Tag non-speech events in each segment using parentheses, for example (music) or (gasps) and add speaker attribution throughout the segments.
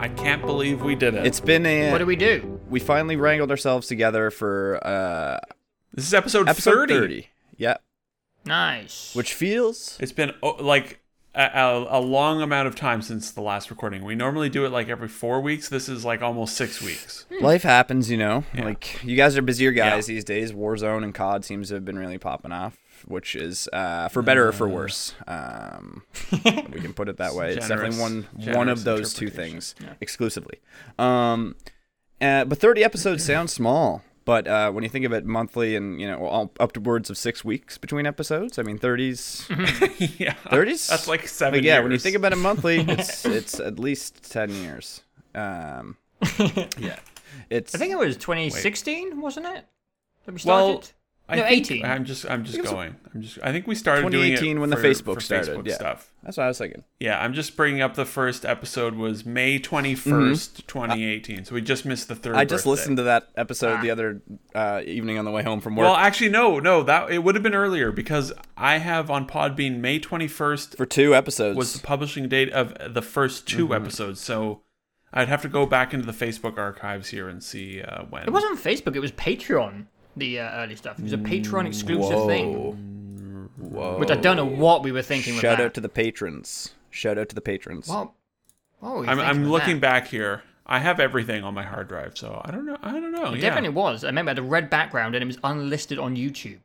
Speaker 1: I can't believe we did it.
Speaker 2: It's been a.
Speaker 3: What do we do?
Speaker 2: we finally wrangled ourselves together for uh,
Speaker 1: this is episode,
Speaker 2: episode
Speaker 1: 30.
Speaker 2: 30. Yeah,
Speaker 3: Nice. (laughs)
Speaker 2: which feels
Speaker 1: It's been oh, like a, a, a long amount of time since the last recording. We normally do it like every four weeks. This is like almost six
Speaker 2: (sighs)
Speaker 1: weeks. (laughs)
Speaker 2: life happens, you know.
Speaker 1: Hmm. Yeah.
Speaker 2: Like you guys are busier guys
Speaker 1: Yeah.
Speaker 2: these days. Warzone and COD seems to have been really popping off, which is uh, for better or for worse.
Speaker 1: (laughs)
Speaker 2: Um, we can put it that way. it's definitely one
Speaker 1: Generous-
Speaker 2: one
Speaker 1: generous
Speaker 2: of those two
Speaker 1: interpretation.
Speaker 2: things exclusively. Um, uh, but 30 episodes sounds small. But uh, when you think of it monthly and you know well, upwards of six weeks between episodes, I mean 30s
Speaker 1: yeah.
Speaker 2: 30s
Speaker 1: That's like seven
Speaker 2: But yeah when you
Speaker 1: years.
Speaker 2: think about it monthly
Speaker 1: (laughs)
Speaker 2: it's it's at least 10 years um yeah it's
Speaker 3: I think it was 2016, wasn't it? That we started.
Speaker 1: Well, I
Speaker 3: no,
Speaker 1: think-
Speaker 3: 18.
Speaker 1: I'm just I'm just
Speaker 2: was-
Speaker 1: going. I'm just I think we started doing
Speaker 2: 2018
Speaker 1: it
Speaker 2: when the
Speaker 1: for-
Speaker 2: Facebook
Speaker 1: for
Speaker 2: started,
Speaker 1: Facebook
Speaker 2: yeah.
Speaker 1: stuff.
Speaker 2: that's what i was thinking
Speaker 1: Yeah, I'm just bringing up the first episode was May 21st, 2018. So we just missed the third
Speaker 2: Mm-hmm. i just
Speaker 1: birthday. Ah.
Speaker 2: listened to that episode the other uh, evening on the way home from work
Speaker 1: Well, actually no, no, that it would have been earlier because I have on Podbean May 21st
Speaker 2: for two episodes
Speaker 1: was the publishing date of the first 2
Speaker 2: Mm-hmm.
Speaker 1: episodes. So I'd have to go back into the Facebook archives here and see uh, when.
Speaker 3: it wasn't Facebook. It was Patreon. The uh, early stuff. It was a Patreon exclusive thing,
Speaker 2: whoa
Speaker 3: which I don't know what we were thinking with
Speaker 2: shout
Speaker 3: that.
Speaker 2: out to the patrons shout out to the patrons
Speaker 3: Well, what were we
Speaker 1: I'm,
Speaker 3: thinking
Speaker 1: I'm
Speaker 3: with
Speaker 1: looking
Speaker 3: that?
Speaker 1: back here. I have everything on my hard drive, so I don't know. I don't know.
Speaker 3: It
Speaker 1: yeah.
Speaker 3: definitely was. I remember it had a red background and it was unlisted on YouTube.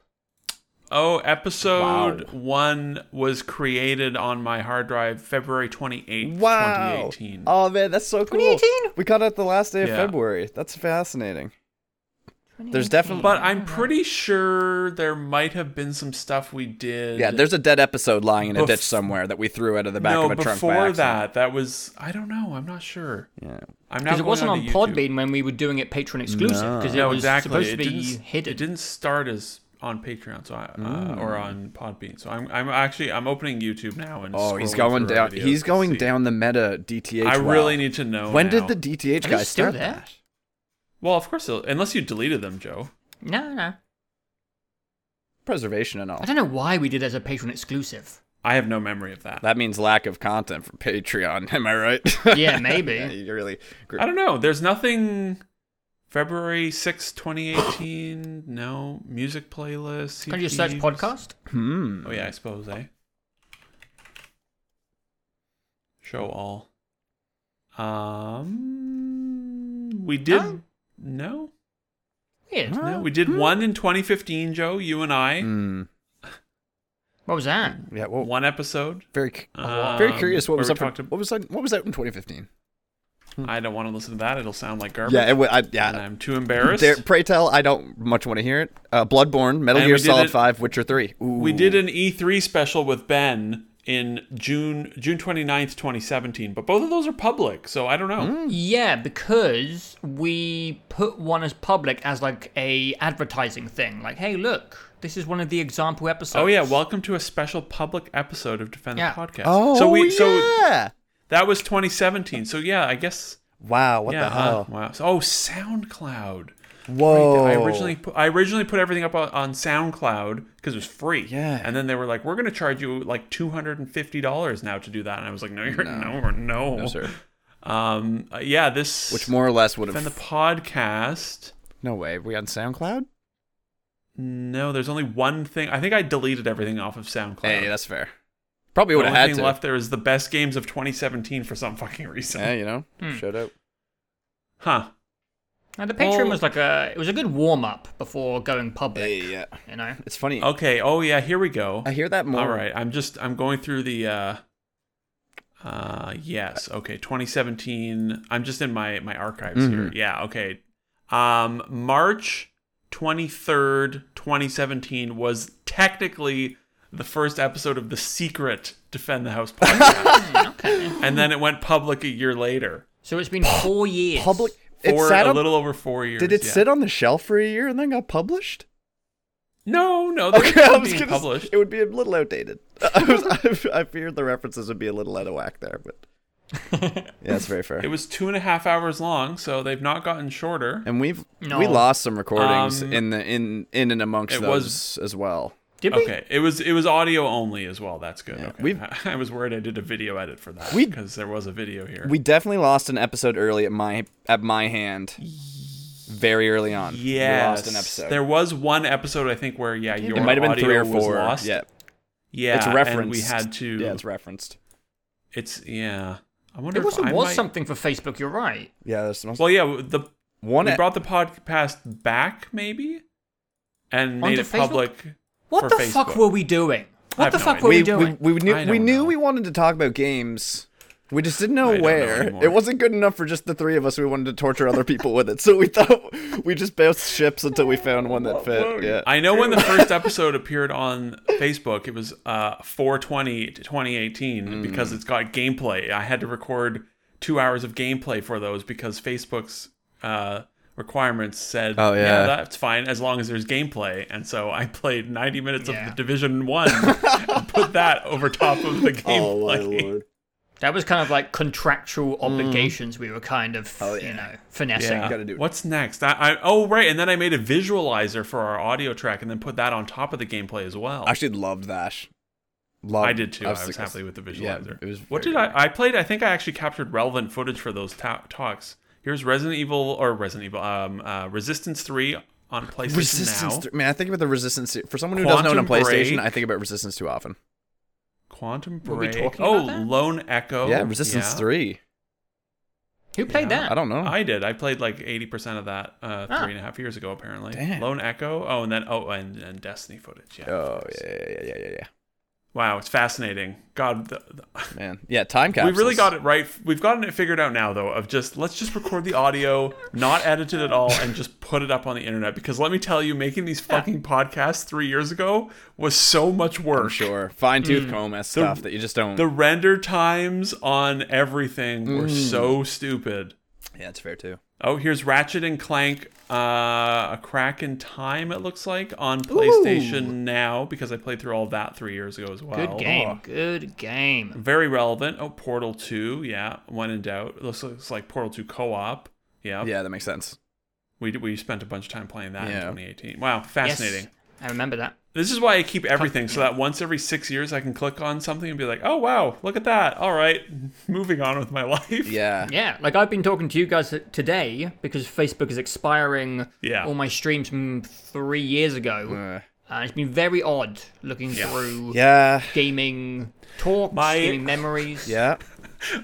Speaker 1: Oh, episode
Speaker 2: Wow.
Speaker 1: one was created on my hard drive February 28th,
Speaker 2: wow
Speaker 1: 2018.
Speaker 2: oh man that's so cool
Speaker 3: 2018?
Speaker 2: we caught it the last day of
Speaker 1: Yeah.
Speaker 2: february that's fascinating there's definitely
Speaker 1: But I'm pretty sure there might have been some stuff we did.
Speaker 2: yeah there's a dead episode lying in a
Speaker 1: Bef-
Speaker 2: ditch somewhere that we threw out of the back
Speaker 1: no,
Speaker 2: of a trunk by
Speaker 1: before
Speaker 2: accident.
Speaker 1: that, that was. I don't know. I'm not sure.
Speaker 2: yeah
Speaker 1: I'm not
Speaker 3: Because it
Speaker 1: going
Speaker 3: wasn't on
Speaker 1: onto YouTube.
Speaker 3: Podbean when we were doing it Patreon exclusive. Because it
Speaker 1: No,
Speaker 3: was
Speaker 1: exactly.
Speaker 3: supposed to
Speaker 1: it
Speaker 3: be
Speaker 1: didn't,
Speaker 3: hidden.
Speaker 1: It didn't start as on Patreon, so I,
Speaker 2: Mm.
Speaker 1: uh, or on Podbean. So I'm, I'm actually I'm opening YouTube now and.
Speaker 2: Oh, he's
Speaker 1: scrolling
Speaker 2: going
Speaker 1: through
Speaker 2: down.
Speaker 1: our videos
Speaker 2: He's
Speaker 1: to
Speaker 2: going
Speaker 1: see.
Speaker 2: down the meta DTH.
Speaker 1: I
Speaker 2: well.
Speaker 1: really need to know.
Speaker 2: When
Speaker 1: now.
Speaker 2: did the DTH
Speaker 3: Are they
Speaker 2: guy
Speaker 3: still
Speaker 2: start
Speaker 3: there?
Speaker 2: that?
Speaker 1: Well, of course, it'll- unless you deleted them, Joe.
Speaker 3: No, no.
Speaker 2: Preservation and all.
Speaker 3: I don't know why we did it as a Patreon exclusive.
Speaker 1: I have no memory of that.
Speaker 2: That means lack of content for Patreon. (laughs) Am I right? (laughs)
Speaker 3: Yeah, maybe.
Speaker 2: Yeah, you really.
Speaker 1: I don't know. There's nothing. February sixth, 2018. no music playlist.
Speaker 3: Can you just search
Speaker 1: CPs.
Speaker 3: podcast?
Speaker 2: Hmm.
Speaker 1: Oh yeah, I suppose eh. Show all. Um, we did
Speaker 3: Huh?
Speaker 1: no,
Speaker 3: Weird.
Speaker 1: no. We did one in 2015, Joe. You and I,
Speaker 2: Hmm.
Speaker 3: What was that?
Speaker 2: Yeah. Well,
Speaker 1: one episode.
Speaker 2: very, cu-
Speaker 1: Um,
Speaker 2: very curious. What
Speaker 1: where
Speaker 2: was
Speaker 1: we
Speaker 2: up? in-
Speaker 1: talked ab-
Speaker 2: what was that? What was that in 2015?
Speaker 1: I don't want to listen to that. It'll sound like garbage.
Speaker 2: Hmm. Yeah. It, wa- I,
Speaker 1: and
Speaker 2: yeah.
Speaker 1: I'm too embarrassed.
Speaker 2: There, pray tell, I don't much want to hear it. Uh, Bloodborne, Metal
Speaker 1: And
Speaker 2: Gear
Speaker 1: we did
Speaker 2: Solid
Speaker 1: it-
Speaker 2: Five, Witcher Three. Ooh.
Speaker 1: We did an E3 special with Ben in June June 29th, 2017, but both of those are public, so I don't know.
Speaker 2: Hmm.
Speaker 3: Yeah, because we put one as public as like a advertising thing. Like, hey, look, this is one of the example episodes.
Speaker 1: Oh yeah, welcome to a special public episode of Defend
Speaker 3: Yeah.
Speaker 1: the Podcast.
Speaker 2: Oh.
Speaker 1: so we so
Speaker 2: yeah.
Speaker 1: that was 2017. So yeah, I guess
Speaker 2: Wow. Oh, What
Speaker 1: yeah.
Speaker 2: the
Speaker 1: huh,
Speaker 2: hell? Oh.
Speaker 1: wow. So- oh, SoundCloud.
Speaker 2: Whoa.
Speaker 1: I originally put, I originally put everything up on, on SoundCloud because it was free.
Speaker 2: Yeah.
Speaker 1: And then they were like, "We're going to charge you like two hundred and fifty dollars now to do that," and I was like, "No, you're no, no, no.
Speaker 2: No, sir.
Speaker 1: Um, uh, yeah, this
Speaker 2: Which more or less would have
Speaker 1: Defend the Podcast.
Speaker 2: No way. We on SoundCloud?
Speaker 1: No, there's only one thing. I think I deleted everything off of SoundCloud.
Speaker 2: Hey, that's fair. Probably
Speaker 1: the
Speaker 2: would have
Speaker 1: only
Speaker 2: had
Speaker 1: thing
Speaker 2: to.
Speaker 1: left there is the best games of 2017 for some fucking reason.
Speaker 2: Yeah, you know, showed up.
Speaker 1: Huh.
Speaker 3: Now, the Patreon
Speaker 1: Well-
Speaker 3: was like a it was a good warm up before going public.
Speaker 2: yeah.
Speaker 3: You know.
Speaker 2: It's funny.
Speaker 1: Okay. Oh yeah. Here we go.
Speaker 2: I hear that more.
Speaker 1: All right. I'm just I'm going through the. uh uh yes okay 2017 i'm just in my my archives here
Speaker 2: Mhm.
Speaker 1: yeah okay um march 23rd 2017 was technically the first episode of the secret defend the house podcast
Speaker 3: Hmm, okay.
Speaker 1: and then it went public a year later
Speaker 3: So it's been four years. (laughs)
Speaker 2: Public. It
Speaker 1: for
Speaker 2: sat
Speaker 1: a
Speaker 2: on-
Speaker 1: little over four years.
Speaker 2: Did it
Speaker 1: yeah.
Speaker 2: sit on the shelf for a year and then got published?
Speaker 1: No, no, they
Speaker 2: (laughs) Okay,
Speaker 1: okay,
Speaker 2: I was
Speaker 1: being
Speaker 2: gonna,
Speaker 1: published.
Speaker 2: It would be a little outdated. (laughs) I, was, I, I feared the references would be a little out of whack there, but yeah, that's very fair.
Speaker 1: (laughs) It was two and a half hours long, so they've not gotten shorter.
Speaker 2: and we've
Speaker 3: No.
Speaker 2: we lost some recordings
Speaker 1: Um,
Speaker 2: in the in in and amongst
Speaker 1: it
Speaker 2: those
Speaker 1: was-
Speaker 2: as well.
Speaker 3: Did we?
Speaker 1: Okay, it was it was audio only as well. That's good. okay,
Speaker 2: we've-
Speaker 1: (laughs) I was worried I did a video edit for that
Speaker 2: We-
Speaker 1: because there was a video here.
Speaker 2: We definitely lost an episode early at my at my hand, very early on. we
Speaker 1: yeah,
Speaker 2: lost an episode.
Speaker 1: There was one episode I think where yeah, your
Speaker 2: it might have been
Speaker 1: audio
Speaker 2: three or
Speaker 1: was
Speaker 2: four.
Speaker 1: Lost.
Speaker 2: Yeah,
Speaker 1: yeah,
Speaker 2: it's
Speaker 1: And
Speaker 2: referenced.
Speaker 1: we had to.
Speaker 2: yeah, it's referenced.
Speaker 1: it's yeah. I wonder
Speaker 3: There was,
Speaker 1: if I
Speaker 3: was
Speaker 1: might-
Speaker 3: something for Facebook, you're right.
Speaker 2: Yeah, there's some-
Speaker 1: Well, yeah, the
Speaker 2: one.
Speaker 1: we
Speaker 2: e-
Speaker 1: brought the podcast back maybe, and made
Speaker 3: Onto
Speaker 1: it
Speaker 3: Facebook?
Speaker 1: public.
Speaker 3: What
Speaker 1: For
Speaker 3: the fuck
Speaker 1: Facebook.
Speaker 3: were we doing?
Speaker 1: I
Speaker 3: What
Speaker 1: have
Speaker 3: the
Speaker 1: no
Speaker 3: fuck
Speaker 1: idea.
Speaker 3: were we,
Speaker 2: we, we,
Speaker 3: doing?
Speaker 2: we
Speaker 1: I
Speaker 2: knew
Speaker 1: don't
Speaker 2: we knew
Speaker 1: know.
Speaker 2: we wanted to talk about games. We just didn't
Speaker 1: I
Speaker 2: know
Speaker 1: don't know
Speaker 2: where.
Speaker 1: anymore.
Speaker 2: it wasn't good enough for just the three of us. We wanted to torture other people with it, so we thought we just bounced ships until we found one that fit. Yeah,
Speaker 1: I know when the first episode appeared on Facebook, it was uh 420 to 2018
Speaker 2: Mm.
Speaker 1: because it's got gameplay. I had to record two hours of gameplay for those because Facebook's uh, requirements said,
Speaker 2: Oh, yeah.
Speaker 1: that's fine as long as there's gameplay." And so I played 90 minutes
Speaker 3: Yeah.
Speaker 1: of the Division
Speaker 2: (laughs)
Speaker 1: One and put that over top of
Speaker 2: Oh,
Speaker 1: the (laughs) gameplay.
Speaker 3: That was kind of like contractual obligations we were kind of,
Speaker 2: yeah.
Speaker 3: you know, finessing.
Speaker 1: Mm. Oh, yeah.
Speaker 2: Gotta do it.
Speaker 1: What's next? I, I oh right, and then I made a visualizer for our audio track, and then put that on top of the gameplay as well.
Speaker 2: I actually loved that. Loved,
Speaker 1: I did too. I was,
Speaker 2: like-
Speaker 1: happy with the
Speaker 2: yeah,
Speaker 1: visualizer.
Speaker 2: it was
Speaker 1: what
Speaker 2: very
Speaker 1: did I? I played. I think I actually captured relevant footage for those ta- talks. Here's Resident Evil or Resident Evil, um, uh, Resistance Three on PlayStation
Speaker 2: Resistance.
Speaker 1: now.
Speaker 2: Th- man, I think about the Resistance. se- For someone who doesn't own a
Speaker 1: Quantum
Speaker 2: PlayStation,
Speaker 1: Break.
Speaker 2: I think about Resistance too often.
Speaker 1: Quantum
Speaker 3: Were we
Speaker 1: Break.
Speaker 3: talking
Speaker 1: oh,
Speaker 3: about that?
Speaker 1: Lone Echo.
Speaker 2: yeah, Resistance
Speaker 1: Oh, Yeah.
Speaker 2: Three.
Speaker 3: Who played
Speaker 1: Yeah,
Speaker 3: that?
Speaker 2: I don't know.
Speaker 1: I did. I played like eighty percent of that uh,
Speaker 3: Ah.
Speaker 1: three and a half years ago, apparently.
Speaker 2: Damn.
Speaker 1: Lone Echo. Oh, and then oh, and, and Destiny footage. Yeah.
Speaker 2: oh yeah, yeah, yeah, yeah, yeah.
Speaker 1: Wow, it's fascinating. God, the, the,
Speaker 2: Man, yeah. Time
Speaker 1: We
Speaker 2: capsules.
Speaker 1: really got it right. We've gotten it figured out now, though, of just let's just record the audio, not edit it at all, and just put it up on the internet. Because let me tell you, making these fucking podcasts three years ago was so much
Speaker 2: I'm
Speaker 1: work.
Speaker 2: sure. Fine tooth comb as stuff that you just don't.
Speaker 1: Mm. The render times on everything were so stupid.
Speaker 2: yeah, it's fair too.
Speaker 1: Oh, here's Ratchet and Clank, uh, a crack in time. It looks like on PlayStation now because I played through all that three years ago as well.
Speaker 3: Good game. Good game.
Speaker 1: Very relevant. Oh, Portal 2. Yeah. When in doubt. Looks, looks like Portal 2 co op. Yeah.
Speaker 2: Yeah, that makes sense.
Speaker 1: We, we spent a bunch of time playing that
Speaker 2: Yeah.
Speaker 1: in 2018. Wow. Fascinating.
Speaker 3: Yes, I remember that.
Speaker 1: This is why I keep everything so that once every six years I can click on something and be like, oh, wow, look at that. All right. Moving on with my (laughs) life.
Speaker 2: Yeah.
Speaker 3: Yeah, like I've been talking to you guys today because Facebook is expiring
Speaker 1: Yeah.
Speaker 3: all my streams from three years ago.
Speaker 2: Uh,
Speaker 3: and it's been very odd looking through
Speaker 2: yeah.
Speaker 3: gaming talks,
Speaker 1: My-
Speaker 3: gaming memories.
Speaker 2: Yeah.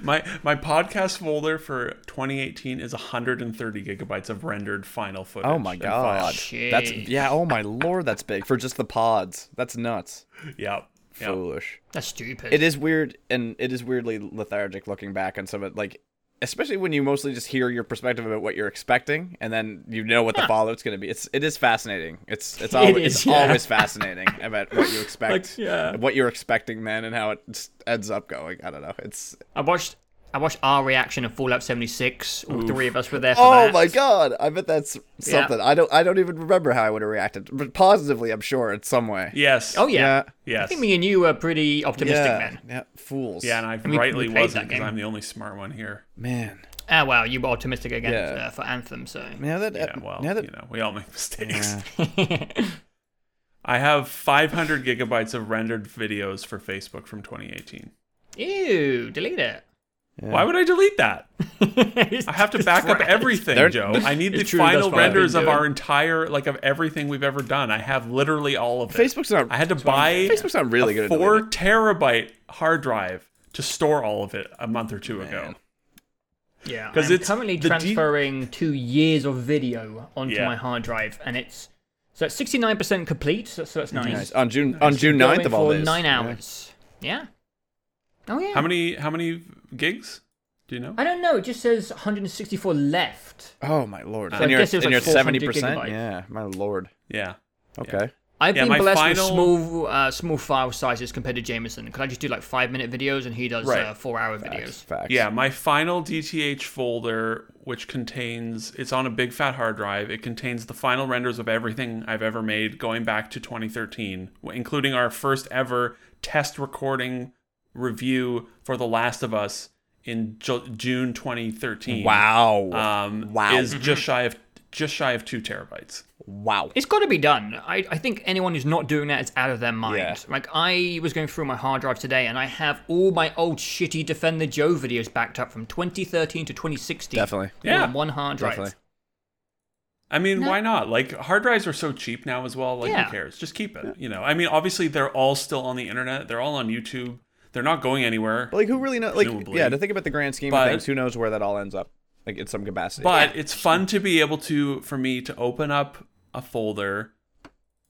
Speaker 1: My, my podcast folder for 2018 is 130 gigabytes of rendered final footage.
Speaker 2: Oh my
Speaker 1: and files.
Speaker 2: god. That's
Speaker 3: Jeez.
Speaker 2: yeah. Oh my lord. That's big for just the pods. That's nuts.
Speaker 1: Yeah. Yeah.
Speaker 2: Foolish.
Speaker 3: That's stupid.
Speaker 2: It is weird, and it is weirdly lethargic looking back on some of it. Like, especially when you mostly just hear your perspective about what you're expecting, and then you know what the fallout's going to be. It's it is fascinating. It's
Speaker 1: (laughs)
Speaker 2: it's always
Speaker 3: is,
Speaker 2: it's
Speaker 3: yeah.
Speaker 2: always fascinating about what you
Speaker 1: Like,
Speaker 2: expect,
Speaker 1: yeah.
Speaker 2: what you're expecting then, and how it just ends up going. I don't know. It's
Speaker 3: I watched I watched our reaction of Fallout 76. All three of us were there for
Speaker 2: Oh
Speaker 3: that.
Speaker 2: my god! I bet that's something. I don't. I don't even remember how I would have reacted, but positively, I'm sure in some way.
Speaker 1: Yes.
Speaker 3: Oh yeah.
Speaker 2: Yeah.
Speaker 1: Yes.
Speaker 3: I think me and you were pretty optimistic then.
Speaker 2: yeah. Fools.
Speaker 1: Yeah, and I
Speaker 3: we-
Speaker 1: rightly
Speaker 3: we played
Speaker 1: wasn't
Speaker 3: that
Speaker 1: because
Speaker 3: game.
Speaker 1: I'm the only smart one here.
Speaker 2: man.
Speaker 3: Ah well, you were optimistic again
Speaker 2: Yeah.
Speaker 3: uh, for Anthem, so
Speaker 2: Now that.
Speaker 1: Yeah, well,
Speaker 2: Uh, now (laughs) that.
Speaker 1: you know, we all make (laughs) mistakes. I have 500 gigabytes of rendered videos for Facebook from 2018.
Speaker 3: ew, delete it.
Speaker 1: Why would I delete that? (laughs)
Speaker 3: It's
Speaker 1: I have to
Speaker 3: just
Speaker 1: back up
Speaker 3: (laughs) trash.
Speaker 1: everything,
Speaker 2: They're- (laughs)
Speaker 1: Joe. I need the
Speaker 3: It's true, that's
Speaker 1: final
Speaker 3: what I've been
Speaker 1: renders of
Speaker 3: doing.
Speaker 1: our entire, like, of everything we've ever done. I have literally all of it.
Speaker 2: Facebook's not.
Speaker 1: I had to buy
Speaker 2: Facebook's not really good
Speaker 1: a
Speaker 2: at
Speaker 1: four
Speaker 2: deleting.
Speaker 1: terabyte hard drive to store all of it a month or two ago.
Speaker 3: Yeah,
Speaker 1: 'Cause
Speaker 3: I'm
Speaker 1: it's-
Speaker 3: currently
Speaker 1: the D-
Speaker 3: transferring two years of video onto
Speaker 1: Yeah.
Speaker 3: my hard drive, and it's so it's 69% complete. So, so that's nice.
Speaker 2: Nice. On June on June
Speaker 3: Going
Speaker 2: 9th of all
Speaker 3: for
Speaker 2: days.
Speaker 3: nine
Speaker 2: Yeah.
Speaker 3: hours. Yeah. Oh yeah.
Speaker 1: How many? How many gigs? Do you know?
Speaker 3: I don't know. It just says 164 left.
Speaker 2: Oh my lord!
Speaker 1: So
Speaker 2: and
Speaker 1: I
Speaker 2: you're,
Speaker 3: guess it was
Speaker 2: and
Speaker 3: like
Speaker 2: you're 70
Speaker 3: 400
Speaker 2: percent.
Speaker 3: gigabytes.
Speaker 2: Yeah, my lord.
Speaker 1: Yeah.
Speaker 2: Okay.
Speaker 3: I've
Speaker 1: Yeah,
Speaker 3: been
Speaker 1: my
Speaker 3: blessed
Speaker 1: final-
Speaker 3: with small, uh, small file sizes compared to Jameson. Because I just do like five minute videos, and he does
Speaker 1: Right.
Speaker 3: uh, four hour videos.
Speaker 2: Facts.
Speaker 1: Yeah, my final DTH folder which contains it's on a big fat hard drive. It contains the final renders of everything I've ever made going back to 2013, w- including our first ever test recording review for The Last of Us in Ju- June 2013.
Speaker 2: Wow.
Speaker 1: Um,
Speaker 2: Wow. (laughs)
Speaker 1: Is just shy of just shy of two terabytes.
Speaker 2: wow.
Speaker 3: It's got to be done. I, I think anyone who's not doing that is out of their mind.
Speaker 2: Yeah.
Speaker 3: Like, I was going through my hard drive today and I have all my old shitty Defend the Joe videos backed up from 2013 to 2016.
Speaker 2: Definitely.
Speaker 3: All
Speaker 1: Yeah.
Speaker 3: on one hard drive.
Speaker 2: Definitely.
Speaker 1: I mean,
Speaker 3: No.
Speaker 1: why not? Like hard drives are so cheap now as well. Like
Speaker 3: Yeah.
Speaker 1: who cares? Just keep it. You know. I mean, obviously they're all still on the internet. They're all on YouTube. They're not going anywhere.
Speaker 2: But like, who really knows? Like,
Speaker 1: Presumably.
Speaker 2: yeah, to think about the grand scheme
Speaker 1: But-
Speaker 2: of things, who knows where that all ends up? Like, in some capacity.
Speaker 1: But it's fun to be able to, for me, to open up a folder,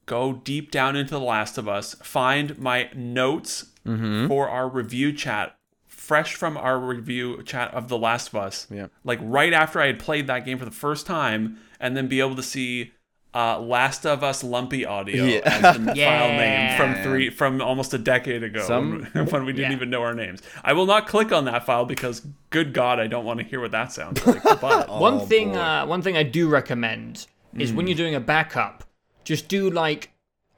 Speaker 1: go deep down into The Last of Us, find my notes
Speaker 2: Mm-hmm.
Speaker 1: for our review chat, fresh from our review chat of The Last of Us.
Speaker 2: Yeah.
Speaker 1: Like right after I had played that game for the first time, and then be able to see. Uh, Last of Us Lumpy Audio
Speaker 2: Yeah.
Speaker 1: as
Speaker 2: (laughs)
Speaker 1: the file name
Speaker 3: Yeah.
Speaker 1: from three from almost a decade ago
Speaker 2: Some-
Speaker 1: when, (laughs) when we didn't
Speaker 3: Yeah.
Speaker 1: even know our names. I will not click on that file because good God, I don't want to hear what that sounds like.
Speaker 2: (laughs)
Speaker 1: But
Speaker 3: One thing, uh, one thing I do recommend is
Speaker 1: Hmm.
Speaker 3: when you're doing a backup, just do like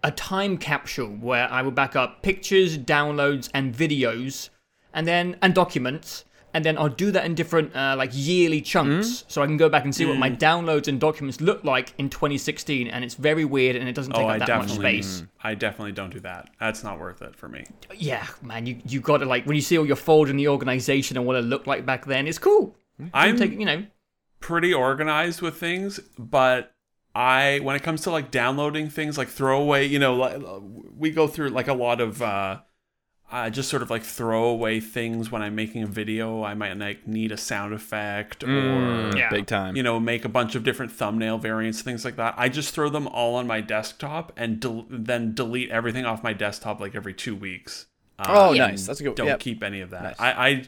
Speaker 3: a time capsule where I would back up pictures, downloads, and videos, and then and documents, and then I'll do that in different uh, like yearly chunks,
Speaker 1: Hmm?
Speaker 3: so I can go back and see what my downloads and documents look like in 2016, and it's very weird and it doesn't take
Speaker 1: oh,
Speaker 3: up
Speaker 1: I
Speaker 3: that much
Speaker 1: definitely, hmm.
Speaker 3: space.
Speaker 1: I definitely don't do that. That's not worth it for me.
Speaker 3: Yeah, man, you you got to like when you see all your folder and the organization and what it looked like back then, it's cool.
Speaker 1: I'm
Speaker 3: Take you know.
Speaker 1: pretty organized with things, but I when it comes to like downloading things, like throwaway, you know, like, we go through like a lot of uh, uh, just sort of like throwaway things when I'm making a video. I might like need a sound effect or
Speaker 3: yeah.
Speaker 2: Big time.
Speaker 1: you know make a bunch of different thumbnail variants things like that i just throw them all on my desktop and del- then delete everything off my desktop like every two weeks um,
Speaker 2: Oh,
Speaker 3: Yeah.
Speaker 2: nice. That's a good.
Speaker 1: don't
Speaker 2: yep.
Speaker 1: keep any of that
Speaker 2: Nice.
Speaker 1: i i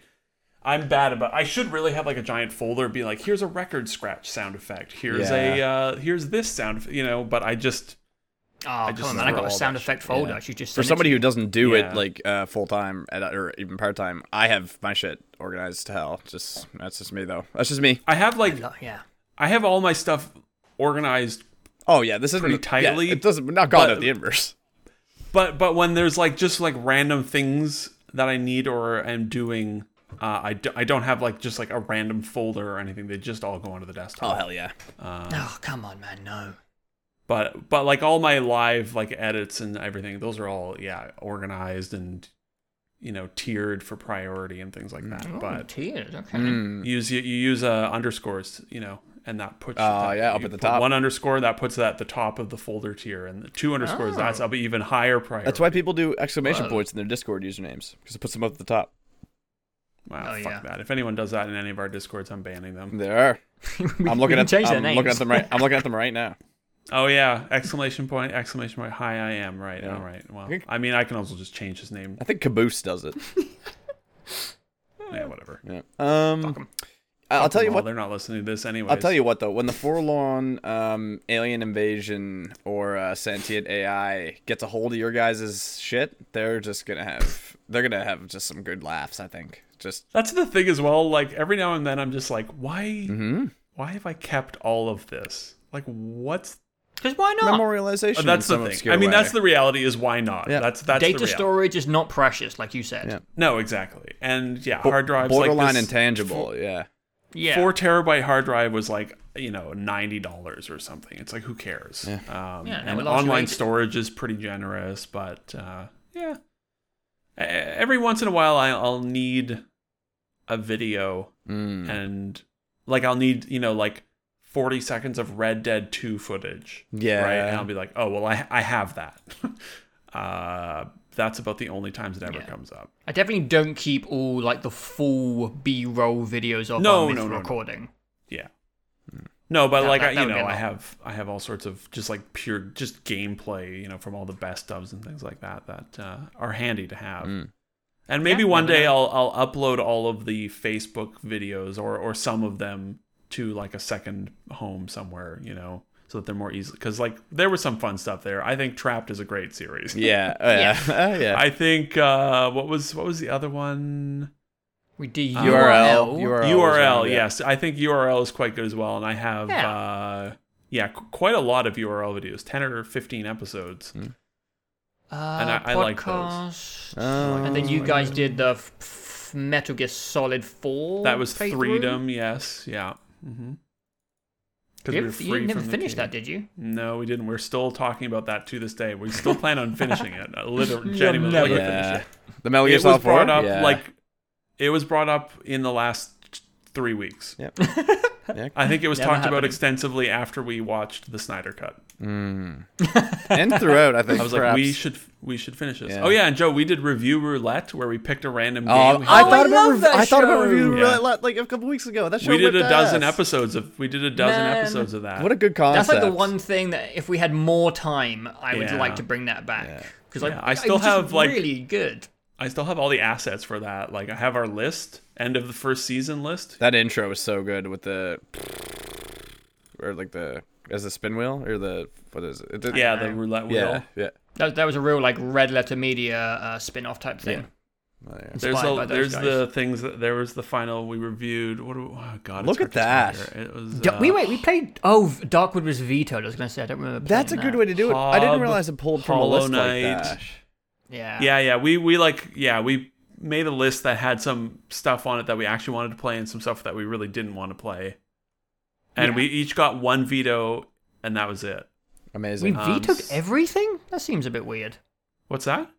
Speaker 1: i'm bad about i should really have like a giant folder be like here's a record scratch sound effect here's a uh here's this sound eff- you know but i just
Speaker 3: Oh come
Speaker 1: just
Speaker 3: on, man! I
Speaker 1: throw
Speaker 3: got a
Speaker 1: all
Speaker 3: sound
Speaker 1: that
Speaker 3: effect folder. I should just
Speaker 2: For
Speaker 3: send it to
Speaker 2: somebody
Speaker 3: you.
Speaker 2: who doesn't do
Speaker 1: Yeah.
Speaker 2: it like uh, full time or even part time, I have my shit organized to hell. Just that's just me though. That's just me.
Speaker 1: i have like
Speaker 3: Oh, yeah.
Speaker 1: i have all my stuff organized
Speaker 2: Oh yeah, this is
Speaker 1: Pretty tightly,
Speaker 2: Yeah, it doesn't. Not God
Speaker 1: but-
Speaker 2: at the inverse.
Speaker 1: but but when there's like just like random things that I need or am doing, uh, I, d- I don't have like just like a random folder or anything. They just all go onto the desktop.
Speaker 2: Oh hell yeah.
Speaker 3: Oh, come on, man. No.
Speaker 1: But but like all my live like edits and everything, those are all yeah organized and you know tiered for priority and things like that.
Speaker 2: Mm, oh.
Speaker 1: But Mm.
Speaker 3: tears. Okay.
Speaker 1: use you, you use uh, underscores, you know, and that puts
Speaker 2: Oh,
Speaker 1: that-
Speaker 2: yeah, up
Speaker 1: you
Speaker 2: at the
Speaker 1: put
Speaker 2: top.
Speaker 1: one underscore that puts that at the top of the folder tier, and the two underscores
Speaker 3: Oh.
Speaker 1: that's up even higher priority.
Speaker 2: That's why people do exclamation
Speaker 3: Whoa.
Speaker 2: points in their Discord usernames because it puts them up at the top.
Speaker 1: Wow,
Speaker 3: Oh,
Speaker 1: fuck
Speaker 3: yeah.
Speaker 1: that. If anyone does that in any of our discords, I'm banning them.
Speaker 2: There are.
Speaker 3: (laughs) We-
Speaker 2: I'm
Speaker 3: we
Speaker 2: looking
Speaker 3: can
Speaker 2: at.
Speaker 3: change their
Speaker 2: I'm looking
Speaker 3: names.
Speaker 2: at them
Speaker 3: (laughs)
Speaker 2: right. I'm looking at them right now.
Speaker 1: Oh yeah, exclamation point, exclamation point. Hi, I am right.
Speaker 2: Yeah.
Speaker 1: All right. Well,
Speaker 2: think-
Speaker 1: I mean, I can also just change his
Speaker 2: (laughs)
Speaker 1: name.
Speaker 2: (laughs) I think Caboose does it.
Speaker 1: Yeah, whatever.
Speaker 2: Yeah.
Speaker 3: Mm.
Speaker 2: Um. I- I'll tell you
Speaker 1: Well,
Speaker 2: what.
Speaker 1: they're not listening to this anyway.
Speaker 2: I'll tell you what though, when the forlorn um, alien invasion or uh, sentient AI gets a hold of your guys' shit, they're just gonna have they're gonna have just some good laughs. I think. Just
Speaker 1: That's the thing as well. Like every now and then, I'm just like, why?
Speaker 2: Hmm?
Speaker 1: Why have I kept all of this? Like, what's?
Speaker 3: Because why not?
Speaker 2: memorialization.
Speaker 1: Oh,
Speaker 2: in
Speaker 1: that's the
Speaker 2: some
Speaker 1: thing.
Speaker 2: obscure
Speaker 1: I mean,
Speaker 2: way.
Speaker 1: that's the reality. Is why not?
Speaker 2: Yeah.
Speaker 1: That's that's the
Speaker 3: Data
Speaker 1: reality.
Speaker 3: storage is not precious, like you said.
Speaker 2: Yeah.
Speaker 1: No, exactly. And yeah, hard drives like
Speaker 2: borderline
Speaker 1: this
Speaker 2: intangible. yeah.
Speaker 3: Yeah.
Speaker 1: Four terabyte hard drive was like you know ninety dollars or something. It's like who cares? Um,
Speaker 3: Yeah, no,
Speaker 1: and
Speaker 3: it allows you
Speaker 1: online
Speaker 3: to-
Speaker 1: storage is pretty generous, but uh, yeah, E- every once in a while I, I'll need a video (laughs)
Speaker 2: Mm.
Speaker 1: and like I'll need you know like forty seconds of Red Dead Two footage.
Speaker 2: Yeah.
Speaker 1: right. And I'll be like, oh well, I I have that. (laughs) uh, that's about the only times it ever
Speaker 3: Yeah.
Speaker 1: comes up.
Speaker 3: I definitely don't keep all like the full B-roll videos of
Speaker 1: No, no,
Speaker 3: our Myth
Speaker 1: no, no.
Speaker 3: recording.
Speaker 1: Yeah. No, but
Speaker 3: That-
Speaker 1: like
Speaker 3: that-
Speaker 1: I,
Speaker 3: that
Speaker 1: you
Speaker 3: would
Speaker 1: know,
Speaker 3: get
Speaker 1: I
Speaker 3: long.
Speaker 1: have I have all sorts of just like pure just gameplay, you know, from all the best dubs and things like that that uh, are handy to have. And maybe
Speaker 3: Yeah,
Speaker 1: one
Speaker 3: never
Speaker 1: day
Speaker 3: know.
Speaker 1: I'll I'll upload all of the Facebook videos or or some of them to like a second home somewhere, you know, so that they're more easily because like there was some fun stuff there. I think Trapped is a great series. (laughs)
Speaker 2: Yeah. (laughs) Oh, yeah. Yeah. yeah.
Speaker 1: I think uh, what was what was the other one?
Speaker 3: We do
Speaker 2: URL. URL.
Speaker 3: URL.
Speaker 2: is one,
Speaker 1: URL,
Speaker 2: yeah.
Speaker 1: yes. I think URL is quite good as well. And I have,
Speaker 3: Yeah.
Speaker 1: uh, yeah, qu- quite a lot of URL videos, 10 or 15 episodes.
Speaker 3: Uh,
Speaker 1: And I- I like those.
Speaker 3: podcast.
Speaker 2: Oh.
Speaker 3: and then you guys did the f- f- Metal Gear Solid Four.
Speaker 1: That was
Speaker 3: playthrough?
Speaker 1: Freedom, yes. Yeah. Mm-hmm.
Speaker 3: You, ever- you never finished that, did you?
Speaker 1: No, we didn't. We're still talking about that to this day. We still plan
Speaker 3: (laughs)
Speaker 1: on finishing it. Uh, Literally,
Speaker 3: You'll
Speaker 1: genuinely.
Speaker 3: never
Speaker 1: finish
Speaker 2: Yeah.
Speaker 1: it.
Speaker 2: The Metal Gear
Speaker 1: It was
Speaker 2: Solid 4?
Speaker 1: brought up
Speaker 2: yeah.
Speaker 1: like it was brought up in the last t- three weeks.
Speaker 2: Yep.
Speaker 3: (laughs)
Speaker 1: I think it was
Speaker 3: Never
Speaker 1: talked about
Speaker 3: happening.
Speaker 1: extensively after we watched the Snyder Cut. (laughs)
Speaker 2: and Hmm. throughout, I think.
Speaker 1: I was like, we should we should finish this.
Speaker 2: Yeah.
Speaker 1: Oh yeah, and Joe, we did review roulette where we picked a random game.
Speaker 2: Oh,
Speaker 1: we
Speaker 2: I
Speaker 3: Oh,
Speaker 2: thought
Speaker 3: I
Speaker 2: about
Speaker 3: love
Speaker 2: rev-
Speaker 3: that
Speaker 2: I thought about
Speaker 3: show.
Speaker 2: review
Speaker 1: Yeah.
Speaker 2: like a couple weeks ago. That show
Speaker 1: we did a
Speaker 2: whipped
Speaker 1: dozen
Speaker 2: ass.
Speaker 1: episodes of we did a dozen
Speaker 3: Man.
Speaker 1: episodes of that.
Speaker 2: What a good
Speaker 3: That's
Speaker 2: concept.
Speaker 3: like the one thing that if we had more time, I would
Speaker 1: Yeah.
Speaker 3: like to bring that back because
Speaker 1: Yeah, I still have, like-
Speaker 3: really good.
Speaker 1: I still have all the assets for that. Like I have our list, end of the first season list.
Speaker 2: That intro was so good with the or like the as the spin wheel or the what is it? The-
Speaker 1: Yeah, the roulette wheel.
Speaker 2: yeah, yeah.
Speaker 3: That, that was a real like red letter media uh, spin-off type thing.
Speaker 2: Oh, yeah.
Speaker 1: There's
Speaker 3: Inspired
Speaker 1: a,
Speaker 3: by those
Speaker 1: there's
Speaker 3: guys.
Speaker 1: the things that there was the final we reviewed. What do, oh god, it's
Speaker 2: Look
Speaker 1: hard
Speaker 2: at
Speaker 1: to
Speaker 2: that.
Speaker 1: remember. It was
Speaker 3: D-
Speaker 1: uh,
Speaker 3: we wait. We played. Oh, Darkwood was vetoed. I was gonna say I don't remember.
Speaker 2: That's a
Speaker 3: playing
Speaker 2: good
Speaker 3: that.
Speaker 2: way to do it. I didn't
Speaker 1: Hob,
Speaker 2: realize it pulled from a
Speaker 1: Hollow
Speaker 2: list like
Speaker 1: Knight.
Speaker 2: that.
Speaker 3: Yeah.
Speaker 1: Yeah, yeah. We we like yeah, we made a list that had some stuff on it that we actually wanted to play and some stuff that we really didn't want to play. And
Speaker 3: Yeah.
Speaker 1: we each got one veto and that was it.
Speaker 3: We
Speaker 2: Amazing.
Speaker 1: Um,
Speaker 3: vetoed
Speaker 1: s-
Speaker 3: everything. That seems a bit weird.
Speaker 1: What's that?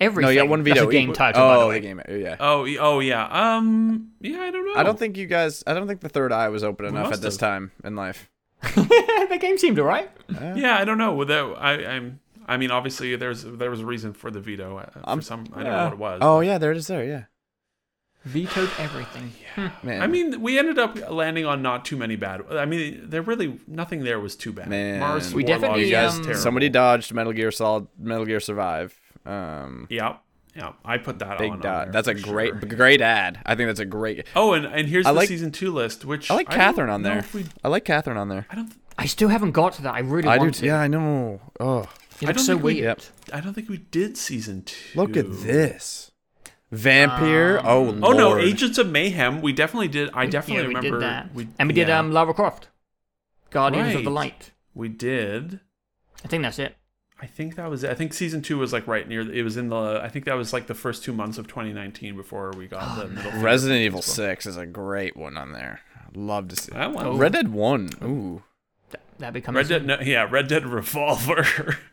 Speaker 3: Everything.
Speaker 2: no, yeah, one veto.
Speaker 3: That's a game
Speaker 1: E-
Speaker 2: We-
Speaker 3: title,
Speaker 2: Oh,
Speaker 3: by the way.
Speaker 2: game. Yeah.
Speaker 1: Oh, y- oh yeah. Um yeah, I don't know.
Speaker 2: I don't think you guys. I don't think the third eye was open enough
Speaker 1: must
Speaker 2: at this
Speaker 1: have.
Speaker 2: time in life.
Speaker 3: (laughs) the game seemed alright.
Speaker 1: Yeah, I don't know. Without I I'm I mean, obviously there's there was a reason for the veto uh, for some I don't know what it was.
Speaker 2: Oh yeah, there it is. There, yeah.
Speaker 3: Vetoed everything. Hmm.
Speaker 2: Man,
Speaker 1: I mean, we ended up landing on not too many bad. I mean, there really nothing there was too bad.
Speaker 2: Man.
Speaker 1: Mars
Speaker 2: We
Speaker 1: Warlock
Speaker 3: definitely,
Speaker 1: was
Speaker 3: um,
Speaker 1: terrible.
Speaker 2: somebody dodged Metal Gear Solid, Metal Gear Survive. Um,
Speaker 1: Yeah, yeah. I put that on.
Speaker 2: big
Speaker 1: on
Speaker 2: dot.
Speaker 1: there
Speaker 2: That's a
Speaker 1: for
Speaker 2: great,
Speaker 1: sure.
Speaker 2: great ad. I think that's a great.
Speaker 1: Oh, and, and here's
Speaker 2: I
Speaker 1: the
Speaker 2: like-
Speaker 1: season two list, which
Speaker 2: I like
Speaker 1: don't
Speaker 2: Catherine on
Speaker 1: know
Speaker 2: there.
Speaker 1: if we-
Speaker 2: I like Catherine on there.
Speaker 1: I don't. th-
Speaker 3: I still haven't got to that. I really
Speaker 2: I do.
Speaker 3: want
Speaker 2: T-
Speaker 3: to.
Speaker 2: yeah, I know. Oh,
Speaker 3: You
Speaker 1: I
Speaker 3: look
Speaker 1: don't
Speaker 3: so
Speaker 1: think we-
Speaker 3: weird.
Speaker 2: Yep.
Speaker 1: I don't think we did season two.
Speaker 2: look at this. Vampire. oh,
Speaker 1: Oh no,
Speaker 2: Lord.
Speaker 1: Agents of Mayhem. We definitely did. I definitely
Speaker 3: yeah, we
Speaker 1: remember.
Speaker 3: did that.
Speaker 1: We,
Speaker 3: and we did
Speaker 1: yeah.
Speaker 3: um Lara Croft, Guardians of the
Speaker 1: Right.
Speaker 3: Light.
Speaker 1: We did.
Speaker 3: I think that's it.
Speaker 1: I think that was. it. I think season two was like right near. It was in the. I think that was like the first two months of 2019 before we got
Speaker 3: Oh,
Speaker 1: the middle. finger
Speaker 2: Resident Evil
Speaker 1: as well.
Speaker 2: Six is a great one on there. Love to see.
Speaker 1: That
Speaker 3: Oh,
Speaker 1: Oh. one.
Speaker 2: Red Dead One. Ooh.
Speaker 3: Th- That becomes
Speaker 1: Red Dead. No, yeah, Red Dead Revolver. (laughs)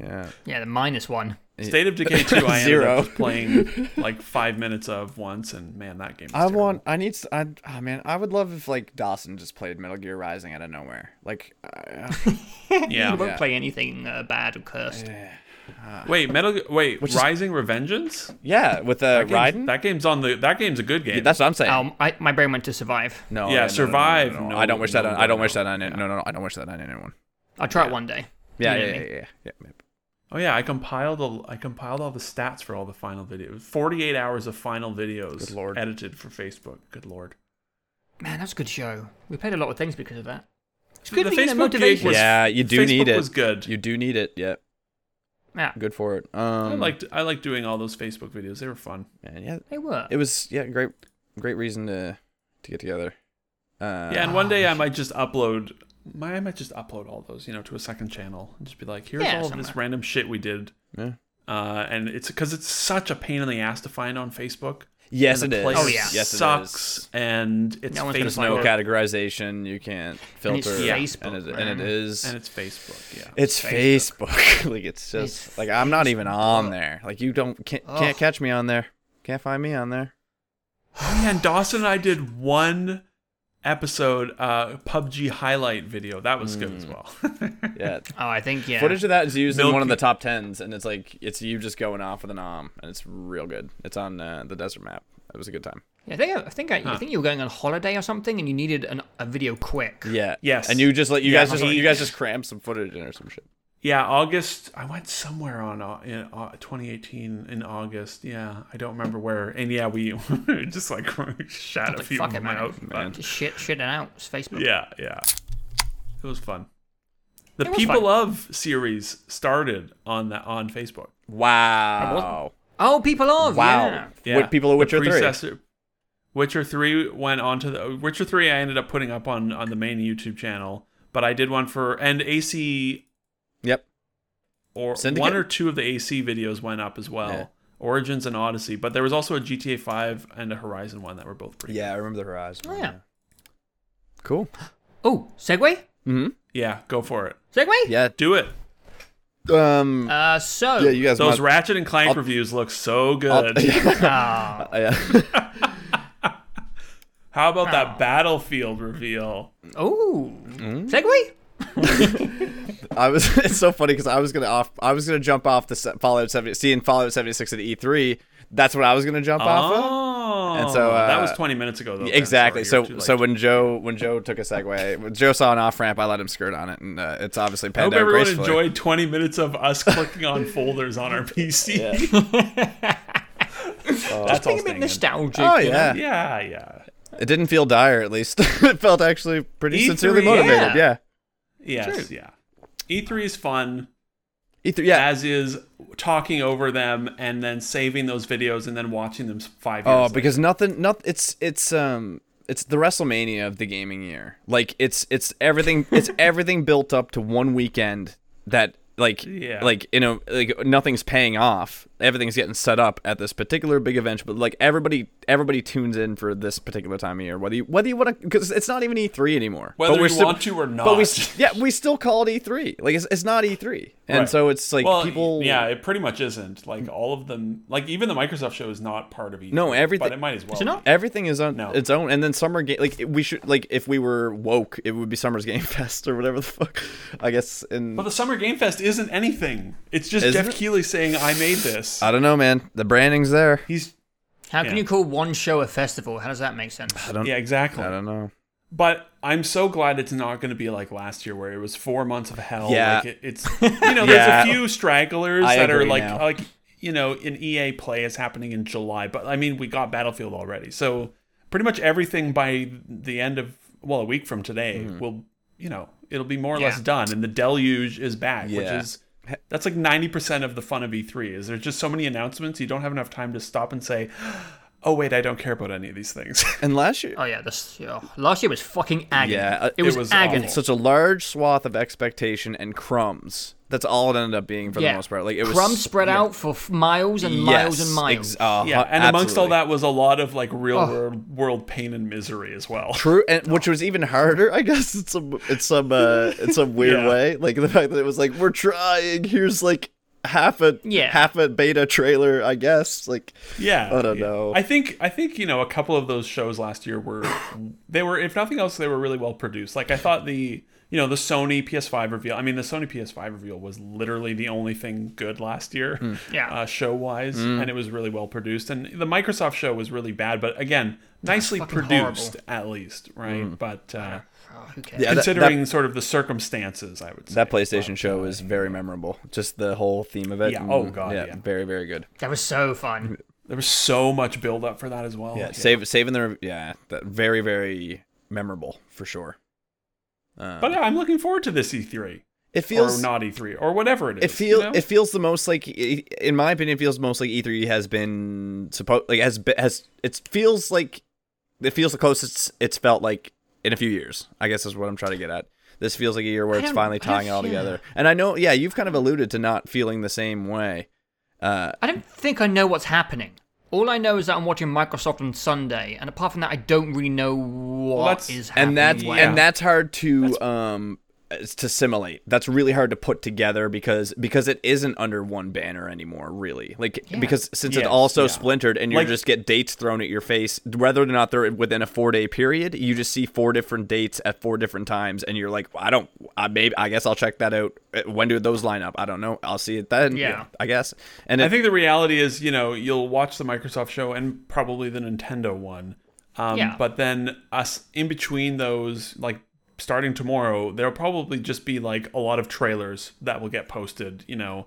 Speaker 2: Yeah.
Speaker 3: Yeah, the minus one.
Speaker 1: State
Speaker 2: (laughs)
Speaker 1: of Decay 2 I ended
Speaker 2: Zero.
Speaker 1: up just playing like five minutes of once, and man, that game. Was
Speaker 2: I
Speaker 1: terrible.
Speaker 2: want. I need. s- I. Oh man, I would love if like Dawson just played Metal Gear Rising out of nowhere. Like, uh,
Speaker 1: Yeah.
Speaker 3: you won't
Speaker 2: Yeah.
Speaker 3: play anything uh, bad or cursed.
Speaker 1: (laughs) Wait, Metal. Ge- Wait,
Speaker 2: Which is-
Speaker 1: Rising Revengeance.
Speaker 2: yeah, with uh,
Speaker 1: That game's-
Speaker 2: Raiden.
Speaker 1: That game's on the. That game's a good game.
Speaker 2: That's what I'm saying.
Speaker 3: Um, I, my brain went to survive.
Speaker 2: no.
Speaker 1: yeah,
Speaker 2: no, no, no,
Speaker 1: Survive,
Speaker 2: No, no, no,
Speaker 1: no,
Speaker 2: I don't wish that.
Speaker 1: no,
Speaker 2: on,
Speaker 1: no,
Speaker 2: I don't
Speaker 1: no.
Speaker 2: wish that on. any- No, no, no. I don't wish that on anyone.
Speaker 3: I'll try it one day.
Speaker 2: Yeah,
Speaker 3: You know
Speaker 2: yeah,
Speaker 3: what I
Speaker 2: yeah,
Speaker 3: mean?
Speaker 2: yeah. yeah, yeah.
Speaker 1: oh yeah, I compiled the. I compiled all the stats for all the final videos. Forty-eight hours of final videos.
Speaker 2: Good lord.
Speaker 1: Edited for Facebook. Good lord.
Speaker 3: Man, that's a good show. We played a lot of things because of that. It's good
Speaker 1: the
Speaker 3: to get a
Speaker 1: Facebook gig
Speaker 3: motivation.
Speaker 1: was-
Speaker 2: yeah, you do
Speaker 1: Facebook
Speaker 2: need it.
Speaker 1: was good.
Speaker 2: You do need it. Yeah,
Speaker 3: Yeah,
Speaker 2: good for it. Um,
Speaker 1: I liked. I liked doing all those Facebook videos. They were fun.
Speaker 2: man, yeah,
Speaker 3: they were.
Speaker 2: it was yeah great, great reason to to get together. Uh,
Speaker 1: Yeah, and one day I might just upload. My, I might just upload all those, you know, to a second channel and just be like, here's
Speaker 3: Yeah,
Speaker 1: all of this
Speaker 3: somewhere.
Speaker 1: random shit we did.
Speaker 2: Yeah.
Speaker 1: Uh, and it's because it's such a pain in the ass to find on Facebook.
Speaker 2: Yes,
Speaker 1: and
Speaker 2: it
Speaker 1: the
Speaker 2: is.
Speaker 1: place
Speaker 3: Oh, yeah.
Speaker 2: yes,
Speaker 1: sucks,
Speaker 2: It is.
Speaker 1: and it's
Speaker 3: No one's gonna
Speaker 1: Facebook,
Speaker 2: There's no
Speaker 3: Like-
Speaker 2: categorization. You can't
Speaker 3: And it's
Speaker 2: filter.
Speaker 3: Facebook,
Speaker 2: and it, and it
Speaker 3: man.
Speaker 2: is.
Speaker 1: and it's Facebook. Yeah,
Speaker 2: it's
Speaker 3: Facebook.
Speaker 2: Facebook. (laughs) like it's just
Speaker 3: It's
Speaker 2: like I'm not even on
Speaker 3: Facebook.
Speaker 2: there. Like you don't can't,
Speaker 3: Ugh.
Speaker 2: can't catch me on there. Can't find me on there.
Speaker 1: oh, yeah, and Dawson and I did one episode uh, PUBG highlight video. That was good as
Speaker 2: Mm.
Speaker 1: well. (laughs)
Speaker 2: Yeah.
Speaker 3: Oh, I think yeah.
Speaker 2: Footage of that is used in
Speaker 1: Milk-
Speaker 2: one of the top tens, and it's like it's you just going off with an arm, and it's real good. It's on uh, the desert map. It was a good time.
Speaker 3: Yeah, I think I think I, I think you were going on holiday or something, and you needed an, a video quick.
Speaker 2: Yeah.
Speaker 1: Yes.
Speaker 2: And you just like you
Speaker 1: Yeah,
Speaker 2: guys just
Speaker 1: he-
Speaker 2: you guys just crammed some footage in or some shit.
Speaker 1: yeah, August. I went somewhere on uh, in uh, 2018 in August. Yeah, I don't remember where. And yeah, we (laughs) just like shot a
Speaker 3: Like,
Speaker 1: few of
Speaker 3: fuck it,
Speaker 1: them
Speaker 3: man.
Speaker 1: out. but-
Speaker 3: Just shit, shit it out. It's Facebook.
Speaker 1: Yeah, yeah. It was fun. The
Speaker 3: It was
Speaker 1: People
Speaker 3: fun.
Speaker 1: of series started on that on Facebook.
Speaker 2: Wow.
Speaker 3: Oh, people of
Speaker 2: Wow.
Speaker 3: Oh, yeah.
Speaker 1: Yeah.
Speaker 2: What people of
Speaker 1: The
Speaker 2: Witcher three.
Speaker 1: predecessor- Witcher three went on to the Witcher three. I ended up putting up on on the main YouTube channel, but I did one for and AC
Speaker 2: Yep.
Speaker 1: or
Speaker 2: Syndicate?
Speaker 1: one or two of the AC videos went up as well.
Speaker 2: Yeah.
Speaker 1: Origins and Odyssey, but there was also a GTA five and a Horizon one that were both pretty.
Speaker 2: Yeah, I remember the Horizon.
Speaker 3: Oh, yeah.
Speaker 2: Cool.
Speaker 3: Oh, segue?
Speaker 2: Mm-hmm.
Speaker 1: yeah, go for it.
Speaker 3: Segue?
Speaker 2: Yeah.
Speaker 1: Do it.
Speaker 2: Um.
Speaker 3: Uh, so.
Speaker 2: yeah, you guys.
Speaker 1: Those
Speaker 2: might-
Speaker 1: Ratchet and Clank reviews look so
Speaker 2: I'll-
Speaker 1: good.
Speaker 2: (laughs)
Speaker 3: Ah.
Speaker 2: Uh, yeah.
Speaker 1: How about
Speaker 2: Oh.
Speaker 1: that Battlefield reveal?
Speaker 3: Oh,
Speaker 2: Mm.
Speaker 3: (laughs) segue.
Speaker 2: I was. (laughs) It's so funny because I was gonna off. I was gonna jump off the se- Fallout 70. Seeing Fallout 76 at E3. That's what I was gonna jump off of.
Speaker 1: Oh,
Speaker 2: And so,
Speaker 1: that
Speaker 2: uh,
Speaker 1: was 20 minutes ago, though. Ben.
Speaker 2: Exactly.
Speaker 1: Sorry, you're
Speaker 2: so
Speaker 1: too
Speaker 2: so
Speaker 1: late.
Speaker 2: when Joe when Joe took a segue, when Joe saw an off ramp, I let him skirt on it, and uh, it's obviously
Speaker 1: I
Speaker 2: panned
Speaker 1: hope
Speaker 2: out
Speaker 1: everyone
Speaker 2: gracefully.
Speaker 1: enjoyed 20 minutes of us clicking on folders on our PC.
Speaker 2: Oh,
Speaker 1: That's all
Speaker 3: Being a bit
Speaker 1: staying in.
Speaker 3: nostalgic.
Speaker 2: Oh
Speaker 3: you know?
Speaker 2: yeah.
Speaker 1: (laughs) Yeah, yeah,
Speaker 2: it didn't feel dire. At least (laughs) it felt actually pretty
Speaker 1: E3,
Speaker 2: sincerely motivated.
Speaker 3: yeah.
Speaker 2: Yeah.
Speaker 1: yes, yeah. E3 is fun,
Speaker 2: E3. E Yeah.
Speaker 1: as is talking over them and then saving those videos and then watching them s- five years.
Speaker 2: Oh,
Speaker 1: later.
Speaker 2: because nothing, not it's it's um it's the WrestleMania of the gaming year. Like it's it's
Speaker 1: (laughs)
Speaker 2: everything it's everything built up to one weekend that like
Speaker 1: Yeah.
Speaker 2: like you know like nothing's paying off. Everything's getting set up at this particular big event, but like everybody everybody tunes in for this particular time of year. Whether you whether you want to because it's not even E3 anymore.
Speaker 1: Whether
Speaker 2: but we're
Speaker 1: you
Speaker 2: still,
Speaker 1: want to or
Speaker 2: But we
Speaker 1: not.
Speaker 2: s- yeah we still call it E3. Like it's it's not E3, and
Speaker 1: Right.
Speaker 2: so it's like
Speaker 1: well,
Speaker 2: people
Speaker 1: yeah, it pretty much isn't. Like all of them, like even the Microsoft show is not part of E3.
Speaker 2: No, everything-
Speaker 1: But it might as well.
Speaker 3: it not?
Speaker 1: be.
Speaker 2: Everything is on
Speaker 1: No.
Speaker 2: its own, and then summer game like we should like if we were woke, it would be summer's game (laughs) fest or whatever the fuck. I guess in
Speaker 1: But the Summer Game Fest isn't anything. It's just
Speaker 2: Isn't
Speaker 1: Jeff
Speaker 2: it? Uh,
Speaker 1: Keighley saying, "I made this."
Speaker 2: I don't know, man. The branding's there.
Speaker 1: He's
Speaker 3: How can
Speaker 1: Yeah.
Speaker 3: you call one show a festival? How does that make sense?
Speaker 2: (sighs) I don't.
Speaker 1: yeah, exactly.
Speaker 2: I don't know.
Speaker 1: But I'm so glad it's not going to be like last year where it was four months of hell.
Speaker 2: Yeah.
Speaker 1: Like it, it's, you know,
Speaker 2: Yeah.
Speaker 1: there's a few stragglers
Speaker 2: I
Speaker 1: that are
Speaker 2: agree
Speaker 1: like,
Speaker 2: now.
Speaker 1: like, you know, an EA play is happening in July. But I mean, we got Battlefield already. So pretty much everything by the end of, well, a week from today
Speaker 2: Mm-hmm.
Speaker 1: will, you know, it'll be more or less
Speaker 3: Yeah.
Speaker 1: done. And the deluge is back,
Speaker 2: Yeah.
Speaker 1: which is, that's like 90% of the fun of E3 is there's just so many announcements. You don't have enough time to stop and say, (gasps) oh, wait, I don't care about any of these things. (laughs)
Speaker 2: And last year,
Speaker 3: Oh yeah, this oh, last year was fucking agony.
Speaker 2: Yeah, uh,
Speaker 3: it was,
Speaker 1: it was
Speaker 3: agony.
Speaker 1: awful.
Speaker 2: such a large swath of expectation and crumbs. That's all it ended up being for
Speaker 3: yeah,
Speaker 2: the most part. Like it was
Speaker 3: crumbs spread out for f- miles and
Speaker 2: Yes,
Speaker 3: miles and miles.
Speaker 2: ex- uh,
Speaker 1: Yeah, and amongst all
Speaker 2: absolutely.
Speaker 1: that was a lot of like real
Speaker 2: Oh.
Speaker 1: world, world pain and misery as well. (laughs)
Speaker 2: True, and which was even harder, I guess. It's some, it's some, uh,
Speaker 1: (laughs)
Speaker 2: it's some weird
Speaker 1: Yeah.
Speaker 2: way. Like the fact that it was like we're trying. Here's like half a
Speaker 3: Yeah.
Speaker 2: half a beta trailer, I guess. Like
Speaker 1: Yeah,
Speaker 2: I don't
Speaker 1: yeah.
Speaker 2: know.
Speaker 1: I think I think you know a couple of those shows last year were they were if nothing else they were really well produced. Like I thought the you know the Sony PS5 reveal. I mean the Sony PS5 reveal was literally the only thing good last year,
Speaker 2: Hmm.
Speaker 3: Yeah.
Speaker 1: uh, show wise, and it was really well produced. And the Microsoft show was really bad, but again nicely
Speaker 3: fucking
Speaker 1: produced at least, right? But uh,
Speaker 3: Oh, who cares?
Speaker 2: Yeah, Hmm. that-
Speaker 1: considering
Speaker 2: that,
Speaker 1: sort of the circumstances, I would say
Speaker 2: that, PlayStation show is very memorable. Just the whole theme of it.
Speaker 1: uh,
Speaker 2: Mm-hmm.
Speaker 1: Yeah, oh God, yeah.
Speaker 2: Very very good.
Speaker 3: That was so fun.
Speaker 1: there was so much build up for that as well.
Speaker 2: Yeah.
Speaker 1: Like,
Speaker 2: Save saving the re- yeah. That very very memorable for sure. Uh,
Speaker 1: But I'm looking forward to this E3
Speaker 2: it feels
Speaker 1: or not E3 or whatever it is.
Speaker 2: It feels
Speaker 1: you know?
Speaker 2: it feels the most like i- in my opinion it feels most like E3 has been supposed like has be- has it feels like it feels the closest it's felt like in a few years. I guess is what I'm trying to get at. This feels like a year where
Speaker 3: I
Speaker 2: it's
Speaker 3: don't-
Speaker 2: finally
Speaker 3: I don't-
Speaker 2: tying it all
Speaker 3: yeah.
Speaker 2: together. And I know yeah, you've kind of alluded to not feeling the same way. Uh
Speaker 3: I don't think I know what's happening. All I know is that I'm watching Microsoft on Sunday, and apart from that, I don't really know what
Speaker 1: that's-
Speaker 3: is happening.
Speaker 2: and that's
Speaker 3: where.
Speaker 2: and that's hard to um it's to assimilate. That's really hard to put together because because it isn't under one banner anymore, really. Like because since it's
Speaker 1: Yes,
Speaker 2: also
Speaker 1: yeah.
Speaker 2: splintered and you
Speaker 1: Like-
Speaker 2: just get dates thrown at your face, whether or not they're within a four day period, you just see four different dates at four different times, and you're like, I don't, I maybe I guess I'll check that out. Uh, When do those line up? I don't know. I'll see it then.
Speaker 3: Yeah.
Speaker 2: I guess. And
Speaker 1: I
Speaker 2: it,
Speaker 1: think the reality is, you know, you'll watch the Microsoft show and probably the Nintendo one. Um,
Speaker 3: Yeah.
Speaker 1: But then us in between those, like starting tomorrow, there'll probably just be like a lot of trailers that will get posted, you know,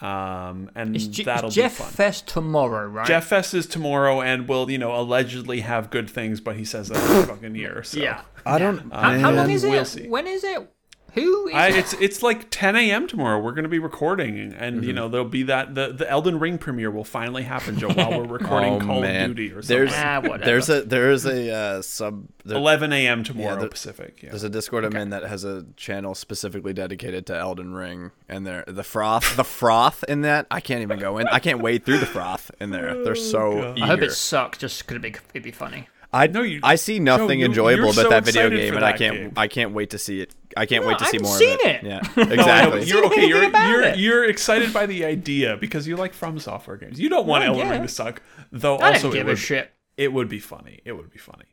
Speaker 1: um, and
Speaker 3: It's Je- it's
Speaker 1: that'll
Speaker 3: Jeff
Speaker 1: be fun.
Speaker 3: Fest tomorrow, right?
Speaker 1: Jeff Fest is tomorrow and will, you know, allegedly have good things, but he says that every fucking year. So.
Speaker 3: Yeah.
Speaker 2: I don't.
Speaker 3: How, how long
Speaker 2: man.
Speaker 3: is it?
Speaker 1: We'll see.
Speaker 3: When is it? Who is
Speaker 1: I, it's it's like 10 a.m. tomorrow. We're going to be recording, and
Speaker 2: Mm-hmm.
Speaker 1: you know there'll be that the, the Elden Ring premiere will finally happen, Joe, while we're
Speaker 2: (laughs)
Speaker 1: recording Call of Duty or something.
Speaker 2: Oh, there's
Speaker 3: Ah, whatever.
Speaker 2: there's a there is a uh, sub there,
Speaker 1: 11 a.m. tomorrow
Speaker 2: there-
Speaker 1: Pacific. Yeah.
Speaker 2: there's a Discord I'm in that has a channel specifically dedicated to Elden Ring, and there the froth the froth in that I can't even go in. I can't wade through the froth in there.
Speaker 3: Oh,
Speaker 2: They're so eager.
Speaker 3: I hope it sucks just because it'd be, it'd be funny.
Speaker 2: I
Speaker 1: No, you-
Speaker 2: I see nothing
Speaker 1: Joe, you-
Speaker 2: enjoyable
Speaker 1: you're
Speaker 2: about
Speaker 1: so
Speaker 2: that video
Speaker 1: excited
Speaker 2: game,
Speaker 1: for
Speaker 2: and I
Speaker 1: that
Speaker 2: can't
Speaker 1: game.
Speaker 2: I can't wait to see it. I can't
Speaker 3: No,
Speaker 2: wait to
Speaker 3: I
Speaker 2: see
Speaker 3: haven't
Speaker 2: more
Speaker 3: seen
Speaker 2: of it.
Speaker 3: it. (laughs)
Speaker 2: Yeah,
Speaker 1: No, Oh, I know,
Speaker 2: exactly.
Speaker 1: but you're okay.
Speaker 3: anything
Speaker 1: You're,
Speaker 3: about
Speaker 1: you're,
Speaker 3: it.
Speaker 1: you're excited by the idea because you like From Software games. You don't want
Speaker 3: I
Speaker 1: Elden Ring to
Speaker 3: guess.
Speaker 1: suck, though.
Speaker 3: I
Speaker 1: also,
Speaker 3: don't give
Speaker 1: it would,
Speaker 3: a shit.
Speaker 1: it would be funny. It would be funny.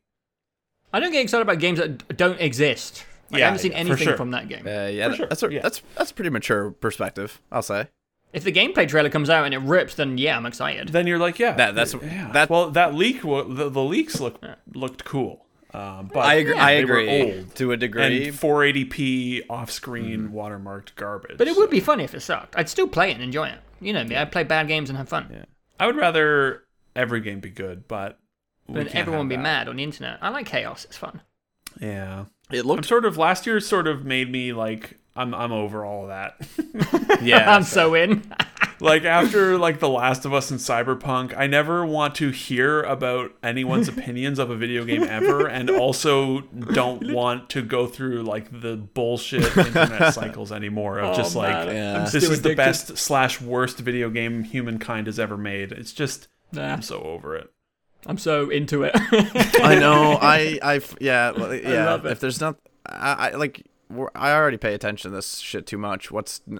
Speaker 3: I don't get excited about games that d- don't exist. Like,
Speaker 1: Yeah,
Speaker 3: I haven't seen
Speaker 1: yeah, for
Speaker 3: anything
Speaker 1: sure.
Speaker 3: from that game.
Speaker 2: Uh, yeah,
Speaker 1: For sure,
Speaker 2: that's a,
Speaker 1: yeah.
Speaker 2: that's that's a pretty mature perspective, I'll say.
Speaker 3: If the gameplay trailer comes out and it rips, then yeah, I'm excited.
Speaker 1: Then you're like, yeah,
Speaker 2: That- that's-
Speaker 1: yeah.
Speaker 2: that-
Speaker 1: well, that leak, wa- the, the leaks look looked cool. Um,
Speaker 3: Oh,
Speaker 1: but
Speaker 2: I agree.
Speaker 1: yeah,
Speaker 2: I
Speaker 1: they were
Speaker 2: agree
Speaker 1: old
Speaker 2: to a degree.
Speaker 1: and 480p off-screen watermarked garbage.
Speaker 3: But it would be funny if it sucked. I'd still play it and enjoy it. You know me. I play bad games and have fun.
Speaker 1: I would rather every game be good, but we
Speaker 3: But
Speaker 1: can't
Speaker 3: everyone
Speaker 1: have
Speaker 3: would be
Speaker 1: that.
Speaker 3: mad on the internet. I like chaos. It's fun.
Speaker 1: Yeah,
Speaker 2: it
Speaker 1: I'm
Speaker 2: looked
Speaker 1: sort of last year sort of made me like I'm I'm over all
Speaker 3: (laughs)
Speaker 1: that. (laughs)
Speaker 2: yeah.
Speaker 3: I'm so in. (laughs)
Speaker 1: like after like The Last of Us and Cyberpunk, I never want to hear about
Speaker 3: (laughs)
Speaker 1: anyone's opinions of a video game ever, and also don't
Speaker 3: (laughs)
Speaker 1: want to go through like the bullshit
Speaker 3: (laughs)
Speaker 1: internet cycles anymore of just
Speaker 3: Oh,
Speaker 1: like
Speaker 3: man.
Speaker 2: Yeah. I'm
Speaker 1: Uh, this
Speaker 3: still
Speaker 1: is the
Speaker 3: addicted.
Speaker 1: best slash worst video game humankind has ever made. It's just
Speaker 3: Nah.
Speaker 1: I'm so over it. (laughs)
Speaker 3: I'm so into it.
Speaker 2: (laughs)
Speaker 3: (laughs)
Speaker 2: I know. I I f- yeah well, yeah.
Speaker 3: love it.
Speaker 2: If there's not, I, I like. We're, I already pay attention to this shit too much. What's n-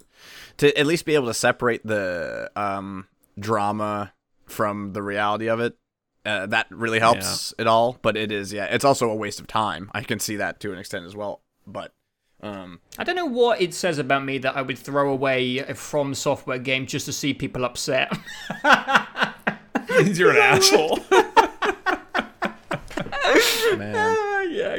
Speaker 2: to at least be able to separate the um drama from the reality of it. Uh, that really helps it all. But it is yeah. It's also a waste of time. I can see that to an extent as well. But um
Speaker 3: I don't know what it says about me that I would throw away a From Software game just to see people upset. (laughs)
Speaker 1: You're an asshole.
Speaker 2: man.
Speaker 3: (laughs) yeah,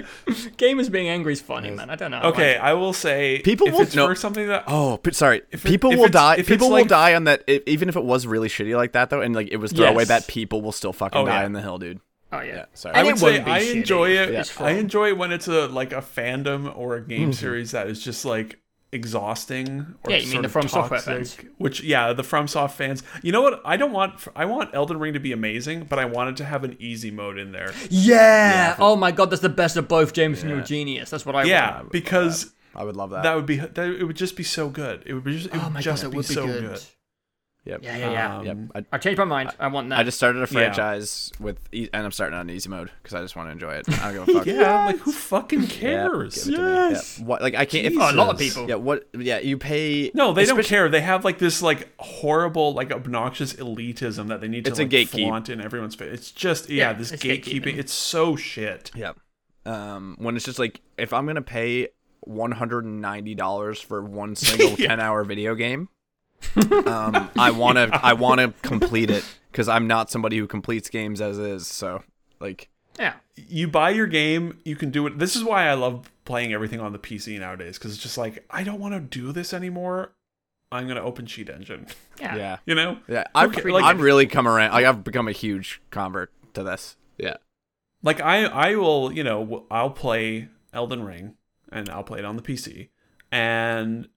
Speaker 3: gamers being angry is funny, man. I don't know. I like
Speaker 1: Okay,
Speaker 3: it.
Speaker 1: I will say
Speaker 2: People
Speaker 1: if
Speaker 2: will-
Speaker 1: it's
Speaker 2: no.
Speaker 1: for something that
Speaker 2: Oh, p- sorry.
Speaker 1: it-
Speaker 2: people
Speaker 1: if
Speaker 2: will
Speaker 1: it's-
Speaker 2: die.
Speaker 1: if it's
Speaker 2: People will
Speaker 1: like-
Speaker 2: die on that. i even if it was really shitty like that, though, and like it was throwaway,
Speaker 3: Yes.
Speaker 2: that people will still fucking
Speaker 1: Oh,
Speaker 2: die
Speaker 1: yeah.
Speaker 2: on the hill, dude.
Speaker 3: oh yeah.
Speaker 2: Yeah, sorry.
Speaker 3: And
Speaker 1: I would
Speaker 3: it
Speaker 1: say
Speaker 3: wouldn't be
Speaker 1: I
Speaker 3: shitty
Speaker 1: enjoy
Speaker 3: if
Speaker 1: it.
Speaker 3: was from-
Speaker 1: I enjoy it when it's a like a fandom or a
Speaker 3: Hmm.
Speaker 1: game series that is just like exhausting. Or
Speaker 3: Yeah, you mean
Speaker 1: sort
Speaker 3: the
Speaker 1: of
Speaker 3: From Software
Speaker 1: toxic,
Speaker 3: fans.
Speaker 1: Which yeah, the FromSoft fans. You know what? I don't want. I want Elden Ring to be amazing, but I wanted to have an easy mode in there.
Speaker 3: Yeah. Oh my god, that's the best of both James and your genius. That's what I
Speaker 1: Yeah,
Speaker 3: want.
Speaker 1: because
Speaker 2: I would love that.
Speaker 1: that would be that. It would just be so good. It would be just. It
Speaker 3: Oh
Speaker 1: would
Speaker 3: my
Speaker 1: just
Speaker 3: god,
Speaker 1: be,
Speaker 3: it would be
Speaker 1: so
Speaker 3: good.
Speaker 1: good.
Speaker 2: Yep.
Speaker 3: Yeah, yeah, yeah.
Speaker 1: Um,
Speaker 2: Yep. I,
Speaker 3: I changed my mind. I, want that.
Speaker 2: I just started a franchise with, e- and I'm starting on easy mode because I just want to enjoy it. I (laughs) don't give a fuck.
Speaker 1: Yeah, like who fucking
Speaker 2: Yeah,
Speaker 1: cares?
Speaker 2: give it to me. Yeah. What? Like I can't. If,
Speaker 3: Oh, a lot of people.
Speaker 2: Yeah. What? Yeah. You pay.
Speaker 1: No, they don't
Speaker 2: especially-
Speaker 1: care. They have like this like horrible, like obnoxious elitism that they need to
Speaker 2: It's a
Speaker 1: like,
Speaker 2: gatekeep.
Speaker 1: flaunt in everyone's face. It's just yeah,
Speaker 3: Yeah,
Speaker 1: this
Speaker 3: it's
Speaker 1: gatekeeping.
Speaker 3: gatekeeping.
Speaker 1: It's so shit.
Speaker 2: Yep. Um, when it's just like, if I'm gonna pay one hundred and ninety dollars for (laughs) one single ten-hour video (laughs) game, um, I wanna, I wanna complete it because I'm not somebody who completes games as is. So, like,
Speaker 3: yeah.
Speaker 1: You buy your game, you can do it. This is why I love playing everything on the PC nowadays because it's just like I don't want to do this anymore. I'm gonna open Cheat Engine. (laughs)
Speaker 3: Yeah.
Speaker 2: yeah,
Speaker 1: You know?
Speaker 2: yeah, I've,
Speaker 1: Okay, like-
Speaker 2: I've really come around. Like, I've become a huge convert to this. Yeah.
Speaker 1: Like I, I will. You know, w- I'll play Elden Ring and I'll play it on the PC and.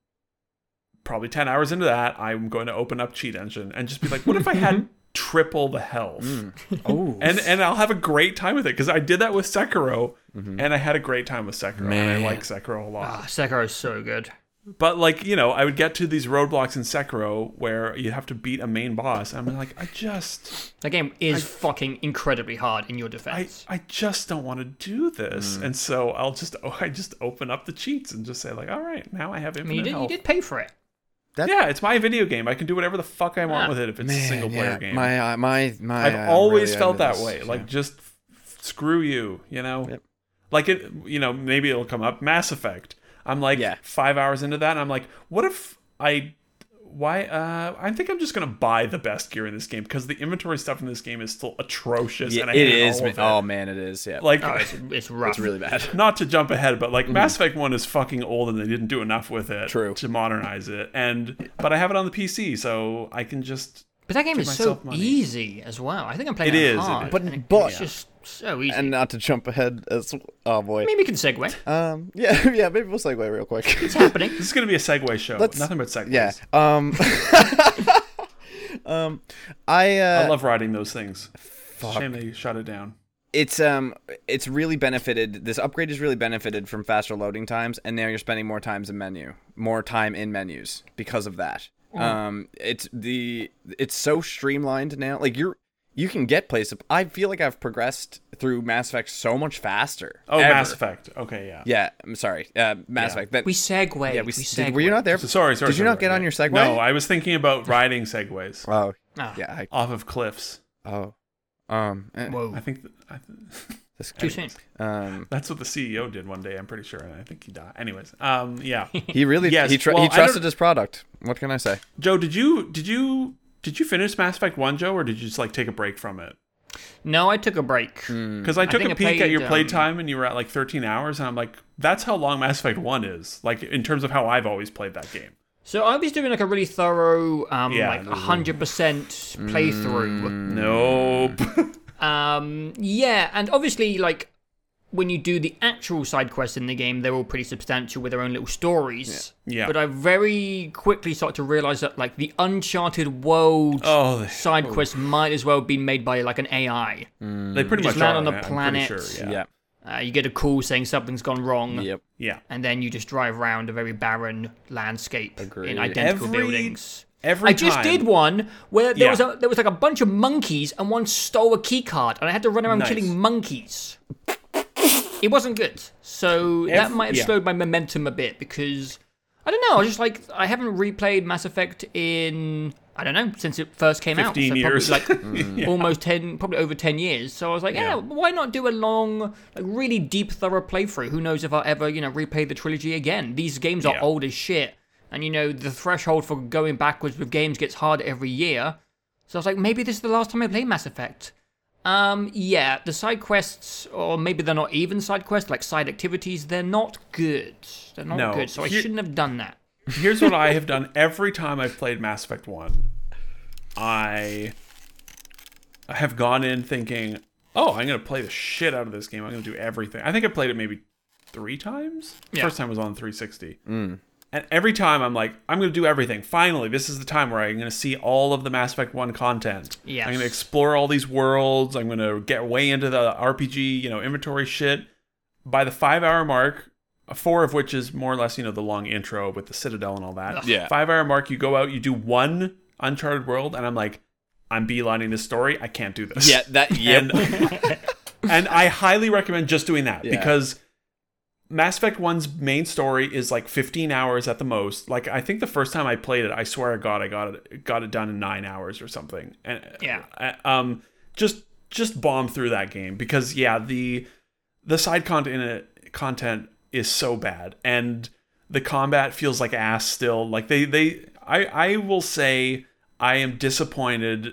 Speaker 1: Probably 10 hours into that, I'm going to open up Cheat Engine and just be like, what if I
Speaker 2: (laughs)
Speaker 1: had triple the health?
Speaker 2: Oh
Speaker 1: and and I'll have a great time with it because I did that with Sekiro, and I had a great time with Sekiro. And
Speaker 2: Mm-hmm. Man.
Speaker 1: I like Sekiro a lot.
Speaker 3: Ah, Sekiro is so good.
Speaker 1: But like you know, I would get to these roadblocks in Sekiro where you have to beat a main boss. I'm like, I just,
Speaker 3: That game is fucking incredibly hard in your
Speaker 1: I,
Speaker 3: defense.
Speaker 1: I just don't want to do this.
Speaker 2: Mm.
Speaker 1: And so I'll just, (laughs) oh, I just open up the cheats and just say like, all right, now I have
Speaker 3: I,
Speaker 1: infinite
Speaker 3: mean, you did, you
Speaker 1: health.
Speaker 3: did
Speaker 1: (laughs)
Speaker 3: pay for it.
Speaker 1: Yeah, it's my video game. I can do whatever the fuck I want
Speaker 3: Ah,
Speaker 1: with it if it's a single player game.
Speaker 2: My, uh, my, my.
Speaker 1: I've
Speaker 2: uh,
Speaker 1: always
Speaker 2: really
Speaker 1: felt
Speaker 2: under
Speaker 1: that
Speaker 2: this.
Speaker 1: way.
Speaker 2: Yeah.
Speaker 1: Like just f- screw you, you know.
Speaker 2: Yep.
Speaker 1: Like it, you know. Maybe it'll come up. Mass Effect. I'm like
Speaker 2: Yeah.
Speaker 1: five hours into that, and I'm like, what if I? Why? Uh, I think I'm just gonna buy the best gear in this game because the inventory stuff in this game is still atrocious,
Speaker 2: Yeah,
Speaker 1: and I
Speaker 2: it
Speaker 1: hate
Speaker 2: is.
Speaker 1: all
Speaker 2: man.
Speaker 1: of it.
Speaker 2: Oh man, it is. Yeah.
Speaker 1: Like, (laughs)
Speaker 3: Oh, it's, it's rough.
Speaker 2: it's really bad.
Speaker 1: not to jump ahead, but like Mass Effect One is fucking old, and they didn't do enough with it
Speaker 2: Mm-hmm. True.
Speaker 1: to modernize it. And but I have it on the PC, so I can just
Speaker 3: But that game
Speaker 1: Give
Speaker 3: is so
Speaker 1: myself money.
Speaker 3: easy as well. I think I'm playing
Speaker 1: It
Speaker 3: it,
Speaker 1: is, it
Speaker 3: hard.
Speaker 1: is.
Speaker 2: But-
Speaker 3: and
Speaker 2: but-
Speaker 3: it's just So easy.
Speaker 2: and not to jump ahead as oh boy.
Speaker 3: Maybe we can segue.
Speaker 2: Um, (laughs) yeah, yeah. Maybe we'll segue real quick. (laughs)
Speaker 1: (laughs)
Speaker 3: It's happening.
Speaker 1: This is going to be a segue show.
Speaker 2: Let's-
Speaker 1: Nothing but segues.
Speaker 2: yeah. Um. (laughs) um. I. Uh,
Speaker 1: I love writing those things. Shame they shut it down.
Speaker 2: it's um it's really benefited this upgrade is really benefited from faster loading times and now you're spending more times in menu more time in menus because of that
Speaker 1: Uh-huh.
Speaker 2: um it's the it's so streamlined now like you're you can get place i feel like i've progressed through mass effect so much faster
Speaker 1: Oh,
Speaker 2: ever.
Speaker 1: Mass Effect. Okay, yeah.
Speaker 2: yeah i'm sorry uh mass effect that
Speaker 3: We segue.
Speaker 2: yeah we,
Speaker 3: segue.
Speaker 2: did, were you not there
Speaker 1: So sorry, sorry.
Speaker 2: did you not
Speaker 1: sorry,
Speaker 2: get
Speaker 1: yeah.
Speaker 2: on your segue
Speaker 1: No, I was thinking about riding segways
Speaker 2: oh
Speaker 3: Ah.
Speaker 2: yeah I,
Speaker 1: off of cliffs.
Speaker 2: oh um eh,
Speaker 1: I
Speaker 3: Whoa.
Speaker 1: think th- I th- (laughs)
Speaker 2: this
Speaker 3: Too soon. (laughs)
Speaker 2: um
Speaker 1: that's what the CEO did one day. I'm pretty sure, and I think he died. Anyways, um,
Speaker 2: (laughs)
Speaker 1: yeah.
Speaker 2: he really
Speaker 1: Yes,
Speaker 2: he, tr-
Speaker 1: well, I
Speaker 2: he
Speaker 1: don't-
Speaker 2: trusted his product what can i say
Speaker 1: Joe, did you did you did you finish Mass Effect One, Joe, or did you just like take a break from it?
Speaker 3: No, I took a break.
Speaker 1: Because I took
Speaker 3: think
Speaker 1: a
Speaker 3: I
Speaker 1: peek at
Speaker 3: played,
Speaker 1: your
Speaker 3: um,
Speaker 1: playtime, and you were at like 13 hours, and I'm like, that's how long Mass Effect One is, like in terms of how I've always played that game.
Speaker 3: So I was doing like a really thorough, um,
Speaker 1: Yeah,
Speaker 3: like
Speaker 1: no, no, no.
Speaker 3: 100% playthrough.
Speaker 1: Nope. Hmm.
Speaker 3: Um, yeah, and obviously, like, when you do the actual side quests in the game, they're all pretty substantial with their own little stories.
Speaker 1: Yeah. Yeah.
Speaker 3: But I very quickly started to realize that, like, the Uncharted world
Speaker 1: oh, Hmm. they,
Speaker 3: side quest might as well be made by, like, an AI.
Speaker 1: (laughs) they pretty
Speaker 3: Just
Speaker 1: much
Speaker 3: land
Speaker 1: are,
Speaker 3: on a
Speaker 1: I'm pretty
Speaker 3: planet.
Speaker 1: Sure, yeah.
Speaker 2: yeah
Speaker 3: Uh, you get a call saying something's gone wrong.
Speaker 2: (laughs) yep
Speaker 1: yeah.
Speaker 3: and then you just drive around a very barren landscape
Speaker 2: Agreed.
Speaker 3: in identical
Speaker 1: Every-
Speaker 3: buildings.
Speaker 1: every
Speaker 3: I just
Speaker 1: time-
Speaker 3: did one where there
Speaker 1: Yeah.
Speaker 3: was a, there was like a bunch of monkeys and one stole a key card and I had to run around
Speaker 1: Nice.
Speaker 3: killing monkeys. It wasn't good, so that
Speaker 1: Ev-
Speaker 3: might have
Speaker 1: yeah.
Speaker 3: slowed my momentum a bit because I don't know. I was just like I haven't replayed Mass Effect in I don't know since it first came out.
Speaker 1: 15
Speaker 3: so probably,
Speaker 1: years.
Speaker 3: like almost 10 probably over 10 years so i was like yeah,
Speaker 1: Mm. Yeah.
Speaker 3: why not do a long like really deep thorough playthrough who knows if i'll ever you know replay the trilogy again these games are
Speaker 1: Yeah.
Speaker 3: old as shit and you know the threshold for going backwards with games gets harder every year so i was like maybe this is the last time i play mass effect um yeah the side quests or maybe they're not even side quests like side activities they're not good they're not
Speaker 1: No.
Speaker 3: good so i
Speaker 1: Here-
Speaker 3: shouldn't have done that
Speaker 1: Here's what I have done every time I've played Mass Effect 1. I I have gone in thinking, "Oh, I'm going to play the shit out of this game. I'm going to do everything." I think I played it maybe 3 times.
Speaker 3: Yeah.
Speaker 1: First time was on 360. And every time I'm like, "I'm going to do everything. Finally, this is the time where I'm going to see all of the Mass Effect 1 content.
Speaker 3: Yes.
Speaker 1: I'm going to explore all these worlds. I'm going to get way into the RPG, you know, inventory shit." By the 5-hour mark, four of which is more or less you know the long intro with the citadel and all that
Speaker 2: Yeah.
Speaker 1: five hour mark you go out you do one uncharted world and i'm like i'm beelining this story i can't do this
Speaker 2: Yeah, (laughs) that yeah.
Speaker 1: and, (laughs) and i highly recommend just doing that
Speaker 2: Yeah.
Speaker 1: because mass effect 1's main story is like 15 hours at the most like i think the first time i played it i swear to god i got it got it done in nine hours or something and
Speaker 3: Yeah.
Speaker 1: I- um just just bomb through that game because yeah the the side content in it, content is so bad and the combat feels like ass still like they they i i will say i am disappointed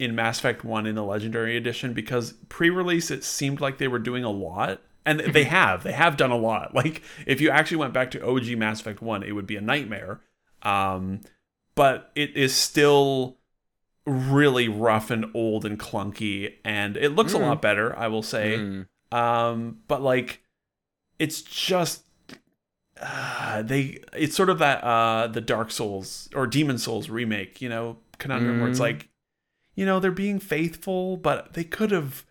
Speaker 1: in mass effect 1 in the legendary edition because pre-release it seemed like they were doing a lot and they have they have done a lot (laughs) like if you actually went back to og mass effect 1 it would be a nightmare um but it is still really rough and old and clunky and it looks a
Speaker 3: Hmm.
Speaker 1: lot better i will say um but like it's just uh, they it's sort of that uh the dark souls or demon souls remake you know conundrum where it's
Speaker 3: Hmm.
Speaker 1: like you know they're being faithful but they could have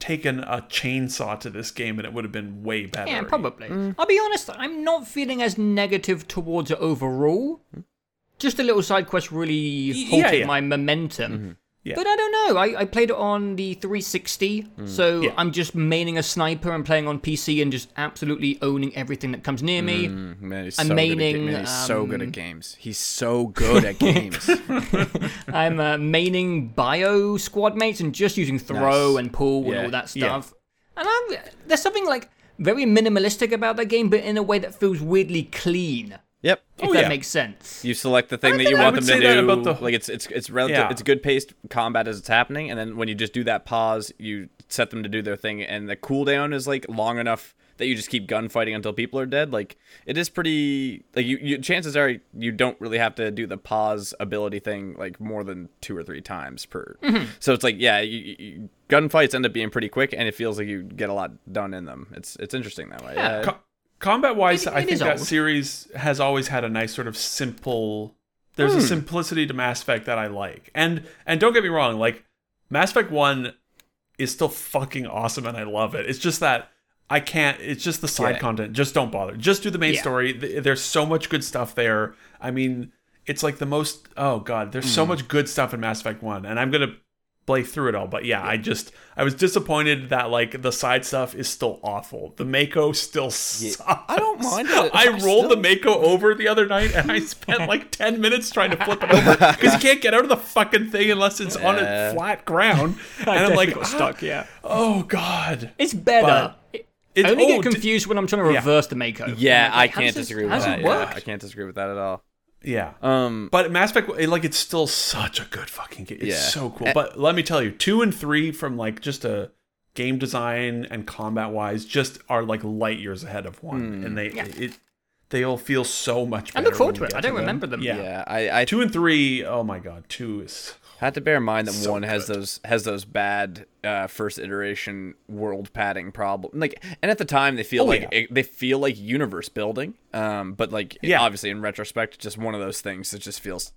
Speaker 1: taken a chainsaw to this game and it would have been way better
Speaker 3: Yeah, probably.
Speaker 1: Mm.
Speaker 3: I'll be honest, I'm not feeling as negative towards it overall. Just a little side quest really
Speaker 1: Y-
Speaker 3: halted
Speaker 1: yeah, yeah.
Speaker 3: my momentum.
Speaker 1: Yeah. Mm.
Speaker 3: But I don't know. I, I played it on the 360, so
Speaker 1: Yeah.
Speaker 3: I'm just maining a sniper and playing on PC and just absolutely owning everything that comes near me.
Speaker 1: Mm.
Speaker 2: Man, he's
Speaker 3: I'm
Speaker 2: so good at
Speaker 3: maining,
Speaker 2: ga- man, he's so good
Speaker 3: um,
Speaker 2: at games. He's so good at games.
Speaker 3: (laughs) I'm uh, maining bio squad mates and just using throw
Speaker 2: Nice.
Speaker 3: and pull and
Speaker 2: Yeah,
Speaker 3: all that
Speaker 1: yeah.
Speaker 3: stuff. And I'm, there's something like very minimalistic about that game, but in a way that feels weirdly clean.
Speaker 2: (laughs) yep.
Speaker 3: If
Speaker 1: Oh,
Speaker 3: that
Speaker 1: yeah.
Speaker 3: makes sense.
Speaker 2: You select the thing that
Speaker 1: think
Speaker 2: you
Speaker 1: I
Speaker 2: want
Speaker 1: would
Speaker 2: them to
Speaker 1: say that
Speaker 2: do.
Speaker 1: about the-
Speaker 2: Like it's it's it's relative.
Speaker 1: Yeah.
Speaker 2: It's good paced combat as it's happening, and then when you just do that pause, you set them to do their thing, and the cooldown is like long enough that you just keep gunfighting until people are dead. Like it is pretty like you, you chances are you don't really have to do the pause ability thing like more than two or three times per. So it's like yeah, you, you- you, gunfights end up being pretty quick, and it feels like you get a lot done in them. It's it's interesting that way. Uh,
Speaker 3: Yeah.
Speaker 2: Yeah.
Speaker 1: Co- combat wise,
Speaker 3: It-
Speaker 1: I
Speaker 3: it
Speaker 1: think
Speaker 3: is
Speaker 1: that
Speaker 3: old.
Speaker 1: series has always had a nice sort of simple. There's
Speaker 3: Hmm.
Speaker 1: a simplicity to Mass Effect that I like, and and don't get me wrong, like Mass Effect One is still fucking awesome, and I love it. It's just that I can't. It's just the side
Speaker 2: Yeah.
Speaker 1: content. Just don't bother. Just do the main
Speaker 3: Yeah.
Speaker 1: story. Th- There's so much good stuff there. I mean, it's like the most. Oh god, there's
Speaker 3: Hmm.
Speaker 1: so much good stuff in Mass Effect One, and I'm gonna play through it all. But yeah, I just I was disappointed that like the side stuff is still awful. The Mako still sucks.
Speaker 2: I don't mind it.
Speaker 1: (laughs) I
Speaker 2: I
Speaker 1: rolled the
Speaker 2: still-
Speaker 1: Mako over the other night and I spent
Speaker 2: (laughs)
Speaker 1: like 10 minutes trying to flip it over because you can't get out of the fucking thing unless it's on a
Speaker 2: Yeah.
Speaker 1: flat
Speaker 2: (laughs)
Speaker 1: ground. And I'm like,
Speaker 3: got
Speaker 1: "Ah,
Speaker 3: stuck. Yeah,
Speaker 1: oh God.
Speaker 3: it's better. It-
Speaker 1: It's,
Speaker 3: I only
Speaker 1: oh,
Speaker 3: get
Speaker 1: d-
Speaker 3: confused when I'm trying to reverse the Mako.
Speaker 2: Yeah,
Speaker 3: I'm
Speaker 2: I
Speaker 3: like, how
Speaker 2: can't
Speaker 3: does this-
Speaker 2: disagree
Speaker 3: how
Speaker 2: with
Speaker 3: does
Speaker 2: that.
Speaker 3: it
Speaker 2: yeah.
Speaker 3: work?
Speaker 2: I can't disagree with that at all.
Speaker 1: yeah.
Speaker 2: Um,
Speaker 1: But Mass Effect, it- like, it's still such a good fucking game. It's
Speaker 2: Yeah.
Speaker 1: so cool.
Speaker 2: A-
Speaker 1: But let me tell you, two and three from like just a game design and combat wise, just are like light years ahead of
Speaker 2: Hmm.
Speaker 1: one, and they
Speaker 3: Yeah.
Speaker 1: it they all feel so much.
Speaker 3: I
Speaker 1: better
Speaker 3: look
Speaker 1: when
Speaker 3: forward to
Speaker 1: we
Speaker 3: it.
Speaker 1: get
Speaker 3: I don't remember them.
Speaker 1: Yeah.
Speaker 2: yeah, I, I
Speaker 1: Two and three, oh my god, two is
Speaker 2: had to bear in mind that one has those has those bad uh, first iteration world padding problem. Like, and at the time they feel
Speaker 1: Oh,
Speaker 2: like
Speaker 1: yeah.
Speaker 2: it- they feel like universe building. Um, but like
Speaker 1: Yeah.
Speaker 2: obviously in retrospect, just one of those things that just feels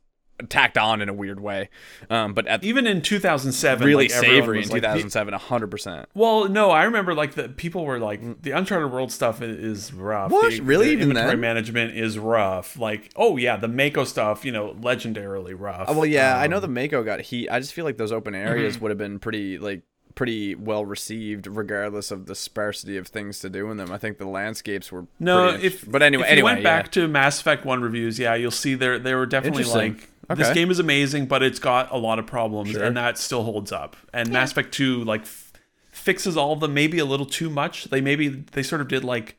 Speaker 2: tacked on in a weird way. Um, but at
Speaker 1: even in 2007
Speaker 2: really
Speaker 1: like, everyone
Speaker 2: savory
Speaker 1: was
Speaker 2: in
Speaker 1: like,
Speaker 2: 2007, 100. percent
Speaker 1: the- well, no, I remember like the people were like the Uncharted World stuff i- is rough.
Speaker 2: Mm. What?
Speaker 1: The,
Speaker 2: Really?
Speaker 1: the
Speaker 2: Even
Speaker 1: inventory
Speaker 2: then?
Speaker 1: management is rough. Like, oh yeah, the Mako stuff, you know, legendarily rough.
Speaker 2: Uh, Well, yeah, I know the Mako got heat. I just feel like those open areas would have been pretty like pretty well received, regardless of the sparsity of things to do in them. I think the landscapes were
Speaker 1: No,
Speaker 2: pretty
Speaker 1: if
Speaker 2: int- but anyway,
Speaker 1: if you
Speaker 2: anyway,
Speaker 1: went
Speaker 2: yeah.
Speaker 1: back to Mass Effect One reviews, yeah, you'll see there they were definitely
Speaker 2: Interesting.
Speaker 1: like this
Speaker 2: Okay.
Speaker 1: game is amazing, but it's got a lot of problems, and that still holds up. And Mass Effect Two like f- fixes all of them, maybe a little too much. They maybe they sort of did like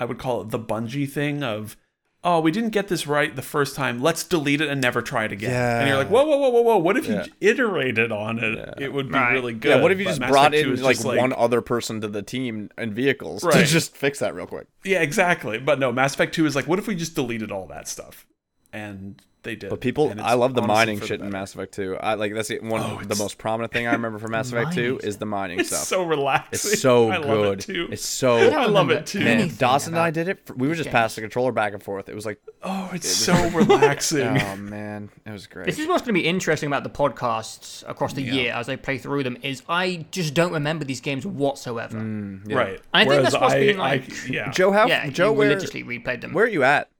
Speaker 1: I would call it the Bungie thing of. Oh, we didn't get this right the first time. Let's delete it and never try it again. And you're like, whoa, whoa, whoa, whoa, whoa. What if
Speaker 2: Yeah.
Speaker 1: you iterated on it? It would be
Speaker 3: Right.
Speaker 1: really good.
Speaker 2: Yeah, what if you
Speaker 1: But
Speaker 2: just
Speaker 1: Mass
Speaker 2: brought
Speaker 1: Effect 2
Speaker 2: in
Speaker 1: is
Speaker 2: like,
Speaker 1: just
Speaker 2: one other person to the team and vehicles to
Speaker 1: Right.
Speaker 2: just fix that real quick?
Speaker 1: Yeah, exactly. But no, Mass Effect 2 is like, what if we just deleted all that stuff? And they did.
Speaker 2: But people,
Speaker 1: And it's
Speaker 2: I love the
Speaker 1: honestly
Speaker 2: mining
Speaker 1: for
Speaker 2: shit in
Speaker 1: better.
Speaker 2: Mass Effect 2. I like that's the, one
Speaker 1: Oh,
Speaker 2: the
Speaker 1: it's-
Speaker 2: most prominent thing I remember
Speaker 1: (laughs)
Speaker 2: from Mass Effect 2 is the mining
Speaker 1: It's
Speaker 2: stuff.
Speaker 1: so relaxing.
Speaker 2: it's so
Speaker 1: (laughs) I
Speaker 2: good.
Speaker 1: love it too.
Speaker 2: It's so
Speaker 1: I
Speaker 3: don't
Speaker 1: love
Speaker 3: remember
Speaker 1: it too.
Speaker 3: anything
Speaker 2: man. Dawson and I
Speaker 3: about
Speaker 2: did it. For, we would just pass the controller back and forth. It
Speaker 1: (laughs)
Speaker 2: was like,
Speaker 1: Oh, it's
Speaker 2: (laughs)
Speaker 1: so relaxing.
Speaker 2: oh man, it was great.
Speaker 3: This is what's going to be interesting about the podcasts across the year as I play through them is I just don't remember these games whatsoever.
Speaker 1: (laughs) Mm. Right.
Speaker 3: I think that's what's
Speaker 1: I,
Speaker 3: been
Speaker 1: I-
Speaker 3: like-
Speaker 1: yeah.
Speaker 2: Joe, how
Speaker 3: Yeah,
Speaker 2: Joe,
Speaker 3: you
Speaker 2: where,
Speaker 3: religiously replayed them.
Speaker 2: where are you at?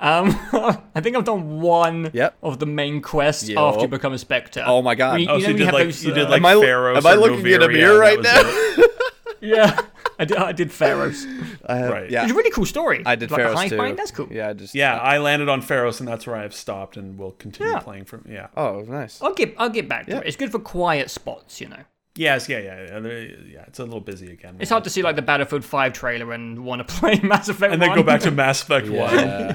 Speaker 3: Um, (laughs) I think I've done one
Speaker 2: Yep.
Speaker 3: of the main quests
Speaker 2: Yup.
Speaker 3: after you become a specter.
Speaker 2: Oh my God.
Speaker 3: When
Speaker 1: Oh, so
Speaker 3: when
Speaker 1: you did, like, you
Speaker 3: uh,
Speaker 1: did, like,
Speaker 2: am I,
Speaker 1: Pharaohs
Speaker 2: am I
Speaker 1: or
Speaker 2: looking in a
Speaker 1: Novaria?
Speaker 2: mirror
Speaker 1: That
Speaker 2: right
Speaker 1: was
Speaker 2: now?
Speaker 3: (laughs) yeah, I did, I did (laughs) Pharaohs.
Speaker 2: I (laughs) have-
Speaker 1: Right.
Speaker 2: Yeah,
Speaker 3: It's a really cool story.
Speaker 2: I did
Speaker 3: like
Speaker 2: Pharaohs
Speaker 3: a high
Speaker 2: too.
Speaker 3: find. That's cool.
Speaker 2: Yeah, I just
Speaker 1: Yeah, I landed on Pharos, and that's where I have stopped and will continue
Speaker 3: Yeah.
Speaker 1: playing from. Yeah.
Speaker 2: Oh, nice.
Speaker 3: I'll get I'll get back to
Speaker 2: Yeah.
Speaker 3: it. It's good for quiet spots, you know.
Speaker 1: Yes, yeah, yeah, yeah. There- Yeah, it's a little busy again.
Speaker 3: It's hard to see like the Battlefield 5 trailer and want to (laughs) play Mass Effect
Speaker 1: And then
Speaker 3: 1.
Speaker 1: go back to (laughs) Mass Effect 1.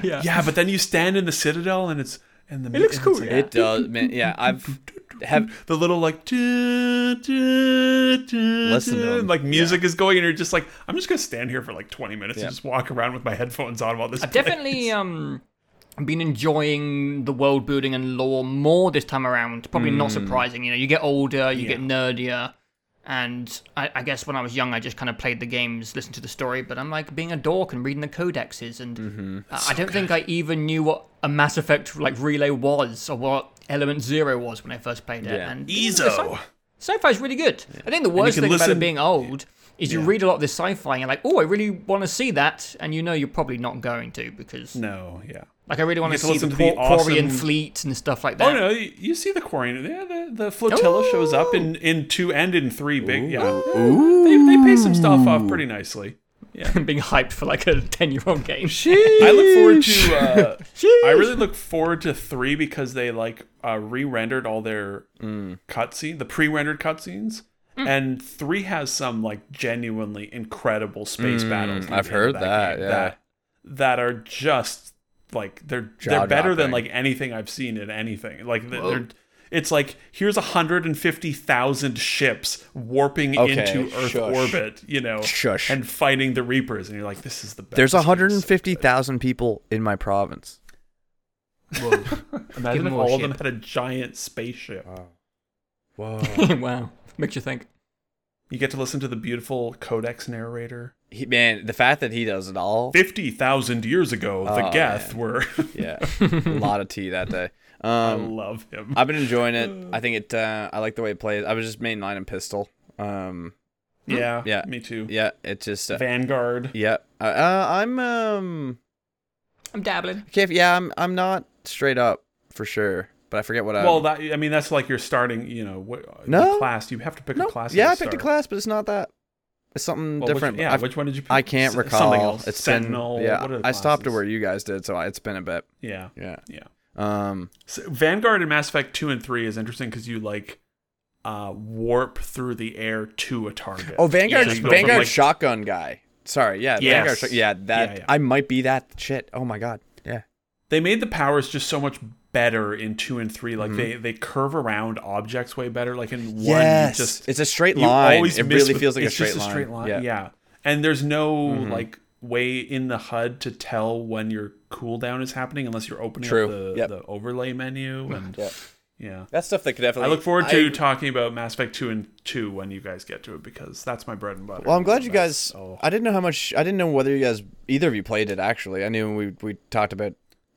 Speaker 3: Yeah.
Speaker 1: Yeah, but then you stand in the Citadel, and it's. And the,
Speaker 3: It looks
Speaker 1: and (laughs) it's
Speaker 3: cool,
Speaker 1: like-
Speaker 3: yeah.
Speaker 2: It does, man. Yeah,
Speaker 1: (laughs)
Speaker 2: I've have
Speaker 1: the little like duh, duh, duh,
Speaker 2: Listen to
Speaker 1: duh,
Speaker 2: him.
Speaker 1: like music is going and you're just like i'm just gonna stand here for like 20 minutes
Speaker 2: Yeah.
Speaker 1: and just walk around with my headphones on while this
Speaker 3: I've (laughs) definitely um been enjoying the world building and lore more this time around. Probably not
Speaker 1: Hmm.
Speaker 3: surprising, you know. You get older, you get nerdier, and I, I guess when I was young, I just kind of played the games, listened to the story. But I'm like being a dork and reading the codexes, and
Speaker 1: Mm-hmm.
Speaker 3: I- I don't think I even knew what a Mass Effect like relay was or what Element Zero was when I first played it.
Speaker 2: Yeah.
Speaker 3: And
Speaker 1: (laughs) ezo
Speaker 3: sci-fi is really good. I think the worst
Speaker 1: can
Speaker 3: thing about
Speaker 1: listen-
Speaker 3: it being old is you read a lot of this sci-fi and you're like, oh, I really want to see that, and you know you're probably not going to because
Speaker 1: no yeah
Speaker 3: like I really want
Speaker 1: You
Speaker 3: to
Speaker 1: get to
Speaker 3: see the
Speaker 1: listen to the
Speaker 3: Quarian
Speaker 1: awesome-
Speaker 3: fleet and stuff like
Speaker 1: Oh
Speaker 3: that.
Speaker 1: no! You, you see the Quarian. Yeah, the, the flotilla shows up
Speaker 2: Oh.
Speaker 1: in, in two and in three. Big yeah. They, they pay some stuff off pretty nicely.
Speaker 3: (laughs) being hyped for like a (laughs) ten-year-old
Speaker 1: Oh,
Speaker 2: (laughs)
Speaker 3: game.
Speaker 1: I look forward to. Uh, I really look forward to three because they like uh, re-rendered all their
Speaker 2: Mm.
Speaker 1: cutscene, the pre-rendered cutscenes, and three has some like genuinely incredible space battles. near
Speaker 2: Mm, I've
Speaker 1: the end of
Speaker 2: heard that,
Speaker 1: game
Speaker 2: yeah.
Speaker 1: that that are just like they're they're better than
Speaker 2: Jaw-dropping.
Speaker 1: like anything I've seen in anything. Like th- they're It's like here's 150,000 ships warping
Speaker 2: Okay,
Speaker 1: into Earth
Speaker 2: shush.
Speaker 1: orbit, you know,
Speaker 2: Shush.
Speaker 1: and fighting the Reapers, and you're like, this is the best.
Speaker 2: There's
Speaker 1: game so
Speaker 2: 150,000 people in my province.
Speaker 1: Imagine (laughs)
Speaker 3: Give
Speaker 1: if
Speaker 3: more
Speaker 1: all of them
Speaker 3: shit.
Speaker 1: had a giant spaceship. (laughs)
Speaker 2: Whoa.
Speaker 3: (laughs) wow. Makes you think. (laughs)
Speaker 1: You get to listen to the beautiful Codex narrator.
Speaker 2: he, man, the fact that he does it all.
Speaker 1: 50,000 years ago, the
Speaker 2: Oh,
Speaker 1: Geth
Speaker 2: man.
Speaker 1: were. (laughs)
Speaker 2: Yeah. a lot of tea that day.
Speaker 1: I
Speaker 2: Um,
Speaker 1: love him.
Speaker 2: I've been enjoying it. I think it. Uh, I like the way it plays. I was just mainline and pistol. Um,
Speaker 1: yeah,
Speaker 2: yeah.
Speaker 1: me too.
Speaker 2: yeah, it just. Uh,
Speaker 1: Vanguard.
Speaker 2: yeah, uh, uh, I'm. Um,
Speaker 3: I'm dabbling.
Speaker 2: okay, if- yeah, I'm. I'm not straight up for sure, but I forget what I.
Speaker 1: well, that I mean, that's like you're starting, you know, what,
Speaker 2: No.
Speaker 1: the class. You have to pick
Speaker 2: no,
Speaker 1: a class. at
Speaker 2: yeah,
Speaker 1: the
Speaker 2: I picked a
Speaker 1: start.
Speaker 2: class, but it's not that. It's something
Speaker 1: Well,
Speaker 2: different.
Speaker 1: Which, yeah,
Speaker 2: I've-
Speaker 1: which one did you pick?
Speaker 2: I can't
Speaker 1: S-
Speaker 2: recall.
Speaker 1: Something else.
Speaker 2: It's
Speaker 1: Sentinel.
Speaker 2: Been, yeah,
Speaker 1: what are the
Speaker 2: I stopped to
Speaker 1: classes?
Speaker 2: where you guys did, so I- it's been a bit.
Speaker 1: Yeah,
Speaker 2: Yeah.
Speaker 1: yeah.
Speaker 2: Um.
Speaker 1: So Vanguard and Mass Effect two and three is interesting because you like uh, warp through the air to a target.
Speaker 2: Oh, Vanguard.
Speaker 1: Yeah, you go from,
Speaker 2: Vanguard
Speaker 1: like-
Speaker 2: shotgun guy. Sorry. Yeah.
Speaker 1: Yes.
Speaker 2: Vanguard. shot- Yeah. That.
Speaker 1: Yeah, yeah.
Speaker 2: I might be that shit. Oh my god. Yeah.
Speaker 1: they made the powers just so much better in two and three.
Speaker 2: Mm-hmm.
Speaker 1: Like they they curve around objects way better. Like in one,
Speaker 2: yes.
Speaker 1: you just
Speaker 2: it's a straight
Speaker 1: you
Speaker 2: line.
Speaker 1: always
Speaker 2: it
Speaker 1: miss
Speaker 2: really
Speaker 1: with-
Speaker 2: feels like
Speaker 1: it's
Speaker 2: a straight
Speaker 1: just
Speaker 2: line. Mm-hmm.
Speaker 1: a straight line. Yeah. and there's no like way in the HUD to tell when your cooldown is happening unless you're opening
Speaker 2: True.
Speaker 1: up the,
Speaker 2: Yep.
Speaker 1: the overlay
Speaker 2: (laughs)
Speaker 1: menu and
Speaker 2: Yeah.
Speaker 1: yeah.
Speaker 2: That's stuff that could definitely.
Speaker 1: I look forward to
Speaker 2: I-
Speaker 1: talking about Mass Effect 2 and 2 when you guys get to it because that's my bread and butter.
Speaker 2: well, I'm glad you
Speaker 1: That's-
Speaker 2: guys.
Speaker 1: oh.
Speaker 2: I didn't know how much. I didn't know whether you guys either of you played it. Actually, I knew we we talked about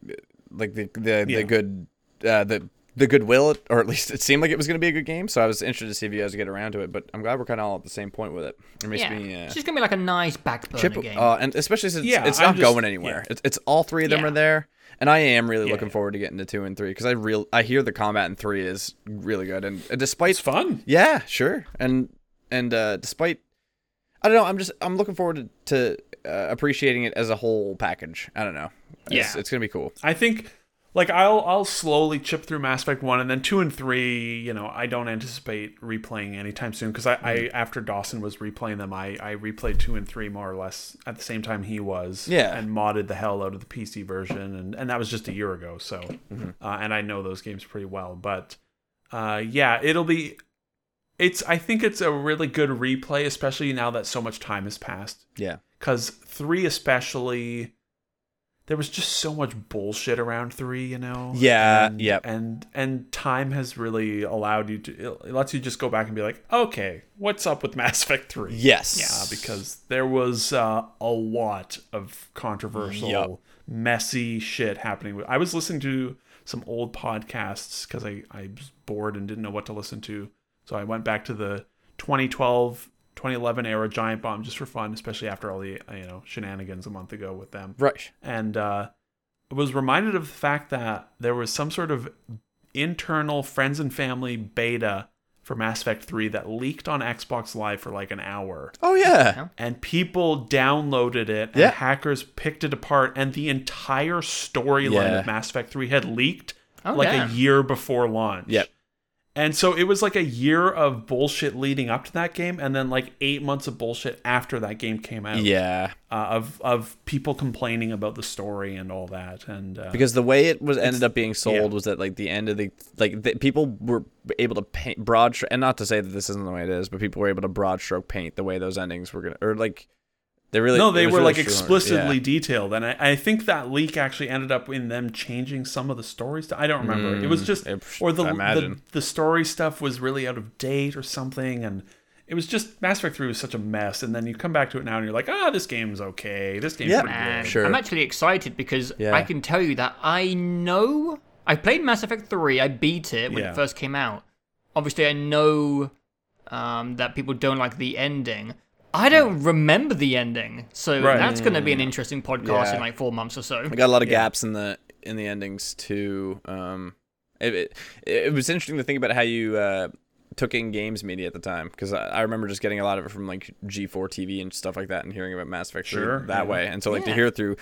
Speaker 2: uh, like the the,
Speaker 1: Yeah.
Speaker 2: the good uh, the the goodwill, or at least it seemed like it was going to be a good game. So I was interested to see if you guys get around to it. But I'm glad we're kind of all at the same point with it. It makes
Speaker 3: Yeah.
Speaker 2: me. Uh,
Speaker 3: It's just going to be like a nice back burner
Speaker 2: Chip,
Speaker 3: game.
Speaker 2: uh, and especially since
Speaker 1: Yeah,
Speaker 2: it's
Speaker 1: I'm
Speaker 2: not
Speaker 1: just-
Speaker 2: going anywhere. It's, it's all three of them
Speaker 3: Yeah.
Speaker 2: are there, and I am really
Speaker 1: Yeah,
Speaker 2: looking
Speaker 1: yeah.
Speaker 2: forward to getting to two and three because I real I hear the combat in three is really good, and uh, despite
Speaker 1: It's fun.
Speaker 2: yeah, sure, and and uh, despite I don't know, I'm just I'm looking forward to, to uh, appreciating it as a whole package. I don't know, it's,
Speaker 3: Yeah.
Speaker 2: it's gonna be cool.
Speaker 1: I think like I'll I'll slowly chip through Mass Effect 1 and then 2 and 3, you know, I don't anticipate replaying anytime soon because I, I after Dawson was replaying them, I I replayed 2 and 3 more or less at the same time he was
Speaker 2: Yeah.
Speaker 1: and modded the hell out of the PC version and and that was just a year ago, so uh, and I know those games pretty well, but uh yeah, it'll be it's I think it's a really good replay especially now that so much time has passed
Speaker 2: Yeah,
Speaker 1: because three especially there was just so much bullshit around three you know
Speaker 2: Yeah,
Speaker 1: and,
Speaker 2: yep.
Speaker 1: and and time has really allowed you to it lets you just go back and be like okay what's up with mass effect 3
Speaker 2: yes,
Speaker 1: uh, because there was uh, a lot of controversial,
Speaker 2: Yup.
Speaker 1: messy shit happening. I was listening to some old podcasts because I, I was bored and didn't know what to listen to. So I went back to the 2012, 2011 era Giant Bomb just for fun, especially after all the uh, you know shenanigans a month ago with them
Speaker 2: right,
Speaker 1: and uh, was reminded of the fact that there was some sort of internal friends and family beta for Mass Effect 3 that leaked on Xbox Live for like an hour.
Speaker 2: oh yeah,
Speaker 1: And people downloaded it, and
Speaker 2: Yeah.
Speaker 1: hackers picked it apart, and the entire storyline
Speaker 2: Yeah.
Speaker 1: of Mass Effect 3 had leaked
Speaker 3: Oh,
Speaker 1: like
Speaker 3: damn.
Speaker 1: a year before launch.
Speaker 2: Yep.
Speaker 1: And so it was like a year of bullshit leading up to that game, and then like eight months of bullshit after that game came out
Speaker 2: yeah,
Speaker 1: uh, of of people complaining about the story and all that. And uh,
Speaker 2: because the way it was ended up being sold
Speaker 1: yeah.
Speaker 2: was that like the end of the like the, people were able to paint broad stro- and not to say that this isn't the way it is but people were able to broad stroke paint the way those endings were gonna or like they really
Speaker 1: no, they
Speaker 2: it was
Speaker 1: were
Speaker 2: really
Speaker 1: like
Speaker 2: streamlined. Yeah.
Speaker 1: explicitly detailed, and I, I think that leak actually ended up in them changing some of the story stuff. I don't remember. it was just
Speaker 2: Hmm, it-
Speaker 1: or the,
Speaker 2: I
Speaker 1: the
Speaker 2: imagine.
Speaker 1: the story stuff was really out of date or something, and it was just Mass Effect Three was such a mess. And then you come back to it now, and you're like, ah, this game's okay. This game's
Speaker 2: Yeah.
Speaker 1: pretty
Speaker 3: And
Speaker 1: good.
Speaker 2: Sure.
Speaker 3: I'm actually excited because
Speaker 2: Yeah.
Speaker 3: I can tell you that I know I played Mass Effect 3. I beat it when
Speaker 1: Yeah.
Speaker 3: it first came out. Obviously, I know um, that people don't like the ending. I don't remember the ending, so
Speaker 1: Right.
Speaker 3: that's going to be an interesting podcast
Speaker 2: Mm. Yeah. Um,
Speaker 3: in like four months or so.
Speaker 2: I got a lot of
Speaker 1: Yeah.
Speaker 2: gaps in the in the endings too. Um, it, it it was interesting to think about how you uh, took in games media at the time because I, I remember just getting a lot of it from like G4 TV and stuff like that and hearing about Mass Effect 3
Speaker 1: Sure,
Speaker 2: that
Speaker 1: yeah.
Speaker 2: way. And so like to
Speaker 3: Yeah.
Speaker 2: hear it through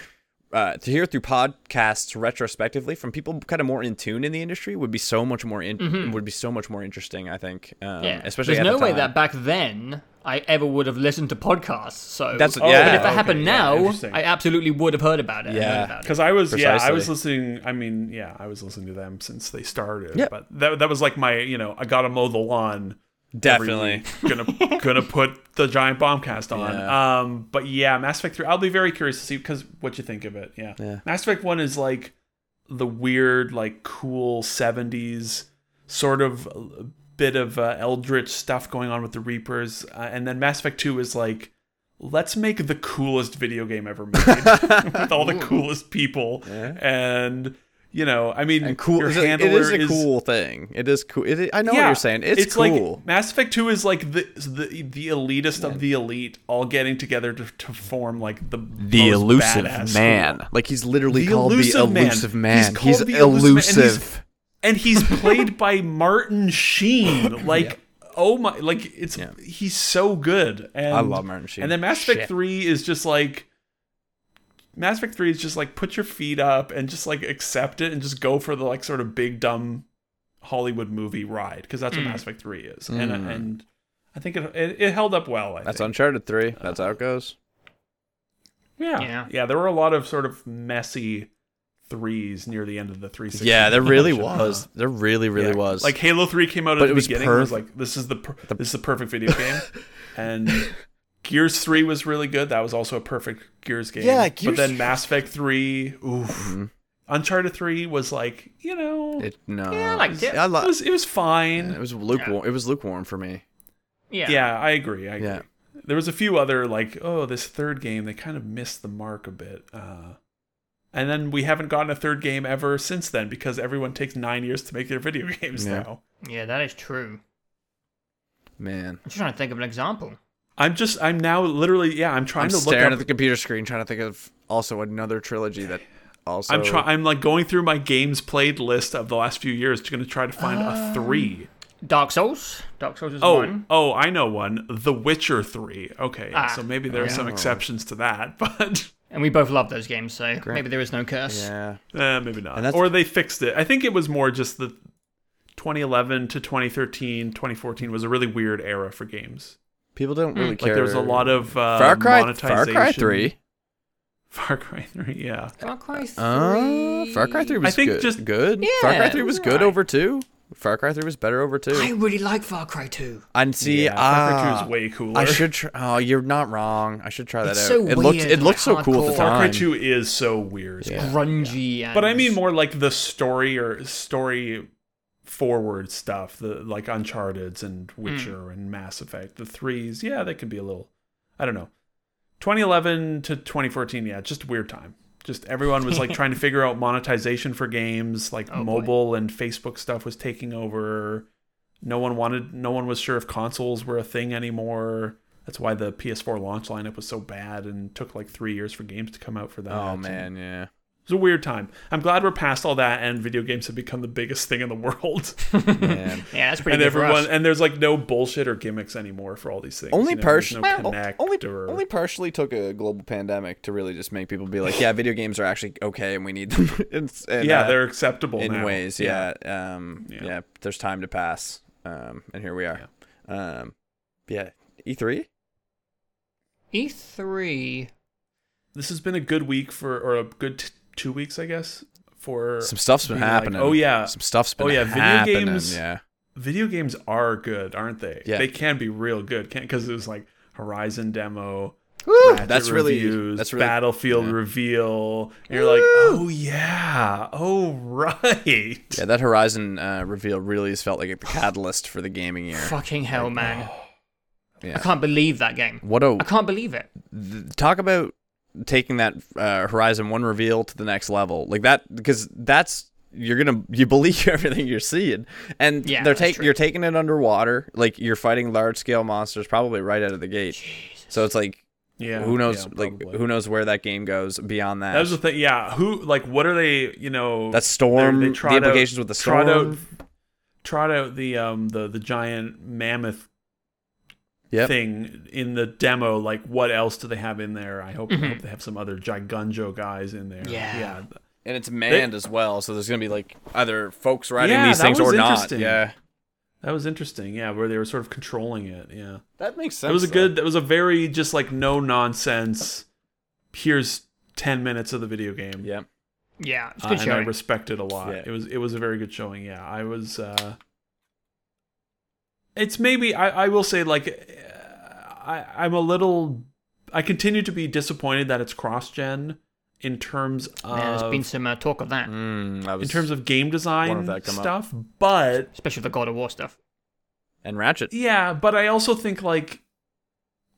Speaker 2: uh, to hear through podcasts retrospectively from people kind of more in tune in the industry would be so much more in- would be so much more interesting. I think, um,
Speaker 3: Yeah.
Speaker 2: especially
Speaker 3: There's
Speaker 2: at
Speaker 3: no
Speaker 2: the
Speaker 3: way
Speaker 2: time.
Speaker 3: that back then I ever would have listened to podcasts. So
Speaker 2: That's-
Speaker 3: but
Speaker 2: yeah,
Speaker 3: if that
Speaker 2: okay,
Speaker 3: happened
Speaker 1: yeah,
Speaker 3: now,
Speaker 1: interesting.
Speaker 3: I absolutely would have heard about it. and known
Speaker 2: Yeah.
Speaker 3: about it.
Speaker 1: Because I was, yeah, I
Speaker 2: Precisely.
Speaker 1: was listening. I mean, yeah, I was listening to them since they started.
Speaker 2: Yeah.
Speaker 1: But that, that was like my, you know, I gotta mow the lawn. every
Speaker 2: definitely.
Speaker 1: week.
Speaker 2: (laughs)
Speaker 1: gonna gonna put the giant bombcast on.
Speaker 2: Yeah.
Speaker 1: Um, but yeah, Mass Effect three. I'll be very curious to see because what you think of it. Yeah.
Speaker 2: Yeah.
Speaker 1: Mass Effect one is like the weird, like cool seventies sort of uh, bit of uh, eldritch stuff going on with the Reapers, uh, and then Mass Effect two is like. Let's make the coolest video game ever
Speaker 2: (laughs)
Speaker 1: made with all the coolest people, and you know, I mean,
Speaker 2: And cool.
Speaker 1: Your
Speaker 2: it's a- it
Speaker 1: handler
Speaker 2: is a cool thing. It is cool. It, I know what you're saying. It's, cool.
Speaker 1: like Mass Effect Two is like the the the elitist of the elite all getting together to, to form like the most badass school.
Speaker 2: Like he's literally
Speaker 1: The
Speaker 2: called the
Speaker 1: elusive man.
Speaker 2: elusive man.
Speaker 1: He's
Speaker 2: He's,
Speaker 1: called the elusive
Speaker 2: elusive.
Speaker 1: man, and he's- and
Speaker 2: (laughs)
Speaker 1: he's played by Martin Sheen. Like oh my, like it's he's so good. And,
Speaker 2: I love Martin Sheen.
Speaker 1: And then Mass Effect Three is just like. Mass Effect 3 is just like put your feet up and just like accept it and just go for the like sort of big dumb Hollywood movie ride because that's what Mass Effect 3 is. And and I think it, it it held up well. I
Speaker 2: Hmm. That's
Speaker 1: think.
Speaker 2: Uncharted Three. That's how it goes.
Speaker 1: yeah.
Speaker 3: Yeah.
Speaker 1: yeah. There were a lot of sort of messy threes near the end of the 360.
Speaker 2: Yeah, there really
Speaker 1: production.
Speaker 2: was. There really, really
Speaker 1: Yeah.
Speaker 2: was.
Speaker 1: Like Halo 3 came out at
Speaker 2: But
Speaker 1: the
Speaker 2: it was
Speaker 1: beginning. It was
Speaker 2: perf-
Speaker 1: like this is the, per- this is the perfect
Speaker 2: (laughs)
Speaker 1: video game. and Gears 3 was really good. That was also a perfect Gears game.
Speaker 2: Yeah,
Speaker 1: But
Speaker 2: Gears-
Speaker 1: then Mass Effect 3, oof.
Speaker 2: Mm-hmm.
Speaker 1: Uncharted 3 was like, you know, it,
Speaker 2: it, no.
Speaker 3: Yeah, I liked it.
Speaker 2: I li-
Speaker 1: was it was fine.
Speaker 2: it was lukewarm. It was lukewarm for me.
Speaker 3: Yeah.
Speaker 1: Yeah, I agree. I agree.
Speaker 2: Yeah.
Speaker 1: There was a few other like, oh, this third game they kind of missed the mark a bit. Uh, and then we haven't gotten a third game ever since then because everyone takes nine years to make their video (laughs) games
Speaker 2: Yeah.
Speaker 1: now.
Speaker 3: Yeah, that is true.
Speaker 2: Man.
Speaker 3: I'm just trying to think of an example.
Speaker 1: I'm just, I'm now literally, yeah, I'm trying
Speaker 2: I'm
Speaker 1: to look
Speaker 2: staring
Speaker 1: up.
Speaker 2: at the computer screen, trying to think of also another trilogy that also.
Speaker 1: I'm trying. I'm like going through my games played list of the last few years, to going to try to find a three.
Speaker 3: Dark Souls. Dark Souls is
Speaker 1: Oh,
Speaker 3: one.
Speaker 1: oh, I know one. The Witcher three. Okay,
Speaker 3: Ah.
Speaker 1: so maybe there are some exceptions to that, (laughs) but
Speaker 3: And we both love those games, so maybe there is no curse.
Speaker 2: Yeah.
Speaker 1: Uh, maybe not.
Speaker 2: that's-
Speaker 1: Or they fixed it. I think it was more just the 2011 to 2013, 2014 was a really weird era for games.
Speaker 2: People don't really care.
Speaker 1: Like there was a lot of uh,
Speaker 2: Hmm. Far Cry. Far
Speaker 1: monetization.
Speaker 2: Cry Three.
Speaker 1: (laughs) Far Cry 3, yeah.
Speaker 3: Far Cry 3.
Speaker 2: Uh, Far Cry Three was
Speaker 1: think
Speaker 2: good.
Speaker 1: just-
Speaker 2: good. Far
Speaker 3: Yeah,
Speaker 2: Cry Three was good
Speaker 3: right.
Speaker 2: over two. Far Cry Three was better over two.
Speaker 3: I really like Far Cry 2.
Speaker 2: And see,
Speaker 1: Yeah, Far Cry 2
Speaker 2: ah,
Speaker 1: is way cooler.
Speaker 2: I should. Tr- oh, you're not wrong. I should try that
Speaker 3: It's
Speaker 2: out.
Speaker 3: so
Speaker 2: it looked.
Speaker 3: weird
Speaker 2: It
Speaker 3: and,
Speaker 2: looked so
Speaker 3: like,
Speaker 2: cool at the
Speaker 3: hardcore.
Speaker 1: Far Cry
Speaker 2: time.
Speaker 1: 2 is so weird.
Speaker 2: Yeah.
Speaker 3: Grungy and.
Speaker 1: But I mean more like the story or story forward stuff, the like Uncharted's and Witcher
Speaker 3: Hmm.
Speaker 1: and Mass Effect. The threes, yeah, they can be a little I don't know. 2011 to 2014, yeah, just a weird time. Just everyone
Speaker 3: (laughs)
Speaker 1: was like trying to figure out monetization for games, like
Speaker 3: Oh, boy.
Speaker 1: mobile and Facebook stuff was taking over. No one wanted no one was sure if consoles were a thing anymore. That's why the PS4 launch lineup was so bad and took like 3 years for games to come out for that.
Speaker 2: Oh
Speaker 1: And-
Speaker 2: man, yeah.
Speaker 1: it was a weird time. I'm glad we're past all that, and video games have become the biggest thing in the (laughs) world. (laughs)
Speaker 2: Man.
Speaker 3: Yeah, that's
Speaker 1: and
Speaker 3: pretty good for us.
Speaker 1: everyone, and there's like no bullshit or gimmicks anymore for all these things.
Speaker 2: only
Speaker 1: you know, there's
Speaker 2: partially,
Speaker 1: no connect
Speaker 2: only,
Speaker 1: or
Speaker 2: only partially took a global pandemic to really just make people be like, yeah, video games are actually okay and we need them. (laughs) It's- and,
Speaker 1: yeah,
Speaker 2: uh,
Speaker 1: they're acceptable
Speaker 2: in
Speaker 1: now.
Speaker 2: ways. Yeah, um, yeah,
Speaker 1: Yeah.
Speaker 2: There's time to pass, um, and here we are. Um, yeah, E E3.
Speaker 3: E E3.
Speaker 1: this has been a good week for, or a good t- two weeks, I guess, for
Speaker 2: Some stuff's been
Speaker 1: being like,
Speaker 2: happening.
Speaker 1: oh yeah,
Speaker 2: some stuff's been.
Speaker 1: Oh, yeah, video
Speaker 2: happening,
Speaker 1: games-
Speaker 2: Yeah,
Speaker 1: video games are good, aren't they?
Speaker 2: Yeah.
Speaker 1: they can be real good, can't because it was like Horizon demo. Ratchet
Speaker 2: that's really-
Speaker 1: reviews,
Speaker 2: that's really-
Speaker 1: Battlefield
Speaker 2: yeah.
Speaker 1: reveal. And you're like, oh yeah, oh right.
Speaker 2: yeah. That Horizon uh, reveal really has felt like a catalyst for the gaming year.
Speaker 3: Fucking hell, man.
Speaker 2: Yeah.
Speaker 3: I can't believe that game.
Speaker 2: What a
Speaker 3: I can't believe it.
Speaker 2: th- talk about taking that uh, Horizon One reveal to the next level, like that, because that's you're gonna you believe (laughs) everything you're seeing, and
Speaker 3: Yeah,
Speaker 2: they're
Speaker 3: that's
Speaker 2: taking
Speaker 3: true.
Speaker 2: you're taking it underwater, like you're fighting large scale monsters probably right out of the gate. So it's like
Speaker 1: Yeah.
Speaker 2: who knows,
Speaker 1: yeah,
Speaker 2: like
Speaker 1: probably.
Speaker 2: who knows where that game goes beyond that.
Speaker 1: That was the thing. Yeah. Who, like, what are they, you know,
Speaker 2: that storm,
Speaker 1: they
Speaker 2: the
Speaker 1: trot
Speaker 2: implications
Speaker 1: out-
Speaker 2: with the
Speaker 1: trot
Speaker 2: storm.
Speaker 1: out, trot out the, um, the, the giant mammoth
Speaker 4: Yep.
Speaker 1: thing in the demo. Like, what else do they have in there? I hope, I hope they have some other Gigunjo guys in there.
Speaker 3: Yeah.
Speaker 1: Mm-hmm. yeah.
Speaker 2: and it's manned as well, so there's gonna be like either folks riding
Speaker 1: Yeah,
Speaker 2: these
Speaker 1: that
Speaker 2: things
Speaker 1: was
Speaker 2: or not.
Speaker 1: interesting.
Speaker 2: Yeah,
Speaker 1: That was interesting. Yeah, where they were sort of controlling it. Yeah.
Speaker 2: that makes sense.
Speaker 1: That was a good. That was a very just like no nonsense. Here's ten minutes of the video game.
Speaker 2: Yeah,
Speaker 3: Yeah, it's
Speaker 1: Uh,
Speaker 3: good
Speaker 1: and I
Speaker 3: showing.
Speaker 1: respect it a lot.
Speaker 2: Yeah.
Speaker 1: It was it was a very good showing. Yeah, I was. uh It's maybe I I will say like uh, I I'm a little I continue to be disappointed that it's cross gen in terms of
Speaker 3: Yeah, there's been some uh, talk of that,
Speaker 2: mm, I
Speaker 1: in
Speaker 2: was,
Speaker 1: terms of game
Speaker 2: Wanted
Speaker 1: design
Speaker 2: that to come up.
Speaker 1: stuff, but
Speaker 3: especially the God of War stuff.
Speaker 2: and Ratchet.
Speaker 1: Yeah, but I also think like,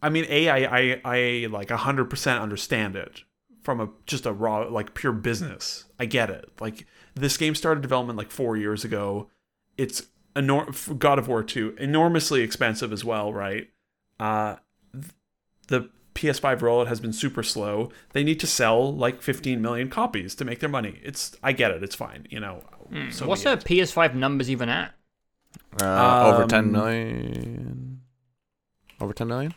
Speaker 1: I mean, a I I I like hundred percent understand it from a just a raw like pure business. I get it. Like this game started development like four years ago. It's enor- f- God of War two enormously expensive as well, right? Uh, th- the PS5 rollout has been super slow. They need to sell like 15 million copies to make their money. It's I get it. It's fine. You know. so
Speaker 3: Mm. Hmm. What's
Speaker 1: be
Speaker 3: the
Speaker 1: it.
Speaker 3: PS5 numbers even at?
Speaker 2: Uh, over
Speaker 1: Um,
Speaker 2: ten million. Over ten million.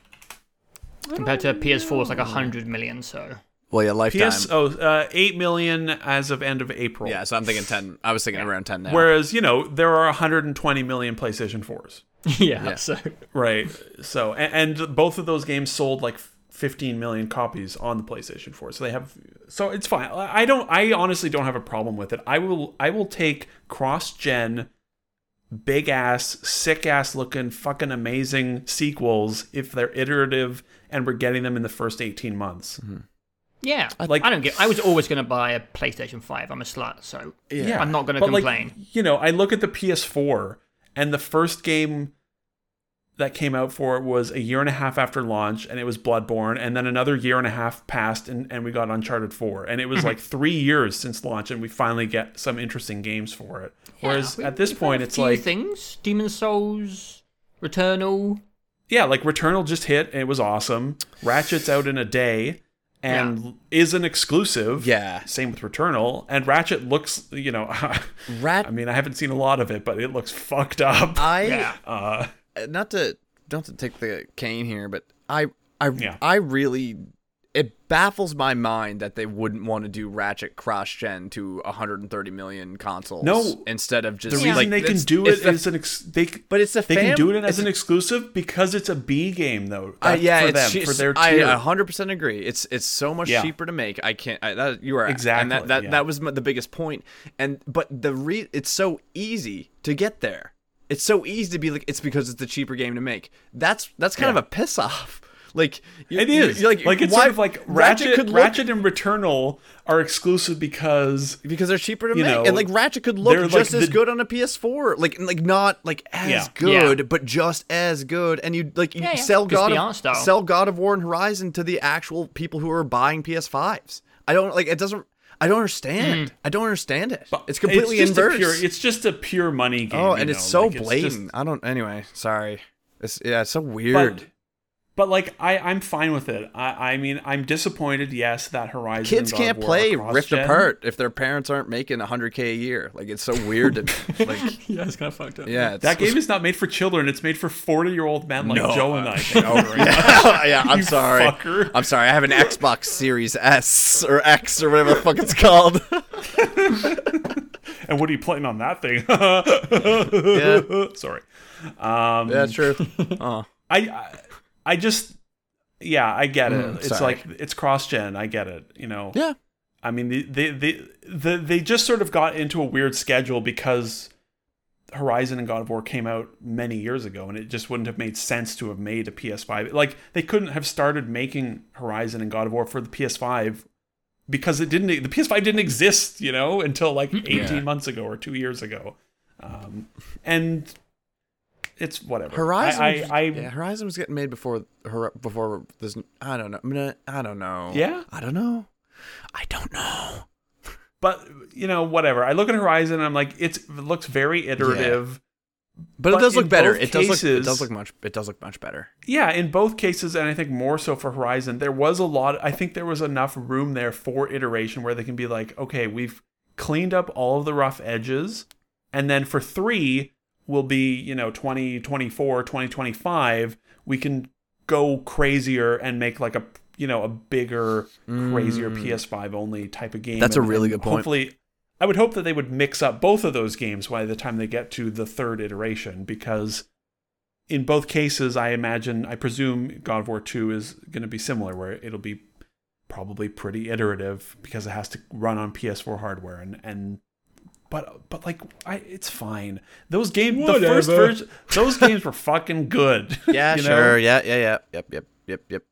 Speaker 3: Compared to PS4, it's like 100 million, so.
Speaker 2: Well, yeah, lifetime.
Speaker 1: PS oh, uh, 8 million as of end of April.
Speaker 2: yeah, so I'm thinking ten. I was thinking around ten now.
Speaker 1: Whereas, you know, there are 120 million PlayStation 4s.
Speaker 3: (laughs) yeah,
Speaker 2: Yeah.
Speaker 3: so.
Speaker 1: Right. So, and, and both of those games sold like 15 million copies on the PlayStation 4. So they have so it's fine. I don't I honestly don't have a problem with it. I will I will take cross-gen big ass, sick ass looking fucking amazing sequels if they're iterative and we're getting them in the first 18 months.
Speaker 3: Yeah.
Speaker 1: Like-
Speaker 3: I don't get I was always going to buy a PlayStation 5. I'm a slut, so.
Speaker 1: Yeah.
Speaker 3: I'm not gonna
Speaker 1: But, like,
Speaker 3: complain.
Speaker 1: you know, I look at the PS4 and the first game that came out for it was a year and a half after launch and it was Bloodborne and then another year and a half passed and, and we got Uncharted 4 and it
Speaker 3: Mm-hmm.
Speaker 1: was like 3 years since launch and we finally get some interesting games for it. Whereas
Speaker 3: Yeah, we-
Speaker 1: at this
Speaker 3: we've had
Speaker 1: point
Speaker 3: a
Speaker 1: it's
Speaker 3: few
Speaker 1: like
Speaker 3: things Demon Souls, Returnal.
Speaker 1: yeah, like Returnal just hit and it was awesome. Ratchet's out in a day and is an exclusive.
Speaker 2: Yeah.
Speaker 1: Same with Returnal and Ratchet looks, you know, (laughs)
Speaker 2: Rat.
Speaker 1: I mean, I haven't seen a lot of it, but it looks fucked up.
Speaker 2: I
Speaker 3: Yeah.
Speaker 1: Uh,
Speaker 2: uh, not to not to take the cane here, but I I
Speaker 1: Yeah.
Speaker 2: I really it baffles my mind that they wouldn't want to do Ratchet cross gen to 130 million consoles.
Speaker 1: No.
Speaker 2: instead of
Speaker 1: the
Speaker 2: just
Speaker 1: reason
Speaker 2: like,
Speaker 1: they can
Speaker 2: it's-
Speaker 1: do
Speaker 2: it's
Speaker 1: it
Speaker 2: the-
Speaker 1: as an ex- they c-
Speaker 2: but it's the
Speaker 1: they can
Speaker 2: fam-
Speaker 1: do it as
Speaker 2: it's-
Speaker 1: an exclusive because it's a B game though.
Speaker 2: uh,
Speaker 1: That's
Speaker 2: yeah,
Speaker 1: for
Speaker 2: it's
Speaker 1: them
Speaker 2: che-
Speaker 1: for their
Speaker 2: I uh,
Speaker 1: tier.
Speaker 2: 100 percent agree. It's it's so much
Speaker 1: Yeah.
Speaker 2: cheaper to make. I can't. I, that, you are And that
Speaker 1: Exactly,
Speaker 2: that,
Speaker 1: yeah.
Speaker 2: that was m- the biggest point. And but the re it's so easy to get there. It's so easy to be like it's because it's the cheaper game to make. That's that's kind
Speaker 1: Yeah.
Speaker 2: of a piss off. Like you're-
Speaker 1: it is
Speaker 2: you're
Speaker 1: like, it's
Speaker 2: why-
Speaker 1: sort of like Ratchet. Ratchet, and Returnal are exclusive because
Speaker 2: because they're cheaper to
Speaker 1: you
Speaker 2: make,
Speaker 1: know,
Speaker 2: and like Ratchet could
Speaker 1: they're,
Speaker 2: look
Speaker 1: like,
Speaker 2: just as
Speaker 1: the-
Speaker 2: good on a PS4, like and, like not like as
Speaker 1: Yeah.
Speaker 2: good,
Speaker 3: Yeah.
Speaker 2: but just as good. And you like you
Speaker 3: Yeah, yeah.
Speaker 2: sell
Speaker 3: Just
Speaker 2: God
Speaker 3: the
Speaker 2: of,
Speaker 3: art style.
Speaker 2: sell God of War and Horizon to the actual people who are buying PS5s. I don't like it. Doesn't I don't
Speaker 3: Mm.
Speaker 2: understand. I don't understand it. it's completely
Speaker 1: it's just a
Speaker 2: inverse.
Speaker 1: pure- it's just a pure money game.
Speaker 2: oh,
Speaker 1: you
Speaker 2: and it's
Speaker 1: know,
Speaker 2: so
Speaker 1: like,
Speaker 2: blatant.
Speaker 1: just-
Speaker 2: I don't. Anyway, sorry. It's yeah, it's so weird.
Speaker 1: but, but like I, I'm fine with it. I, I mean, I'm disappointed. Yes, that Horizon
Speaker 2: Kids
Speaker 1: and God of
Speaker 2: can't
Speaker 1: War are
Speaker 2: play Rift
Speaker 1: cross-gen.
Speaker 2: Apart if their parents aren't making 100k a year. Like it's so weird to
Speaker 1: (laughs)
Speaker 2: me. like
Speaker 3: (laughs) Yeah, it's kind of fucked up.
Speaker 2: yeah, it's,
Speaker 1: That game is not made for children. It's made for 40 year old men like
Speaker 2: No,
Speaker 1: Joe and
Speaker 2: uh, (laughs)
Speaker 1: I. Thank you very much.
Speaker 2: yeah, (laughs) yeah, I'm
Speaker 1: You
Speaker 2: sorry.
Speaker 1: fucker.
Speaker 2: I'm sorry. I have an Xbox Series S or X or whatever the fuck it's called. (laughs)
Speaker 1: And what are you playing on that thing?
Speaker 2: Yeah.
Speaker 1: (laughs) Sorry. Um,
Speaker 2: yeah,
Speaker 1: (laughs)
Speaker 2: true. Oh,
Speaker 1: I, I I just yeah, I get it.
Speaker 2: Mm,
Speaker 1: it's
Speaker 2: sorry.
Speaker 1: like it's cross gen. I get it. You know.
Speaker 2: yeah.
Speaker 1: I mean, the, the, the, the, they just sort of got into a weird schedule because Horizon and God of War came out many years ago, and it just wouldn't have made sense to have made a PS5. Like, they couldn't have started making Horizon and God of War for the PS5 because it didn't, the PS5 didn't exist, you know, until
Speaker 2: Hmm.
Speaker 1: like 18 months ago or two years ago. Um, and it's whatever.
Speaker 2: Horizon.
Speaker 1: I, I, I
Speaker 2: yeah, Horizon was getting made before Hor- before this. I don't know. I, mean, I don't know.
Speaker 1: Yeah?
Speaker 2: I don't know. I don't know.
Speaker 1: but, you know, whatever. I look at Horizon and I'm like, it's, it looks very iterative.
Speaker 2: But,
Speaker 1: But
Speaker 2: it does
Speaker 1: in
Speaker 2: look better.
Speaker 1: both
Speaker 2: It does look. It
Speaker 1: cases-
Speaker 2: does look much. It does look much better.
Speaker 1: Yeah, in both cases, and I think more so for Horizon, there was a lot. I think there was enough room there for iteration where they can be like, okay, we've cleaned up all of the rough edges, and then for three, will be, you know, 2024, 2025, we can go crazier and make like a, you know, a bigger, crazier PS5 only type of game.
Speaker 2: That's a
Speaker 1: And-
Speaker 2: really
Speaker 1: and
Speaker 2: good point.
Speaker 1: Hopefully, I would hope that they would mix up both of those games by the time they get to the third iteration because in both cases, I imagine, I presume God of War 2 is going to be similar, where it'll be probably pretty iterative because it has to run on PS4 hardware and and but but like I it's fine. Those games the first
Speaker 3: Whatever.
Speaker 1: version those games were fucking good. (laughs)
Speaker 2: Yeah,
Speaker 1: you know?
Speaker 2: sure. Yeah, yeah, yeah. Yep, yep, yep, yep.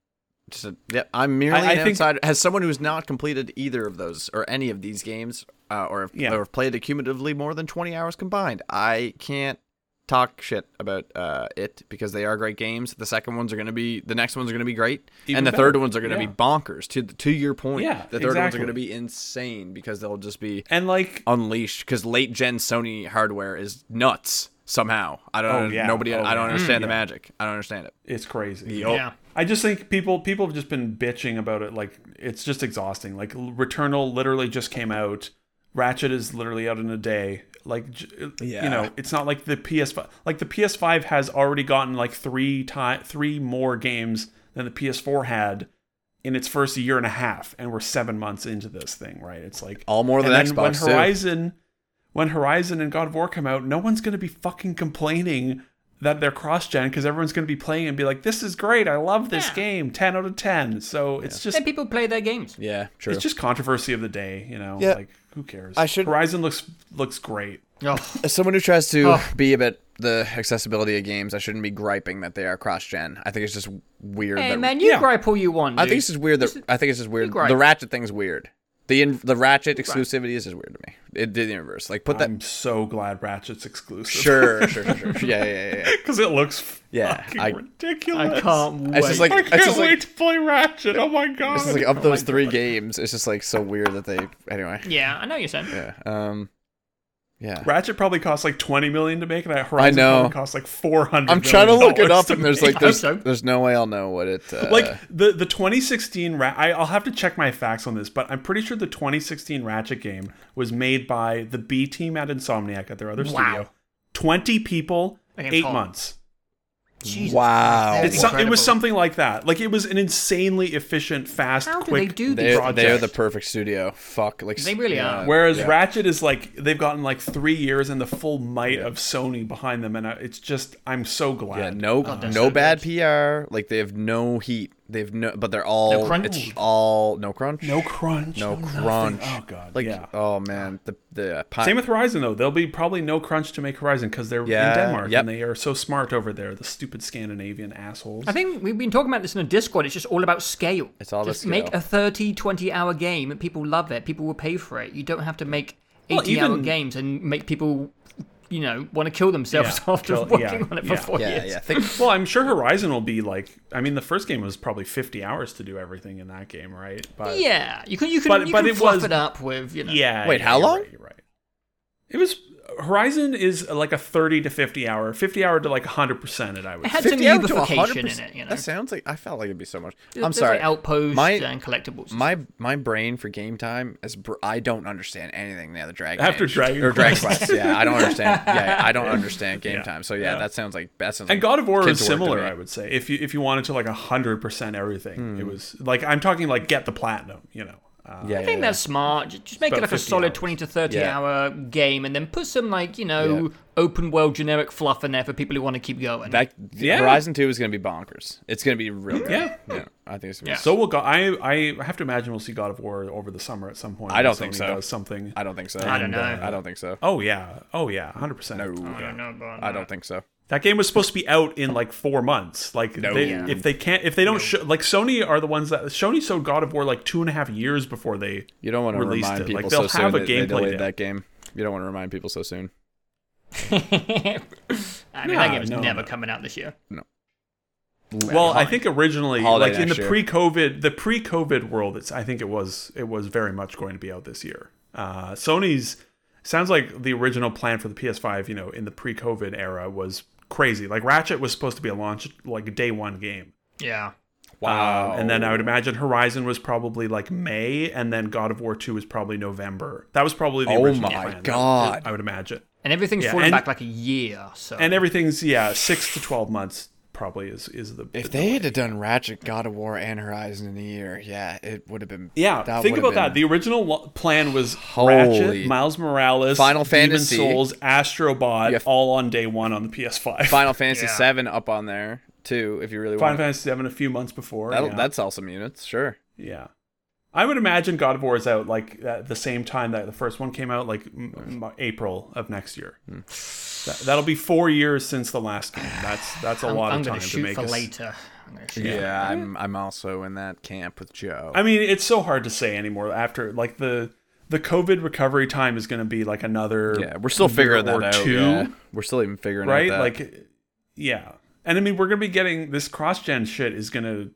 Speaker 2: Just a, yep. I'm merely
Speaker 1: I
Speaker 2: an
Speaker 1: think-
Speaker 2: outsider. As someone who's not completed either of those or any of these games, uh, or have,
Speaker 1: Yeah.
Speaker 2: or have played accumulatively more than 20 hours combined, I can't talk shit about uh, it because they are great games. The second ones are going to be, the next ones are going to be great,
Speaker 1: Even
Speaker 2: and the
Speaker 1: better.
Speaker 2: third ones are going to
Speaker 1: Yeah.
Speaker 2: be bonkers. To to your point,
Speaker 1: Yeah,
Speaker 2: the third ones are
Speaker 1: exactly.
Speaker 2: going to be insane because they'll just be
Speaker 1: And like
Speaker 2: unleashed because late gen Sony hardware is nuts somehow. I don't.
Speaker 1: Oh, yeah.
Speaker 2: Nobody.
Speaker 1: Oh,
Speaker 2: I don't
Speaker 1: yeah.
Speaker 2: understand the
Speaker 1: Yeah.
Speaker 2: magic. I don't understand it.
Speaker 1: it's crazy.
Speaker 3: Yeah.
Speaker 1: I just think people people have just been bitching about it. Like it's just exhausting. Like Returnal literally just came out. Ratchet is literally out in a day. Like j- you
Speaker 2: Yeah.
Speaker 1: know, it's not like the PS5. Like the PS5 has already gotten like three time three more games than the PS4 had in its first year and a half, and we're seven months into this thing, right? It's like
Speaker 2: All more than
Speaker 1: and then
Speaker 2: Xbox, too.
Speaker 1: When Horizon, when Horizon and God of War come out, no one's going to be fucking complaining that they're cross-gen because everyone's going to be playing and be like, "This is great! I love this
Speaker 3: Yeah.
Speaker 1: game, ten out of 10. So it's just
Speaker 3: Then people play their games.
Speaker 2: Yeah. True.
Speaker 1: it's just controversy of the day, you know?
Speaker 2: Yeah.
Speaker 1: Like who cares?
Speaker 2: I should-
Speaker 1: Horizon looks looks great.
Speaker 3: Oh,
Speaker 2: As someone who tries to
Speaker 3: Oh.
Speaker 2: be about the accessibility of games, I shouldn't be griping that they are cross-gen. I think it's just weird.
Speaker 3: hey
Speaker 2: that,
Speaker 3: man, you
Speaker 1: Yeah.
Speaker 3: gripe all you want.
Speaker 2: I
Speaker 3: dude.
Speaker 2: think it's just weird that I think it's just weird.
Speaker 3: gripe.
Speaker 2: The Ratchet thing's weird. The in, the Ratchet exclusivity is just weird to me. It did the universe. Like put that.
Speaker 1: I'm so glad Ratchet's exclusive.
Speaker 2: (laughs)
Speaker 1: (laughs)
Speaker 2: Sure, sure, sure, sure. Yeah, yeah, yeah. yeah.
Speaker 1: Because it looks
Speaker 2: Yeah,
Speaker 1: fucking
Speaker 2: I-
Speaker 1: ridiculous. (laughs)
Speaker 3: I can't wait.
Speaker 2: It's just like
Speaker 1: I
Speaker 2: it's
Speaker 1: can't
Speaker 2: just
Speaker 1: wait
Speaker 2: like
Speaker 1: to play Ratchet. Oh my god.
Speaker 2: It's like uh, of those three games, it's just like so weird that they anyway.
Speaker 3: yeah, I know you're saying.
Speaker 2: Yeah. Um Yeah.
Speaker 1: Ratchet probably costs like twenty million to make, and Horizon
Speaker 2: know.
Speaker 1: probably costs like four hundred.
Speaker 2: I'm trying to look it up
Speaker 1: (laughs)
Speaker 2: and there's like
Speaker 3: I
Speaker 2: there's,
Speaker 3: hope so.
Speaker 2: there's no way I'll know what it uh,
Speaker 1: like the the 2016 Ra- I, I'll have to check my facts on this, but I'm pretty sure the 2016 Ratchet game was made by the B team at Insomniac at their other
Speaker 3: Wow.
Speaker 1: studio. Twenty people,
Speaker 3: game's
Speaker 1: eight
Speaker 3: hard.
Speaker 1: months.
Speaker 3: Jesus.
Speaker 2: Wow.
Speaker 3: That's
Speaker 1: It's some, it
Speaker 3: incredible.
Speaker 1: was something like that. Like it was an insanely efficient, fast,
Speaker 3: How do they
Speaker 1: quick.
Speaker 3: do
Speaker 2: they,
Speaker 3: these?
Speaker 1: Project.
Speaker 2: they are the perfect studio. Fuck like
Speaker 3: They really are.
Speaker 1: Whereas
Speaker 2: yeah.
Speaker 1: Ratchet is like they've gotten like three years and the full might of Sony behind them, and I, it's just I'm so glad.
Speaker 2: yeah, no
Speaker 3: that's
Speaker 2: no
Speaker 3: Oh, so
Speaker 2: bad PR. Like they have no heat. They've no but they're all
Speaker 3: No crunch?
Speaker 2: it's all no crunch.
Speaker 1: No crunch.
Speaker 2: No
Speaker 1: nothing.
Speaker 2: crunch.
Speaker 1: Oh god.
Speaker 2: Like
Speaker 1: yeah.
Speaker 2: oh man, the the pi-
Speaker 1: Same with Horizon though. There'll be probably no crunch to make Horizon because they're
Speaker 2: Yeah,
Speaker 1: in Denmark
Speaker 2: yep.
Speaker 1: and they are so smart over there. The stupid Scandinavian assholes.
Speaker 3: I think we've been talking about this in the Discord. It's just all about scale.
Speaker 2: It's all about
Speaker 3: just make
Speaker 2: scale.
Speaker 3: a 30, 20 hour game and people love it. People will pay for it. You don't have to make 80
Speaker 1: Well,
Speaker 3: hour
Speaker 1: even-
Speaker 3: games and make people, you know, want to kill themselves
Speaker 1: Yeah,
Speaker 3: (laughs) after
Speaker 1: kill-
Speaker 3: working
Speaker 1: yeah,
Speaker 3: on it for
Speaker 1: yeah.
Speaker 3: four
Speaker 2: Yeah,
Speaker 3: years.
Speaker 2: yeah. Think
Speaker 1: well, I'm sure Horizon will be like. I mean, the first game was probably 50 hours to do everything in that game, right? But
Speaker 3: Yeah, you can you can,
Speaker 1: But-
Speaker 3: you
Speaker 1: but
Speaker 3: can
Speaker 1: it
Speaker 3: fluff
Speaker 1: was-
Speaker 3: it up with you know.
Speaker 1: yeah.
Speaker 2: Wait,
Speaker 1: yeah,
Speaker 2: how
Speaker 1: you're
Speaker 2: long?
Speaker 1: right, you're right. It was Horizon is uh, like a 30 to 50 hour, 50 hour to like 100 percent. It I would.
Speaker 3: It had
Speaker 1: say.
Speaker 3: some
Speaker 2: 50 out to
Speaker 3: unification in
Speaker 2: 100%.
Speaker 3: it. You know,
Speaker 2: That sounds like I felt like it'd be so much.
Speaker 3: There's
Speaker 2: I'm
Speaker 3: like
Speaker 2: sorry.
Speaker 3: outposts
Speaker 2: My-
Speaker 3: and collectibles.
Speaker 2: My my brain for game time is br- I don't understand anything now. The Dragon
Speaker 1: After
Speaker 2: Age-
Speaker 1: Dragon
Speaker 2: or Dragon
Speaker 1: Quest.
Speaker 2: Quest, yeah, I don't
Speaker 1: (laughs)
Speaker 2: understand. Yeah, I don't understand game
Speaker 1: Yeah.
Speaker 2: time. So yeah,
Speaker 1: Yeah.
Speaker 2: that sounds like that sounds.
Speaker 1: And
Speaker 2: like
Speaker 1: God of War
Speaker 2: kids'
Speaker 1: is
Speaker 2: work to
Speaker 1: similar,
Speaker 2: me.
Speaker 1: I would say. If you if you wanted to like 100 percent everything,
Speaker 2: Hmm.
Speaker 1: it was like I'm talking like get the platinum, you know. Uh,
Speaker 2: yeah,
Speaker 3: I think that's smart. Ju- Just make it
Speaker 1: about
Speaker 3: like a
Speaker 1: 50
Speaker 3: solid
Speaker 1: hours.
Speaker 3: 20 to 30
Speaker 2: Yeah.
Speaker 3: hour game and then put some, like, you know,
Speaker 2: Yeah.
Speaker 3: open world generic fluff in there for people who want to keep going.
Speaker 2: Back,
Speaker 1: Yeah. Mm-hmm.
Speaker 2: Horizon Two is going to be bonkers. It's going to be real. Good.
Speaker 1: Yeah.
Speaker 2: I think it's.
Speaker 3: Yeah.
Speaker 2: Yeah.
Speaker 1: So we'll go. I I have to imagine we'll see God of War over the summer at some point.
Speaker 2: I don't
Speaker 1: when
Speaker 2: think
Speaker 1: Sony
Speaker 2: so.
Speaker 1: Does something.
Speaker 2: I don't think so.
Speaker 3: I don't know.
Speaker 2: I don't think so.
Speaker 1: Oh yeah. Oh yeah. Hundred percent.
Speaker 2: No,
Speaker 3: I don't know about
Speaker 2: I don't think so.
Speaker 1: That game was supposed to be out in like four months. Like they,
Speaker 2: Yeah.
Speaker 1: if they can't, if they don't, show, like Sony are the ones that Sony sold God of War like two and a half years before they.
Speaker 2: You don't want to
Speaker 1: Released
Speaker 2: remind
Speaker 1: it.
Speaker 2: people
Speaker 1: Like,
Speaker 2: so
Speaker 1: they'll
Speaker 2: soon
Speaker 1: have a
Speaker 2: that they
Speaker 1: gameplay
Speaker 2: delayed
Speaker 1: day.
Speaker 2: that game. You don't want to remind people so soon.
Speaker 3: (laughs) I mean,
Speaker 1: Nah,
Speaker 3: that game's
Speaker 1: no,
Speaker 3: never
Speaker 1: no.
Speaker 3: coming out this year.
Speaker 1: Well, I think originally,
Speaker 2: Holiday
Speaker 1: like in the
Speaker 2: next year.
Speaker 1: pre-COVID, the pre-COVID world, it's I think it was it was very much going to be out this year. Uh, Sony's sounds like the original plan for the PS5, you know, in the pre-COVID era was crazy. Like Ratchet was supposed to be a launch like a day one game.
Speaker 3: Yeah.
Speaker 2: Wow.
Speaker 1: Um, and then I would imagine Horizon was probably like May, and then God of War 2 was probably November. That was probably the
Speaker 2: Oh
Speaker 1: original
Speaker 2: my
Speaker 1: plan,
Speaker 2: God.
Speaker 1: I would imagine.
Speaker 3: and everything's
Speaker 1: Yeah,
Speaker 3: fallen
Speaker 1: and-
Speaker 3: back like a year. So
Speaker 1: and everything's yeah six to twelve months probably is is the
Speaker 2: If they had done Ratchet, God of War, and Horizon in a year, yeah, it would have been.
Speaker 1: yeah think
Speaker 2: would
Speaker 1: about
Speaker 2: have
Speaker 1: that the original lo- plan was
Speaker 2: Holy-
Speaker 1: Ratchet Miles Morales
Speaker 2: Final
Speaker 1: Demon
Speaker 2: Fantasy.
Speaker 1: Souls Astrobot
Speaker 2: Yeah.
Speaker 1: all on day one on the PS5
Speaker 2: been Final Fantasy
Speaker 3: Yeah.
Speaker 2: Seven up on there too, if you
Speaker 1: (laughs)
Speaker 2: really
Speaker 1: Final
Speaker 2: want.
Speaker 1: Fantasy Seven a few months before
Speaker 2: That'll,
Speaker 1: yeah.
Speaker 2: That's awesome units, sure.
Speaker 1: yeah I would imagine God of War is out like at the same time that the first one came out like m- m- April of next year
Speaker 2: Hmm.
Speaker 1: that, that'll be four years since the last game that's that's a
Speaker 3: I'm,
Speaker 1: lot
Speaker 3: I'm
Speaker 1: of time
Speaker 3: gonna
Speaker 1: to
Speaker 3: shoot
Speaker 1: make
Speaker 3: for
Speaker 1: us-
Speaker 3: later. I'm gonna shoot.
Speaker 2: Yeah, I'm I'm also in that camp with Joe.
Speaker 1: I mean, it's so hard to say anymore after like the the COVID recovery time is going to be like another
Speaker 2: yeah, we're still figuring
Speaker 1: year or
Speaker 2: that out.
Speaker 1: two,
Speaker 2: yeah. We're still even figuring
Speaker 1: right?
Speaker 2: out that.
Speaker 1: Like, yeah, and I mean, we're going to be getting this cross gen shit is going to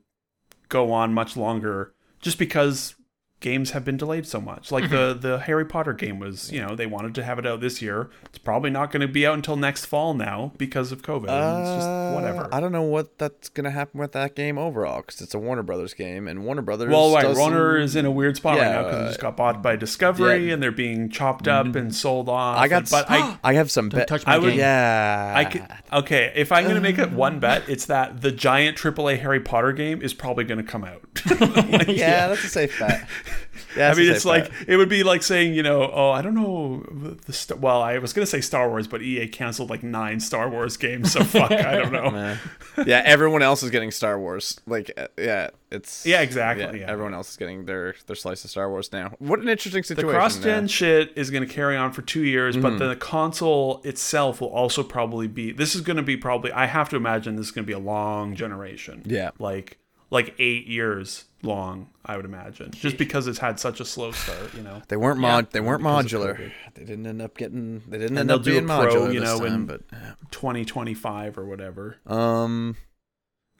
Speaker 1: go on much longer just because games have been delayed so much. Like
Speaker 2: Mm-hmm.
Speaker 1: the the Harry Potter game was, you know, they wanted to have it out this year. It's probably not going to be out until next fall now because of COVID. and it's just whatever.
Speaker 2: Uh, I don't know what that's gonna happen with that game overall because it's a Warner Brothers game, and Warner Brothers.
Speaker 1: Well, right,
Speaker 2: doesn't-
Speaker 1: Runner is in a weird spot right
Speaker 2: Yeah,
Speaker 1: now because
Speaker 2: uh,
Speaker 1: it just got bought by Discovery
Speaker 2: yeah. Mm-hmm.
Speaker 1: and they're being chopped up and sold off.
Speaker 2: I got.
Speaker 1: and- but I,
Speaker 2: (gasps) I have some. bet-
Speaker 3: touch
Speaker 1: I
Speaker 3: my
Speaker 1: would-
Speaker 3: game.
Speaker 2: Yeah.
Speaker 1: I could, okay. If I'm gonna make it one bet, it's that the giant AAA Harry Potter game is probably gonna come out. (laughs) Like,
Speaker 2: (laughs)
Speaker 1: (laughs)
Speaker 2: yeah, that's a safe bet. Yeah,
Speaker 1: I
Speaker 2: that's a
Speaker 1: mean,
Speaker 2: safe
Speaker 1: it's like
Speaker 2: bet.
Speaker 1: it would be like saying, you know, oh, I don't know, the st- well, I was gonna say Star Wars, but EA canceled like nine Star Wars games, so fuck, I don't
Speaker 2: (laughs)
Speaker 1: know.
Speaker 2: yeah, everyone else is getting Star Wars. Like, uh, yeah, it's
Speaker 1: Yeah, exactly, yeah.
Speaker 2: Everyone else is getting their their slice of Star Wars now. What an interesting situation.
Speaker 1: Cross
Speaker 2: there.
Speaker 1: gen shit is going to carry on for two years, but
Speaker 2: Mm-hmm.
Speaker 1: then the console itself will also probably be. This is going to be probably. I have to imagine this is going to be a long generation.
Speaker 2: Yeah.
Speaker 1: like like eight years long. I would imagine just because it's had such a slow start. You know,
Speaker 2: They weren't mod. They weren't modular. They didn't end up getting. They didn't end
Speaker 1: they'll
Speaker 2: up
Speaker 1: do a
Speaker 2: being
Speaker 1: pro,
Speaker 2: modular
Speaker 1: you
Speaker 2: this
Speaker 1: know,
Speaker 2: time.
Speaker 1: and-
Speaker 2: But yeah.
Speaker 1: twenty twenty five or whatever.
Speaker 2: um,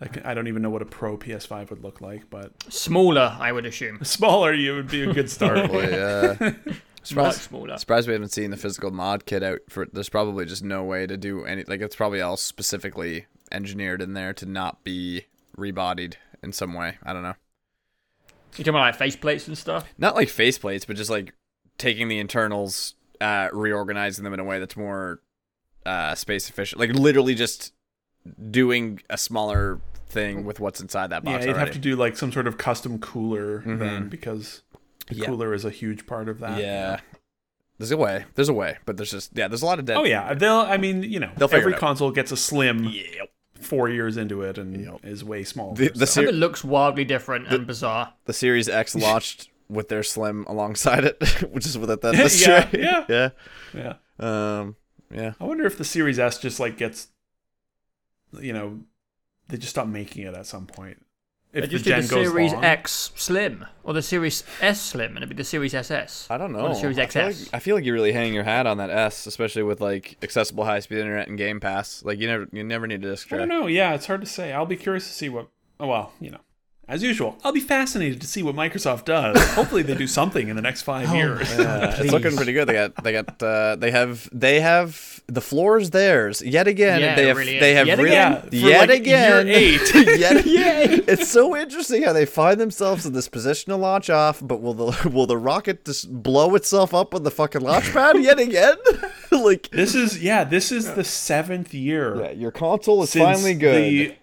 Speaker 1: Like I don't even know what a pro PS five would look like, but (laughs)
Speaker 3: Smaller, I would assume.
Speaker 1: smaller you would be a good
Speaker 2: (laughs)
Speaker 1: start. (laughs)
Speaker 2: boy, uh,
Speaker 3: Much
Speaker 2: surprised,
Speaker 3: smaller.
Speaker 2: surprised we haven't seen the physical mod kit out for. There's probably just no way to do any. Like it's probably all specifically engineered in there to not be rebodied in some way. I don't know.
Speaker 3: You talking about like face plates and stuff?
Speaker 2: not like faceplates, but just like taking the internals, uh, reorganizing them in a way that's more uh, space efficient. Like literally just doing a smaller thing with what's inside that
Speaker 1: yeah,
Speaker 2: box
Speaker 1: you'd
Speaker 2: already.
Speaker 1: have to do like some sort of custom cooler then because the
Speaker 2: Mm-hmm. Yeah.
Speaker 1: cooler is a huge part of that.
Speaker 2: yeah. There's a way. There's a way, but there's just yeah. There's a lot of dead.
Speaker 1: Oh yeah, they'll. I mean, you know,
Speaker 2: They'll figure
Speaker 1: every
Speaker 2: it out.
Speaker 1: console gets a slim four years into it and is way smaller.
Speaker 2: The, the, (laughs)
Speaker 1: so-
Speaker 3: It
Speaker 2: ser-
Speaker 3: looks wildly different and bizarre.
Speaker 2: the
Speaker 1: (laughs)
Speaker 2: Series X launched with their Slim alongside it, (laughs) which is what that.
Speaker 1: (laughs)
Speaker 2: that that's
Speaker 1: Yeah,
Speaker 2: true. (laughs)
Speaker 1: yeah.
Speaker 2: yeah.
Speaker 1: yeah,
Speaker 2: Um. Yeah.
Speaker 1: I wonder if the Series S just like gets, you know, they just stop making it at some point. If
Speaker 3: They just
Speaker 1: the
Speaker 3: did
Speaker 1: gen
Speaker 3: the
Speaker 1: goes
Speaker 3: Series
Speaker 1: long.
Speaker 3: X Slim or the Series S Slim, and it'd be the Series SS.
Speaker 2: I don't
Speaker 3: Or
Speaker 2: know.
Speaker 3: the Series
Speaker 2: I feel, like,
Speaker 3: XS.
Speaker 2: I feel like you really hang your hat on that S, especially with like accessible high speed internet and Game Pass. Like you never you never need a disc
Speaker 1: I don't
Speaker 2: tray.
Speaker 1: know. Yeah, it's hard to say. I'll be curious to see what. Oh well, you know, as usual, I'll be fascinated to see what Microsoft does. Hopefully, they do something in the next
Speaker 2: (laughs)
Speaker 1: five
Speaker 3: (laughs)
Speaker 1: years.
Speaker 2: Uh, it's looking pretty good. They got they got uh, they have they have the floor is theirs yet again.
Speaker 3: Yeah,
Speaker 2: they
Speaker 3: it
Speaker 2: have
Speaker 3: really
Speaker 2: they
Speaker 3: is.
Speaker 2: have
Speaker 1: Yet
Speaker 2: really-
Speaker 1: again, for,
Speaker 2: yet
Speaker 1: like,
Speaker 2: again
Speaker 1: year eight. (laughs)
Speaker 2: (laughs) yet again. It's so interesting how they find themselves in this position to launch off, but will the (laughs) will the rocket just blow itself up on the fucking launch pad (laughs) yet again? like
Speaker 1: This is yeah. This is the seventh year.
Speaker 2: yeah, your console is
Speaker 1: since
Speaker 2: finally good.
Speaker 1: The,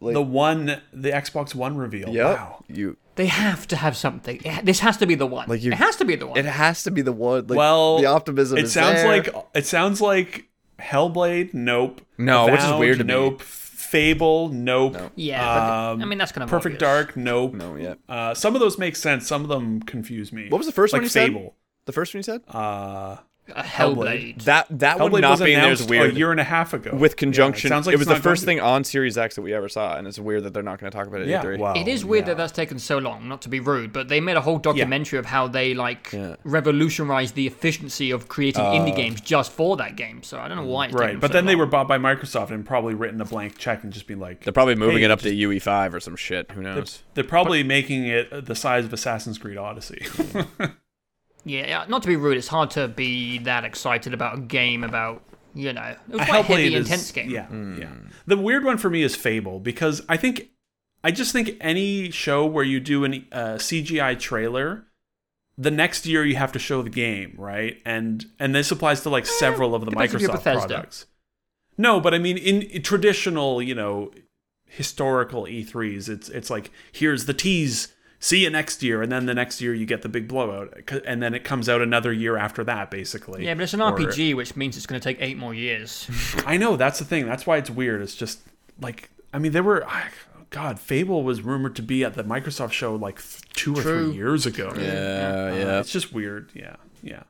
Speaker 2: Like-
Speaker 1: the one, the Xbox One reveal.
Speaker 2: Yep.
Speaker 1: Wow.
Speaker 2: You
Speaker 3: They have to have something. It- This has to be the one.
Speaker 2: Like you-
Speaker 3: it has to be the one.
Speaker 2: It has to be the one. Like,
Speaker 1: Well,
Speaker 2: the optimism.
Speaker 1: It
Speaker 2: is
Speaker 1: sounds
Speaker 2: there.
Speaker 1: like it sounds like Hellblade. Nope.
Speaker 2: No, which is weird to me.
Speaker 1: Nope. Fable. Nope.
Speaker 3: yeah, but
Speaker 1: Um,
Speaker 3: I mean that's kind of
Speaker 1: Perfect
Speaker 3: obvious.
Speaker 1: Dark. Nope.
Speaker 2: No, yeah.
Speaker 1: Uh, some of those make sense. Some of them confuse me.
Speaker 2: What was the first
Speaker 1: like
Speaker 2: one you said?
Speaker 1: Fable.
Speaker 2: the first one you said.
Speaker 1: Uh,
Speaker 3: Uh, Hellblade.
Speaker 2: that that
Speaker 1: Hellblade
Speaker 2: would Oh, not
Speaker 1: was
Speaker 2: be in there
Speaker 1: announced
Speaker 2: is weird.
Speaker 1: a year and a half ago.
Speaker 2: with conjunction,
Speaker 1: Yeah, it sounds like
Speaker 2: it
Speaker 1: it's
Speaker 2: was the
Speaker 1: not
Speaker 2: first
Speaker 1: going
Speaker 2: thing on Series X that we ever saw, and it's weird that they're not going to talk about it
Speaker 1: to-
Speaker 2: at
Speaker 1: Yeah.
Speaker 2: E3.
Speaker 1: Wow.
Speaker 3: It is
Speaker 1: Oh,
Speaker 3: weird
Speaker 1: yeah.
Speaker 3: that that's taken so long. Not to be rude, but they made a whole documentary of how they like revolutionized the efficiency of creating indie games just for that game. So I don't know why. It's
Speaker 1: Uh, Right,
Speaker 3: taken
Speaker 1: but
Speaker 3: so
Speaker 1: then they
Speaker 3: long.
Speaker 1: were bought by Microsoft and probably written a blank check and just been like,
Speaker 2: They're probably moving
Speaker 1: Hey,
Speaker 2: it up to UE5 or some shit. Who knows?
Speaker 1: they're probably making it the size of Assassin's Creed Odyssey. (laughs)
Speaker 3: Yeah, yeah, not to be rude, it's hard to be that excited about a game about you know it was
Speaker 1: I
Speaker 3: quite a
Speaker 1: Hellblade
Speaker 3: heavy,
Speaker 1: is-
Speaker 3: intense game.
Speaker 1: Yeah, yeah. The weird one for me is Fable because I think I just think any show where you do an uh, CGI trailer the next year you have to show the game, right? And and this applies to like
Speaker 3: Eh,
Speaker 1: several of the
Speaker 3: depends if you're
Speaker 1: Microsoft
Speaker 3: Bethesda.
Speaker 1: products. No, but I mean in, in traditional, you know, historical E3s, it's it's like here's the tease, see you next year, and then the next year you get the big blowout, c- and then it comes out another year after that, basically.
Speaker 3: Yeah, but it's an
Speaker 1: Or-
Speaker 3: RPG, which means it's going to take eight more years.
Speaker 1: I know that's the thing. That's why it's weird. It's just like I mean, there were I- God, Fable was rumored to be at the Microsoft show like th- two or
Speaker 3: True.
Speaker 1: three years ago.
Speaker 2: Yeah,
Speaker 1: Uh,
Speaker 2: yeah.
Speaker 1: It's just weird. Yeah, yeah.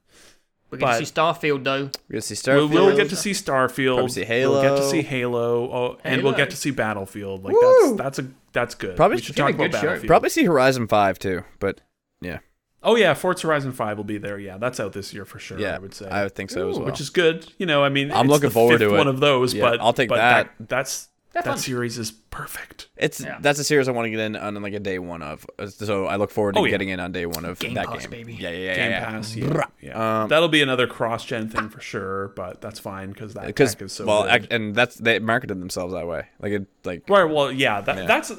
Speaker 3: We're going
Speaker 1: But-
Speaker 3: to see Starfield, though.
Speaker 2: We're gonna see
Speaker 1: We'll,
Speaker 2: Starfield.
Speaker 1: we'll get to see Starfield.
Speaker 2: Probably see
Speaker 1: We'll get to
Speaker 2: Halo.
Speaker 1: see Halo. Oh, and we'll
Speaker 3: Halo.
Speaker 1: get to see Battlefield. Like
Speaker 2: Woo!
Speaker 1: that's that's a that's good.
Speaker 2: Probably
Speaker 1: we should
Speaker 2: should give
Speaker 1: talk
Speaker 3: it a
Speaker 1: about
Speaker 3: good show.
Speaker 1: Battlefield.
Speaker 2: probably see Horizon Five too, but yeah,
Speaker 1: oh yeah, Forza Horizon Five will be there. Yeah, that's out this year for sure.
Speaker 2: yeah,
Speaker 1: I would say.
Speaker 2: think so as well.
Speaker 1: Which is good, you know. I mean,
Speaker 2: I'm
Speaker 1: it's
Speaker 2: looking
Speaker 1: the
Speaker 2: forward
Speaker 1: fifth
Speaker 2: to it.
Speaker 1: One of those,
Speaker 2: Yeah,
Speaker 1: but
Speaker 2: I'll take
Speaker 1: but
Speaker 2: that.
Speaker 1: That's
Speaker 3: They're
Speaker 1: that
Speaker 3: fun.
Speaker 1: series is perfect.
Speaker 2: it's
Speaker 3: Yeah.
Speaker 2: that's a series I want to get in on like a day one of. Uh, So I look forward to
Speaker 1: Oh, yeah.
Speaker 2: getting in on day one of
Speaker 3: Game
Speaker 2: that
Speaker 3: Pass,
Speaker 2: game.
Speaker 3: baby.
Speaker 2: Yeah, yeah, yeah,
Speaker 1: Game
Speaker 2: yeah.
Speaker 1: Pass, yeah, yeah.
Speaker 2: Um,
Speaker 1: That'll be another cross-gen thing for sure, but that's fine because that
Speaker 2: Because
Speaker 1: tech is so
Speaker 2: well,
Speaker 1: good.
Speaker 2: ac- and that's they marketed themselves that way. Like it, like
Speaker 1: Right. Well, yeah. That, That's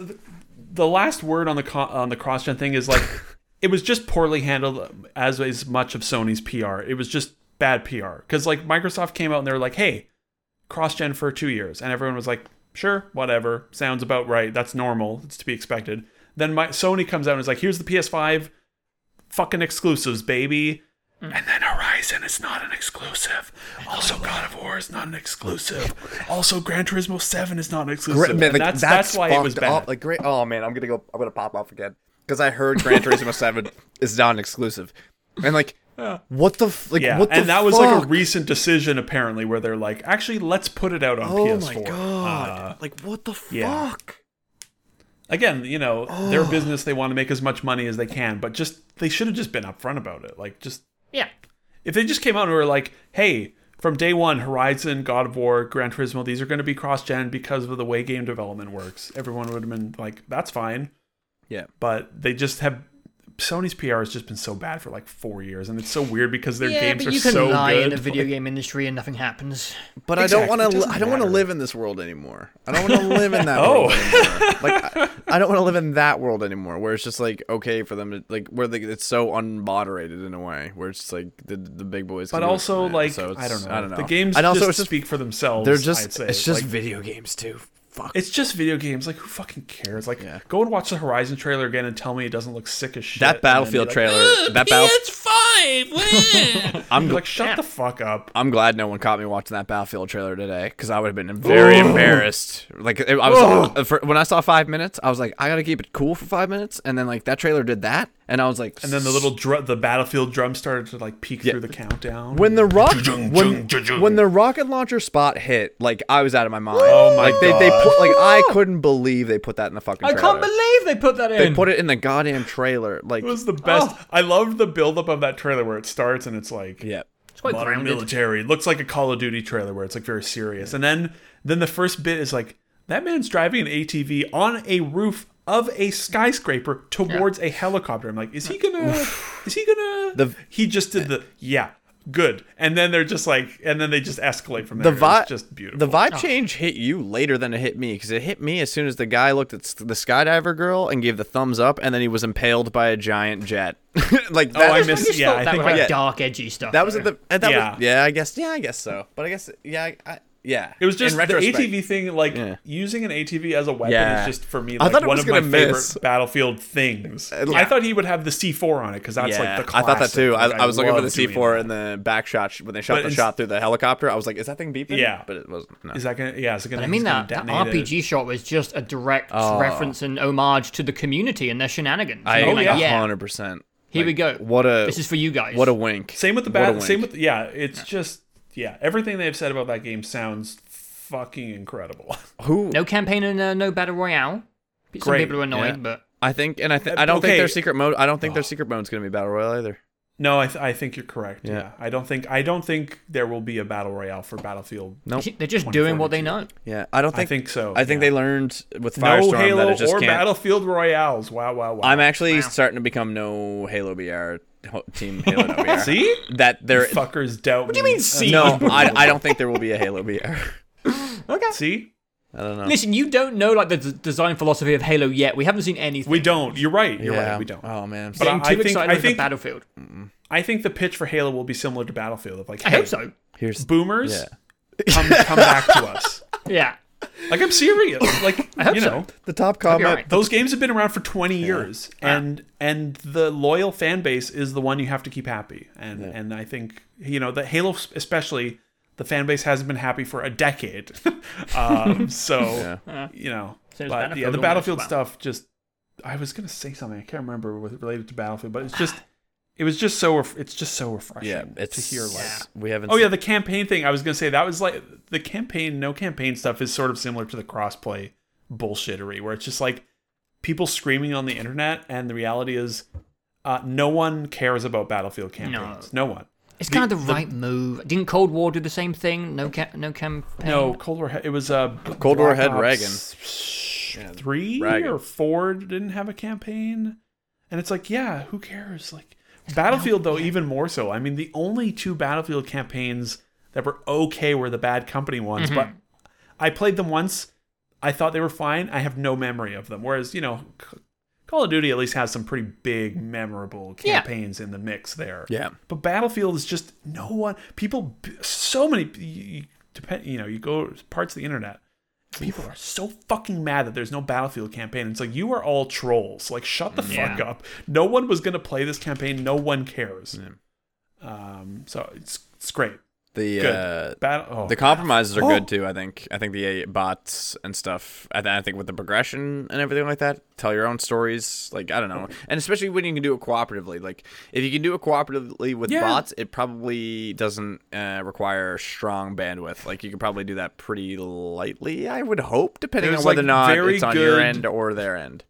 Speaker 1: the last word on the co- on the cross gen thing is
Speaker 2: (laughs)
Speaker 1: like it was just poorly handled as is much of Sony's PR. It was just bad PR because like Microsoft came out and they were like, "Hey, cross gen for two years," and everyone was like, "Sure, whatever, sounds about right. That's normal. It's to be expected." Then my Sony comes out and is like, "Here's the PS5, fucking exclusives, baby." And then Horizon is not an exclusive. Also, God of War is not an exclusive. Also, Gran Turismo Seven is not an exclusive.
Speaker 2: Great, man,
Speaker 1: And
Speaker 2: like,
Speaker 1: that's, that's why it was
Speaker 2: fucked
Speaker 1: bad.
Speaker 2: Up. Like great. Oh man, I'm gonna go. I'm gonna pop off again because I heard Gran
Speaker 1: (laughs)
Speaker 2: Turismo Seven is non-exclusive, and like what the f- like
Speaker 1: yeah,
Speaker 2: what the
Speaker 1: and that was like a
Speaker 2: fuck?
Speaker 1: recent decision apparently where they're like, actually, let's put it out on
Speaker 2: Oh
Speaker 1: PS4.
Speaker 2: my god!
Speaker 1: Uh,
Speaker 2: like what the
Speaker 1: yeah.
Speaker 2: fuck?
Speaker 1: again, you know, their business. They want to make as much money as they can, but just they should have just been upfront about it. Like, just
Speaker 3: Yeah.
Speaker 1: if they just came out and were like, hey. From day one, Horizon, God of War, Gran Turismo, these are going to be cross-gen because of the way game development works. Everyone would have been like, "That's fine."
Speaker 2: Yeah.
Speaker 1: but they just have Sony's PR has just been so bad for like four years, and it's so weird because their
Speaker 3: yeah,
Speaker 1: games
Speaker 3: but
Speaker 1: are
Speaker 3: you can
Speaker 1: so
Speaker 3: lie
Speaker 1: good.
Speaker 3: in the
Speaker 1: (laughs)
Speaker 3: video game industry and nothing happens.
Speaker 1: Exactly,
Speaker 2: But I
Speaker 1: it
Speaker 2: don't want
Speaker 1: doesn't
Speaker 2: to. I don't want to
Speaker 1: matter.
Speaker 2: live in this world anymore. I don't want to live in
Speaker 1: (laughs)
Speaker 2: that
Speaker 1: Oh.
Speaker 2: world anymore. Like I, I don't want to live in that world anymore, where it's just like okay for them to like where they, it's so unmoderated in a way, where it's just like the the big boys.
Speaker 1: but
Speaker 2: can do what
Speaker 1: also
Speaker 2: they want,
Speaker 1: like
Speaker 2: so
Speaker 1: I
Speaker 2: it's-
Speaker 1: don't know,
Speaker 2: I don't know.
Speaker 1: the games
Speaker 2: and also
Speaker 1: just,
Speaker 2: it's just
Speaker 1: speak for themselves.
Speaker 2: they're
Speaker 1: I'd
Speaker 2: just
Speaker 1: say.
Speaker 2: it's just
Speaker 1: Like,
Speaker 2: video games too. Fuck.
Speaker 1: it's just video games. Like who fucking cares? Like go and watch the Horizon trailer again and tell me it doesn't look sick as shit. and
Speaker 2: That
Speaker 1: then
Speaker 2: Battlefield
Speaker 1: be like,
Speaker 2: trailer. that Battlefield.
Speaker 1: (laughs) I'm like shut the fuck up.
Speaker 2: I'm glad no one caught me watching that Battlefield trailer today because I would have been very embarrassed. Like it- I was uh, for, when I saw five minutes, I was like, I gotta keep it cool for five minutes, and then like that trailer did that, and I was like,
Speaker 1: And then the little dr- the Battlefield drum started to like peek
Speaker 2: Yeah.
Speaker 1: through the countdown.
Speaker 2: when the rock
Speaker 1: Ju-jung,
Speaker 2: when,
Speaker 1: ju-jung.
Speaker 2: when the rocket launcher spot hit, like I was out of my mind.
Speaker 1: Oh my
Speaker 2: like, they, They
Speaker 1: God.
Speaker 2: put, like I couldn't believe they put that in the fucking.
Speaker 3: I
Speaker 2: Trailer.
Speaker 3: can't believe they put that in.
Speaker 2: they put it in the goddamn trailer. Like
Speaker 1: it was the best.
Speaker 3: Oh.
Speaker 1: I loved the buildup of that trailer where it starts and it's like
Speaker 2: yeah,
Speaker 3: it's quite
Speaker 1: modern
Speaker 3: grounded.
Speaker 1: military. It looks like a Call of Duty trailer where it's like very serious. And then then the first bit is like that man's driving an ATV on a roof of a skyscraper towards a helicopter. I'm like, is he gonna? is he gonna?
Speaker 2: The-
Speaker 1: he just did the yeah. Good, and then they're just like, and then they just escalate from
Speaker 2: the
Speaker 1: there.
Speaker 2: vibe
Speaker 1: it's just beautiful.
Speaker 2: The
Speaker 3: Oh.
Speaker 2: vibe change hit you later than it hit me because it hit me as soon as the guy looked at s- the skydiver girl and gave the thumbs up, and then he was impaled by a giant jet. (laughs) like that,
Speaker 1: oh, I
Speaker 3: I
Speaker 1: missed.
Speaker 3: just
Speaker 1: Yeah,
Speaker 3: thought
Speaker 1: I
Speaker 3: that
Speaker 1: think
Speaker 3: was like
Speaker 1: I,
Speaker 2: yeah.
Speaker 3: dark, edgy stuff.
Speaker 2: that was at the and that
Speaker 1: Yeah.
Speaker 2: Was, yeah, I guess yeah, I guess so. But I guess yeah, I, I, yeah.
Speaker 1: it was just
Speaker 2: In
Speaker 1: the
Speaker 2: retrospect.
Speaker 1: ATV thing. Like
Speaker 2: Yeah.
Speaker 1: using an ATV as a weapon
Speaker 2: Yeah.
Speaker 1: is just for me
Speaker 2: I
Speaker 1: like
Speaker 2: thought it
Speaker 1: one
Speaker 2: was
Speaker 1: of my
Speaker 2: gonna miss. Uh,
Speaker 1: favorite battlefield things. I
Speaker 2: yeah.
Speaker 1: thought he would have the C4 on it because that's like
Speaker 2: Yeah,
Speaker 1: the.
Speaker 2: I
Speaker 1: Classic.
Speaker 2: thought that too. I,
Speaker 1: Like,
Speaker 2: I was looking for
Speaker 1: love
Speaker 2: the
Speaker 1: doing that.
Speaker 2: C4 and the back shot sh- when they shot
Speaker 1: But
Speaker 2: the
Speaker 1: it's-
Speaker 2: shot through the helicopter. I was like, is that thing beeping?
Speaker 1: Yeah.
Speaker 2: but it wasn't. No.
Speaker 1: Is that gonna? Yeah, is it gonna?
Speaker 3: I mean
Speaker 1: he's gonna
Speaker 3: that, that
Speaker 1: detonate it?
Speaker 3: RPG shot was just a direct reference and homage to the community and their shenanigans.
Speaker 2: I
Speaker 3: And
Speaker 1: Oh,
Speaker 3: like,
Speaker 1: yeah.
Speaker 3: yeah,
Speaker 2: hundred percent.
Speaker 3: Here we go.
Speaker 2: What a
Speaker 3: this is for you guys.
Speaker 2: what a wink.
Speaker 1: Same with the
Speaker 2: What a
Speaker 1: bat. Same
Speaker 2: wink.
Speaker 1: with yeah. It's just yeah. Everything they've said about that game sounds fucking incredible. (laughs)
Speaker 2: who
Speaker 3: no campaign and uh, no battle royale. Some
Speaker 1: Great,
Speaker 3: people are annoyed,
Speaker 2: yeah.
Speaker 3: but
Speaker 2: I think, and I think
Speaker 1: Uh,
Speaker 2: I don't
Speaker 1: okay.
Speaker 2: think their secret mode. I don't think
Speaker 3: Oh.
Speaker 2: their secret mode's gonna be battle royale either.
Speaker 1: no, I, th- I think you're correct. Yeah.
Speaker 2: Yeah.
Speaker 1: I don't think I don't think there will be a battle royale for Battlefield.
Speaker 2: Nope.
Speaker 3: (laughs) they're just doing what they know.
Speaker 2: Yeah, I don't
Speaker 1: I
Speaker 2: think.
Speaker 1: think so.
Speaker 2: I think
Speaker 1: yeah.
Speaker 2: they learned with
Speaker 1: no
Speaker 2: Firestorm
Speaker 1: Halo
Speaker 2: that it just
Speaker 1: or
Speaker 2: can't.
Speaker 1: Battlefield Royales. Wow, wow, wow.
Speaker 2: I'm actually starting to become no Halo BR ho- team. Halo no
Speaker 1: (laughs)
Speaker 2: BR. (laughs)
Speaker 1: see
Speaker 2: that there.
Speaker 1: uh, fuckers doubt. What do you
Speaker 3: mean, see?
Speaker 2: No, I, I don't think there will be a Halo BR.
Speaker 1: See,
Speaker 2: (laughs) I don't know.
Speaker 3: Listen, you don't know like the d- design philosophy of Halo yet. We haven't seen anything.
Speaker 1: We don't. You're right. You're
Speaker 2: yeah.
Speaker 1: right. We don't.
Speaker 2: Oh man, I'm
Speaker 1: But
Speaker 3: Getting
Speaker 1: I-
Speaker 3: too
Speaker 1: I think-
Speaker 3: excited
Speaker 1: I
Speaker 3: over
Speaker 1: think-
Speaker 3: Battlefield.
Speaker 1: I think the pitch for Halo will be similar to Battlefield. Of like,
Speaker 3: I
Speaker 1: hey,
Speaker 3: hope so.
Speaker 2: here's
Speaker 1: Boomers,
Speaker 2: Yeah.
Speaker 1: come come back to
Speaker 2: (laughs)
Speaker 1: us.
Speaker 3: Yeah.
Speaker 1: Like I'm serious. Like
Speaker 3: hope
Speaker 1: you
Speaker 3: so.
Speaker 1: know,
Speaker 2: the top
Speaker 3: Be all
Speaker 2: comment.
Speaker 3: right.
Speaker 1: those games have been around for 20 years, and and the loyal fan base is the one you have to keep happy. And and I think you know the Halo especially. The fan base hasn't been happy for a decade, (laughs) um, so you know.
Speaker 3: Same as
Speaker 1: But yeah,
Speaker 3: Battlefield
Speaker 1: the
Speaker 3: almost,
Speaker 1: Battlefield
Speaker 3: wow.
Speaker 1: stuff just. I was gonna say something I can't remember with related to Battlefield, but it's (sighs) just, it was just so ref- it's just so refreshing.
Speaker 2: Yeah, it's
Speaker 1: to hear like
Speaker 2: we haven't.
Speaker 1: Oh yeah,
Speaker 2: seen-
Speaker 1: the campaign thing. I was gonna say that was like the campaign, no campaign stuff is sort of similar to the crossplay bullshittery, where it's just like people screaming on the internet, and the reality is, uh, no one cares about Battlefield campaigns. No, one.
Speaker 3: It's kind of the, right move. Didn't Cold War do the same thing? No ca- no campaign.
Speaker 1: No, Cold War. It was uh,
Speaker 2: Cold War
Speaker 1: Black
Speaker 2: had
Speaker 1: Ops
Speaker 2: Reagan.
Speaker 1: Three
Speaker 2: Reagan.
Speaker 1: or four didn't have a campaign, and it's like, yeah, who cares? Like Battlefield, though, even more so. I mean, the only two Battlefield campaigns that were okay were the Bad Company ones, but I played them once. I thought they were fine. I have no memory of them. Whereas, you know, C- Call of Duty at least has some pretty big, memorable
Speaker 3: Yeah.
Speaker 1: campaigns in the mix there.
Speaker 2: Yeah.
Speaker 1: But Battlefield is just no one. People, b- so many. You, you- depend, you know, you go to parts of the internet. People are so fucking mad that there's no Battlefield campaign. It's like you are all trolls. Like shut the
Speaker 3: Yeah.
Speaker 1: fuck up. No one was gonna play this campaign. No one cares. Um. So it's it's great.
Speaker 2: the
Speaker 1: Good.
Speaker 2: uh,
Speaker 1: Battle. Oh.
Speaker 2: the compromises are
Speaker 1: Oh.
Speaker 2: good too. I think. I think the uh, bots and stuff. I, th- I think with the progression and everything like that, tell your own stories. Like I don't know, and especially when you can do it cooperatively. Like if you can do it cooperatively with
Speaker 1: Yeah.
Speaker 2: bots, it probably doesn't uh, require strong bandwidth. Like you can probably do that pretty lightly. I would hope, depending
Speaker 1: There's,
Speaker 2: on whether
Speaker 1: like,
Speaker 2: or not
Speaker 1: very
Speaker 2: it's on your
Speaker 1: good-
Speaker 2: end or their end.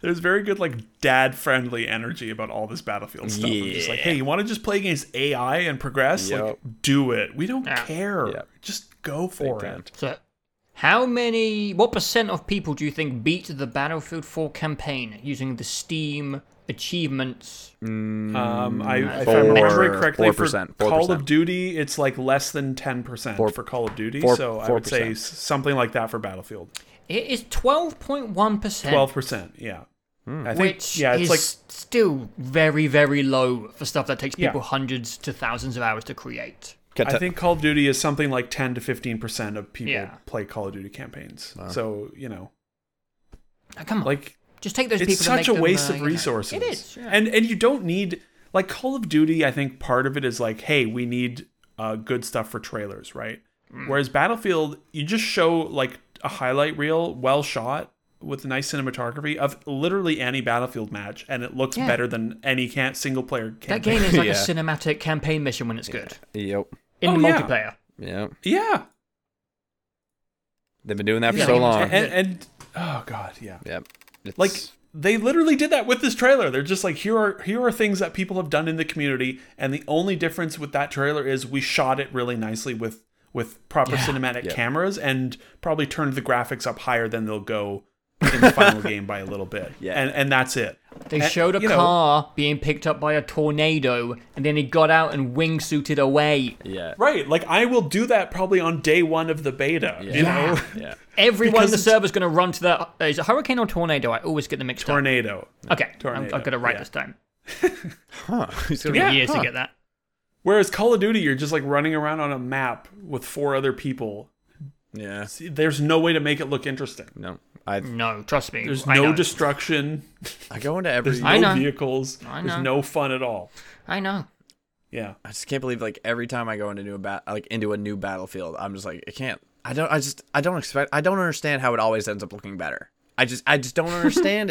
Speaker 1: There's very good like dad friendly energy about all this battlefield stuff. I'm just like,
Speaker 2: Yeah.
Speaker 1: hey, you want to just play against AI and progress? Like,
Speaker 2: Yep.
Speaker 1: do it. We don't
Speaker 3: Yeah.
Speaker 1: care.
Speaker 2: Yep.
Speaker 1: Just go for
Speaker 2: time.
Speaker 1: it.
Speaker 3: So, how many? What percent of people do you think beat the Battlefield 4 campaign using the Steam achievements?
Speaker 1: Um, I, if I
Speaker 2: Four-
Speaker 1: remember it correctly, for
Speaker 2: 4%,
Speaker 1: Call of
Speaker 2: 4%.
Speaker 1: Duty, it's like less than ten percent
Speaker 2: Four-
Speaker 1: for Call of Duty.
Speaker 2: four-
Speaker 1: so I would say
Speaker 2: 4%.
Speaker 1: s- something like that for Battlefield.
Speaker 3: It is 12.1 percent.
Speaker 1: Twelve percent. Yeah.
Speaker 2: Hmm.
Speaker 1: I think.
Speaker 3: Which
Speaker 1: yeah, it's
Speaker 3: is
Speaker 1: like
Speaker 3: still very, very low for stuff that takes
Speaker 1: Yeah.
Speaker 3: people hundreds to thousands of hours to create.
Speaker 1: I think Call of Duty is something like ten to fifteen percent of people
Speaker 3: Yeah.
Speaker 1: play Call of Duty campaigns. So you know,
Speaker 3: Now, come on,
Speaker 1: like
Speaker 3: just take those people.
Speaker 1: it's
Speaker 3: and
Speaker 1: such
Speaker 3: make
Speaker 1: a
Speaker 3: them,
Speaker 1: waste
Speaker 3: uh, you
Speaker 1: of
Speaker 3: know-
Speaker 1: resources
Speaker 3: It is. Yeah.
Speaker 1: and and you don't need like call of duty i think part of it is like hey we need uh, good stuff for trailers right whereas battlefield you just show like a highlight reel well shot with nice cinematography of literally any battlefield match and it looks
Speaker 3: Yeah.
Speaker 1: better than any can- single player
Speaker 3: that
Speaker 1: campaign
Speaker 3: game
Speaker 1: (laughs)
Speaker 3: is like
Speaker 2: Yeah.
Speaker 3: a cinematic campaign mission when it's good
Speaker 2: Yep.
Speaker 3: in
Speaker 1: Oh, yeah.
Speaker 3: multiplayer.
Speaker 2: Yep.
Speaker 3: (laughs)
Speaker 1: yeah
Speaker 2: They've been doing that
Speaker 3: Yeah,
Speaker 2: for so
Speaker 3: they-
Speaker 2: long.
Speaker 1: and, and, and oh god yeah
Speaker 2: Yep. It's,
Speaker 1: Like they literally did that with this trailer. They're just like here are here are things that people have done in the community and the only difference with that trailer is we shot it really nicely with with proper cinematic cameras and probably turned the graphics up higher than they'll go in the
Speaker 2: (laughs)
Speaker 1: final game by a little bit.
Speaker 2: Yeah.
Speaker 1: And and that's it.
Speaker 3: They
Speaker 1: And,
Speaker 3: showed a
Speaker 1: you know-
Speaker 3: car being picked up by a tornado, and then he got out and wingsuited away.
Speaker 2: yeah.
Speaker 1: Right. Like I will do that probably on day 1 of the beta, you know. (laughs)
Speaker 2: Yeah.
Speaker 3: (laughs) Everyone in
Speaker 1: Because
Speaker 3: the
Speaker 1: it's-
Speaker 3: server's going to run to that. Uh, is it hurricane or tornado? I always get them mixed
Speaker 1: Tornado.
Speaker 3: up. Okay, I'm,
Speaker 1: tornado,
Speaker 3: I've got to write
Speaker 1: yeah.
Speaker 3: this down.
Speaker 2: Huh.
Speaker 3: It's going to
Speaker 1: Yeah,
Speaker 3: be years
Speaker 2: huh.
Speaker 3: to get that.
Speaker 1: Whereas Call of Duty you're just like running around on a map with four other people.
Speaker 2: (laughs) Yeah.
Speaker 1: See, There's no way to make it look interesting.
Speaker 2: No. I
Speaker 3: No, trust me.
Speaker 1: There's
Speaker 3: I
Speaker 1: no
Speaker 3: know.
Speaker 1: destruction.
Speaker 2: I go into
Speaker 1: There's
Speaker 2: every.
Speaker 1: no
Speaker 3: I know.
Speaker 1: vehicles.
Speaker 3: I know.
Speaker 1: There's no fun at all.
Speaker 3: I know.
Speaker 1: Yeah.
Speaker 2: I just can't believe like every time I go into new bat like into a new battlefield, I'm just like I can't. I don't. I just. I don't expect. I don't understand how it always ends up looking better. I just. I just don't understand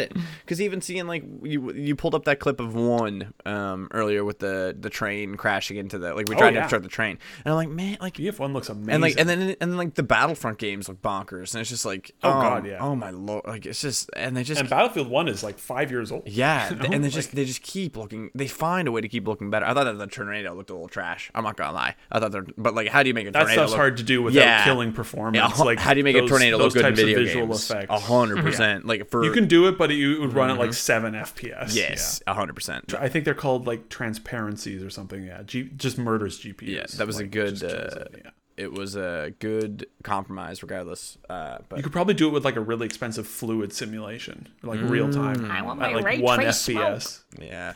Speaker 1: (laughs)
Speaker 2: it. Because even seeing like you you pulled up that clip of one um earlier with the the train crashing into the like we
Speaker 1: Oh,
Speaker 2: tried
Speaker 1: yeah.
Speaker 2: to start the train and I'm like man like
Speaker 1: BF1 looks amazing.
Speaker 2: and like and then and then like the battlefront games look bonkers and it's just like oh,
Speaker 1: God, yeah.
Speaker 2: oh my lord like it's just and they just
Speaker 1: And Battlefield 1 is like five years old. (laughs)
Speaker 2: Yeah, th- and they
Speaker 1: Like-
Speaker 2: just they just keep looking. They find a way to keep looking better. I thought that the tornado looked a little trash. I'm not gonna lie. I thought they're but like how do you make a
Speaker 1: That
Speaker 2: tornado?
Speaker 1: stuff's
Speaker 2: look,
Speaker 1: hard to do without
Speaker 2: Yeah.
Speaker 1: killing performance.
Speaker 2: Yeah,
Speaker 1: like
Speaker 2: (laughs) how do you make a
Speaker 1: those-
Speaker 2: tornado look
Speaker 1: those
Speaker 2: good in
Speaker 1: types of
Speaker 2: video
Speaker 1: visual
Speaker 2: games?
Speaker 1: effects.
Speaker 2: A hundred percent. Like for
Speaker 1: You can do it, but you would run at like seven FPS.
Speaker 2: yes, a hundred percent.
Speaker 1: Yeah. I think they're called like transparencies or something. Yeah, G- just murders GPUs.
Speaker 2: Yeah, that was a
Speaker 1: Like,
Speaker 2: good,
Speaker 1: just kills
Speaker 2: uh,
Speaker 1: it, yeah.
Speaker 2: it was a good compromise, regardless. Uh, but
Speaker 1: You (laughs) could probably do it with like a really expensive fluid simulation, like real time. I
Speaker 3: want my
Speaker 1: at like
Speaker 3: ray
Speaker 1: one
Speaker 3: trace
Speaker 1: FPS.
Speaker 2: yeah,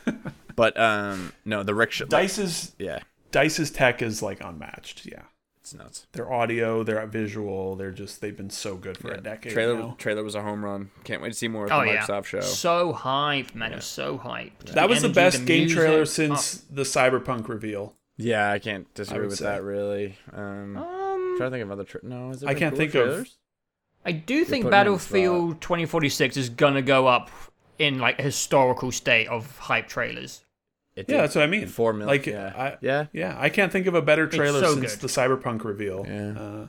Speaker 2: but um, no, the rickshaw.
Speaker 1: Dice's
Speaker 2: yeah,
Speaker 1: Dice's tech is like unmatched. Yeah,
Speaker 2: it's nuts.
Speaker 1: their audio, their visual, they're just they've been so good for a decade
Speaker 2: Trailer
Speaker 1: now.
Speaker 2: trailer was a home run. Can't wait to see more at
Speaker 3: Oh
Speaker 2: the
Speaker 3: yeah,
Speaker 2: Microsoft show.
Speaker 3: so hyped, man! I'm so hyped.
Speaker 1: That was the
Speaker 3: energy,
Speaker 1: best game
Speaker 3: music. Oh.
Speaker 1: trailer since the Cyberpunk reveal.
Speaker 2: yeah, I can't disagree
Speaker 1: would
Speaker 2: with
Speaker 1: say.
Speaker 2: that really. Um,
Speaker 3: Oh. Um,
Speaker 2: trying to think of other. Tra- no, is there
Speaker 1: I
Speaker 2: been
Speaker 1: can't
Speaker 2: cooler
Speaker 1: think of-
Speaker 2: trailers?
Speaker 3: I do think
Speaker 2: put me on the
Speaker 3: Battlefield 2046 is gonna go up in like a historical state of hype trailers.
Speaker 2: It
Speaker 1: Yeah,
Speaker 2: did.
Speaker 1: that's what I mean.
Speaker 2: Four million.
Speaker 1: Like,
Speaker 2: yeah.
Speaker 1: I-
Speaker 2: yeah.
Speaker 1: Yeah, I can't think of a better trailer
Speaker 3: so
Speaker 1: since
Speaker 3: good.
Speaker 1: the Cyberpunk reveal.
Speaker 2: Yeah.
Speaker 1: Uh,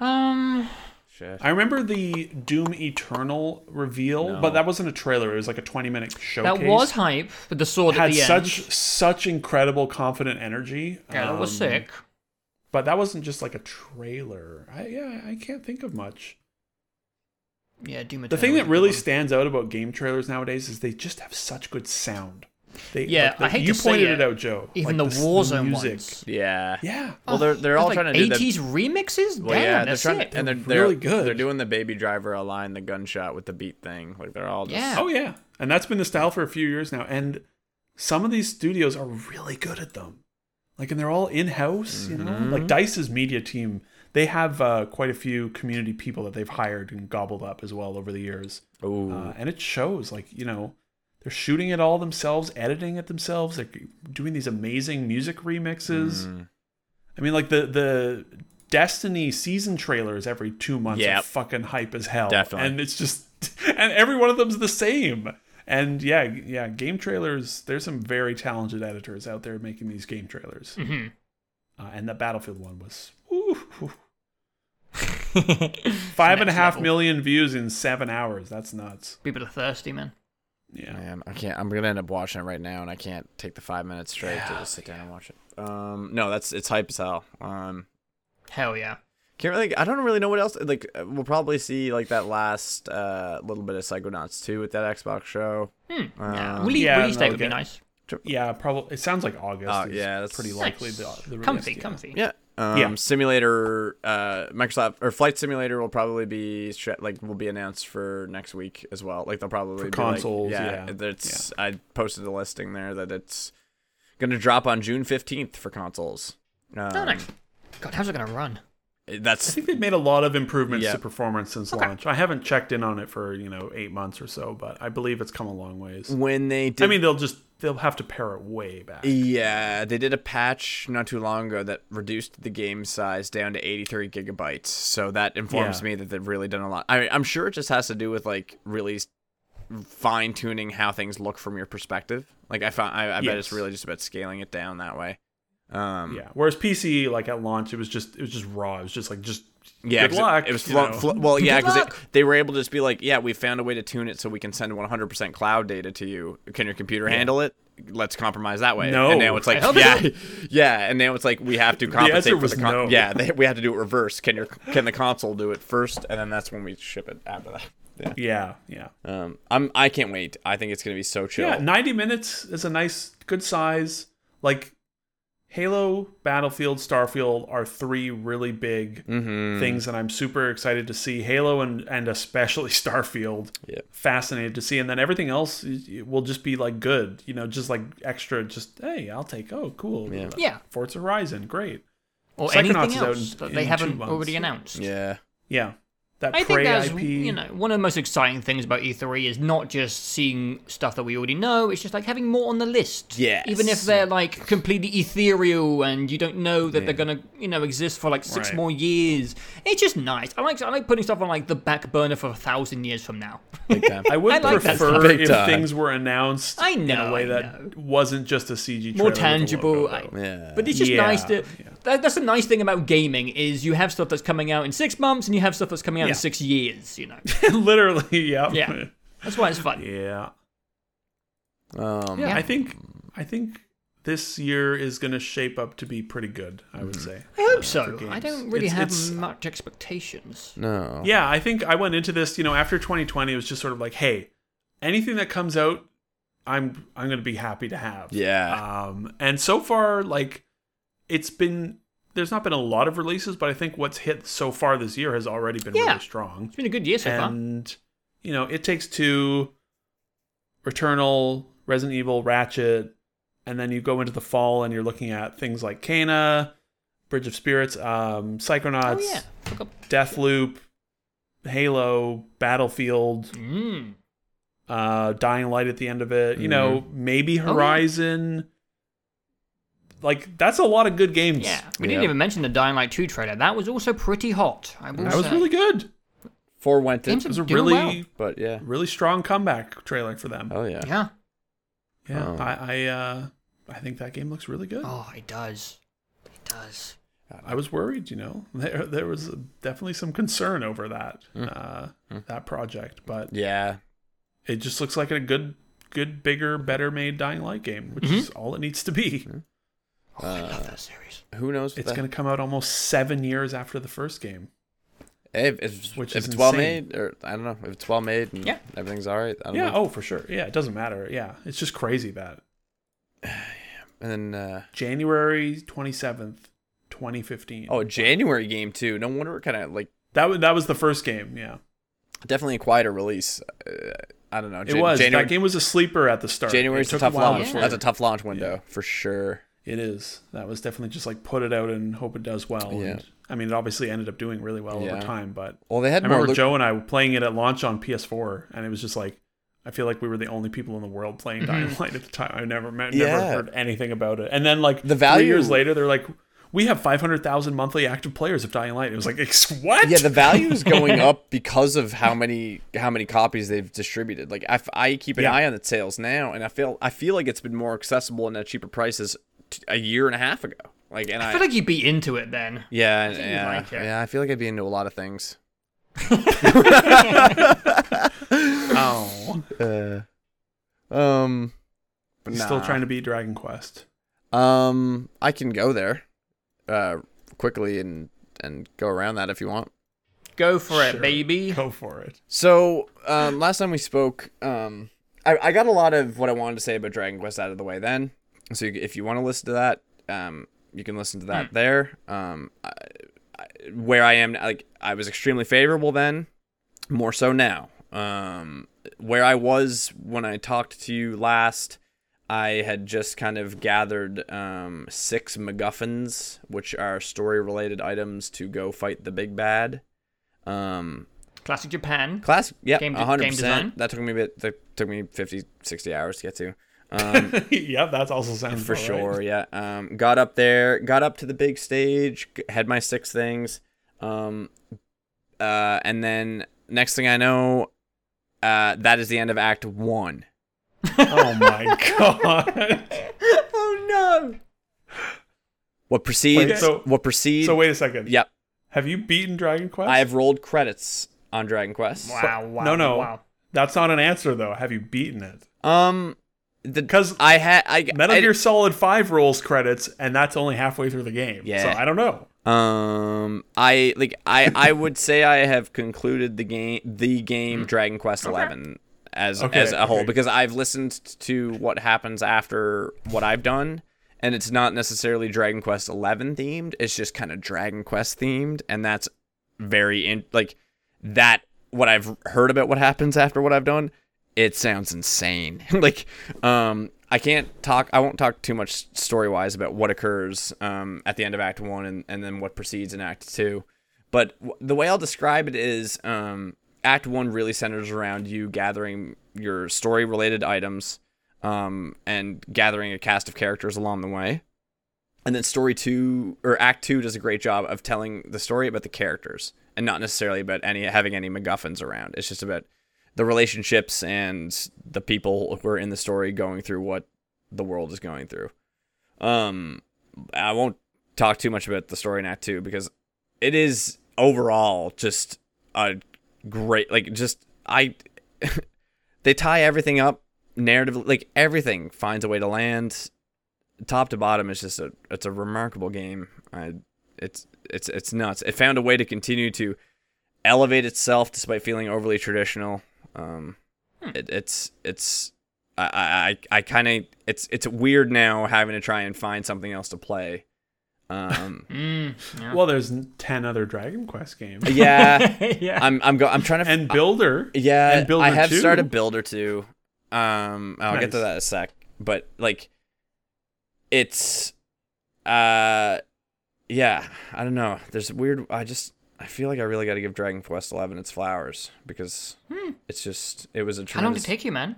Speaker 3: Um,
Speaker 2: Shit.
Speaker 1: I remember the Doom Eternal reveal,
Speaker 2: No.
Speaker 1: but that wasn't a trailer. It was like a 20 minute showcase.
Speaker 3: that was hype, but the sword at
Speaker 1: had
Speaker 3: the end.
Speaker 1: such such incredible confident energy.
Speaker 3: yeah, that was
Speaker 1: Um,
Speaker 3: sick.
Speaker 1: But that wasn't just like a trailer. I yeah, I can't think of much.
Speaker 3: Yeah, Doom
Speaker 1: The
Speaker 3: Eternal
Speaker 1: thing
Speaker 3: was a
Speaker 1: that
Speaker 3: good
Speaker 1: really
Speaker 3: one.
Speaker 1: stands out about game trailers nowadays is they just have such good sound. They,
Speaker 3: Yeah,
Speaker 1: like, the-
Speaker 3: I hate
Speaker 1: you
Speaker 3: to say
Speaker 1: pointed
Speaker 3: it,
Speaker 1: it out, Joe.
Speaker 3: even
Speaker 1: like,
Speaker 3: the
Speaker 1: s-
Speaker 3: Warzone
Speaker 1: music.
Speaker 3: ones.
Speaker 2: Yeah.
Speaker 1: Yeah,
Speaker 2: Well, they're- they're
Speaker 3: Oh,
Speaker 2: all
Speaker 3: like
Speaker 2: trying to do the-
Speaker 3: 80s remixes.
Speaker 2: Well,
Speaker 3: Damn,
Speaker 2: yeah, they're
Speaker 3: that's
Speaker 2: trying,
Speaker 3: it. (laughs)
Speaker 2: and they're,
Speaker 1: They're
Speaker 2: they're
Speaker 1: really good.
Speaker 2: They're doing the baby driver align the gunshot with the beat thing. Like they're all just
Speaker 3: Yeah.
Speaker 1: Oh yeah, and that's been the style for a few years now. And some of these studios are really good at them, like, and they're all in house. You
Speaker 3: Mm-hmm.
Speaker 1: know, like Dice's media team, they have uh, quite a few community people that they've hired and gobbled up as well over the years,
Speaker 2: Ooh.
Speaker 1: uh, and it shows. Like, you know, they're shooting it all themselves, editing it themselves. They're doing these amazing music
Speaker 2: Mm-hmm.
Speaker 1: remixes. I mean, like the the. Destiny season trailers every two months are
Speaker 2: Yep.
Speaker 1: fucking hype as hell.
Speaker 2: Definitely.
Speaker 1: And it's just (laughs) and every one of them's the same. And yeah, yeah, game trailers, there's some very talented editors out there making these game trailers.
Speaker 3: (laughs) Mhm.
Speaker 1: Uh, and the Battlefield one was ooh, five and a
Speaker 3: Next
Speaker 1: half
Speaker 3: level.
Speaker 1: million views in seven hours. That's nuts.
Speaker 3: People are thirsty, man.
Speaker 1: Yeah.
Speaker 2: Man, I can't. I'm gonna end up watching it right now, and I can't take the five minutes straight to just sit down and watch it. Um, no, that's it's hype as hell. Um,
Speaker 3: Hell yeah.
Speaker 2: can't really. I don't really know what else. Like, uh, we'll probably see like that last uh little bit of Psychonauts two with that Xbox show.
Speaker 3: Hmm. yeah.
Speaker 2: Um,
Speaker 3: Release,
Speaker 1: yeah,
Speaker 3: release
Speaker 1: no,
Speaker 3: date would be
Speaker 1: okay.
Speaker 3: nice.
Speaker 1: Yeah, probably it sounds like August.
Speaker 2: Oh,
Speaker 1: is
Speaker 2: yeah, that's-
Speaker 1: pretty likely
Speaker 3: Nice.
Speaker 1: the, the release,
Speaker 3: comfy,
Speaker 1: yeah.
Speaker 3: comfy.
Speaker 2: Yeah. Um,
Speaker 1: Yeah.
Speaker 2: Simulator, uh, Microsoft or Flight Simulator will probably be sh- like will be announced for next week as well. Like they'll probably
Speaker 1: For
Speaker 2: be like-
Speaker 1: consoles,
Speaker 2: yeah,
Speaker 1: yeah.
Speaker 2: That's I posted a listing there that it's gonna drop on June fifteenth for consoles. Um,
Speaker 3: No, no. God, how's it gonna run?
Speaker 1: I
Speaker 2: That's
Speaker 1: think they've made a lot of improvements
Speaker 2: Yeah.
Speaker 1: to performance since launch. I haven't checked in on it for, you know, eight months or so, but I believe it's come a long ways.
Speaker 2: when they did.
Speaker 1: I mean, they'll just they'll have to pare it way back.
Speaker 2: yeah, they did a patch not too long ago that reduced the game size down to 83 gigabytes. So that informs
Speaker 1: Yeah.
Speaker 2: me that they've really done a lot. I, I'm sure it just has to do with like really fine tuning how things look from your perspective. Like I found, I, I bet it's
Speaker 1: Yes.
Speaker 2: really just about scaling it down that way. Um,
Speaker 1: Yeah. Whereas PC, like at launch, it was just it was just raw. It was just like just
Speaker 2: Yeah,
Speaker 1: good
Speaker 2: 'cause it-
Speaker 1: luck.
Speaker 2: It, was
Speaker 1: you
Speaker 2: flo-
Speaker 1: know.
Speaker 2: flo- well, yeah,
Speaker 3: Good
Speaker 2: because
Speaker 3: luck.
Speaker 2: they were able to just be like, yeah, we found a way to tune it so we can send 100% cloud data to you. Can your computer handle it? Let's compromise that way.
Speaker 1: No.
Speaker 2: and now it's like,
Speaker 3: hope
Speaker 2: yeah, (laughs) yeah, and now it's like we have to compensate
Speaker 1: answer
Speaker 2: for
Speaker 1: was
Speaker 2: the con-
Speaker 1: no.
Speaker 2: yeah, they, we have to do it reverse. Can your can the console do it first, and then that's when we ship it after that. Yeah,
Speaker 1: yeah, yeah,
Speaker 2: um, I'm I can't wait. I think it's gonna be so chill.
Speaker 1: yeah. Ninety minutes is a nice, good size. Like Halo, Battlefield, Starfield are three really big
Speaker 3: Mm-hmm.
Speaker 1: things that I'm super excited to see. Halo and and especially (laughs) Starfield,
Speaker 2: Yeah.
Speaker 1: fascinated to see. And then everything else is- it will just be like good, you know, just like extra. Just hey, I'll take. Oh, cool.
Speaker 2: Yeah.
Speaker 3: Yeah.
Speaker 1: Forza Horizon, great.
Speaker 3: Or
Speaker 1: Psychonauts
Speaker 3: anything
Speaker 1: is out
Speaker 3: else
Speaker 1: in-
Speaker 3: that
Speaker 1: in
Speaker 3: they
Speaker 1: two
Speaker 3: haven't
Speaker 1: months.
Speaker 3: already announced.
Speaker 2: yeah.
Speaker 1: Yeah, that
Speaker 3: I think
Speaker 1: Prey
Speaker 3: that's
Speaker 1: IP.
Speaker 3: you know one of the most exciting things about E3 is not just seeing stuff that we already know. It's just like having more on the list.
Speaker 2: Yes.
Speaker 3: Even if they're like completely ethereal and you don't know that they're gonna you know exist for like six
Speaker 1: Right.
Speaker 3: more years, it's just nice. I like I like putting stuff on like the back burner for a thousand years from now. (laughs)
Speaker 2: Big time.
Speaker 1: (laughs) I would
Speaker 3: I like that
Speaker 1: prefer
Speaker 2: stuff. Big
Speaker 1: if
Speaker 2: time.
Speaker 1: things were announced
Speaker 3: I
Speaker 1: in
Speaker 3: know,
Speaker 1: a way
Speaker 3: I
Speaker 1: that wasn't just a CG. trailer
Speaker 3: more
Speaker 1: with a
Speaker 3: tangible.
Speaker 1: logo,
Speaker 3: I-
Speaker 1: though.
Speaker 2: Yeah.
Speaker 3: But it's just
Speaker 1: Yeah,
Speaker 3: nice to.
Speaker 1: yeah.
Speaker 3: That, that's the nice thing about gaming is you have stuff that's coming out in six months and you have stuff that's coming out
Speaker 1: Yeah.
Speaker 3: in six years.
Speaker 1: (laughs)
Speaker 3: You know,
Speaker 1: Literally, yeah.
Speaker 3: Yeah. that's why it's fun.
Speaker 1: yeah.
Speaker 2: um,
Speaker 3: Yeah.
Speaker 1: I think I think this year is going to shape up to be pretty good. I would say.
Speaker 3: I
Speaker 1: uh,
Speaker 3: hope
Speaker 1: for
Speaker 3: so.
Speaker 1: games.
Speaker 3: I don't really
Speaker 1: It's-
Speaker 3: have
Speaker 1: it's-
Speaker 3: much expectations.
Speaker 2: No.
Speaker 1: Yeah, I think I went into this, you know, after 2020, it was just sort of like, hey, anything that comes out, I'm I'm gonna be happy to have.
Speaker 2: Yeah.
Speaker 1: Um, and so far, like, it's been there's not been a lot of releases, but I think what's hit so far this year has already been
Speaker 3: Yeah.
Speaker 1: really strong.
Speaker 3: It's been a good year so far.
Speaker 1: and you know, it takes two, Returnal, Resident Evil, Ratchet, and then you go into the fall and you're looking at things like Kana, Bridge of Spirits, um,
Speaker 3: Oh
Speaker 1: Psychonauts,
Speaker 3: yeah. Fuck up.
Speaker 1: Deathloop, Halo, Battlefield,
Speaker 3: Mm.
Speaker 1: uh dying light at the end of it you know maybe
Speaker 3: Oh, yeah.
Speaker 1: horizon like that's a lot of good games
Speaker 3: Yeah, we didn't
Speaker 2: Yeah.
Speaker 3: even mention the Dying Light 2 trailer. That was also pretty hot. I will
Speaker 1: that was
Speaker 3: say.
Speaker 1: really good
Speaker 2: Four went
Speaker 3: Games
Speaker 1: it
Speaker 2: it,
Speaker 1: was
Speaker 3: are
Speaker 1: a
Speaker 3: doing
Speaker 1: really
Speaker 3: well.
Speaker 2: but yeah.
Speaker 1: really strong comeback trailer for them
Speaker 2: Oh yeah.
Speaker 3: Yeah.
Speaker 1: yeah
Speaker 2: Oh.
Speaker 1: i i uh i think that game looks really good
Speaker 3: Oh, it does. It does.
Speaker 1: i was worried you know (laughs) there there was definitely some concern over that
Speaker 2: Hmm.
Speaker 1: uh that project but
Speaker 2: Yeah.
Speaker 1: it just looks like a good good bigger better made dying light game which
Speaker 2: Mm-hmm.
Speaker 1: is all it needs to be
Speaker 3: Oh, I love that series.
Speaker 2: Who knows? what
Speaker 1: it's
Speaker 2: the-
Speaker 1: going to come out almost 7 years after the first game
Speaker 2: Hey, if it's,
Speaker 1: Which
Speaker 2: if
Speaker 1: is
Speaker 2: it's well
Speaker 1: insane.
Speaker 2: made, or I don't know, if it's well made and
Speaker 3: Yeah.
Speaker 2: everything's all right. I don't
Speaker 1: Yeah,
Speaker 2: know.
Speaker 1: oh for sure. Yeah, it doesn't matter. Yeah. It's just crazy that
Speaker 2: And then, uh,
Speaker 1: January 27th, 2015.
Speaker 2: oh, a January game too. No wonder it kind of like
Speaker 1: That was that was the first game, yeah.
Speaker 2: definitely a quieter release. Uh, I don't know.
Speaker 1: It
Speaker 2: Jan-
Speaker 1: was.
Speaker 2: January,
Speaker 1: that game was a sleeper at the start.
Speaker 2: January's
Speaker 1: It
Speaker 2: a
Speaker 1: took
Speaker 2: tough
Speaker 1: while
Speaker 2: launch.
Speaker 1: before-
Speaker 2: That's a tough launch window for sure.
Speaker 1: It is. That was definitely just like put it out and hope it does well.
Speaker 2: Yeah.
Speaker 1: And, I mean, it obviously ended up doing really well
Speaker 2: Yeah.
Speaker 1: over time, but
Speaker 2: Well, they
Speaker 1: I
Speaker 2: had more.
Speaker 1: remember
Speaker 2: look-
Speaker 1: Joe and I were playing it at launch on PS4 and it was just like I feel like we were the only people in the world playing Dying Light at the time. I never met, never
Speaker 2: Mm-hmm. Yeah.
Speaker 1: heard anything about it. And then like
Speaker 2: The
Speaker 1: three years
Speaker 2: value-
Speaker 1: later, they're like, we have five hundred thousand monthly active players of Dying Light. It was like, "Ex- what?
Speaker 2: yeah, the value is going up because of how many how many copies they've distributed. Like I, f- I keep an
Speaker 1: Yeah.
Speaker 2: eye on the sales now, and I feel I feel like it's been more accessible and at cheaper prices t- a year and a half ago. Like and I,
Speaker 3: I feel like you'd be into it then.
Speaker 2: yeah,
Speaker 3: think you'd
Speaker 2: yeah,
Speaker 3: like it.
Speaker 2: yeah. I feel like I'd be into a lot of things.
Speaker 1: (laughs) oh,
Speaker 2: (laughs) Uh, um,
Speaker 1: He's still trying to beat Dragon Quest.
Speaker 2: to. Um, I can go there, uh, quickly and and go around that if you want.
Speaker 3: Go for
Speaker 1: Sure.
Speaker 3: it, baby.
Speaker 1: Go for it. (laughs)
Speaker 2: So um, last time we spoke, um, I, I got a lot of what I wanted to say about Dragon Quest out of the way then. So you, if you want to listen to that, um, you can listen to that there. Um, I, I, where I am, like I was extremely favorable then, more so now. Um, where I was when I talked to you last, I had just kind of gathered um, six MacGuffins, which are story-related items to go fight the big bad. Um,
Speaker 3: Classic
Speaker 2: (laughs)
Speaker 3: Japan.
Speaker 2: Class, yeah,
Speaker 3: Game de-
Speaker 2: 100%.
Speaker 3: game design?
Speaker 2: That took me a bit. That took me 50, 60 hours to get to. Um,
Speaker 1: yeah, that also
Speaker 3: Oh,
Speaker 1: sounds
Speaker 2: for
Speaker 1: about right.
Speaker 2: sure, yeah. Um, got up there, got up to the big stage, g- had my six things, um, uh, and then next thing I know, uh, that is the end of Act One.
Speaker 1: (laughs) Oh
Speaker 2: (laughs)
Speaker 1: my god.
Speaker 3: Oh no!
Speaker 2: What precedes?
Speaker 1: Wait, so-
Speaker 2: what precedes?
Speaker 1: so wait a second.
Speaker 2: Yep,
Speaker 1: Have you beaten Dragon Quest?
Speaker 2: I have rolled credits on Dragon Quest.
Speaker 3: Wow, wow.
Speaker 1: no, no.
Speaker 3: Wow.
Speaker 1: That's not an answer though. Have you beaten it?
Speaker 2: Um, the
Speaker 1: 'Cause
Speaker 2: I had I
Speaker 1: Metal
Speaker 2: I-
Speaker 1: Gear Solid Five rolls credits, and that's only halfway through the game.
Speaker 2: Yeah.
Speaker 1: So I don't know.
Speaker 2: Um, I like I
Speaker 1: (laughs)
Speaker 2: I would say I have concluded the game the game Dragon Quest Eleven as
Speaker 1: Mm. Okay,
Speaker 2: as a whole
Speaker 1: okay.
Speaker 2: because I've listened to what happens after what I've done and it's not necessarily Dragon Quest Eleven themed. It's just kind of Dragon Quest themed, and that's very in like that. What I've heard about what happens after what I've done, it sounds insane. (laughs) like, um, I can't talk. I won't talk too much story wise about what occurs um, at the end of Act One and, and then what proceeds in Act Two. But w- the way I'll describe it is, um, Act One really centers around you gathering your story related items, um, and gathering a cast of characters along the way and then story two or act two does a great job of telling the story about the characters and not necessarily about any having any MacGuffins around. It's just about the relationships and the people who are in the story going through what the world is going through. Um, I won't talk too much about the story in Act Two because it is overall just a great, like, just I. (laughs) they tie everything up narratively, like everything finds a way to land top to bottom it's just a it's a remarkable game. I it's it's it's nuts. It found a way to continue to elevate itself despite feeling overly traditional. Um, it, it's it's I I I kind of it's it's weird now having to try and find something else to play. Um,
Speaker 1: (laughs)
Speaker 3: Mm,
Speaker 1: Well, there's ten other Dragon Quest games
Speaker 2: yeah,
Speaker 3: (laughs) yeah.
Speaker 2: I'm I'm go- I'm trying to.
Speaker 1: and Builder.
Speaker 2: yeah,
Speaker 1: and Builder
Speaker 2: I have
Speaker 1: 2.
Speaker 2: started Builder two. Um, I'll get to
Speaker 1: Nice.
Speaker 2: that in a sec. But like, it's, uh, yeah, I don't know. There's weird. I just I feel like I really got to give Dragon Quest eleven its flowers because it's just it was a
Speaker 3: How long
Speaker 2: tremendous.
Speaker 3: did it take you, man?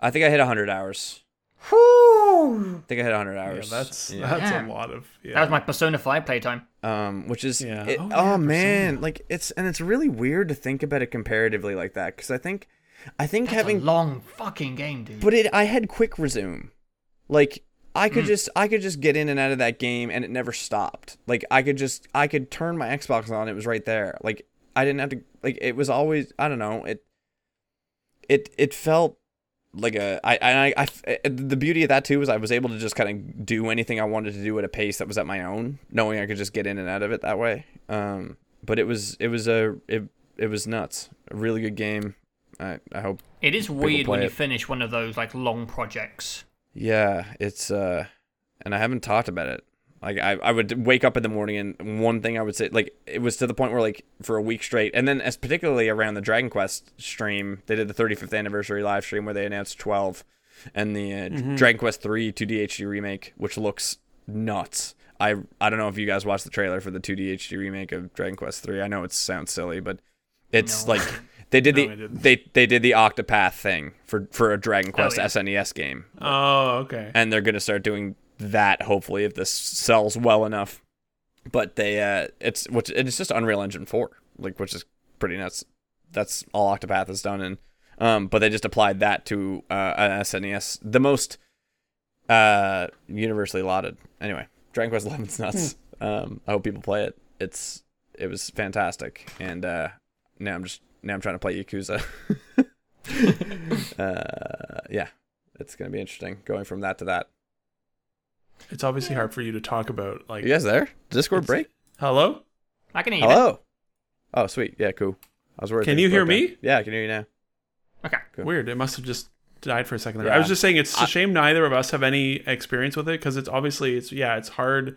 Speaker 2: I think I hit hundred hours. I think I hit hundred
Speaker 1: Yeah,
Speaker 2: hours.
Speaker 1: that's
Speaker 2: Yeah.
Speaker 1: that's a
Speaker 3: Yeah.
Speaker 1: lot of. Yeah.
Speaker 3: That was my Persona 5 playtime.
Speaker 2: um, which is
Speaker 1: Yeah.
Speaker 2: it-
Speaker 1: Oh,
Speaker 2: oh,
Speaker 1: yeah,
Speaker 2: man, like it's and it's really weird to think about it comparatively like that because I think, I think
Speaker 3: That's
Speaker 2: having
Speaker 3: a long fucking game, dude.
Speaker 2: but it I had quick resume, like I could just I could just get in and out of that game and it never stopped. Like I could just I could turn my Xbox on, it was right there. Like I didn't have to like it was always I don't know it, it it felt like a I and I, I f- uh, the beauty of that too was I was able to just kind of do anything I wanted to do at a pace that was at my own, knowing I could just get in and out of it that way. Um, but it was it was a it it was nuts. A really good game. I I hope
Speaker 3: it is weird
Speaker 2: play
Speaker 3: when you
Speaker 2: it.
Speaker 3: finish one of those like long projects.
Speaker 2: Yeah, it's uh and I haven't talked about it. Like I, I would wake up in the morning and one thing I would say like it was to the point where like for a week straight and then as particularly around the Dragon Quest stream, they did the 35th anniversary live stream where they announced 12 and the uh,
Speaker 1: Mm-hmm.
Speaker 2: Dragon Quest 3 2DHD remake which looks nuts. I I don't know if you guys watched the trailer for the 2DHD remake of Dragon Quest 3. I know it sounds silly, but it's
Speaker 3: No.
Speaker 2: like they did
Speaker 1: No, I
Speaker 2: the
Speaker 1: didn't.
Speaker 2: they they did the Octopath thing for for a Dragon Quest
Speaker 3: yeah.
Speaker 2: SNES game
Speaker 1: Oh, okay.
Speaker 2: and they're gonna start doing that hopefully if this sells well enough. But they uh it's which and it's just Unreal Engine four, like which is pretty nuts. That's all Octopath has done and um but they just applied that to uh an SNES the most uh universally lauded. Anyway, Dragon Quest Eleven's nuts. um I hope people play it. It's it was fantastic. And uh now I'm just now I'm trying to play Yakuza. (laughs) uh yeah. It's gonna be interesting going from that to that.
Speaker 1: It's obviously hard for you to talk about. Like,
Speaker 2: You guys there? Discord
Speaker 1: It's-
Speaker 2: break?
Speaker 1: hello.
Speaker 3: I can eat it.
Speaker 2: Hello. Oh, sweet. Yeah, cool. I was worried.
Speaker 1: Can
Speaker 2: things
Speaker 1: you hear
Speaker 2: broke
Speaker 1: me?
Speaker 2: down. Yeah, I can hear you now.
Speaker 3: Okay.
Speaker 2: Good.
Speaker 1: Weird. It must have just died for a second there. I
Speaker 2: Yeah.
Speaker 1: was just saying it's a
Speaker 2: I-
Speaker 1: shame neither of us have any experience with it because it's obviously it's yeah it's hard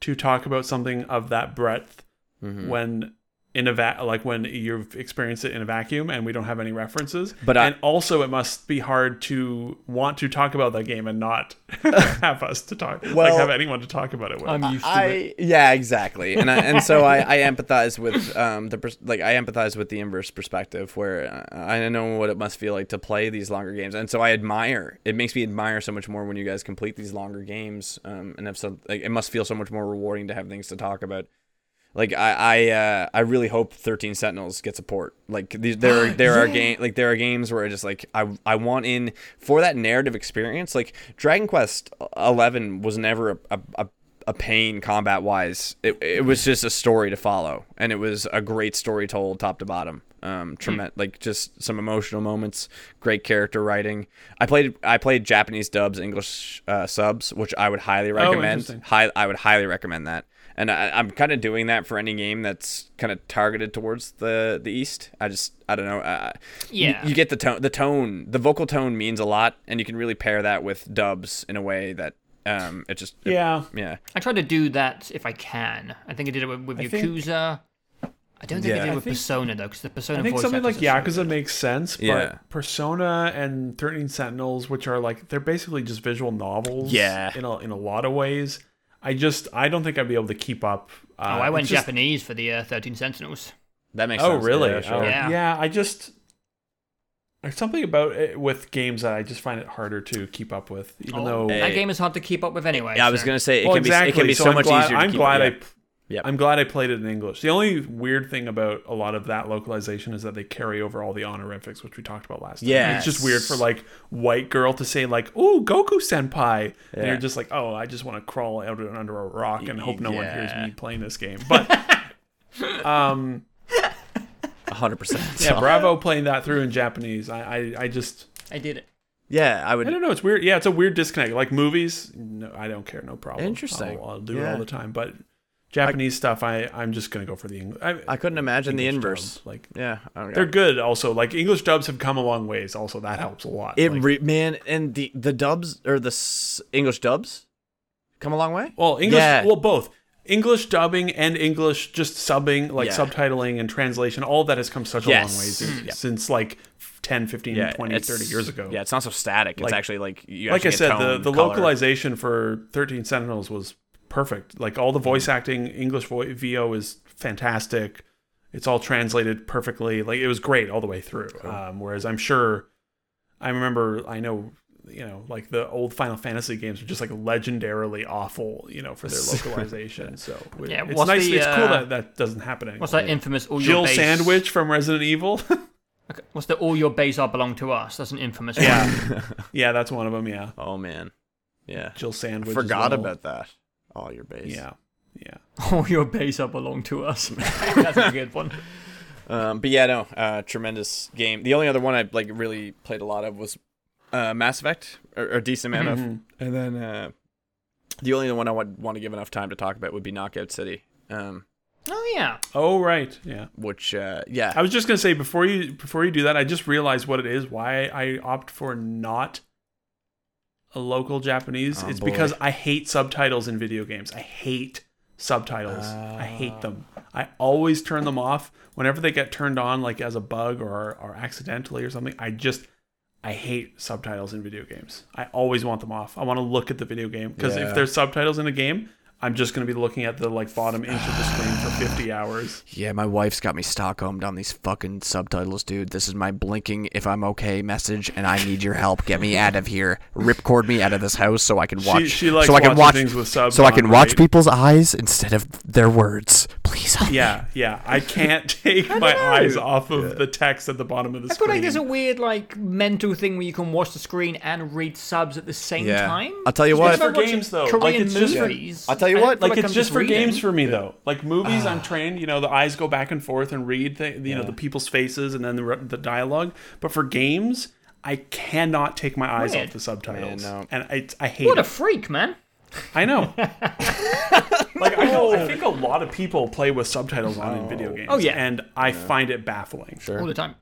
Speaker 1: to talk about something of that breadth
Speaker 2: Mm-hmm.
Speaker 1: when in a va- like when you've experienced it in a vacuum and we don't have any references.
Speaker 2: But I-
Speaker 1: and also it must be hard to want to talk about that game and
Speaker 2: (laughs)
Speaker 1: not (laughs) have us to talk like
Speaker 2: Well-
Speaker 1: have anyone to talk about it with.
Speaker 3: I'm used to it.
Speaker 2: I yeah, exactly. And I, and so I, I empathize with um the pers- like I empathize with the inverse perspective where uh, I know what it must feel like to play these longer games. And so I admire. It makes me admire so much more when you guys complete these longer games um and have some like it must feel so much more rewarding to have things to talk about. Like I I uh, I really hope Thirteen Sentinels gets a port. Like these, there are there are game like there are games where I just like I I want in for that narrative experience. Like Dragon Quest Eleven was never a a, a, a pain combat wise. It it was just a story to follow, and it was a great story told top to bottom. Um, tremendous like just some emotional moments, great character writing. I played I played Japanese dubs, English uh, subs, which I would highly recommend.
Speaker 1: interesting.
Speaker 2: Hi- I would highly recommend that. And I, I'm kind of doing that for any game that's kind of targeted towards the the East. I just I don't know. Uh, you-
Speaker 3: Yeah.
Speaker 2: You, get the tone. The tone. The vocal tone means a lot, and you can really pair that with dubs in a way that um it just it-
Speaker 1: yeah.
Speaker 2: yeah
Speaker 3: I try to do that if I can. I think I did it with, with
Speaker 1: I think-
Speaker 3: Yakuza. I don't think I
Speaker 2: Yeah.
Speaker 3: did
Speaker 2: I
Speaker 3: it with
Speaker 1: think-
Speaker 3: Persona though, because the Persona.
Speaker 1: I think
Speaker 3: voice
Speaker 1: something like
Speaker 3: actors are
Speaker 1: Yakuza
Speaker 3: so good.
Speaker 1: makes sense, but
Speaker 2: Yeah.
Speaker 1: Persona and Thirteen Sentinels, which are like they're basically just visual novels,
Speaker 2: Yeah.
Speaker 1: in a, in a lot of ways. I just I don't think I'd be able to keep up. Uh,
Speaker 3: Oh, I went
Speaker 1: it's just-
Speaker 3: Japanese for the uh, Thirteen Sentinels.
Speaker 2: that makes
Speaker 1: Oh,
Speaker 2: sense.
Speaker 1: really?
Speaker 2: Yeah, sure.
Speaker 1: Oh,
Speaker 3: Yeah.
Speaker 1: yeah. I just there's something about it with games that I just find it harder to keep up with, even
Speaker 3: Oh,
Speaker 1: though.
Speaker 2: Hey.
Speaker 3: that game is hard to keep up with anyway.
Speaker 2: Yeah, I was
Speaker 3: so-
Speaker 2: gonna say it
Speaker 1: Well,
Speaker 2: can be it can be so,
Speaker 1: I'm
Speaker 2: much
Speaker 1: glad,
Speaker 2: easier. To
Speaker 1: I'm
Speaker 2: keep,
Speaker 1: glad
Speaker 2: yeah.
Speaker 1: I.
Speaker 2: Yep.
Speaker 1: I'm glad I played it in English. The only weird thing about a lot of that localization is that they carry over all the honorifics, which we talked about last time. And It's just
Speaker 2: Yes.
Speaker 1: weird for like white girl to say like, "Ooh, Goku Senpai," and
Speaker 2: Yeah.
Speaker 1: you're just like, "Oh, I just want to crawl out and under a rock and hope no one hears
Speaker 2: Yeah.
Speaker 1: me playing this game." But (laughs) um,
Speaker 2: A hundred percent.
Speaker 1: (laughs) yeah, Bravo playing that through in Japanese. I, I, I just
Speaker 3: I did it.
Speaker 2: Yeah, I
Speaker 1: I
Speaker 2: would.
Speaker 1: don't know. It's weird. Yeah, it's a weird disconnect. Like movies, no, I don't care. No problem.
Speaker 2: Interesting.
Speaker 1: I'll, I'll do it
Speaker 2: Yeah.
Speaker 1: all the time. But Japanese stuff, I, I'm just gonna go for the English.
Speaker 2: I couldn't imagine the
Speaker 1: English
Speaker 2: inverse.
Speaker 1: dub, Like
Speaker 2: Yeah, I don't-
Speaker 1: they're good. Also, like English dubs have come a long ways. Also, that helps a lot.
Speaker 2: It
Speaker 1: Like,
Speaker 2: re- man and the the dubs or the s- English dubs
Speaker 4: come a long way.
Speaker 1: Well, English.
Speaker 4: Yeah.
Speaker 1: Well, both English dubbing and English just subbing, like
Speaker 4: Yeah.
Speaker 1: subtitling and translation. All of that has come such a
Speaker 4: Yes.
Speaker 1: long way
Speaker 2: Mm.
Speaker 1: since, since like 10, 15, 20, 30 years ago.
Speaker 4: Yeah, it's not so static. It's
Speaker 1: Like-
Speaker 4: actually like you
Speaker 1: like I
Speaker 4: actually get
Speaker 1: said, the,
Speaker 4: tone,
Speaker 1: the
Speaker 4: color.
Speaker 1: localization for 13 Sentinels was perfect. Like all the voice acting, English vo- VO is fantastic. It's all translated perfectly. Like it was great all the way through. Um, whereas I'm sure, I remember, I know, you know, like the old Final Fantasy games are just like legendarily awful, you know, for their localization. So
Speaker 2: (laughs)
Speaker 1: it-
Speaker 3: Yeah,
Speaker 1: it's
Speaker 3: what's
Speaker 1: nice.
Speaker 3: the,
Speaker 1: it's cool
Speaker 3: uh,
Speaker 1: that that doesn't happen anymore.
Speaker 3: What's that infamous all
Speaker 1: Jill
Speaker 3: your base?
Speaker 1: Sandwich from Resident Evil. (laughs)
Speaker 3: Okay, What's the all your base are belong to us? That's an infamous
Speaker 1: (laughs)
Speaker 3: one. (laughs)
Speaker 1: yeah, yeah, that's one of them. Yeah,
Speaker 4: Oh man, yeah.
Speaker 1: Jill Sandwich. is
Speaker 4: Forgot
Speaker 1: one of 'em.
Speaker 4: about that. Oh, your base.
Speaker 1: Yeah, yeah.
Speaker 3: All your base are belong to us. (laughs) That's a good
Speaker 1: (laughs)
Speaker 3: one.
Speaker 4: Um,
Speaker 2: But yeah, no, uh, tremendous game. The only other one I like really played a lot of was uh, Mass Effect, or, or decent amount
Speaker 1: Mm-hmm.
Speaker 2: of. And then uh, the only one I would want to give enough time to talk about would be Knockout City, um,
Speaker 3: Oh yeah.
Speaker 1: Oh right, yeah.
Speaker 2: which uh, yeah,
Speaker 1: I was just gonna say before you before you do that, I just realized what it is why I opt for not a local Japanese.
Speaker 4: Oh,
Speaker 1: it's
Speaker 4: boy.
Speaker 1: because I hate subtitles in video games. I hate subtitles. I hate them. I always turn them off whenever they get turned on, like as a bug or or accidentally or something. I just I hate subtitles in video games. I always want them off. I want to look at the video game because
Speaker 4: Yeah.
Speaker 1: if there's subtitles in a game, I'm just gonna be looking at the like bottom inch of the screen for 50 hours.
Speaker 4: Yeah, my wife's got me Stockholmed on these fucking subtitles, dude. This is my blinking if I'm okay message, and I need your help. Get me out of here. Ripcord me out of this house so I can watch.
Speaker 1: she likes
Speaker 4: so I can
Speaker 1: watching
Speaker 4: watch
Speaker 1: things with subs
Speaker 4: So I can
Speaker 1: on,
Speaker 4: watch
Speaker 1: right?
Speaker 4: people's eyes instead of their words. Please help.
Speaker 1: Yeah, yeah. I
Speaker 3: (laughs)
Speaker 1: can't take my eyes off of the text at the bottom of the
Speaker 3: I feel
Speaker 1: screen.
Speaker 3: like there's a weird like mental thing where you can watch the screen and read subs at the same
Speaker 4: Yeah.
Speaker 3: time.
Speaker 4: I'll tell you what-
Speaker 1: It's
Speaker 3: Because
Speaker 1: for
Speaker 3: if I watch
Speaker 1: games, though.
Speaker 3: Korean
Speaker 1: Like, it's just-
Speaker 3: movies.
Speaker 2: I'll tell you
Speaker 3: I don't
Speaker 2: what,
Speaker 3: feel
Speaker 1: like it's
Speaker 3: I'm
Speaker 1: just for
Speaker 3: reading. Ah.
Speaker 1: games for me though. Like movies, I'm trained. You know, the eyes go back and forth and read the, you know the people's faces and then the re- the dialogue. But for games, I cannot take my eyes
Speaker 3: Weird.
Speaker 1: off the subtitles,
Speaker 2: Man, no.
Speaker 1: and it's, I hate
Speaker 3: What a
Speaker 1: it.
Speaker 3: freak, man!
Speaker 1: I know. (laughs) like I, know,
Speaker 3: (laughs)
Speaker 1: I think a lot of people play with subtitles on in video games.
Speaker 3: Oh, yeah.
Speaker 1: and I find it baffling. Sure.
Speaker 3: All the time.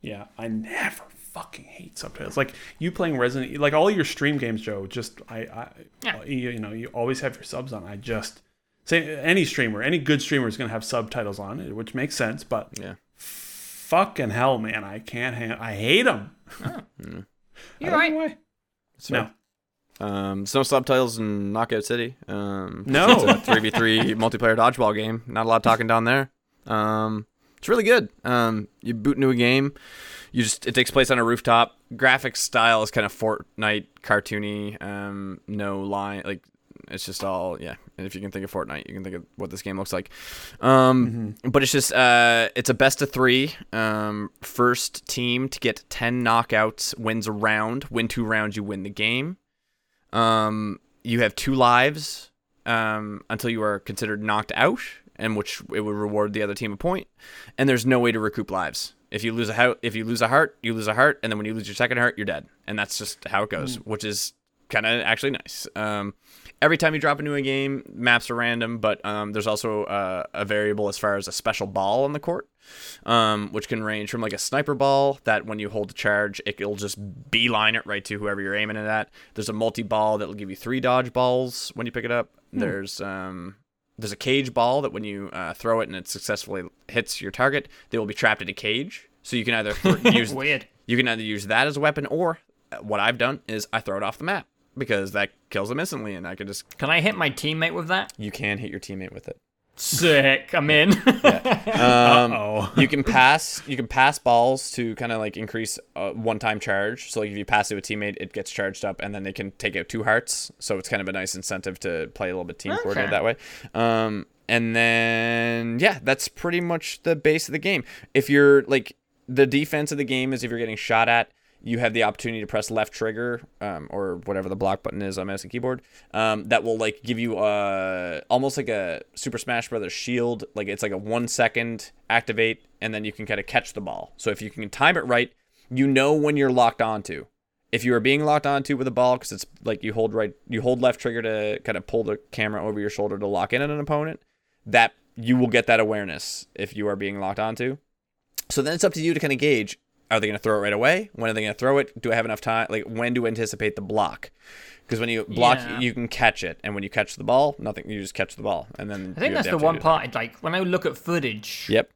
Speaker 1: Yeah, I never fucking hate subtitles. Like you playing Resident, E, like all your stream games, Joe. Just I, I uh,
Speaker 3: Yeah.
Speaker 1: you, you know, you always have your subs on. I just say any streamer, any good streamer is gonna have subtitles on, eh, which makes sense. But
Speaker 2: Yeah.
Speaker 1: fucking hell, man, I can't. Ha- I hate them.
Speaker 3: You're right.
Speaker 1: Why?
Speaker 2: fair.
Speaker 1: No,
Speaker 2: Um, there's no subtitles in Knockout City. Um,
Speaker 1: No.
Speaker 2: it's a three v three (laughs) multiplayer dodgeball game. Not a lot of talking down there. Um, it's really good. Um, you boot into a game. You just it takes place on a rooftop. Graphic style is kind of Fortnite cartoony. Um, no line like it's just all yeah. And if you can think of Fortnite, you can think of what this game looks like. Um, but it's just uh, it's a best of three. Um, first team to get ten knockouts wins a round. Win two rounds, you win the game. Um, you have two lives um, until you are considered knocked out, and which it would reward the other team a point. And there's no way to recoup lives. If you lose a heart, if you lose a heart, you lose a heart, and then when you lose your second heart, you're dead. And that's just how it goes, which is kind of actually nice. Um, every time you drop into a game, maps are random, but um, there's also uh, a variable as far as a special ball on the court um, which can range from like a sniper ball that when you hold the charge, it, it'll just beeline it right to whoever you're aiming it at. There's a multi ball that'll give you three dodge balls when you pick it up. There's um, there's a cage ball that when you uh, throw it and it successfully hits your target, they will be trapped in a cage. So you can (laughs) either th- use
Speaker 3: Weird.
Speaker 2: you can either use that as a weapon or uh, what I've done is I throw it off the map because that kills them instantly and I can just
Speaker 3: Can I hit my teammate with that?
Speaker 2: you can hit your teammate with it.
Speaker 3: Sick. I'm (laughs) in.
Speaker 2: Um,
Speaker 1: Uh-oh.
Speaker 2: you can pass. You can pass balls to kind of like increase uh, one-time charge. So like if you pass it to a teammate, it gets charged up, and then they can take out two hearts. So it's kind of a nice incentive to play a little bit team coordinated that way. Um, and then yeah, that's pretty much the base of the game. If you're like the defense of the game is if you're getting shot at, you have the opportunity to press left trigger um, or whatever the block button is on mouse and keyboard um, that will like give you uh, almost like a super smash brothers shield like it's like a one second activate and then you can kind of catch the ball so if you can time it right you know when you're locked onto if you are being locked onto with a ball because it's like you hold right you hold left trigger to kind of pull the camera over your shoulder to lock in on an opponent that you will get that awareness if you are being locked onto so then it's up to you to kind of gauge are they going to throw it right away? When are they going to throw it? Do I have enough time? Like, when do I anticipate the block? Because when you block,
Speaker 3: Yeah.
Speaker 2: you can catch it, and when you catch the ball, nothing. You just catch the ball, and then
Speaker 3: I think
Speaker 2: you
Speaker 3: that's the
Speaker 2: have to
Speaker 3: one
Speaker 2: do that.
Speaker 3: part. Like when I look at footage,
Speaker 2: Yep.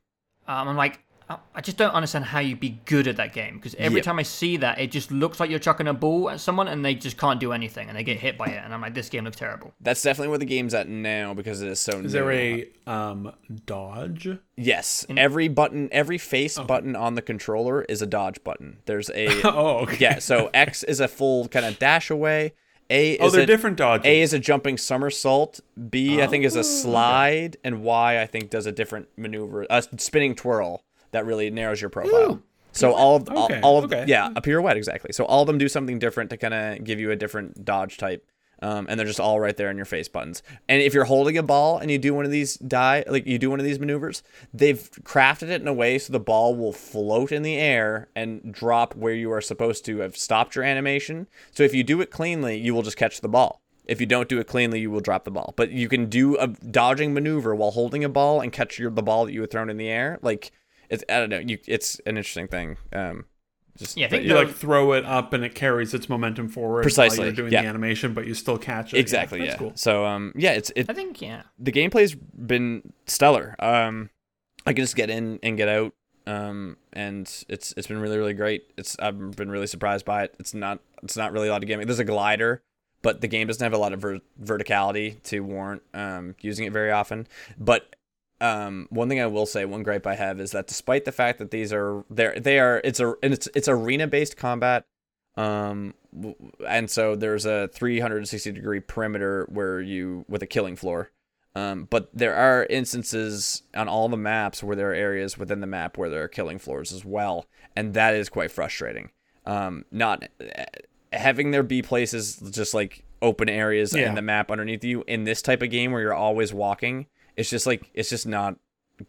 Speaker 3: um, I'm like, I I just don't understand how you'd be good at that game because every
Speaker 2: Yep.
Speaker 3: time I see that, it just looks like you're chucking a ball at someone and they just can't do anything and they get hit by it. And I'm like, this game looks terrible.
Speaker 2: That's definitely where the game's at now because it is so.
Speaker 1: Is there a um dodge?
Speaker 2: yes? Every button, every face button on the controller is a dodge button. There's a
Speaker 1: (laughs) Oh, okay.
Speaker 2: yeah. So X is a full kind of dash away. A is
Speaker 1: Oh, they're
Speaker 2: a,
Speaker 1: different dodges. Oh.
Speaker 2: A is a jumping somersault. B I think is a slide, and Y I think does a different maneuver, a spinning twirl that really narrows your profile. So all of all,
Speaker 1: Okay,
Speaker 2: all of
Speaker 1: okay.
Speaker 2: yeah, a pirouette exactly. So all of them do something different to kind of give you a different dodge type. Um, and they're just all right there in your face buttons. And if you're holding a ball and you do one of these die, like you do one of these maneuvers, they've crafted it in a way so the ball will float in the air and drop where you are supposed to have stopped your animation. So if you do it cleanly, you will just catch the ball. If you don't do it cleanly, you will drop the ball. But you can do a dodging maneuver while holding a ball and catch your, the ball that you were thrown in the air. Like it's I don't know. You it's an interesting thing. Um, just
Speaker 3: Yeah, I
Speaker 2: that
Speaker 3: think
Speaker 2: you-
Speaker 1: you like throw it up and it carries its momentum forward
Speaker 2: Precisely,
Speaker 1: while you're doing
Speaker 2: yeah.
Speaker 1: the animation, but you still catch it.
Speaker 2: exactly.
Speaker 1: that's
Speaker 2: Yeah.
Speaker 1: cool.
Speaker 2: So um yeah, it's it
Speaker 3: I think yeah.
Speaker 2: the gameplay's been stellar. Um, I can just get in and get out. Um, and it's it's been really really great. It's I've been really surprised by it. It's not it's not really a lot of gaming. There's a glider, but the game doesn't have a lot of ver- verticality to warrant um using it very often. But um, one thing I will say, one gripe I have is that despite the fact that these are they're they are it's a and it's it's arena based combat. Um, w- and so there's a 360 degree perimeter where you with a killing floor. Um, but there are instances on all the maps where there are areas within the map where there are killing floors as well, and that is quite frustrating. Um, not having there be places just like open areas
Speaker 1: Yeah.
Speaker 2: in the map underneath you in this type of game where you're always walking, it's just like it's just not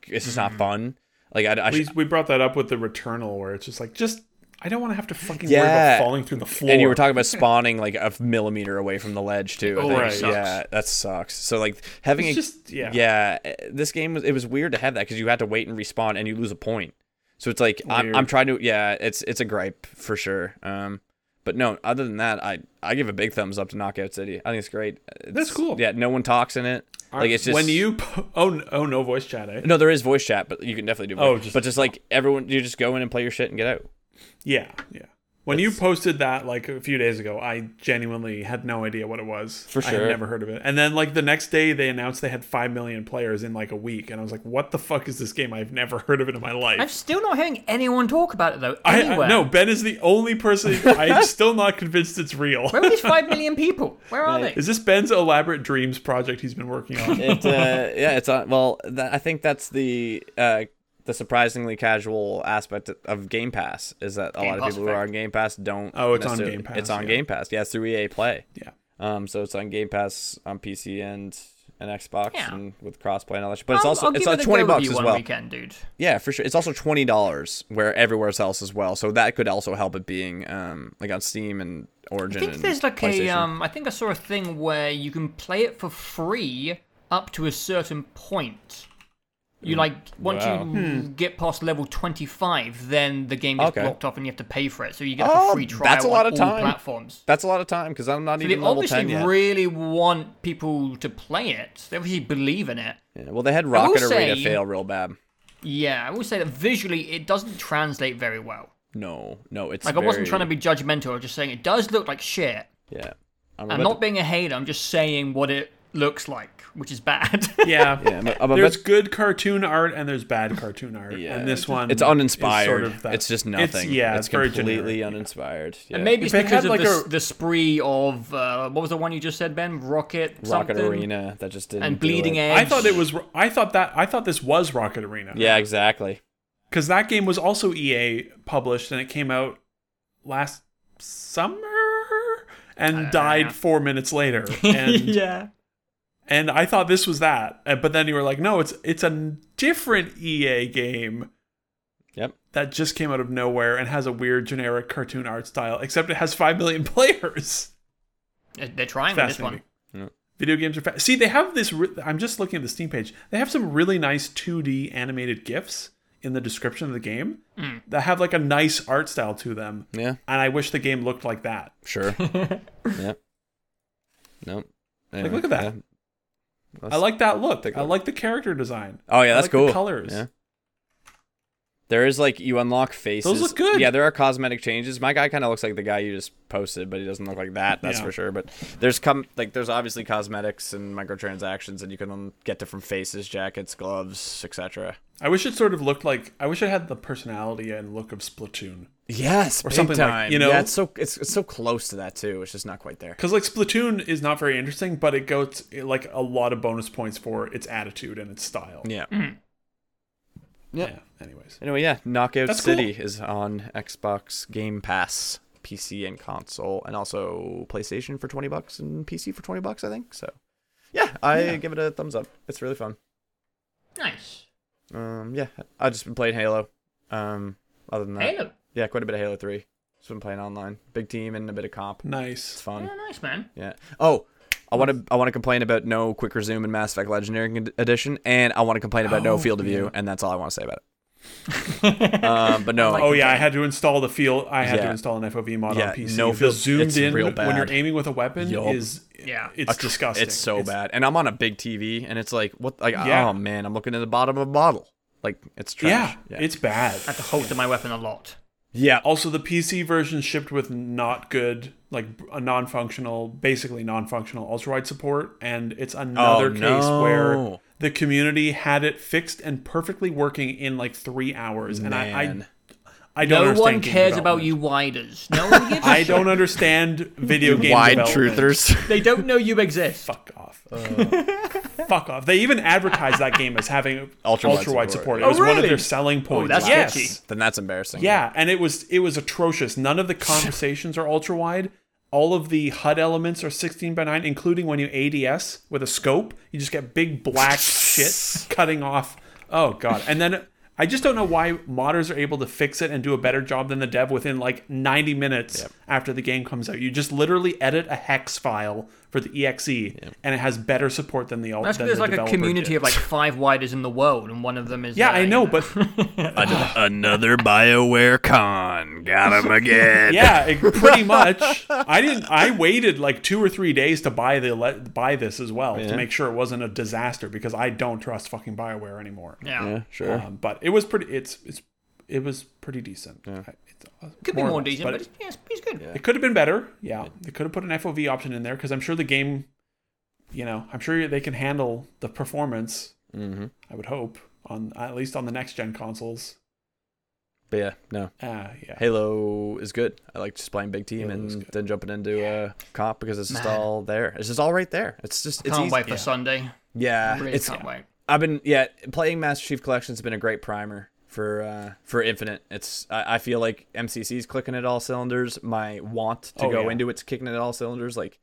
Speaker 2: it's just not fun. Like I, I
Speaker 1: Mm-hmm. We, we brought that up with the Returnal, where it's just like, just I don't want to have to fucking worry
Speaker 2: Yeah.
Speaker 1: about falling through the floor.
Speaker 2: And you were talking about spawning like a millimeter away from the ledge too. I
Speaker 3: Oh,
Speaker 2: think.
Speaker 1: right.
Speaker 2: Yeah, that sucks. So like having
Speaker 1: It's
Speaker 2: a,
Speaker 1: just- yeah.
Speaker 2: eh, This game was it was weird to have that because you had to wait and respawn and you lose a point. So it's like I'm,
Speaker 1: Weird.
Speaker 2: I'm trying to yeah it's it's a gripe for sure. Um, but no, other than that, I I give a big thumbs up to Knockout City. I think it's great. It's-
Speaker 1: cool.
Speaker 2: Yeah, no one talks in it. Like it's just
Speaker 1: when you po- oh n- oh no voice chat. Eh?
Speaker 2: no, there is voice chat, but you can definitely do. Voice.
Speaker 1: Oh,
Speaker 2: Oh,
Speaker 1: just-
Speaker 2: but just like everyone, you just go in and play your shit and get out.
Speaker 1: Yeah, yeah. When you posted that like a few days ago, I genuinely had no idea what it was. For I
Speaker 2: sure.
Speaker 1: had never heard of it. And then like the next day, they announced they had five million players in like a week, and I was like, what the fuck is this game? I've never heard of it in my life.
Speaker 3: I'm still not hearing anyone talk about it though.
Speaker 1: I,
Speaker 3: Anywhere.
Speaker 1: I no, Ben is the only
Speaker 2: (laughs)
Speaker 1: person. I'm still not convinced it's real.
Speaker 3: Where are these five million people? Where are they?
Speaker 1: Is this Ben's elaborate dreams project he's been working
Speaker 2: (laughs)
Speaker 1: on?
Speaker 2: it uh, yeah it's on well that, i think that's the uh the surprisingly casual aspect of Game Pass is that a
Speaker 3: Game
Speaker 2: lot of
Speaker 3: Pass
Speaker 2: people who are on Game Pass don't.
Speaker 1: Oh, it's on
Speaker 2: necessarily-
Speaker 1: Game Pass,
Speaker 2: It's on
Speaker 1: yeah.
Speaker 2: Game Pass. Yeah, it's through EA Play.
Speaker 1: yeah.
Speaker 2: Um, so it's on Game Pass on PC and and Xbox
Speaker 3: Yeah.
Speaker 2: and with crossplay and all that. shit. But it's
Speaker 3: I'll-
Speaker 2: also
Speaker 3: I'll
Speaker 2: it's on
Speaker 3: give it a
Speaker 2: twenty
Speaker 3: go with
Speaker 2: bucks
Speaker 3: you
Speaker 2: as
Speaker 3: one
Speaker 2: well.
Speaker 3: Weekend, dude.
Speaker 2: Yeah, for sure. It's also twenty dollars where everywhere else as well. So that could also help it being um like on Steam and Origin.
Speaker 3: I think
Speaker 2: and
Speaker 3: there's like a
Speaker 2: PlayStation.
Speaker 3: um I think I saw a thing where you can play it for free up to a certain point. You like once
Speaker 2: Mm. wow. Hmm.
Speaker 3: you get past level 25, then the game gets
Speaker 2: Okay.
Speaker 3: blocked off and you have to pay for it. So you get
Speaker 2: Oh,
Speaker 3: a free trial
Speaker 2: that's a lot
Speaker 3: on
Speaker 2: of
Speaker 3: all
Speaker 2: time.
Speaker 3: platforms.
Speaker 2: That's a lot of time because I'm not
Speaker 3: So they
Speaker 2: even level
Speaker 3: obviously
Speaker 2: ten yet.
Speaker 3: really want people to play it. They obviously believe in it.
Speaker 2: Yeah, well, they had
Speaker 3: will
Speaker 2: Rocket Arena
Speaker 3: say-
Speaker 2: fail real bad.
Speaker 3: Yeah, I will say that visually it doesn't translate very well.
Speaker 2: No, no, it's
Speaker 3: Like I wasn't trying to be judgmental. I was just saying it does look like shit.
Speaker 2: Yeah, I'm,
Speaker 3: I'm
Speaker 2: about
Speaker 3: not being a hater. I'm just saying what it looks like, which is bad. (laughs)
Speaker 1: Yeah.
Speaker 2: To, yeah, I'm, I'm
Speaker 1: There's
Speaker 2: about,
Speaker 1: good cartoon art and there's bad cartoon art.
Speaker 2: Yeah,
Speaker 1: and this one
Speaker 2: it's
Speaker 1: is
Speaker 2: uninspired.
Speaker 1: sort of that-
Speaker 2: it's just
Speaker 1: it's-
Speaker 2: nothing.
Speaker 1: yeah,
Speaker 2: it's,
Speaker 1: it's very
Speaker 2: completely
Speaker 1: generic.
Speaker 2: uninspired. Yeah.
Speaker 3: And maybe it's
Speaker 1: If it
Speaker 3: because
Speaker 1: had,
Speaker 3: of
Speaker 1: like,
Speaker 3: the,
Speaker 1: a-
Speaker 3: the spree of uh, what was the one you just said, Ben? Rocket,
Speaker 2: Rocket
Speaker 3: something?
Speaker 2: Arena that just didn't
Speaker 3: and
Speaker 2: do
Speaker 3: Bleeding
Speaker 2: it.
Speaker 3: Edge.
Speaker 1: I thought
Speaker 3: (laughs)
Speaker 1: it was. I thought that. I thought this was Rocket Arena.
Speaker 2: Yeah, exactly.
Speaker 1: Because that game was also EA published and it came out last summer
Speaker 2: Uh,
Speaker 1: and died four minutes later.
Speaker 2: (laughs)
Speaker 1: And
Speaker 3: yeah.
Speaker 1: and I thought this was that. Uh, But then you were like, no, it's it's a different EA game
Speaker 2: Yep.
Speaker 1: that just came out of nowhere and has a weird generic cartoon art style. Except it has five million (laughs) players.
Speaker 3: They're they're trying with this one.
Speaker 1: Fascinating. Video games are fa- see. They have this. Re- I'm just looking at the Steam page. They have some really nice 2D animated gifs in the description of the game that have like a nice art style to them.
Speaker 2: Yeah,
Speaker 1: And I wish the game looked like that.
Speaker 3: (laughs)
Speaker 2: sure. yeah. Nope. Anyway,
Speaker 1: look at that.
Speaker 2: yeah.
Speaker 1: I like that look.
Speaker 2: Take a
Speaker 1: I
Speaker 2: look.
Speaker 1: like the character design.
Speaker 2: Oh yeah,
Speaker 1: I
Speaker 2: that's
Speaker 1: like the
Speaker 2: cool.
Speaker 1: colors.
Speaker 2: Yeah. There is like you unlock faces.
Speaker 1: look good.
Speaker 2: Yeah, there are cosmetic changes. My guy kind of looks like the guy you just posted, but he doesn't look like that. That's
Speaker 1: Yeah.
Speaker 2: for sure. But there's come like there's obviously cosmetics and microtransactions, and you can um, get different faces, jackets, gloves, etc.
Speaker 1: I wish it sort of looked like I wish it had the personality and look of Splatoon.
Speaker 2: Yes, or
Speaker 1: something like- you know-
Speaker 2: yeah, it's so it's, it's so close to that too. It's just not quite there.
Speaker 1: Because like Splatoon is not very interesting, but it goes like a lot of bonus points for its attitude and its style.
Speaker 2: Yeah.
Speaker 1: Yeah. Anyways,
Speaker 2: Anyway, yeah, Knockout
Speaker 1: That's
Speaker 2: City is on Xbox Game Pass, PC and console, and also PlayStation for twenty bucks and PC for twenty bucks, I think. So, yeah, I give it a thumbs up. It's really fun.
Speaker 3: Nice.
Speaker 2: Um, yeah, I just been playing Halo. Um, other than that,
Speaker 3: Halo.
Speaker 2: yeah, quite a bit of Halo Three. Just been playing online, big team and a bit of comp. It's
Speaker 1: nice.
Speaker 2: fun.
Speaker 3: Oh, nice, man.
Speaker 2: Yeah. Oh, I want to I want to complain about no quick resume in Mass Effect Legendary Ed- Edition, and I want to complain about
Speaker 1: Oh,
Speaker 2: no field of view, and that's all I want to say about
Speaker 1: (laughs)
Speaker 2: it. um, but no,
Speaker 1: Oh yeah, I had to install the field. I had to
Speaker 2: Yeah.
Speaker 1: install an FOV mod
Speaker 2: Yeah,
Speaker 1: on PC.
Speaker 2: no
Speaker 1: the
Speaker 2: field-
Speaker 1: zoomed
Speaker 2: it's
Speaker 1: in
Speaker 2: real
Speaker 1: when
Speaker 2: bad.
Speaker 1: you're aiming with a weapon
Speaker 2: Yup.
Speaker 1: is
Speaker 3: Yeah.
Speaker 1: it's disgusting.
Speaker 2: It's so bad, and I'm on a big TV, and it's like what? Like
Speaker 1: Yeah.
Speaker 2: oh man, I'm looking at the bottom of a bottle. Like it's
Speaker 1: Yeah,
Speaker 2: trash.
Speaker 1: it's Oh, bad.
Speaker 3: I have to holster my weapon a lot.
Speaker 2: yeah.
Speaker 1: Also, the PC version shipped with not good, like a non-functional, basically non-functional ultrawide support, and it's another
Speaker 2: Oh,
Speaker 1: case
Speaker 2: no.
Speaker 1: where the community had it fixed and perfectly working in like three hours, and I, I,
Speaker 2: Man.
Speaker 1: I don't.
Speaker 3: No
Speaker 1: understand
Speaker 3: one
Speaker 1: game
Speaker 3: cares about
Speaker 1: development.
Speaker 3: you widers. No one gives
Speaker 1: (laughs)
Speaker 3: a
Speaker 1: I
Speaker 3: shit.
Speaker 1: don't
Speaker 2: (laughs)
Speaker 1: understand video game
Speaker 2: Wide
Speaker 1: development. (laughs)
Speaker 2: truthers.
Speaker 3: They don't know you exist.
Speaker 1: Fuck off. Fuck off. (laughs) They even advertised that game as having
Speaker 2: Ultrawide
Speaker 1: ultrawide, support.
Speaker 2: support.
Speaker 1: It
Speaker 2: Oh,
Speaker 1: was one of
Speaker 3: really?
Speaker 1: their selling points.
Speaker 3: that's
Speaker 1: yes.
Speaker 3: sketchy.
Speaker 2: then that's embarrassing.
Speaker 1: Yeah, and it was it was atrocious. None of the conversations are ultra wide. All of the HUD elements are 16 by 9, including when you ADS with a scope, you just get big black shit
Speaker 3: (laughs)
Speaker 1: cutting off. Oh god. And then I just don't know why modders are able to fix it and do a better job than the dev within like 90 minutes after the game comes out. You just literally edit a hex file for the exe, and it has better support than the ult.
Speaker 3: That's
Speaker 1: than
Speaker 3: because there's
Speaker 1: the
Speaker 3: like a
Speaker 1: developer
Speaker 3: community
Speaker 1: did.
Speaker 3: of like five widers in the world, and one of them is.
Speaker 1: Yeah,
Speaker 3: uh,
Speaker 1: I
Speaker 3: you
Speaker 1: know,
Speaker 3: (laughs)
Speaker 1: but
Speaker 2: An- another Bioware con got him again.
Speaker 1: yeah,
Speaker 2: (laughs)
Speaker 1: it, pretty much. I didn't. I waited like two or three days to buy the le- buy this as well to make sure it wasn't a disaster because I don't trust fucking Bioware anymore.
Speaker 3: Yeah.
Speaker 2: Yeah, sure.
Speaker 1: Um, but it was pretty. It's it's it was pretty decent. I- it's, uh,
Speaker 3: Could be
Speaker 1: or
Speaker 3: more
Speaker 1: less,
Speaker 3: decent, but,
Speaker 1: it,
Speaker 3: it's, yeah, it's, it's good.
Speaker 1: could have been better. Yeah, they could have put an FOV option in there because I'm sure the game, you know, I'm sure they can handle the performance.
Speaker 2: Mm-hmm.
Speaker 1: I would hope on at least on the next gen consoles.
Speaker 2: but yeah, no.
Speaker 1: Ah, yeah.
Speaker 2: Halo is good. I like just playing big team
Speaker 1: Halo is
Speaker 2: and
Speaker 1: good.
Speaker 2: then jumping into uh, comp because it's just
Speaker 3: Man.
Speaker 2: all there. It's just all right there. It's just it's
Speaker 3: Can't
Speaker 2: easy.
Speaker 3: wait for Sunday.
Speaker 2: Yeah,
Speaker 3: Really
Speaker 2: it's
Speaker 3: can't wait.
Speaker 2: I've been yeah playing Master Chief Collection's been a great primer for uh, for Infinite. It's I, I feel like MCC's clicking at all cylinders. My want to
Speaker 1: Oh,
Speaker 2: go
Speaker 1: yeah.
Speaker 2: into it's kicking at all cylinders. Like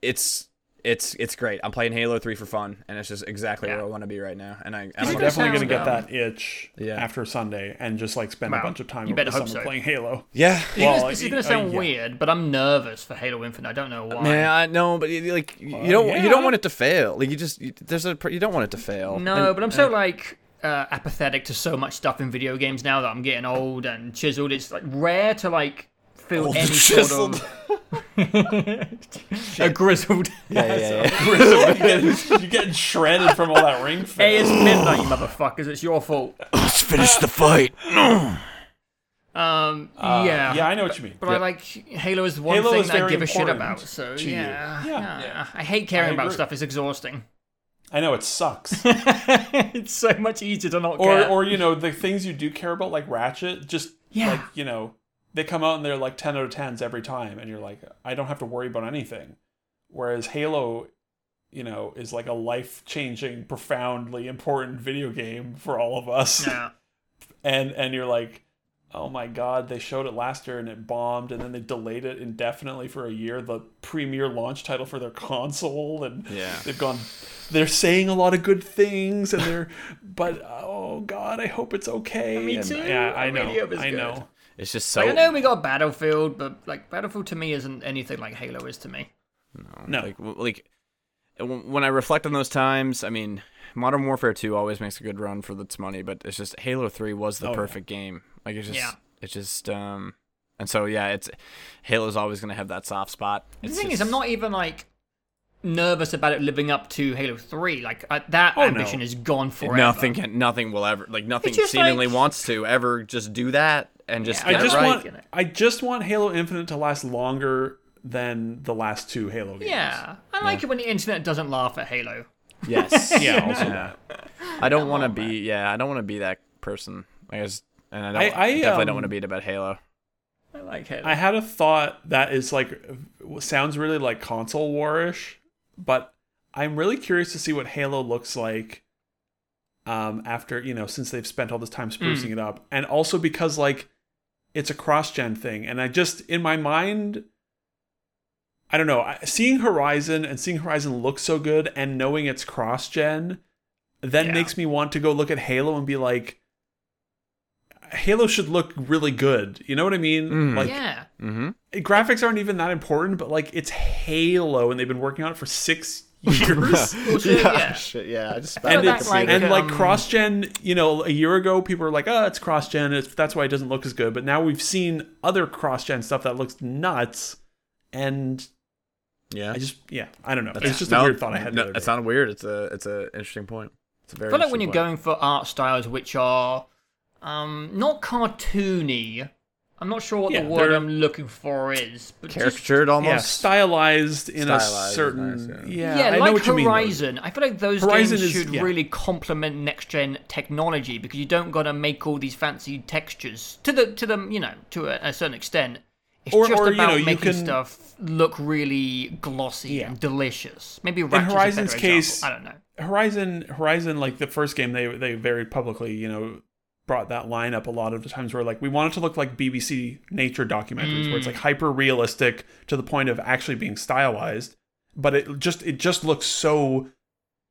Speaker 2: it's it's it's great. I'm playing Halo Three for fun, and it's just exactly
Speaker 3: Yeah.
Speaker 2: where I want to be right now. And I and
Speaker 3: it
Speaker 2: I'm
Speaker 1: I'm
Speaker 3: That
Speaker 1: definitely gonna
Speaker 3: sounds
Speaker 1: get
Speaker 3: dumb.
Speaker 1: that itch
Speaker 2: Yeah.
Speaker 1: after Sunday and just like spend a
Speaker 3: Wow.
Speaker 1: bunch of time
Speaker 3: You
Speaker 1: over the
Speaker 3: better hope
Speaker 1: summer
Speaker 3: so.
Speaker 1: playing Halo.
Speaker 2: yeah.
Speaker 1: Well,
Speaker 3: this, this is
Speaker 1: y-
Speaker 3: gonna
Speaker 1: uh,
Speaker 3: sound
Speaker 1: yeah.
Speaker 3: weird, but I'm nervous for Halo Infinite. I don't know why.
Speaker 2: Man, I no, but you- like you don't you don't
Speaker 1: yeah.
Speaker 2: want it to fail. Like you just you, there's a pr- you don't want it to fail.
Speaker 3: no,
Speaker 2: And-
Speaker 3: but I'm so like uh, apathetic to so much stuff in video games now that I'm getting old and chiseled. It's like rare to like feel any sort (laughs) of a grizzled.
Speaker 2: yeah, (laughs) yeah, yeah.
Speaker 1: (laughs) You're getting shredded from all that
Speaker 3: (laughs)
Speaker 1: ring
Speaker 3: Hey,
Speaker 1: fit.
Speaker 3: it's midnight, you motherfuckers. It's your fault.
Speaker 4: Let's finish the fight.
Speaker 3: Um, yeah.
Speaker 1: Uh, Yeah, I know what you mean.
Speaker 3: But I like Halo is the one
Speaker 1: Halo
Speaker 3: thing
Speaker 1: is
Speaker 3: that I
Speaker 1: very
Speaker 3: give a shit
Speaker 1: important
Speaker 3: about. So
Speaker 1: to you.
Speaker 3: yeah,
Speaker 1: Yeah, yeah.
Speaker 3: I hate caring
Speaker 1: I
Speaker 3: about
Speaker 1: agree.
Speaker 3: stuff. It's exhausting.
Speaker 1: I know it
Speaker 3: (laughs)
Speaker 1: sucks.
Speaker 3: it's so much easier to not
Speaker 1: or
Speaker 3: care.
Speaker 1: or you know, the things you do care about like Ratchet, just
Speaker 3: Yeah.
Speaker 1: like, you know, they come out and they're like ten out of tens every time and you're like, I don't have to worry about anything. Whereas Halo, you know, is like a life changing, profoundly important video game for all of us.
Speaker 3: yeah.
Speaker 1: and and you're like oh my god they showed it last year and it bombed and then they delayed it indefinitely for a year the premier launch title for their (laughs) console and
Speaker 2: Yeah.
Speaker 1: they've gone they're saying a lot of good things and they're but oh god i hope it's okay me
Speaker 3: too.
Speaker 1: yeah i
Speaker 3: I
Speaker 1: know
Speaker 3: really hope it's
Speaker 1: i
Speaker 3: good.
Speaker 1: know
Speaker 2: It's just so
Speaker 3: (laughs) Like, I know we got Battlefield, but like Battlefield to me isn't anything like Halo is to me.
Speaker 1: no
Speaker 2: like w- like w- when I reflect on those times, I mean, Modern Warfare 2 always makes a good run for its money, but it's just Halo 3 was the
Speaker 1: Oh, yeah.
Speaker 2: perfect game. Like it's just
Speaker 3: Yeah.
Speaker 2: it's just um and so yeah, it's Halo's always going to have that soft spot.
Speaker 3: The
Speaker 2: It's
Speaker 3: thing
Speaker 2: just-
Speaker 3: is, I'm not even like nervous about it living up to Halo Three. Like uh, that
Speaker 1: Oh, no.
Speaker 3: ambition is gone forever.
Speaker 2: nothing can nothing will ever like nothing
Speaker 3: It's just
Speaker 2: seemingly
Speaker 3: like-
Speaker 2: wants to ever just do that and just
Speaker 3: Yeah,
Speaker 1: I
Speaker 2: get it
Speaker 1: just
Speaker 2: right.
Speaker 1: want I just want Halo Infinite to last longer than the last two Halo games.
Speaker 3: Yeah, I like it when the internet doesn't laugh at Halo.
Speaker 2: (laughs) yes.
Speaker 1: Yeah, also that.
Speaker 2: I don't want to be yeah, I don't want to be that person. I guess and I don't
Speaker 1: I- I,
Speaker 2: I, definitely don't
Speaker 1: um,
Speaker 2: want to be about Halo.
Speaker 3: I like Halo.
Speaker 1: I had a thought that is like sounds really like console warish, but I'm really curious to see what Halo looks like um after, you know, since they've spent all this time sprucing it up. And also because like it's a cross-gen thing and I just in my mind I don't know, I- seeing Horizon and seeing Horizon look so good and knowing it's cross-gen then
Speaker 3: Yeah.
Speaker 1: makes me want to go look at Halo and be like Halo should look really good. You know what I mean?
Speaker 2: Mm.
Speaker 1: Like
Speaker 3: yeah,
Speaker 2: Mhm.
Speaker 1: graphics aren't even that important, but like it's Halo, and they've been working on it for six years.
Speaker 3: Also, yeah.
Speaker 2: (laughs) Shit, yeah. I just
Speaker 1: And
Speaker 3: Well,
Speaker 1: it's,
Speaker 3: that, like,
Speaker 1: and
Speaker 2: uh,
Speaker 1: like
Speaker 3: um,
Speaker 1: cross gen, you know, a year ago people were like, "Oh, it's cross gen. It's, that's why it doesn't look as good." But now we've seen other cross gen stuff that looks nuts, and
Speaker 2: yeah.
Speaker 1: I just, yeah, I don't know.
Speaker 2: That's-
Speaker 1: it's just
Speaker 2: no,
Speaker 1: a weird thought I had.
Speaker 2: No,
Speaker 1: the other
Speaker 2: it's
Speaker 1: day.
Speaker 2: not weird. It's a it's a interesting point. It's a very.
Speaker 3: I feel like when you're
Speaker 2: interesting
Speaker 3: going for art styles which are um not cartoony. I'm not sure what
Speaker 1: Yeah,
Speaker 3: the word
Speaker 1: they're-
Speaker 3: I'm looking for is, but
Speaker 2: point.
Speaker 3: just-
Speaker 2: caricatured
Speaker 1: yeah,
Speaker 2: almost.
Speaker 1: stylized in
Speaker 2: Stylized
Speaker 1: a
Speaker 2: is
Speaker 1: certain,
Speaker 2: nice,
Speaker 1: yeah,
Speaker 3: yeah,
Speaker 1: I
Speaker 3: like
Speaker 1: know what you mean. though.
Speaker 3: Horizon. I feel like those
Speaker 1: Horizon
Speaker 3: games
Speaker 1: is-
Speaker 3: should
Speaker 1: yeah.
Speaker 3: really complement next gen technology because you don't gotta make all these fancy textures to the to them you know to a, a certain extent. It's
Speaker 1: Or-
Speaker 3: just
Speaker 1: or, you
Speaker 3: about
Speaker 1: know, you
Speaker 3: making
Speaker 1: can-
Speaker 3: stuff look really glossy and delicious. Maybe Ratchet's
Speaker 1: Horizon's
Speaker 3: a better
Speaker 1: case-
Speaker 3: example. I don't know.
Speaker 1: Horizon Horizon like the first game they they very publicly you know brought that line up a lot of the times where like we want it to look like BBC nature documentaries where it's
Speaker 3: Mm.
Speaker 1: like hyper realistic to the point of actually being stylized but it just it just looks so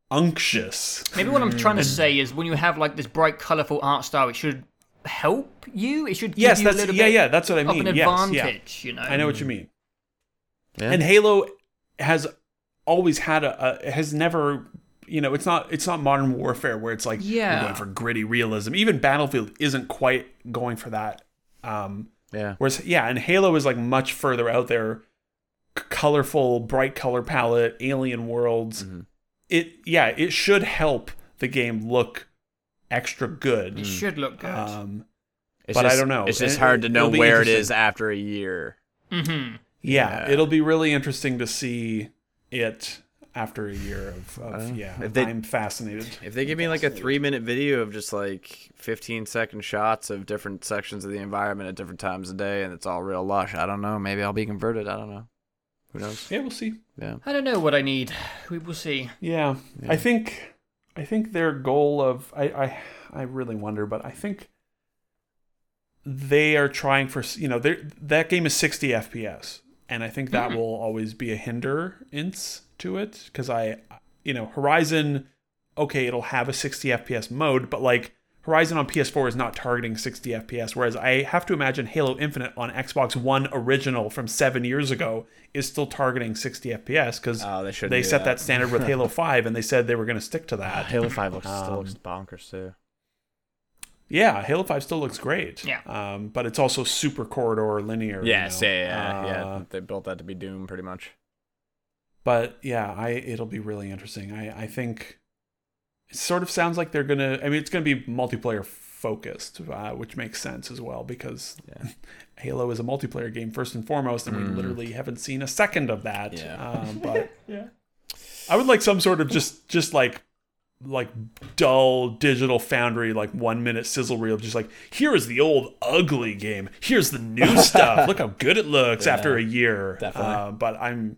Speaker 1: unctuous
Speaker 3: Maybe what I'm trying to
Speaker 1: Mm.
Speaker 3: say is when you have like this bright, colorful art style, it should help you. It should give
Speaker 1: yes
Speaker 3: you a
Speaker 1: that's
Speaker 3: little
Speaker 1: yeah
Speaker 3: bit
Speaker 1: yeah that's what I
Speaker 3: of
Speaker 1: mean
Speaker 3: an
Speaker 1: yes yeah
Speaker 3: advantage. You know,
Speaker 1: I know what you mean
Speaker 2: Yeah.
Speaker 1: and Halo has always had a, a has never you know it's not it's not modern warfare where it's like
Speaker 3: Yeah.
Speaker 1: we're going for gritty realism even battlefield isn't quite going for that um
Speaker 2: yeah.
Speaker 1: whereas yeah and halo is like much further out there C- colorful bright color palette alien worlds
Speaker 3: Mm-hmm.
Speaker 1: it yeah it should help the game look extra good
Speaker 3: It should look good.
Speaker 1: um
Speaker 2: It's
Speaker 1: But I
Speaker 2: just-
Speaker 1: don't know.
Speaker 2: It's just
Speaker 1: It-
Speaker 2: hard to know
Speaker 1: it'll be
Speaker 2: where it
Speaker 1: interesting.
Speaker 2: is after a year.
Speaker 3: hmm
Speaker 1: yeah,
Speaker 2: Yeah.
Speaker 1: it'll be really interesting to see it after a year of, of
Speaker 2: Well,
Speaker 1: yeah
Speaker 2: if they-
Speaker 1: i'm fascinated
Speaker 2: If they give me like a three minute video of just like 15 second shots of different sections of the environment at different times of day and it's all real lush, I don't know. Maybe I'll be converted. I don't know. Who knows?
Speaker 1: yeah we'll see
Speaker 2: Yeah.
Speaker 3: I don't know what I need. We will see.
Speaker 1: Yeah, I think I think their goal of I I I really wonder, but I think they are trying for you know they're- that game is 60 FPS, and I think
Speaker 2: Hmm.
Speaker 1: that will always be a hindrance to it because I you know Horizon okay it'll have a 60 FPS mode, but like Horizon on PS4 is not targeting 60 FPS, whereas I have to imagine Halo Infinite on Xbox One original from seven years ago is still targeting 60 FPS because
Speaker 2: Oh, they shouldn't
Speaker 1: they
Speaker 2: do
Speaker 1: set
Speaker 2: that.
Speaker 1: that. standard
Speaker 2: (laughs)
Speaker 1: with Halo 5 and they said they were going to stick to that.
Speaker 2: Halo 5 looks,
Speaker 1: still
Speaker 2: still
Speaker 1: looks
Speaker 2: looks bonkers too.
Speaker 1: Yeah, Halo 5 still looks great.
Speaker 3: Yeah.
Speaker 1: Um, but it's also super corridor linear. you
Speaker 2: Yes,
Speaker 1: know.
Speaker 2: yeah, yeah, yeah.
Speaker 1: Uh,
Speaker 2: yeah. They built that to be Doom pretty much.
Speaker 1: But yeah, I it'll be really interesting. I, I think it sort of sounds like they're going to, I mean, it's going to be multiplayer focused, uh, which makes sense as well because
Speaker 2: Yeah.
Speaker 1: (laughs) Halo is a multiplayer game first and foremost, and we
Speaker 2: Mm.
Speaker 1: literally haven't seen a second of that.
Speaker 2: Yeah.
Speaker 1: Um, but
Speaker 3: Yeah.
Speaker 1: I would like some sort of just just like like dull digital foundry like one minute sizzle reel of just like here is the old ugly game here's the
Speaker 2: (laughs)
Speaker 1: new stuff look how good it looks
Speaker 2: Yeah,
Speaker 1: after a year
Speaker 2: definitely.
Speaker 1: Uh, but i'm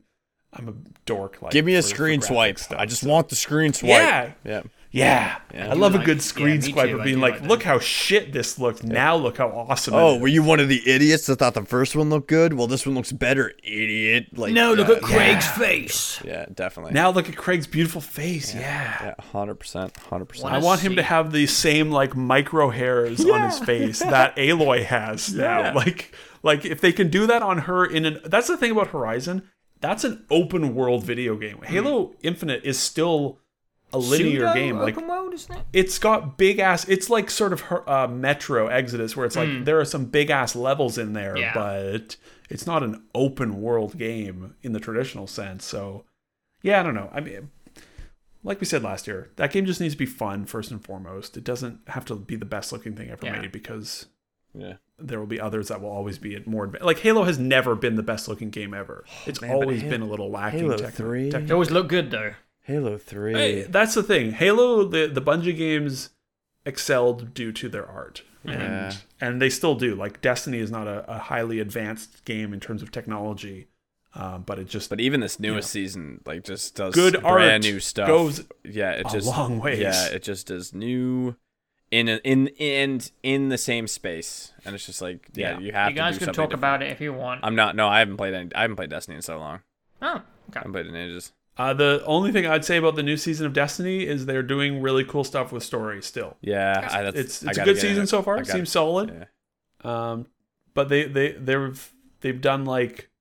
Speaker 1: i'm a dork like
Speaker 5: Give me a
Speaker 1: for- for
Speaker 5: screen
Speaker 1: graphic
Speaker 5: swipe.
Speaker 1: stuff,
Speaker 5: I just
Speaker 1: so-
Speaker 5: want the screen swipe.
Speaker 1: yeah
Speaker 2: Yeah.
Speaker 1: yeah,
Speaker 2: Yeah.
Speaker 1: i,
Speaker 2: I do
Speaker 1: love a
Speaker 3: like-
Speaker 1: good screen
Speaker 3: yeah, me
Speaker 1: swipe
Speaker 3: too,
Speaker 1: of
Speaker 3: I
Speaker 1: being
Speaker 3: do
Speaker 1: like
Speaker 3: like that.
Speaker 1: look how shit this looks now look how awesome
Speaker 5: Oh,
Speaker 1: it
Speaker 5: were
Speaker 1: is.
Speaker 5: you one of the idiots that thought the first one looked good? Well, this one looks better, idiot. Like
Speaker 3: No, look
Speaker 5: uh,
Speaker 3: at Craig's face.
Speaker 2: Yeah, definitely.
Speaker 1: now look at craig's beautiful face yeah,
Speaker 2: yeah, 100%. 100%.
Speaker 3: What
Speaker 1: I
Speaker 3: Let's
Speaker 1: want him
Speaker 3: see.
Speaker 1: to have the same like micro hairs on his
Speaker 5: (laughs)
Speaker 1: face that Aloy has now. Like like if they can do that on her in an that's the thing about Horizon. That's an open world video game. Halo Infinite is still a linear
Speaker 3: Pseudo
Speaker 1: game. Like
Speaker 3: open world, isn't it?
Speaker 1: it's got big ass. It's like sort of her, uh, Metro Exodus, where it's like
Speaker 2: Hmm.
Speaker 1: there are some big ass levels in there,
Speaker 3: Yeah.
Speaker 1: but it's not an open world game in the traditional sense. So, yeah, I don't know. I mean, like we said last year, that game just needs to be fun first and foremost. It doesn't have to be the best looking thing ever
Speaker 3: Yeah.
Speaker 1: made because
Speaker 2: Yeah.
Speaker 1: there will be others that will always be at more adva- like Halo has never been the best looking game ever. It's
Speaker 2: Oh, man, but
Speaker 1: always
Speaker 2: Halo-
Speaker 1: been a little lacking.
Speaker 2: Halo
Speaker 1: techni-
Speaker 2: 3?
Speaker 1: techni-
Speaker 3: It always looked good though.
Speaker 2: Halo Three.
Speaker 1: Hey, that's the thing. Halo, the the Bungie games excelled due to their art,
Speaker 2: Yeah.
Speaker 1: and and they still do. Like Destiny is not a, a highly advanced game in terms of technology, um, but it just
Speaker 2: But e- even this newest season, like, just does
Speaker 1: Good art
Speaker 2: brand new stuff.
Speaker 1: goes
Speaker 2: yeah, it
Speaker 1: a
Speaker 2: just
Speaker 1: long ways.
Speaker 2: Yeah, it just does new in a, in and in the same space, and it's just like yeah,
Speaker 1: Yeah.
Speaker 2: you have
Speaker 3: You guys
Speaker 2: to do
Speaker 3: can
Speaker 2: something
Speaker 3: talk
Speaker 2: different.
Speaker 3: about it if you want.
Speaker 2: I'm not. No, I haven't played. Any, I haven't played Destiny in so long.
Speaker 3: Oh,
Speaker 2: I
Speaker 3: okay.
Speaker 2: haven't played it in ages.
Speaker 1: uh, the only thing I'd say about the new season of Destiny is they're doing really cool stuff with story still.
Speaker 2: Yeah, I,
Speaker 1: It's
Speaker 2: that's, I
Speaker 1: it's a
Speaker 2: gotta
Speaker 1: good
Speaker 2: get in
Speaker 1: season
Speaker 2: it.
Speaker 1: so far.
Speaker 2: I
Speaker 1: It
Speaker 2: gotta-
Speaker 1: seems solid.
Speaker 2: yeah.
Speaker 1: Um, but they they they've they've done like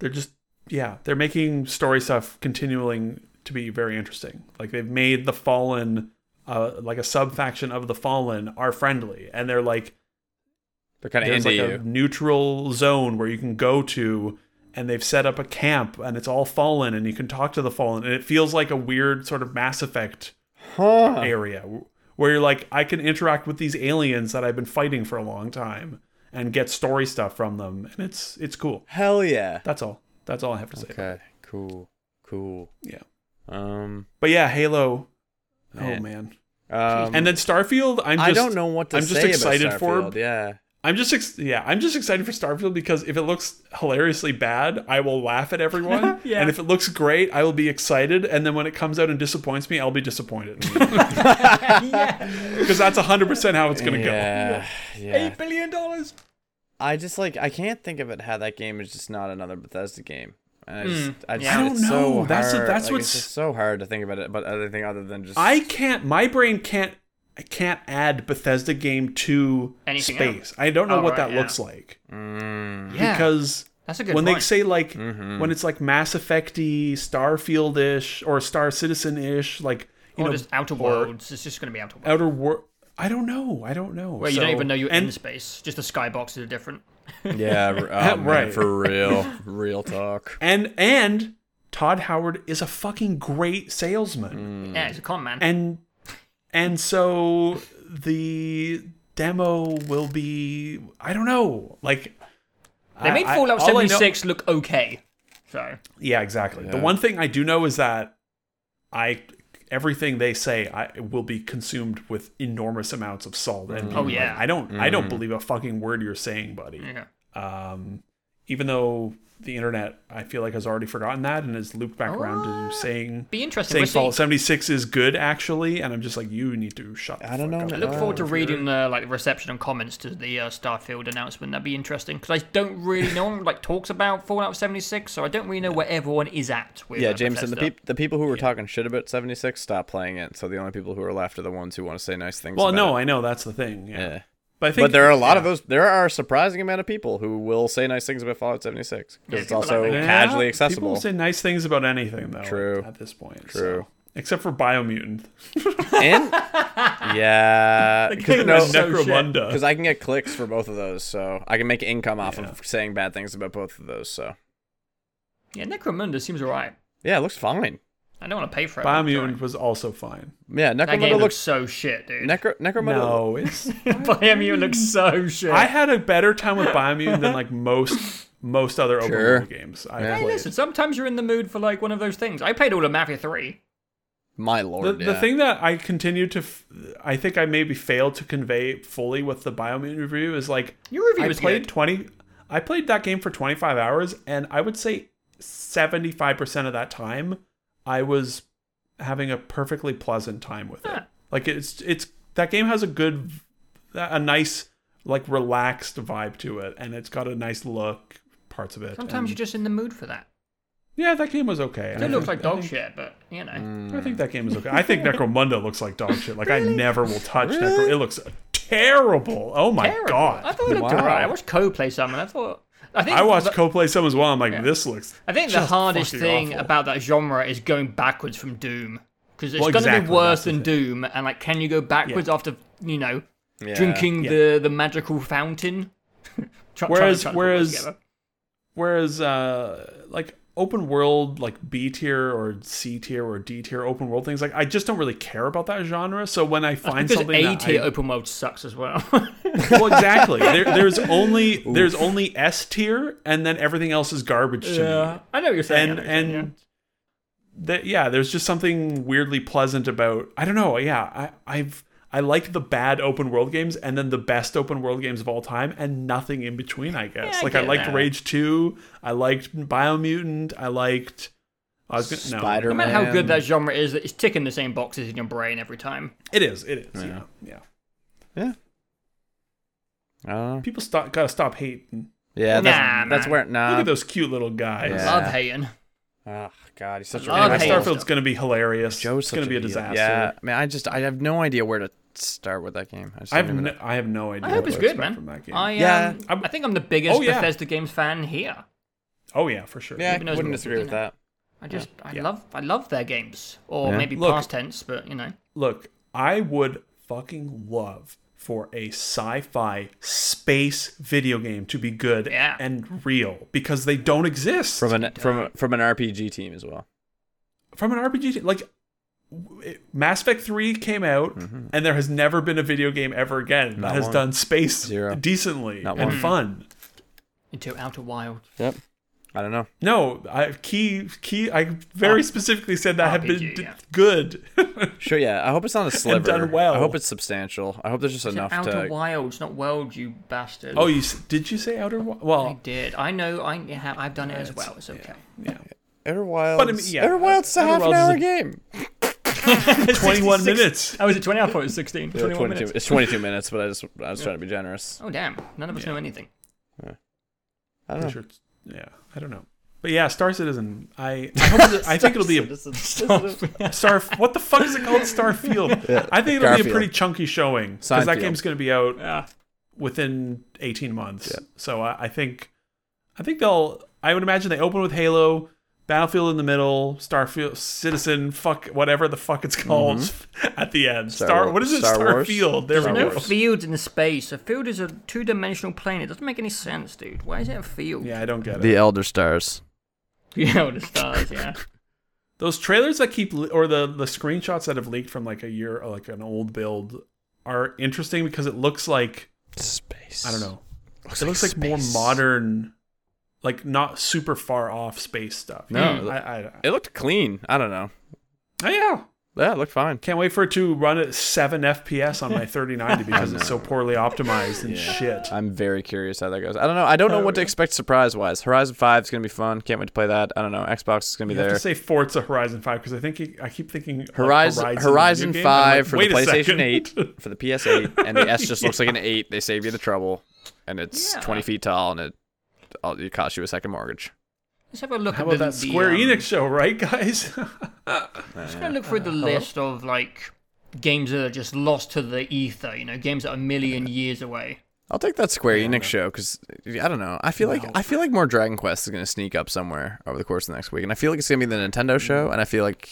Speaker 1: they're just yeah they're making story stuff continuing to be very interesting. Like they've made the fallen uh like a sub faction of the fallen are friendly and they're like
Speaker 2: They're kind of
Speaker 1: there's
Speaker 2: into
Speaker 1: like
Speaker 2: you.
Speaker 1: a neutral zone where you can go to and they've set up a camp and it's all fallen and you can talk to the fallen and it feels like a weird sort of Mass Effect area w- where you're like I can interact with these aliens that I've been fighting for a long time and get story stuff from them and it's it's cool.
Speaker 2: Hell yeah.
Speaker 1: That's all. That's all I have to say. about
Speaker 2: Okay. Cool. Cool.
Speaker 1: it. Yeah.
Speaker 2: Um.
Speaker 1: But yeah, Halo.
Speaker 2: Man.
Speaker 1: Oh man.
Speaker 2: um,
Speaker 1: and then Starfield, I'm just
Speaker 2: I don't know what to
Speaker 1: I'm
Speaker 2: say
Speaker 1: just excited
Speaker 2: about
Speaker 1: for
Speaker 2: Starfield, Yeah.
Speaker 1: I'm just ex- yeah, I'm just excited for Starfield because if it looks hilariously bad, I will laugh at
Speaker 2: (laughs)
Speaker 1: everyone.
Speaker 3: Yeah.
Speaker 1: And if it looks great, I will be excited. And then when it comes out and disappoints me, I'll be
Speaker 2: (laughs)
Speaker 1: disappointed
Speaker 3: (laughs) yeah,
Speaker 1: because that's 100 percent how it's gonna
Speaker 2: yeah. Yeah.
Speaker 3: eight billion dollars.
Speaker 2: I just like I can't think of it how that game is just not another Bethesda game. And I, just, I, just,
Speaker 3: Yeah. I
Speaker 1: Hmm. don't
Speaker 2: it's so
Speaker 1: know. That's-
Speaker 2: hard.
Speaker 1: that's
Speaker 2: like,
Speaker 1: what's-
Speaker 2: it's just so hard to think about it. But other thing other than just
Speaker 1: go. I can't. My brain can't. I can't add Bethesda game to
Speaker 3: Anything
Speaker 1: space. I don't know
Speaker 3: Oh,
Speaker 1: what
Speaker 3: right,
Speaker 1: that
Speaker 3: yeah.
Speaker 1: looks like
Speaker 2: Mm,
Speaker 3: Yeah,
Speaker 1: because
Speaker 3: that's a good
Speaker 1: when
Speaker 3: point.
Speaker 1: they say like
Speaker 2: Mhm.
Speaker 1: when it's like Mass Effecty, Starfield ish, or Star Citizen ish, like you
Speaker 3: or
Speaker 1: know,
Speaker 3: just Outer
Speaker 1: or-
Speaker 3: Worlds, it's just going to be Outer Worlds.
Speaker 1: outer war i don't know i don't know
Speaker 3: Where you don't
Speaker 1: So-
Speaker 3: even know you're
Speaker 1: and Hmm.
Speaker 3: in space. Just the skyboxes are different.
Speaker 1: (laughs)
Speaker 2: yeah, r- oh, man,
Speaker 1: Right.
Speaker 2: for
Speaker 1: (laughs)
Speaker 2: real, real talk.
Speaker 1: and and todd howard is a fucking great salesman
Speaker 3: Yeah, it's a con man.
Speaker 1: and and so the demo will be i don't know like
Speaker 3: they
Speaker 1: I-
Speaker 3: made
Speaker 1: I-
Speaker 3: Fallout
Speaker 1: all I know-
Speaker 3: 76 look okay. So
Speaker 1: yeah exactly the
Speaker 2: Yeah.
Speaker 1: one thing i do know is that i everything they say i will be consumed with enormous amounts of salt and
Speaker 3: Oh, yeah. Mm.
Speaker 1: i don't i don't
Speaker 2: Mhm.
Speaker 1: believe a fucking word you're saying buddy
Speaker 3: yeah,
Speaker 1: um, even though the internet I feel like has already forgotten that and has looped back around to saying
Speaker 3: be interesting.
Speaker 1: saying
Speaker 3: We'll see.
Speaker 1: Fallout 76 is good actually, and I'm just like you need to shut. The
Speaker 2: I
Speaker 1: fuck
Speaker 2: don't know,
Speaker 1: up.
Speaker 2: man.
Speaker 3: I look forward to
Speaker 2: Oh,
Speaker 3: reading the like the reception and comments to the uh, Starfield announcement. That'd be interesting because I don't really no one like talks about Fallout 76, so I don't really know where everyone is at. With
Speaker 2: Yeah,
Speaker 3: uh,
Speaker 2: Jameson, the,
Speaker 3: Bethesda.
Speaker 2: peop the people who were talking shit about 76 stopped playing it, so the only people who are left are the ones who want to say nice things.
Speaker 1: Well,
Speaker 2: about
Speaker 1: no,
Speaker 2: it.
Speaker 1: I know that's the thing. Yeah,
Speaker 2: yeah.
Speaker 1: but I think
Speaker 2: But there are a lot of those. There are a surprising amount of people who will say nice things about Fallout 76 because
Speaker 3: Yeah,
Speaker 2: it's
Speaker 3: people
Speaker 2: also
Speaker 3: like
Speaker 1: Yeah,
Speaker 2: casually
Speaker 1: People
Speaker 2: accessible.
Speaker 1: say nice things about anything though.
Speaker 2: True.
Speaker 1: At this point, so.
Speaker 2: True.
Speaker 1: Except for
Speaker 2: (laughs)
Speaker 1: Biomutant, (laughs)
Speaker 2: (laughs) and yeah, because
Speaker 1: no,
Speaker 2: no,
Speaker 3: so shit.
Speaker 1: Necromunda.
Speaker 2: 'cause I can get clicks for both of those, so I can make income off of saying bad things about both of those. So
Speaker 3: yeah, Necromunda seems alright.
Speaker 2: yeah, it looks fine.
Speaker 3: I don't want to pay for it. but it's
Speaker 1: Biomutant
Speaker 3: alright.
Speaker 1: was also
Speaker 2: (laughs)
Speaker 1: fine.
Speaker 2: Yeah,
Speaker 3: That game
Speaker 2: Necromunda
Speaker 3: looks
Speaker 2: looks
Speaker 3: so shit, dude.
Speaker 2: Necro Necromunda.
Speaker 1: No,
Speaker 2: (laughs)
Speaker 1: it's.
Speaker 3: (laughs) Biomutant looks so shit.
Speaker 1: I had a better time with Biomutant than like most most other open
Speaker 2: Sure.
Speaker 1: world games I've
Speaker 2: Yeah.
Speaker 3: Hey,
Speaker 1: played.
Speaker 3: listen, sometimes you're in the mood for like one of those things. I played all of Mafia 3.
Speaker 2: My
Speaker 1: the,
Speaker 2: lord.
Speaker 1: the
Speaker 2: yeah.
Speaker 1: thing that I continue to, f- I think I maybe failed to convey fully with the Biomutant review is like
Speaker 3: Your review
Speaker 1: I
Speaker 3: was
Speaker 1: played
Speaker 3: good.
Speaker 1: twenty, I played that game for twenty five hours, and I would say seventy five percent of that time, I was having a perfectly pleasant time with it.
Speaker 3: Huh.
Speaker 1: Like it's it's that game has a good, a nice like relaxed vibe to it, and it's got a nice look parts of it.
Speaker 3: Sometimes you're
Speaker 1: and-
Speaker 3: just in the mood for that.
Speaker 1: yeah, that game was okay.
Speaker 3: It
Speaker 1: I Mm. think-
Speaker 3: looks like
Speaker 1: I
Speaker 3: dog
Speaker 1: think-
Speaker 3: shit, but you know.
Speaker 1: I think that game is okay. I
Speaker 3: (laughs)
Speaker 1: think Necromunda looks like dog shit. Like I never will touch Necro. It looks terrible. Oh my
Speaker 3: Terrible. I
Speaker 1: god.
Speaker 3: thought it looked
Speaker 2: Wow.
Speaker 3: alright. I watched Co play some, and I thought. I think
Speaker 1: I watched
Speaker 3: the,
Speaker 1: CoPlay some as well. I'm like, this looks.
Speaker 3: I think the
Speaker 1: just
Speaker 3: hardest
Speaker 1: fucking
Speaker 3: thing
Speaker 1: awful.
Speaker 3: about that genre is going backwards from Doom. because it's
Speaker 1: Well,
Speaker 3: going to
Speaker 1: exactly,
Speaker 3: be worse
Speaker 1: that's the
Speaker 3: than
Speaker 1: thing.
Speaker 3: Doom. And like, can you go backwards after you know
Speaker 2: Yeah.
Speaker 3: drinking
Speaker 1: Yeah.
Speaker 3: the the magical fountain? (laughs) Try- try-
Speaker 1: Whereas-
Speaker 3: try to put it
Speaker 1: whereas-
Speaker 3: together.
Speaker 1: Whereas, uh, like open world, like B tier or C tier or D tier open world things, like I just don't really care about that genre. So when I find
Speaker 3: because
Speaker 1: something
Speaker 3: A
Speaker 1: that
Speaker 3: tier
Speaker 1: I-
Speaker 3: open world sucks as well. (laughs)
Speaker 1: well, exactly. There, there's only there's only S tier, and then everything else is garbage to me.
Speaker 3: I know what you're saying.
Speaker 1: And
Speaker 3: I
Speaker 1: and
Speaker 3: know what you're saying, yeah.
Speaker 1: that yeah, there's just something weirdly pleasant about. I don't know. Yeah, I I've I liked the bad open world games, and then the best open world games of all time, and nothing in between. I guess.
Speaker 3: Yeah, I
Speaker 1: like I
Speaker 3: get
Speaker 1: liked
Speaker 3: that.
Speaker 1: Rage Two. I liked Biomutant. I liked. I was gonna, no.
Speaker 2: Spider
Speaker 3: No
Speaker 2: Man.
Speaker 3: matter how good that genre is, it's ticking the same boxes in your brain every time.
Speaker 1: It is. It is. Yeah. Yeah.
Speaker 2: Yeah. Uh,
Speaker 1: People stop. Gotta stop hating.
Speaker 2: yeah, that's,
Speaker 3: Nah,
Speaker 2: that's
Speaker 3: man.
Speaker 2: where nah.
Speaker 1: Look at those cute little guys.
Speaker 2: Um, Yeah.
Speaker 3: Love hating.
Speaker 2: Oh God, he's such a
Speaker 3: Love
Speaker 1: Anyway,
Speaker 3: hating.
Speaker 2: asshole.
Speaker 1: Starfield's gonna be hilarious.
Speaker 2: Joe's
Speaker 1: it's gonna
Speaker 2: such
Speaker 1: be a
Speaker 2: idiot.
Speaker 1: disaster.
Speaker 2: Yeah, man, I just I have no idea where to start with that game. I, just
Speaker 1: I have
Speaker 2: don't even
Speaker 1: no, I have no idea.
Speaker 3: I hope
Speaker 1: what
Speaker 3: it's
Speaker 1: to
Speaker 3: good,
Speaker 1: expect
Speaker 3: man.
Speaker 1: From that game.
Speaker 3: I um,
Speaker 2: Yeah.
Speaker 1: I'm-
Speaker 3: I think I'm the biggest
Speaker 1: Oh, yeah.
Speaker 3: Bethesda games fan here.
Speaker 1: oh yeah, for sure.
Speaker 2: Yeah,
Speaker 3: Who
Speaker 2: I
Speaker 3: knows
Speaker 2: wouldn't
Speaker 3: what-
Speaker 2: disagree with
Speaker 3: you know.
Speaker 2: that.
Speaker 3: I just I
Speaker 1: Yeah.
Speaker 3: love I love their games or
Speaker 2: Yeah.
Speaker 3: maybe
Speaker 1: Look-
Speaker 3: past tense, but you know.
Speaker 1: Look, I would fucking love for a sci-fi space video game to be good
Speaker 3: Yeah.
Speaker 1: and real because they don't exist
Speaker 2: From an from a- from an RPG team as well.
Speaker 1: From an RPG. team, Like w- Mass Effect Three came out, and there has never been a video game ever again
Speaker 2: Mm-hmm. Not
Speaker 1: that has
Speaker 2: one.
Speaker 1: done space
Speaker 2: Zero.
Speaker 1: decently
Speaker 2: Not
Speaker 1: and
Speaker 3: Mm-hmm.
Speaker 2: one.
Speaker 1: fun.
Speaker 3: Into Outer Wild.
Speaker 2: Yep. I don't know.
Speaker 1: No, I, key key. I very
Speaker 3: Oh.
Speaker 1: specifically said that had been
Speaker 3: RPG,
Speaker 1: d-
Speaker 3: yeah.
Speaker 1: good. (laughs)
Speaker 2: Sure, yeah. I hope it's not a sliver.
Speaker 1: done well.
Speaker 2: I hope it's substantial. I hope there's just
Speaker 3: It's
Speaker 2: enough
Speaker 3: Outer
Speaker 2: to.
Speaker 3: Wilds, not World, you bastard.
Speaker 1: oh, you s- did you say Outer? Wi-
Speaker 3: I
Speaker 1: Well,
Speaker 3: did. I know. I yeah, I've done it as well. It's okay.
Speaker 1: yeah. (laughs)
Speaker 2: Outer Wilds.
Speaker 1: But I mean, yeah,
Speaker 2: Outer Wilds is a
Speaker 1: Outer
Speaker 2: half an
Speaker 1: Wilds is
Speaker 2: hour
Speaker 1: a-
Speaker 2: game.
Speaker 3: (laughs)
Speaker 1: 21 minutes.
Speaker 3: Oh, was it 20? I thought it was 16.
Speaker 2: Yeah,
Speaker 3: 21
Speaker 2: 22
Speaker 3: minutes.
Speaker 2: It's 22 minutes, but I just I was trying to be generous.
Speaker 1: (laughs)
Speaker 3: Oh damn! None of us know anything.
Speaker 2: I don't
Speaker 1: Pretty
Speaker 2: know.
Speaker 1: sure it's- yeah, I don't know. But yeah, Star Citizen. I I, hope it- I think it'll be a (laughs) Star. What the fuck is it called?
Speaker 2: (laughs)
Speaker 1: Starfield. I think it'll be a
Speaker 2: Garfield.
Speaker 1: pretty chunky showing because that
Speaker 2: Seinfeld.
Speaker 1: game's going to be out within 18 months. So I, I think I think they'll. I would imagine they open with Halo, Battlefield in the middle, Starfield, Citizen, fuck whatever the fuck it's called (laughs) at the end. Star.
Speaker 2: Mm-hmm. Star Wa-
Speaker 1: what is it?
Speaker 2: Star Wars?
Speaker 1: Starfield. There
Speaker 2: Star
Speaker 1: we
Speaker 3: No
Speaker 1: go.
Speaker 2: Wars.
Speaker 3: fields in space. A field is a two-dimensional plane. It doesn't make any sense, dude. Why is it a field?
Speaker 1: Yeah, (laughs) I don't get it.
Speaker 4: The Elder Stars.
Speaker 3: Yeah, with the stars. Yeah.
Speaker 1: those trailers that keep le- or the the screenshots that have leaked from like a year or like an old build are interesting because it looks like
Speaker 4: Space.
Speaker 1: I don't know. it looks like more modern, like not super far off space stuff. (laughs)
Speaker 2: No,
Speaker 1: I, I,
Speaker 2: It looked clean. I don't know.
Speaker 1: oh yeah.
Speaker 2: Yeah, it looked fine.
Speaker 1: Can't wait for it to run at seven FPS
Speaker 2: (laughs)
Speaker 1: on my 3090 because it's so poorly optimized and shit.
Speaker 2: I'm very curious how that goes. I don't know. I don't know what to expect surprise wise. Horizon 5 is going to be fun. Can't wait to play that. I don't know. Xbox is going to
Speaker 1: You
Speaker 2: be
Speaker 1: have
Speaker 2: there.
Speaker 1: to say Forza Horizon 5 because I think you, I keep thinking like,
Speaker 2: Horizon,
Speaker 1: Horizon,
Speaker 2: Horizon,
Speaker 1: the video game. I'm like,
Speaker 2: 5 for the
Speaker 1: wait a
Speaker 2: PlayStation
Speaker 1: second. (laughs)
Speaker 2: 8, for the PS8, and the S just looks like an 8. They save you the trouble, and it's
Speaker 3: Yeah.
Speaker 2: 20 feet tall, and it, oh, it costs you a second mortgage.
Speaker 3: Let's have a look
Speaker 1: How
Speaker 3: at
Speaker 1: about
Speaker 3: the,
Speaker 1: that
Speaker 3: the,
Speaker 1: Square
Speaker 3: um,
Speaker 1: Enix show, right, guys? (laughs)
Speaker 3: I'm just gonna look through the list of like games that are just lost to the ether. You know, games that are a million years away.
Speaker 2: I'll take that Square Enix show because I don't know. I feel like I feel like more Dragon Quest is going to sneak up somewhere over the course of the next week, and I feel like it's going to be the Nintendo show,
Speaker 1: Mm.
Speaker 2: and I feel like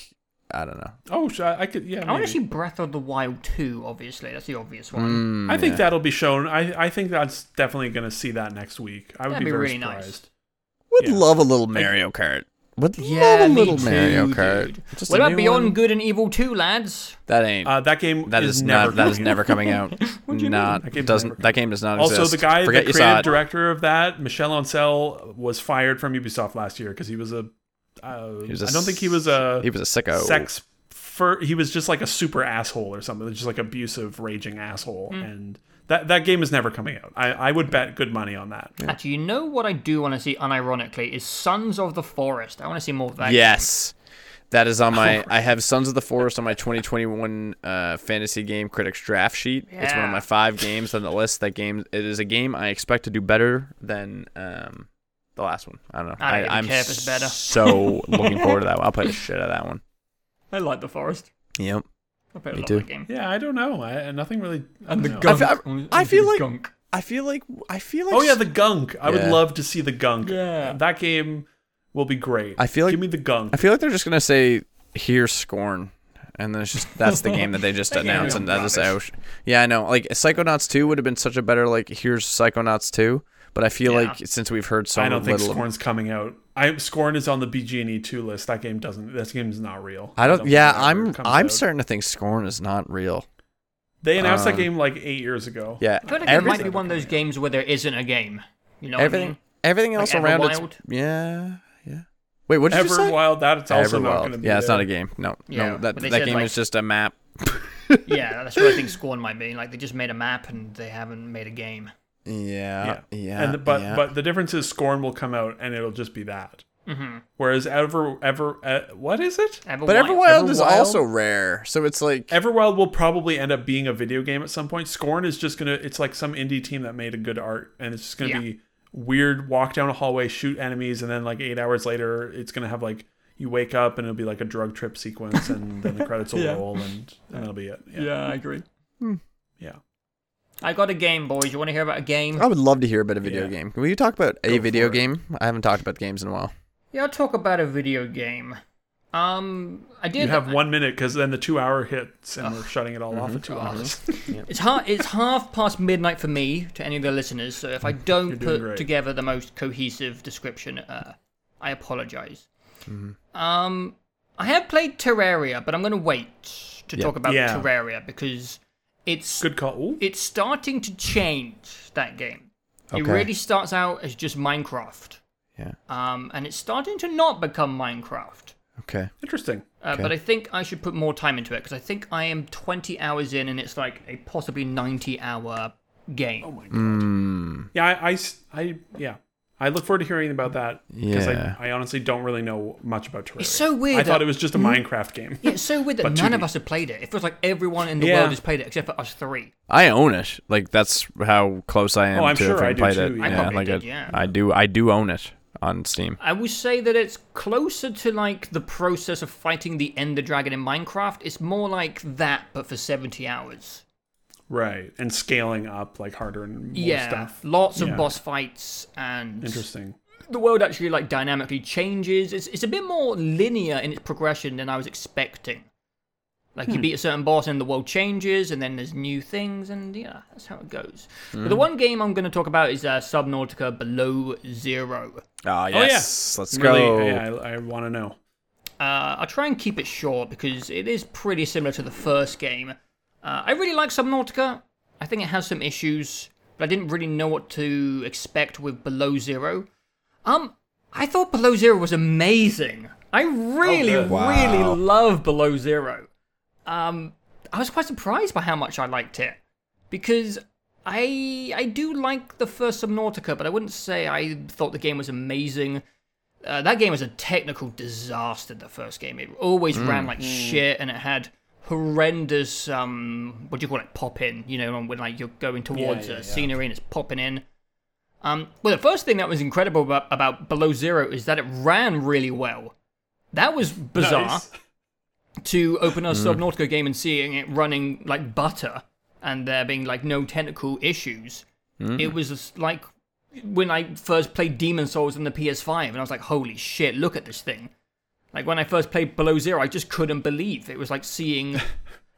Speaker 2: I don't know.
Speaker 1: oh, sh- I I could. Yeah,
Speaker 3: I want to
Speaker 1: maybe.
Speaker 3: see Breath of the Wild 2, obviously. That's the obvious one.
Speaker 2: Mm,
Speaker 1: I think that'll be shown. I, I think that's definitely going to see that next week. I would
Speaker 3: That'd
Speaker 1: be,
Speaker 3: be,
Speaker 1: very
Speaker 3: really
Speaker 1: surprised.
Speaker 3: nice.
Speaker 4: Would
Speaker 1: Yeah.
Speaker 4: love a little Mario Kart. Would
Speaker 3: Yeah,
Speaker 4: love a
Speaker 3: me
Speaker 4: little
Speaker 3: too,
Speaker 4: Mario Kart.
Speaker 3: dude.
Speaker 4: Just
Speaker 3: what
Speaker 4: a
Speaker 3: about
Speaker 4: new
Speaker 3: Beyond
Speaker 4: one.
Speaker 3: Good and Evil 2, lads?
Speaker 2: That ain't
Speaker 1: Uh, that game
Speaker 2: that
Speaker 1: is
Speaker 2: is
Speaker 1: never
Speaker 2: not that is
Speaker 1: coming
Speaker 2: never
Speaker 1: out.
Speaker 2: coming out. not
Speaker 1: That game's
Speaker 2: doesn't
Speaker 1: never
Speaker 2: that game does not
Speaker 1: Also,
Speaker 2: exist.
Speaker 1: the guy,
Speaker 2: Forget
Speaker 1: the
Speaker 2: you saw
Speaker 1: creative
Speaker 2: it.
Speaker 1: director of that, Michel Ancel, was fired from Ubisoft last year because he was a. Uh,
Speaker 2: was a
Speaker 1: I don't think he was a.
Speaker 2: he was a sicko.
Speaker 1: sex. For he was just like a super asshole or something, just like abusive, raging asshole,
Speaker 3: Hmm.
Speaker 1: and that that game is never coming out. I, I would bet good money on that.
Speaker 3: Actually, you know what I do want to see, unironically, is Sons of the Forest. I want to see more of that.
Speaker 2: Yes. That is on my. I have Sons of the Forest on my 2021 uh, fantasy game critics draft sheet. It's one of
Speaker 3: Yeah.
Speaker 2: my five games on the list. That game. It is a game I expect to do better than um, the last one. I don't know.
Speaker 3: I don't even
Speaker 2: am
Speaker 3: care if it's better.
Speaker 2: so looking forward to that one. I'll play the shit out of that one.
Speaker 3: I like the forest.
Speaker 2: Yep.
Speaker 3: I played a
Speaker 2: Me
Speaker 3: lot
Speaker 2: too.
Speaker 3: of that game.
Speaker 1: Yeah, I don't know. I, nothing really. I
Speaker 3: And the
Speaker 1: don't know.
Speaker 3: gunk.
Speaker 2: I fe- I-
Speaker 3: wanna
Speaker 2: I
Speaker 3: see
Speaker 2: feel
Speaker 3: the
Speaker 2: like-
Speaker 3: gunk.
Speaker 2: I feel like. I feel like.
Speaker 1: Oh yeah, the gunk. I would
Speaker 2: Yeah.
Speaker 1: love to see the gunk.
Speaker 3: Yeah.
Speaker 1: that game will be great.
Speaker 2: I feel like-
Speaker 1: give me the gunk.
Speaker 2: I feel like they're just gonna say here's Scorn, and then it's just that's the game that
Speaker 1: (laughs)
Speaker 2: they just
Speaker 1: is
Speaker 2: announced and that is
Speaker 1: rubbish.
Speaker 2: out. Yeah, I know. Like Psychonauts two would have been such a better like here's Psychonauts two, but I feel
Speaker 3: Yeah.
Speaker 2: like since we've heard so
Speaker 1: I don't think
Speaker 2: little,
Speaker 1: Scorn's coming out. I Scorn is on the BG&E E two list. That game doesn't. That game's not real.
Speaker 2: I don't.
Speaker 1: think it
Speaker 2: Yeah,
Speaker 1: ever
Speaker 2: I'm
Speaker 1: comes
Speaker 2: I'm
Speaker 1: out.
Speaker 2: starting to think Scorn is not real.
Speaker 1: They announced that
Speaker 2: um,
Speaker 1: game like eight years ago.
Speaker 2: Yeah,
Speaker 3: I feel like it might be one of those games where there isn't a game. You know,
Speaker 2: everything everything else
Speaker 3: Like
Speaker 2: around it's
Speaker 3: Everwild?
Speaker 2: yeah yeah. Wait, what did you
Speaker 1: Ever
Speaker 2: say?
Speaker 1: Wild that it's also not
Speaker 2: Everwild.
Speaker 1: going to be.
Speaker 2: yeah, it's not
Speaker 1: there.
Speaker 2: a game. No,
Speaker 3: Yeah,
Speaker 2: no, that
Speaker 3: but they
Speaker 2: that
Speaker 3: said,
Speaker 2: game
Speaker 3: like-
Speaker 2: is just a map.
Speaker 3: what I mean? yeah, that's what I think Scorn might be. Like they just made a map and they haven't made a game.
Speaker 2: Yeah, yeah.
Speaker 1: and the, but
Speaker 2: yeah.
Speaker 1: but the difference is Scorn will come out and it'll just be that. Whereas ever ever uh, what is it?
Speaker 3: Everwild,
Speaker 2: But Everwild is
Speaker 1: Everwild?
Speaker 2: also rare, so it's like
Speaker 1: Everwild will probably end up being a video game at some point. Scorn is just gonna it's like some indie team that made a good art and it's just gonna
Speaker 3: Yeah.
Speaker 1: be weird walk down a hallway, shoot enemies, and then like eight hours later it's gonna have like you wake up and it'll be like a drug trip sequence and then the credits will roll and, and that'll be it. Yeah. yeah.
Speaker 3: I agree. I got a game, boys. You want to hear about a game?
Speaker 2: I would love to hear about a video
Speaker 1: Yeah.
Speaker 2: game. Will you talk about a video
Speaker 1: it.
Speaker 2: game? I haven't talked about games in a while.
Speaker 3: Yeah, I'll talk about a video game. Um, I did.
Speaker 1: You have one minute because then the two hour hits and we're shutting it all off at two
Speaker 3: Mm-hmm.
Speaker 1: hours.
Speaker 3: It's half. It's half past midnight for me to any of the listeners. So if I
Speaker 1: doing
Speaker 3: don't put
Speaker 1: great.
Speaker 3: together the most cohesive description, uh, I apologize.
Speaker 1: Mm-hmm.
Speaker 3: Um, I have played Terraria, but I'm going to wait to talk about
Speaker 1: Yeah.
Speaker 3: Terraria because
Speaker 1: (laughs)
Speaker 3: it's
Speaker 1: good call. Ooh.
Speaker 3: it's starting to change that game. It
Speaker 2: Okay.
Speaker 3: really starts out as just Minecraft.
Speaker 2: Yeah.
Speaker 3: Um, and it's starting to not become Minecraft.
Speaker 2: Okay.
Speaker 1: Interesting.
Speaker 3: Uh, But I think I should put more time into it because I think I am 20 hours in and it's like a possibly 90 hour game.
Speaker 1: Yeah, I, I s- I- yeah. I look forward to hearing about that because
Speaker 2: Yeah.
Speaker 1: I, I honestly don't really know much about Terraria.
Speaker 3: It's so weird
Speaker 1: I thought
Speaker 3: that- Mm-hmm.
Speaker 1: it was just a Minecraft game.
Speaker 3: Yeah, it's so weird that
Speaker 1: But
Speaker 3: none
Speaker 1: 2D.
Speaker 3: of us have played it. It feels like everyone in the
Speaker 1: Yeah.
Speaker 3: world has played it except for us three.
Speaker 2: I own it. Like that's how close I am
Speaker 1: Oh, I'm
Speaker 2: to
Speaker 1: sure
Speaker 2: if I
Speaker 1: I do
Speaker 2: played
Speaker 1: too,
Speaker 2: it.
Speaker 1: yeah. I
Speaker 2: Yeah,
Speaker 3: probably
Speaker 2: like
Speaker 3: did,
Speaker 2: I,
Speaker 3: yeah.
Speaker 2: I do. I do own it on Steam.
Speaker 3: I would say that it's closer to like the process of fighting the Ender Dragon in Minecraft. It's more like that, but for 70 hours.
Speaker 1: Right. And scaling up like harder and more
Speaker 3: yeah,
Speaker 1: stuff.
Speaker 3: lots of
Speaker 1: Yeah.
Speaker 3: boss fights and
Speaker 1: Interesting.
Speaker 3: the world actually like dynamically changes. It's it's a bit more linear in its progression than I was expecting. Like
Speaker 1: Hmm.
Speaker 3: you beat a certain boss and the world changes, and then there's new things, and yeah, that's how it goes. But the
Speaker 1: Hmm.
Speaker 3: one game I'm going to talk about is uh, Subnautica Below Zero.
Speaker 2: Ah,
Speaker 3: Oh,
Speaker 1: yeah.
Speaker 2: yes. Let's go.
Speaker 1: Really? Yeah, I, I want to know.
Speaker 3: Uh, I'll try and keep it short because it is pretty similar to the first game. Uh, I really like Subnautica. I think it has some issues, but I didn't really know what to expect with Below Zero. Um, I thought Below Zero was amazing. I really,
Speaker 1: good.
Speaker 3: really
Speaker 2: Wow.
Speaker 3: love Below Zero. Um, I was quite surprised by how much I liked it because I I do like the first Subnautica, but I wouldn't say I thought the game was amazing. Uh, that game was a technical disaster. The first game, it always
Speaker 1: Mm,
Speaker 3: ran like shit, and it had horrendous um, what do you call it, pop in? You know, when like you're going towards
Speaker 1: yeah,
Speaker 3: a
Speaker 1: yeah.
Speaker 3: scenery and it's popping in. Um, well, the first thing that was incredible about, about Below Zero is that it ran really well. That was bizarre
Speaker 1: Nice.
Speaker 3: to open a Subnautica game and seeing it running like butter and there being like no technical issues. It was just like when I first played Demon Souls on the PS5 and I was like, holy shit, look at this thing. Like when I first played Below Zero, I just couldn't believe it was like seeing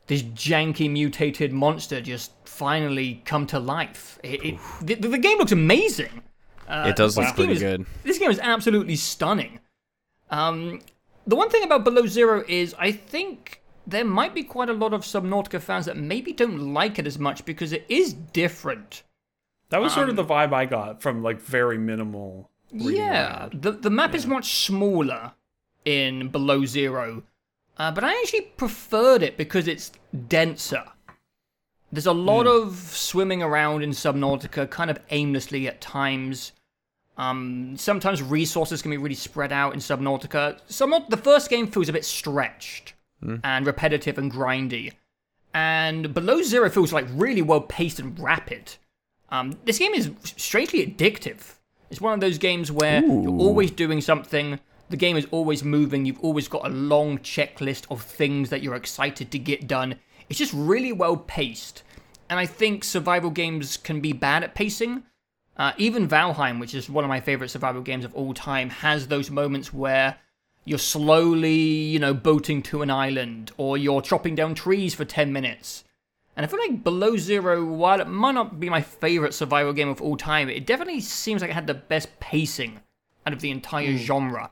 Speaker 3: this janky mutated monster just finally come to life. It, it, the, the game looks amazing. Uh,
Speaker 2: It does
Speaker 3: this
Speaker 2: look
Speaker 3: game
Speaker 2: pretty
Speaker 3: is-
Speaker 2: good.
Speaker 3: This game is absolutely stunning. Um, the one thing about Below Zero is I think there might be quite a lot of Subnautica fans that maybe don't like it as much because it is different.
Speaker 1: That was sort of
Speaker 3: Um,
Speaker 1: the vibe I got from like very minimal. reading
Speaker 3: yeah,
Speaker 1: around.
Speaker 3: the the map is much smaller in Below Zero, uh, but I actually preferred it because it's denser. There's a lot of swimming around in Subnautica, kind of aimlessly at times. Um, sometimes resources can be really spread out in Subnautica. Subnaut- the first game feels a bit stretched and repetitive and grindy, and Below Zero feels like really well paced and rapid. Um, this game is strangely addictive. It's one of those games where you're always doing something. The game is always moving. You've always got a long checklist of things that you're excited to get done. It's just really well paced. And I think survival games can be bad at pacing. Uh, even Valheim, which is one of my favorite survival games of all time, has those moments where You're slowly, you know, boating to an island, or you're chopping down trees for 10 minutes. And I feel like Below Zero, while it might not be my favorite survival game of all time, it definitely seems like it had the best pacing out of the entire
Speaker 1: Hmm.
Speaker 3: genre.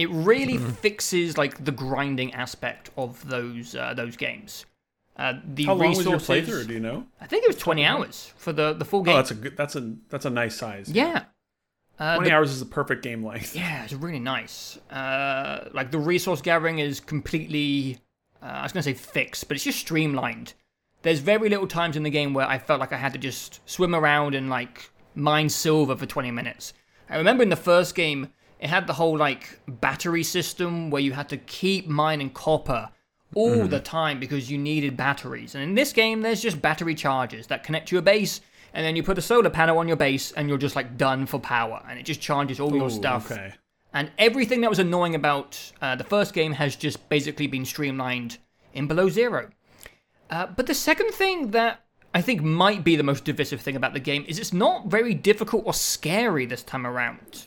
Speaker 3: It really fixes like the grinding aspect of those uh, those games. Uh, the
Speaker 1: How long was
Speaker 3: resources,
Speaker 1: your playthrough? Do you know?
Speaker 3: I think it was 20 hours for the, the full game.
Speaker 1: Oh, that's a good. That's a that's a nice size.
Speaker 3: yeah. Uh,
Speaker 1: Twenty hours is the perfect game
Speaker 3: (laughs)
Speaker 1: length.
Speaker 3: yeah, it's really nice. Uh, like the resource gathering is completely, uh, I was gonna say fixed, but it's just streamlined. There's very little times in the game where I felt like I had to just swim around and like mine silver for 20 minutes. I remember in the first game, it had the whole like battery system where you had to keep mining copper all
Speaker 1: Mm.
Speaker 3: the time because you needed batteries. And in this game, there's just battery chargers that connect to your base, and then you put a solar panel on your base, and you're just like done for power, and it just charges all your
Speaker 1: Ooh,
Speaker 3: stuff.
Speaker 1: Okay.
Speaker 3: And everything that was annoying about uh, the first game has just basically been streamlined in Below Zero. Uh, but the second thing that I think might be the most divisive thing about the game is it's not very difficult or scary this time around.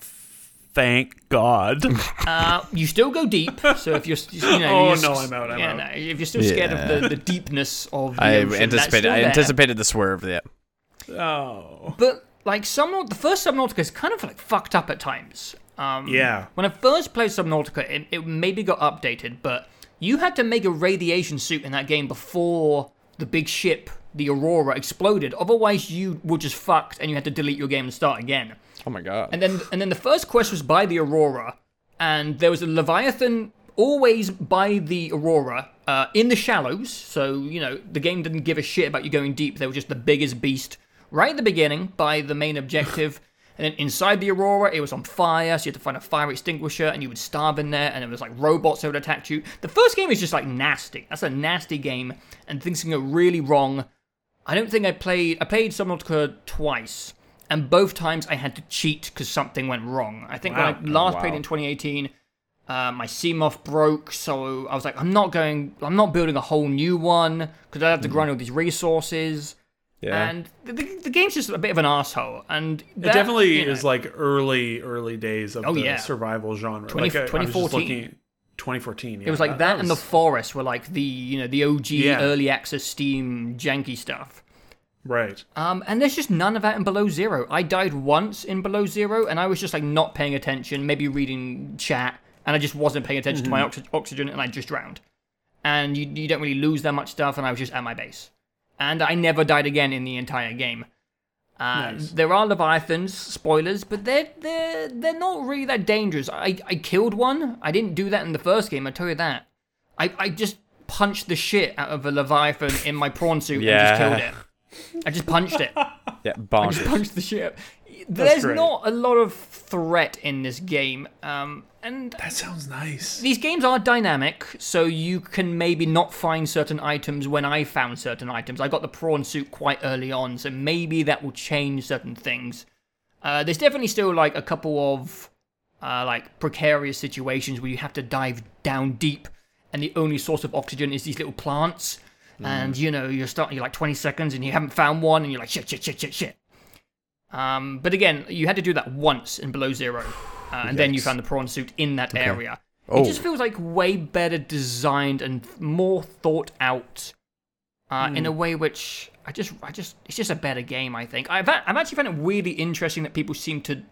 Speaker 1: Thank God.
Speaker 3: Uh, you still go deep, so if you're, you
Speaker 1: (laughs)
Speaker 3: know,
Speaker 1: Oh,
Speaker 3: you're
Speaker 1: no, I'm out, I'm
Speaker 3: yeah,
Speaker 1: out.
Speaker 3: no, if you're still scared of the, the deepness of the
Speaker 2: I
Speaker 3: ocean, that's
Speaker 2: anticipated.
Speaker 3: still
Speaker 2: I
Speaker 3: there.
Speaker 2: anticipated the swerve. Yeah.
Speaker 1: (laughs) oh.
Speaker 3: But like Subnautica, the first Subnautica is kind of like fucked up at times. Um,
Speaker 1: Yeah.
Speaker 3: When I first played Subnautica, it, it maybe got updated, but you had to make a radiation suit in that game before the big ship, the Aurora, exploded. Otherwise, you were just fucked, and you had to delete your game and start again.
Speaker 2: Oh my god.
Speaker 3: And then and then the first quest was by the Aurora, and there was a Leviathan always by the Aurora uh, in the shallows. So you know the game didn't give a shit about you going deep. They were just the biggest beast right at the beginning by the main objective. And then inside the Aurora, it was on fire, so you had to find a fire extinguisher, and you would starve in there, and it was like robots that would attack you. The first game is just like nasty. That's a nasty game, and things can go really wrong I don't think I played. I played Subnautica twice, and both times I had to cheat because something went wrong. I think
Speaker 1: Wow.
Speaker 3: when I last played in 2018, uh, my CMOF broke, so I was like, I'm not going. I'm not building a whole new one because I have
Speaker 1: Hmm.
Speaker 3: to grind all these resources.
Speaker 2: yeah.
Speaker 3: And the, the, the game's just a bit of an asshole. And
Speaker 1: It
Speaker 3: that,
Speaker 1: definitely
Speaker 3: you know,
Speaker 1: is like early, early days of
Speaker 3: Oh,
Speaker 1: the
Speaker 3: yeah.
Speaker 1: survival genre.
Speaker 3: 20
Speaker 1: like, I- I was just
Speaker 3: 2014.
Speaker 1: looking- 2014. Yeah,
Speaker 3: It was like that, and the
Speaker 1: was-
Speaker 3: forest were like the you know the OG
Speaker 1: Yeah.
Speaker 3: early access Steam janky stuff.
Speaker 1: right.
Speaker 3: Um, and there's just none of that in Below Zero. I died once in Below Zero, and I was just like not paying attention, maybe reading chat, and I just wasn't paying attention to my oxy- oxygen, and I just drowned. And you, you don't really lose that much stuff, and I was just at my base. And I never died again in the entire game. Uh,
Speaker 1: Nice.
Speaker 3: There are leviathans, spoilers, but they're they're they're not really that dangerous. I, I killed one. I didn't do that in the first game. I tell you that. I, I just punched the shit out of a leviathan in my prawn suit and
Speaker 2: Yeah.
Speaker 3: just killed it. I just
Speaker 1: (laughs)
Speaker 3: punched it.
Speaker 2: yeah.
Speaker 3: Just
Speaker 2: Bonkers.
Speaker 3: punched the shit. out. There's
Speaker 1: great.
Speaker 3: not a lot of threat in this game, um, and
Speaker 1: That sounds nice.
Speaker 3: these games are dynamic, so you can maybe not find certain items when I found certain items. I got the prawn suit quite early on, so maybe that will change certain things. Uh, there's definitely still like a couple of uh, like precarious situations where you have to dive down deep, and the only source of oxygen is these little plants. And you know you're starting you're like 20 seconds and you haven't found one, and you're like shit, shit, shit, shit, shit. Um, but again, you had to do that once in Below Zero, uh, and then you found the prawn suit in that area.
Speaker 1: Oh.
Speaker 2: Oh.
Speaker 3: It just feels like way better designed and more thought out, uh, in a
Speaker 1: Hmm.
Speaker 3: way which I just, I just, it's just a better game. I think I've, a- I've actually found it weirdly interesting that people seem to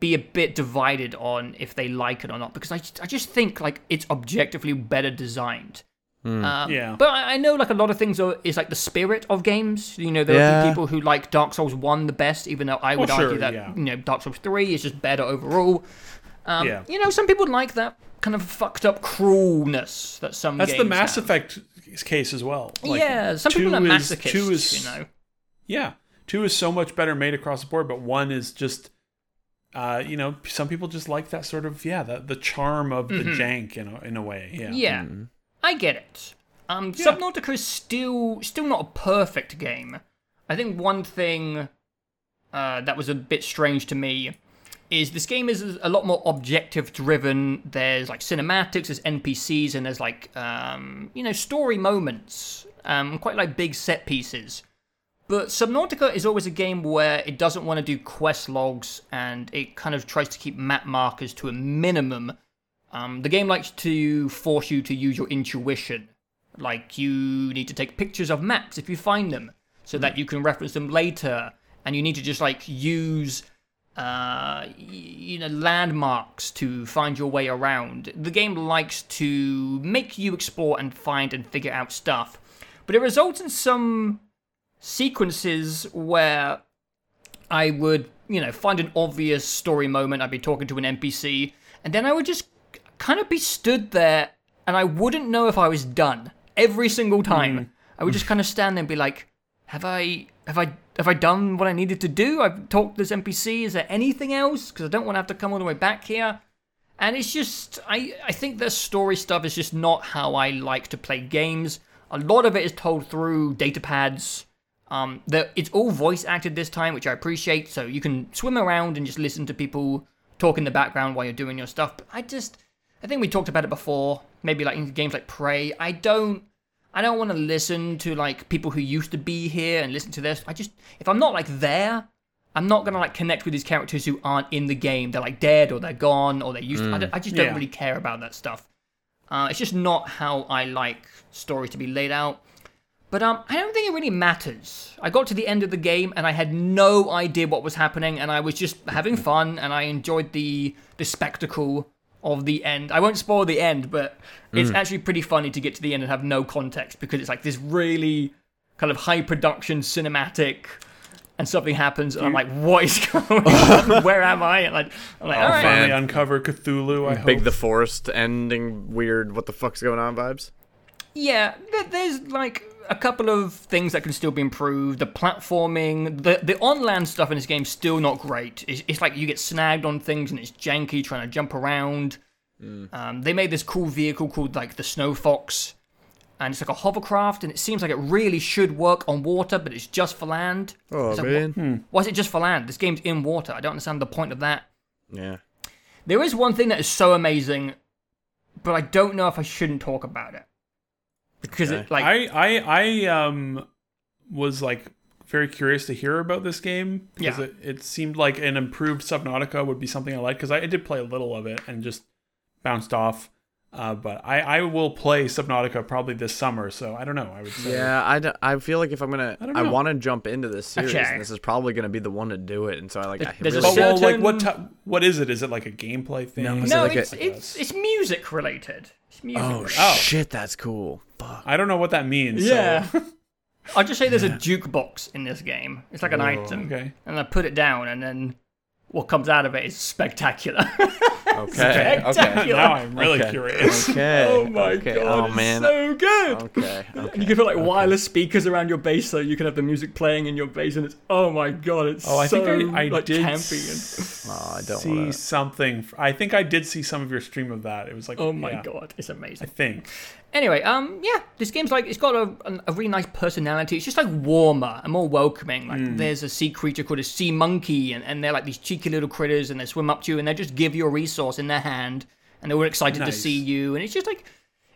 Speaker 3: be a bit divided on if they like it or not because I, I just think like it's objectively better designed. Um,
Speaker 1: Yeah.
Speaker 3: But I I know like a lot of things are is like the spirit of games. You know, there are
Speaker 2: Yeah.
Speaker 3: people who like Dark Souls One the best, even though I would
Speaker 1: Oh, sure,
Speaker 3: argue that
Speaker 1: yeah.
Speaker 3: you know Dark Souls Three is just better overall. Um,
Speaker 1: Yeah.
Speaker 3: You know, some people like that kind of fucked up cruelness that some
Speaker 1: That's the
Speaker 3: games
Speaker 1: Mass
Speaker 3: have.
Speaker 1: Effect case as well. Like,
Speaker 3: yeah, some people
Speaker 1: two
Speaker 3: are
Speaker 1: is-
Speaker 3: masochists.
Speaker 1: two is-
Speaker 3: you know.
Speaker 1: Yeah, two is so much better made across the board, but one is just, uh, you know, some people just like that sort of yeah, the, the charm of the jank in a, in a way. Yeah,
Speaker 3: Mm-hmm. Yeah, I get it. Um, Subnautica is still still not a perfect game. I think one thing uh, that was a bit strange to me is this game is a lot more objective driven. There's like cinematics, there's NPCs, and there's like um, you know story moments, um, quite like big set pieces. But Subnautica is always a game where it doesn't want to do quest logs and it kind of tries to keep map markers to a minimum Um, the game likes to force you to use your intuition. Like, you need to take pictures of maps if you find them, so that you can reference them later. And you need to just, like, use, uh, y- you know, landmarks to find your way around. The game likes to make you explore and find and figure out stuff. But it results in some sequences where I would, you know, find an obvious story moment. I'd be talking to an NPC, and then I would just kind of be stood there, and I wouldn't know if I was done every single time. I would just kind of stand there and be like, "Have I, have I, have I done what I needed to do? I've talked to this NPC. Is there anything else? Because I don't want to have to come all the way back here." And it's just, I, I think the story stuff is just not how I like to play games. A lot of it is told through data pads. Um, the, it's all voice acted this time, which I appreciate. So you can swim around and just listen to people talk in the background while you're doing your stuff. But I just, I think we talked about it before. Maybe like in games like Prey, I don't, I don't want to listen to like people who used to be here and listen to this. I just, if I'm not like there, I'm not gonna like connect with these characters who aren't in the game. They're like dead or they're gone or they used. To, I, don't- I just don't
Speaker 1: Yeah.
Speaker 3: really care about that stuff. Uh, it's just not how I like stories to be laid out. But um, I don't think it really matters. I got to the end of the game and I had no idea what was happening, and I was just having fun, and I enjoyed the the spectacle of the end. I won't spoil the end, but it's actually pretty funny to get to the end and have no context because it's like this really kind of high production cinematic, and something happens, and I'm like, what is (laughs) going on? Where am I? And like, I'm like, all right,
Speaker 1: Finally uncover Cthulhu. I hope.
Speaker 2: Big the forest ending weird. What the fuck's going on? Vibes.
Speaker 3: Yeah, there- there's like a couple of things that can still be improved. The platforming, the the on land stuff in this game's still not great. It's, it's like you get snagged on things and it's janky trying to jump around. Um, they made this cool vehicle called like the Snow Fox, and it's like a hovercraft, and it seems like it really should work on water, but it's just for land. Oh
Speaker 2: man.
Speaker 1: Hmm.
Speaker 3: why is it just for land? This game's in water. I don't understand the point of that.
Speaker 2: Yeah.
Speaker 3: There is one thing that is so amazing, but I don't know if I shouldn't talk about it because it like
Speaker 1: I I I um was like very curious to hear about this game because
Speaker 3: Yeah.
Speaker 1: it, it seemed like an improved Subnautica would be something I like because I did play a little of it and just bounced off. Uh, but I, I will play Subnautica probably this summer, so I don't know. I would say
Speaker 2: Yeah, I, d- I feel like if I'm gonna,
Speaker 1: don't
Speaker 2: I,
Speaker 1: know.
Speaker 2: want to jump into this series,
Speaker 3: Okay.
Speaker 2: and this is probably gonna be the one to do it. And so I like, I
Speaker 3: there's a
Speaker 2: really,
Speaker 1: But well, like
Speaker 3: certain-
Speaker 1: what ti what is it? Is it like a gameplay thing?
Speaker 2: No, Is
Speaker 3: no,
Speaker 2: it like a-
Speaker 3: it's, it's it's music related. It's music
Speaker 2: oh,
Speaker 3: related.
Speaker 2: shit, that's cool. Fuck.
Speaker 1: I don't know what that means. so-
Speaker 3: I'll just say there's a jukebox in this game. It's like an
Speaker 2: (laughs)
Speaker 3: item,
Speaker 1: okay.
Speaker 3: and I put it down, and then what comes out of it is spectacular. (laughs)
Speaker 2: Okay. Okay.
Speaker 3: Spectacular.
Speaker 1: now I'm really
Speaker 2: Okay.
Speaker 1: curious.
Speaker 2: Okay.
Speaker 3: Oh my
Speaker 2: okay.
Speaker 3: god!
Speaker 2: Oh man.
Speaker 3: It's so good. (laughs)
Speaker 2: okay.
Speaker 3: And you
Speaker 2: Okay.
Speaker 3: can put like wireless speakers around your bass, so you can have the music playing in your bass, and it's oh my god, it's
Speaker 1: Oh, I
Speaker 3: so
Speaker 1: think I, I
Speaker 3: like
Speaker 1: did
Speaker 3: campy and
Speaker 2: Oh, I don't
Speaker 1: see
Speaker 2: wanna-
Speaker 1: something. f- I think I did see some of your stream of that. It was like,
Speaker 3: oh my
Speaker 1: yeah,
Speaker 3: god, it's amazing.
Speaker 1: I think
Speaker 3: Anyway, um, yeah, this game's like it's got a, an- a really nice personality. It's just like warmer and more welcoming.
Speaker 1: Hmm.
Speaker 3: Like there's a sea creature called a sea monkey, and, and they're like these cheeky little critters, and they swim up to you, and they just give you a resource in their hand, and they were excited to
Speaker 1: Nice.
Speaker 3: see you, and it's just like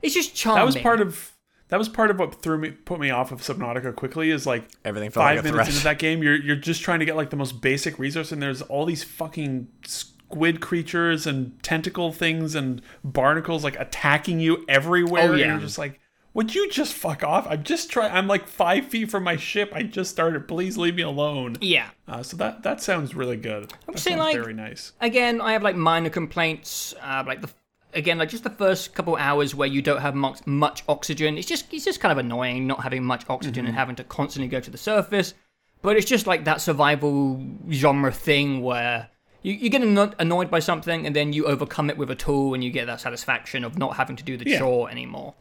Speaker 3: it's just charming.
Speaker 1: that was part of that was part of what threw me put me off of Subnautica quickly. Is like
Speaker 2: Everything felt
Speaker 1: five
Speaker 2: like a
Speaker 1: minutes
Speaker 2: threat.
Speaker 1: into that game, you're you're just trying to get like the most basic resource, and there's all these fucking squid creatures and tentacle things and barnacles like attacking you everywhere.
Speaker 3: Oh,
Speaker 1: and
Speaker 3: yeah.
Speaker 1: you're just like. Would you just fuck off? I'm just trying. I'm like five feet from my ship. I just started. Please leave me alone.
Speaker 3: yeah.
Speaker 1: Uh, so that that sounds really good. I'm
Speaker 3: saying, like-
Speaker 1: very nice.
Speaker 3: Again, I have like minor complaints, uh, like the again like just the first couple hours where you don't have much, much oxygen. It's just it's just kind of annoying not having much oxygen and having to constantly go to the surface. But it's just like that survival genre thing where you, you get anno- annoyed by something and then you overcome it with a tool and you get that satisfaction of not having to do the
Speaker 1: Yeah.
Speaker 3: chore anymore.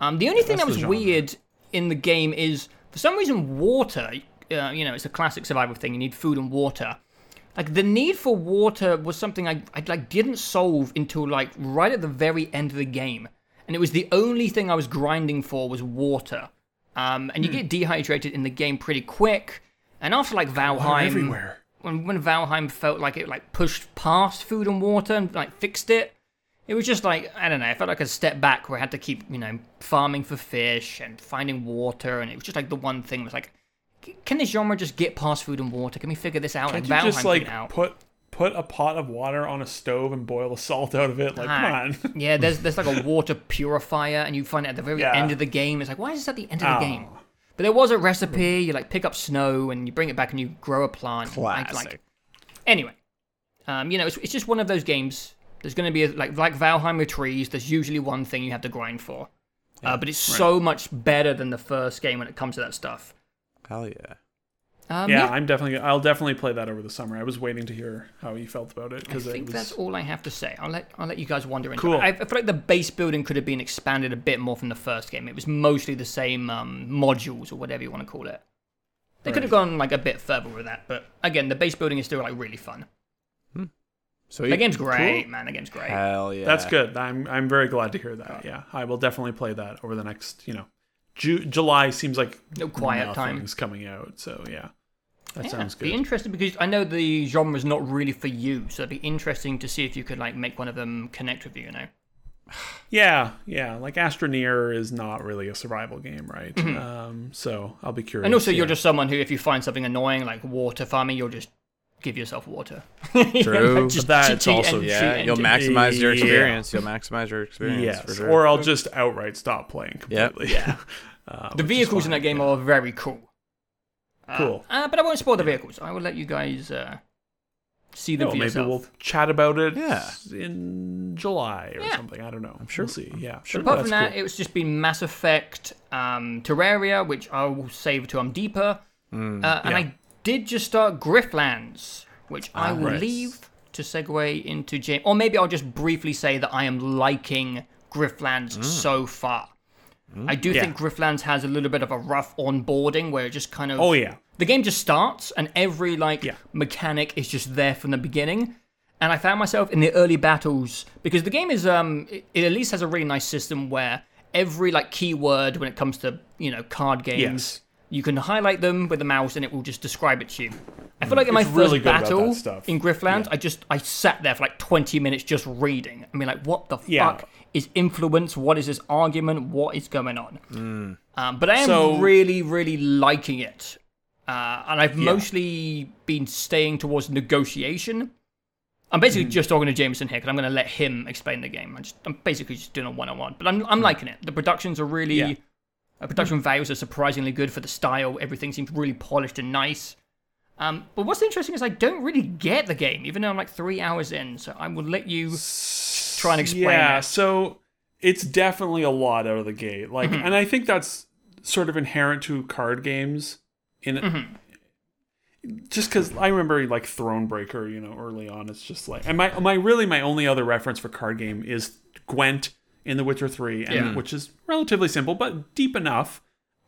Speaker 3: Um, the only thing that
Speaker 1: that's the
Speaker 3: was
Speaker 1: genre.
Speaker 3: weird in the game is for some reason water. Uh, you know, it's a classic survival thing. You need food and water. Like the need for water was something I, I like didn't solve until like right at the very end of the game, and it was the only thing I was grinding for was water. Um, and you
Speaker 1: Hmm.
Speaker 3: get dehydrated in the game pretty quick. And after like Valheim,
Speaker 1: everywhere.
Speaker 3: when when Valheim felt like it like pushed past food and water and like fixed it, it was just like I don't know. I felt like a step back where I had to keep you know farming for fish and finding water, and it was just like the one thing was like, "C- can this genre just get past food and water? Can we figure this out?
Speaker 1: Can't
Speaker 3: and
Speaker 1: you just
Speaker 3: Valheim figured
Speaker 1: like
Speaker 3: it out.
Speaker 1: put put a pot of water on a stove and boil the salt out of it. Like, come on.
Speaker 3: yeah, there's there's like
Speaker 1: (laughs)
Speaker 3: a water purifier, and you find it at the very
Speaker 1: Yeah.
Speaker 3: end of the game. It's like, why is this at the end of
Speaker 1: (laughs) Oh.
Speaker 3: the game? But there was a recipe. You like pick up snow and you bring it back and you grow a plant. Like- like-
Speaker 2: Classic.
Speaker 3: anyway, um, you know, it's, it's just one of those games. There's going to be a, like like Valheim with trees. There's usually one thing you have to grind for, uh, but it's so much better than the first game when it comes to that stuff.
Speaker 2: Hell yeah.
Speaker 3: Um,
Speaker 1: yeah,
Speaker 3: yeah,
Speaker 1: I'm definitely. I'll definitely play that over the summer. I was waiting to hear how you felt about it
Speaker 3: I
Speaker 1: because it
Speaker 3: think
Speaker 1: was.
Speaker 3: that's all I have to say. I'll let I'll let you guys wander into
Speaker 1: Cool.
Speaker 3: it. I, I feel like the base building could have been expanded a bit more from the first game. It was mostly the same um, modules or whatever you want to call it. They could have gone like a bit further with that, but again, the base building is still like really fun.
Speaker 2: So
Speaker 3: The game's great, man. The game's great.
Speaker 1: Uh,
Speaker 2: Hell yeah.
Speaker 1: That's good. I'm I'm very glad to hear that. Yeah, I will definitely play that over the next. You know, Ju- July seems like
Speaker 3: No quiet time.
Speaker 1: nothing's coming out. So yeah, that
Speaker 3: Yeah,
Speaker 1: sounds
Speaker 3: Be
Speaker 1: good.
Speaker 3: interested because I know the genre's not really for you, so it'd be interesting to see if you could like make one of them connect with you. You know,
Speaker 1: yeah, yeah. Like Astroneer is not really a survival game, right?
Speaker 3: Mm-hmm.
Speaker 1: Um, so I'll be curious.
Speaker 3: and also you're
Speaker 1: yeah.
Speaker 3: just someone who, if you find something annoying like water farming, you'll just give yourself water. (laughs) True,
Speaker 2: True.
Speaker 1: That's also-
Speaker 2: Yeah, you'll maximize your
Speaker 1: Yeah.
Speaker 2: experience. You'll maximize your experience for
Speaker 1: yes,
Speaker 2: sure.
Speaker 1: or I'll just outright stop playing
Speaker 2: Yep.
Speaker 1: completely. (laughs) Um,
Speaker 3: the vehicles in that game are very cool. Uh,
Speaker 1: Cool.
Speaker 3: uh, but I won't spoil the vehicles. I will let you guys uh, see them
Speaker 1: Well,
Speaker 3: for
Speaker 1: Oh, maybe
Speaker 3: yourself.
Speaker 1: we'll chat about it
Speaker 2: Yeah.
Speaker 1: in July or
Speaker 3: Yeah.
Speaker 1: something. I don't know. I'm sure. We'll see. Yeah.
Speaker 2: sure
Speaker 3: Apart from that, it's just been Mass Effect, um, Terraria, which I will save till I'm deeper.
Speaker 1: Mm,
Speaker 3: uh, and I did just start Grifflands, which I will
Speaker 1: right.
Speaker 3: leave to segue into James. Or maybe I'll just briefly say that I am liking Grifflands
Speaker 1: Mm.
Speaker 3: so far. I do think Grifflands has a little bit of a rough onboarding where it just kind of.
Speaker 1: Oh, yeah.
Speaker 3: The game just starts and every like
Speaker 1: Yeah.
Speaker 3: mechanic is just there from the beginning. And I found myself in the early battles because the game is um it, it at least has a really nice system where every like keyword when it comes to you know card games
Speaker 1: Yes.
Speaker 3: you can highlight them with the mouse and it will just describe it to you. I feel like in my
Speaker 1: Mm. It's
Speaker 3: first
Speaker 1: really good about
Speaker 3: battle
Speaker 1: that stuff.
Speaker 3: in Griffland, I just I sat there for like 20 minutes just reading. I mean, like, what the
Speaker 1: Yeah.
Speaker 3: fuck is influence? What is this argument? What is going on? Um, but I am
Speaker 1: So-
Speaker 3: really, really liking it, uh, and I've mostly been staying towards negotiation. I'm basically
Speaker 1: Hmm.
Speaker 3: just talking to Jameson here because I'm going to let him explain the game. I'm, just, I'm basically just doing a one-on-one, but I'm I'm liking it. The productions are really.
Speaker 1: Hmm. Yeah.
Speaker 3: Uh, production values are surprisingly good for the style. Everything seems really polished and nice. Um, but what's interesting is I don't really get the game, even though I'm like three hours in. So I will let you try and explain
Speaker 1: yeah,
Speaker 3: it.
Speaker 1: so it's definitely a lot out of the gate. Like,
Speaker 3: Mm-hmm.
Speaker 1: and I think that's sort of inherent to card games. In
Speaker 3: Mm-hmm.
Speaker 1: just because I remember like Thronebreaker, you know, early on, it's just like, and my my really my only other reference for card game is Gwent in The Witcher Three, and,
Speaker 3: Yeah.
Speaker 1: which is relatively simple but deep enough,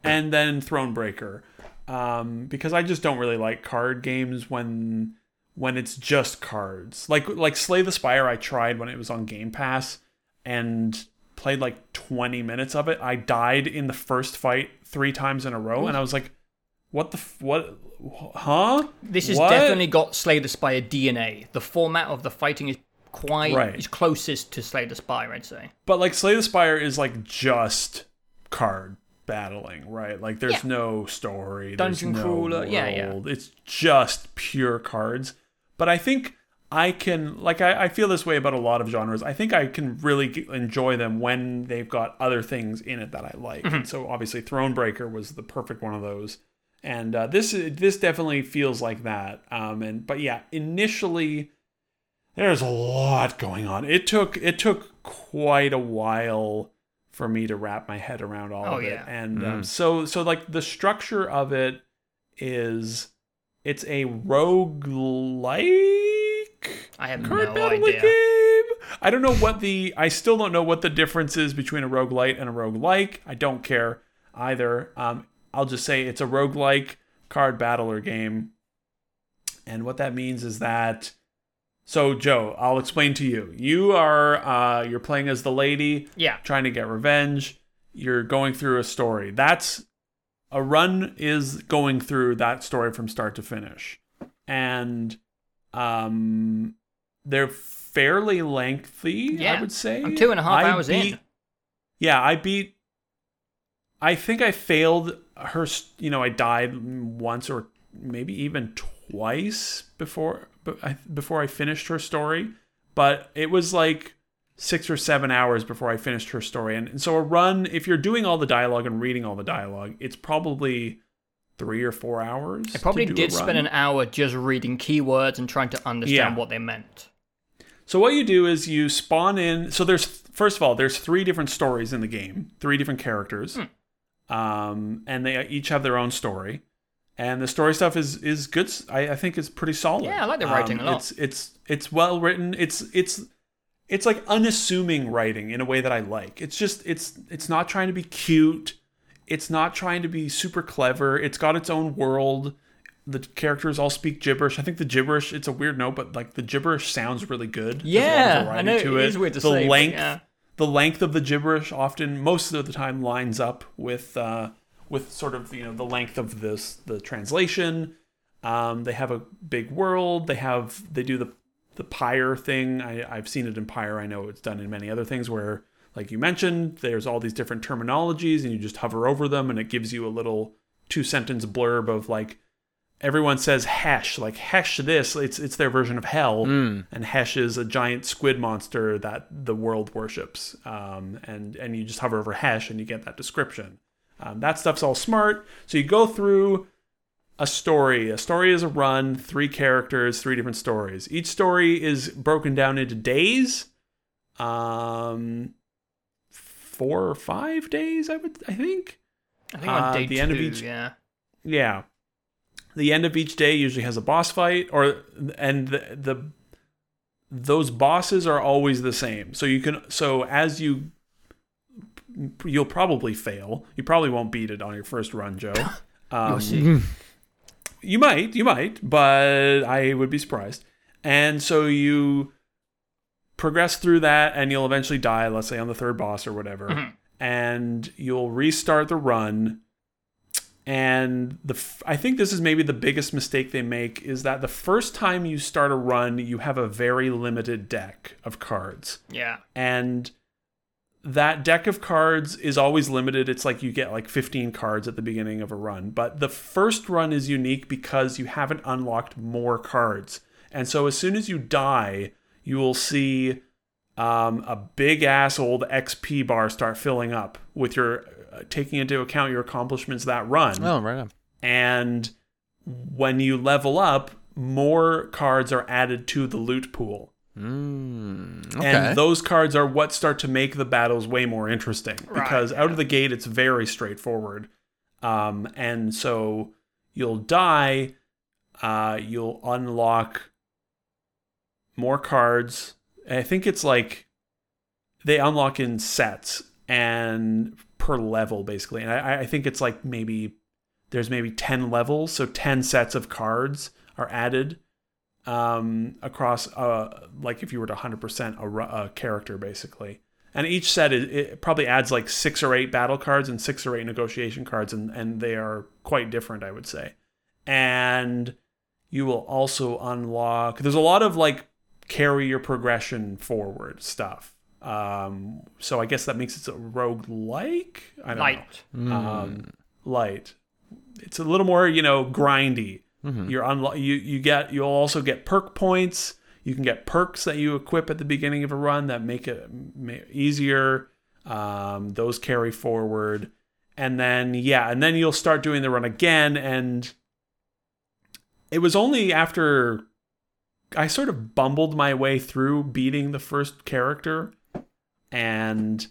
Speaker 1: and then Thronebreaker, um, because I just don't really like card games when when it's just cards. Like like Slay the Spire I tried when it was on Game Pass and played like 20 minutes of it. I died in the first fight 3 times in a row and I was like what the f- what wh- huh?
Speaker 3: This has
Speaker 1: What?
Speaker 3: definitely got Slay the Spire DNA. The format of the fighting is quite
Speaker 1: Right.
Speaker 3: is closest to Slay the Spire, I'd say.
Speaker 1: But like Slay the Spire is like just card battling, right? Like there's
Speaker 3: Yeah.
Speaker 1: no story, there's
Speaker 3: Dungeon
Speaker 1: no
Speaker 3: crawler, yeah, yeah.
Speaker 1: world. It's just pure cards. But I think I can like I, I feel this way about a lot of genres. I think I can really g- enjoy them when they've got other things in it that I like.
Speaker 3: Mm-hmm.
Speaker 1: And so obviously Thronebreaker was the perfect one of those. And uh, this this definitely feels like that. Um, and but yeah, initially there's a lot going on. It took it took quite a while for me to wrap my head around all
Speaker 3: Oh,
Speaker 1: of it.
Speaker 3: yeah.
Speaker 1: And um, so so like the structure of it is it's a rogue like
Speaker 3: I have
Speaker 1: card
Speaker 3: no
Speaker 1: battling
Speaker 3: idea.
Speaker 1: game. I don't know what the I still don't know what the difference is between a roguelite and a roguelike. I don't care either. Um, I'll just say it's a roguelike card battler game. And what that means is that so Joe, I'll explain to you. You are uh you're playing as the lady
Speaker 3: Yeah.
Speaker 1: trying to get revenge. You're going through a story. That's a run is going through that story from start to finish. And um they're fairly lengthy,
Speaker 3: Yeah.
Speaker 1: I would say.
Speaker 3: I'm two and a half
Speaker 1: I
Speaker 3: hours in.
Speaker 1: beat- Yeah, I beat I think I failed her, s- you know, I died once or maybe even twice before but I- before I finished her story, but it was like six or seven hours before I finished her story. And, and so a run, if you're doing all the dialogue and reading all the dialogue, it's probably three or four hours.
Speaker 3: I probably
Speaker 1: to do a
Speaker 3: did spend
Speaker 1: run.
Speaker 3: an hour just reading keywords and trying to understand
Speaker 1: Yeah.
Speaker 3: what they meant.
Speaker 1: So what you do is you spawn in. So there's first of all there's three different stories in the game, three different characters,
Speaker 3: Hmm.
Speaker 1: um, and they each have their own story. And the story stuff is is good. s- I, I think it's pretty solid. Um,
Speaker 3: Yeah, I like the writing a lot.
Speaker 1: It's it's it's well written. It's it's it's like unassuming writing in a way that I like. It's just it's it's not trying to be cute. It's not trying to be super clever. It's got its own world. The characters all speak gibberish. I think the gibberish, it's a weird note, but like the gibberish sounds really good. There's a lot of
Speaker 3: Yeah, I
Speaker 1: variety
Speaker 3: know, it is weird to
Speaker 1: the
Speaker 3: say, but
Speaker 1: Length,
Speaker 3: yeah.
Speaker 1: The length of the gibberish often, most of the time, lines up with uh, with sort of you know the length of this the translation. Um, they have a big world. They have they do the the pyre thing. I, I've seen it in pyre. I know it's done in many other things where, like you mentioned, there's all these different terminologies, and you just hover over them, and it gives you a little two sentence blurb of like everyone says hesh, like hesh this. It's it's their version of hell, and hesh is a giant squid monster that the world worships. Um, and and you just hover over hesh, and you get that description. Um, that stuff's all smart. So you go through a story. A story is a run, three characters, three different stories. Each story is broken down into days. Um four or five days, I would I think.
Speaker 3: I think on
Speaker 1: Uh,
Speaker 3: day
Speaker 1: the
Speaker 3: two,
Speaker 1: end of each-
Speaker 3: yeah.
Speaker 1: Yeah. The end of each day usually has a boss fight or and the, the those bosses are always the same. So you can so as you you'll probably fail. You probably won't beat it on your first run, Joe. Um,
Speaker 3: Mm-hmm.
Speaker 1: you might, you might, but I would be surprised. And so you progress through that and you'll eventually die, let's say on the third boss or whatever. And you'll restart the run and the f- I think this is maybe the biggest mistake they make is that the first time you start a run, you have a very limited deck of cards,
Speaker 3: Yeah.
Speaker 1: and that deck of cards is always limited. It's like you get like 15 cards at the beginning of a run, but the first run is unique because you haven't unlocked more cards, and so as soon as you die, you will see um, a big ass old XP bar start filling up with your uh, taking into account your accomplishments that run
Speaker 2: Oh, right on.
Speaker 1: and when you level up, more cards are added to the loot pool.
Speaker 2: Mm, okay.
Speaker 1: And those cards are what start to make the battles way more interesting because out of the gate it's very straightforward. Um, and so you'll die, uh, you'll unlock more cards. I think it's like they unlock in sets and per level basically. And I, I think it's like maybe there's maybe 10 levels so 10 sets of cards are added um, across uh, like if you were to 100% a, ru- a character basically and each set is, it probably adds like six or eight battle cards and six or eight negotiation cards and, and they are quite different i would say and you will also unlock there's a lot of like carry your progression forward stuff um, so i guess that makes it a rogue like i don't know
Speaker 3: Light.
Speaker 1: um, light. It's a little more, you know, grindy. You're unlo- you you get you'll also get perk points. You can get perks that you equip at the beginning of a run that make it ma- easier. Um, those carry forward, and then yeah, and then you'll start doing the run again. And it was only after I sort of bumbled my way through beating the first character, and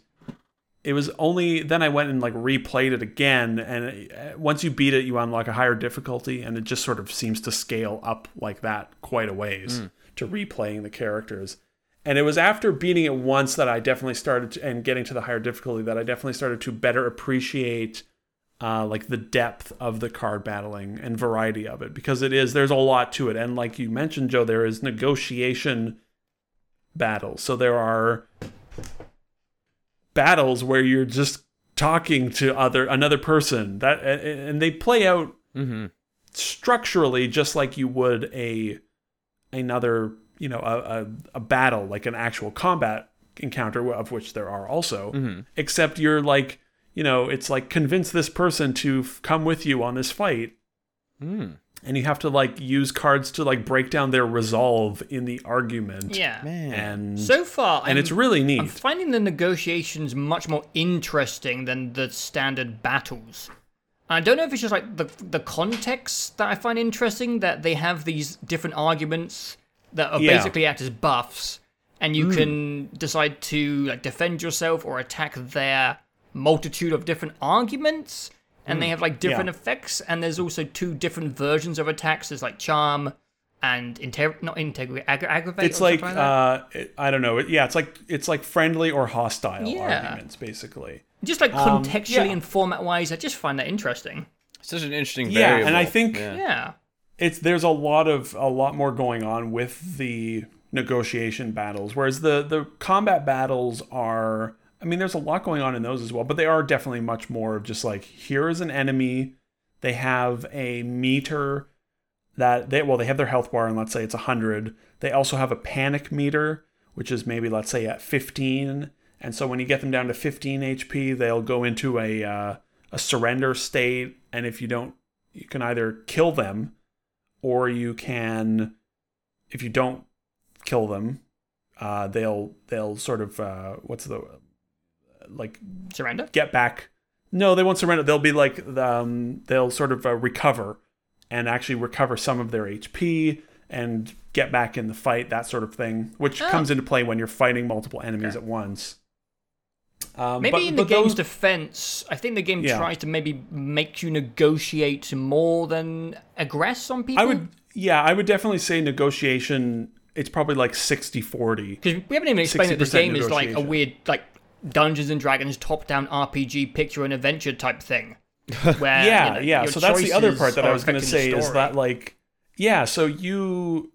Speaker 1: it was only then I went and like replayed it again. And uh, once you beat it, you unlock a higher difficulty, and it just sort of seems to scale up like that quite a ways to replaying the characters. And it was after beating it once that I definitely started to, and getting to the higher difficulty that I definitely started to better appreciate uh, like the depth of the card battling and variety of it because it is there's a lot to it. And like you mentioned, Joe, there is negotiation battles. So there are battles where you're just talking to other another person that and- and they play out
Speaker 2: mm-hmm.
Speaker 1: structurally just like you would a another you know a, a, a battle like an actual combat encounter of which there are also except you're like you know it's like convince this person to f- come with you on this fight and you have to like use cards to like break down their resolve in the argument.
Speaker 3: Yeah.
Speaker 1: And
Speaker 3: So um, far,
Speaker 1: and it's really neat.
Speaker 3: I'm finding the negotiations much more interesting than the standard battles. I don't know if it's just like the the context that I find interesting that they have these different arguments that are
Speaker 1: Yeah. Mm.
Speaker 3: basically act as buffs, and you can decide to like defend yourself or attack their multitude of different arguments, and
Speaker 1: Mm.
Speaker 3: they have like different effects. And there's also two different versions of attacks. There's like charm and inter not integrate ag- aggravate.
Speaker 1: it's
Speaker 3: or something
Speaker 1: like
Speaker 3: that.
Speaker 1: uh, it- I don't know. It, yeah, it's like it's like friendly or hostile
Speaker 3: Yeah.
Speaker 1: arguments, basically.
Speaker 3: just like contextually
Speaker 1: Um, yeah.
Speaker 3: and format wise, I just find that interesting.
Speaker 2: It's such an interesting
Speaker 1: Yeah,
Speaker 2: variable.
Speaker 1: and I think
Speaker 3: Yeah.
Speaker 1: it's there's a lot of a lot more going on with the negotiation battles whereas the the combat battles are i mean there's a lot going on in those as well but they are definitely much more of just like here is an enemy they have a meter that they well they have their health bar and let's say it's 100 they also have a panic meter which is maybe let's say at 15 and so when you get them down to 15 hp they'll go into a uh, a surrender state and if you don't you can either kill them or you can if you don't kill them uh, they'll they'll sort of uh, what's the like
Speaker 3: Surrender?
Speaker 1: get back no they won't surrender they'll be like um, they'll sort of uh, recover and actually recover some of their hp and get back in the fight that sort of thing which
Speaker 3: Oh.
Speaker 1: comes into play when you're fighting multiple enemies at once um,
Speaker 3: Maybe
Speaker 1: but-
Speaker 3: in the
Speaker 1: but
Speaker 3: game's
Speaker 1: those-
Speaker 3: defense, I think the game
Speaker 1: Yeah.
Speaker 3: tries to maybe make you negotiate more than aggress on people.
Speaker 1: i would yeah i would definitely say negotiation it's probably like 60 40
Speaker 3: because we haven't even explained that this
Speaker 1: 60%
Speaker 3: game is like a
Speaker 1: negotiation.
Speaker 3: weird like Dungeons and Dragons top-down RPG picture and adventure
Speaker 1: (laughs)
Speaker 3: type thing. Where
Speaker 1: yeah
Speaker 3: you know,
Speaker 1: yeah
Speaker 3: your
Speaker 1: so that's the other
Speaker 3: choices
Speaker 1: part that i
Speaker 3: are
Speaker 1: was going to
Speaker 3: affecting the
Speaker 1: say is
Speaker 3: story.
Speaker 1: that like yeah so you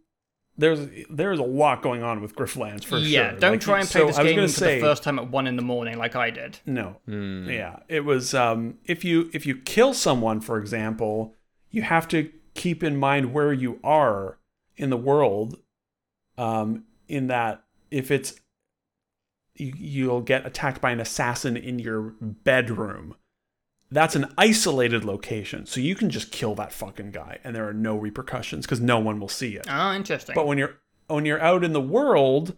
Speaker 1: there's there's a lot going on with grifflands for sure
Speaker 3: yeah, don't
Speaker 1: Like,
Speaker 3: try and play
Speaker 1: so
Speaker 3: this
Speaker 1: I was
Speaker 3: game
Speaker 1: gonna
Speaker 3: for
Speaker 1: say,
Speaker 3: the first time at one in the morning like I did.
Speaker 1: no yeah it was um if you if you kill someone for example you have to keep in mind where you are in the world um in that if it's you, you'll get attacked by an assassin in your bedroom that's an isolated location so you can just kill that fucking guy and there are no repercussions because no one will see it
Speaker 3: Ah, interesting.
Speaker 1: but when you're when you're out in the world,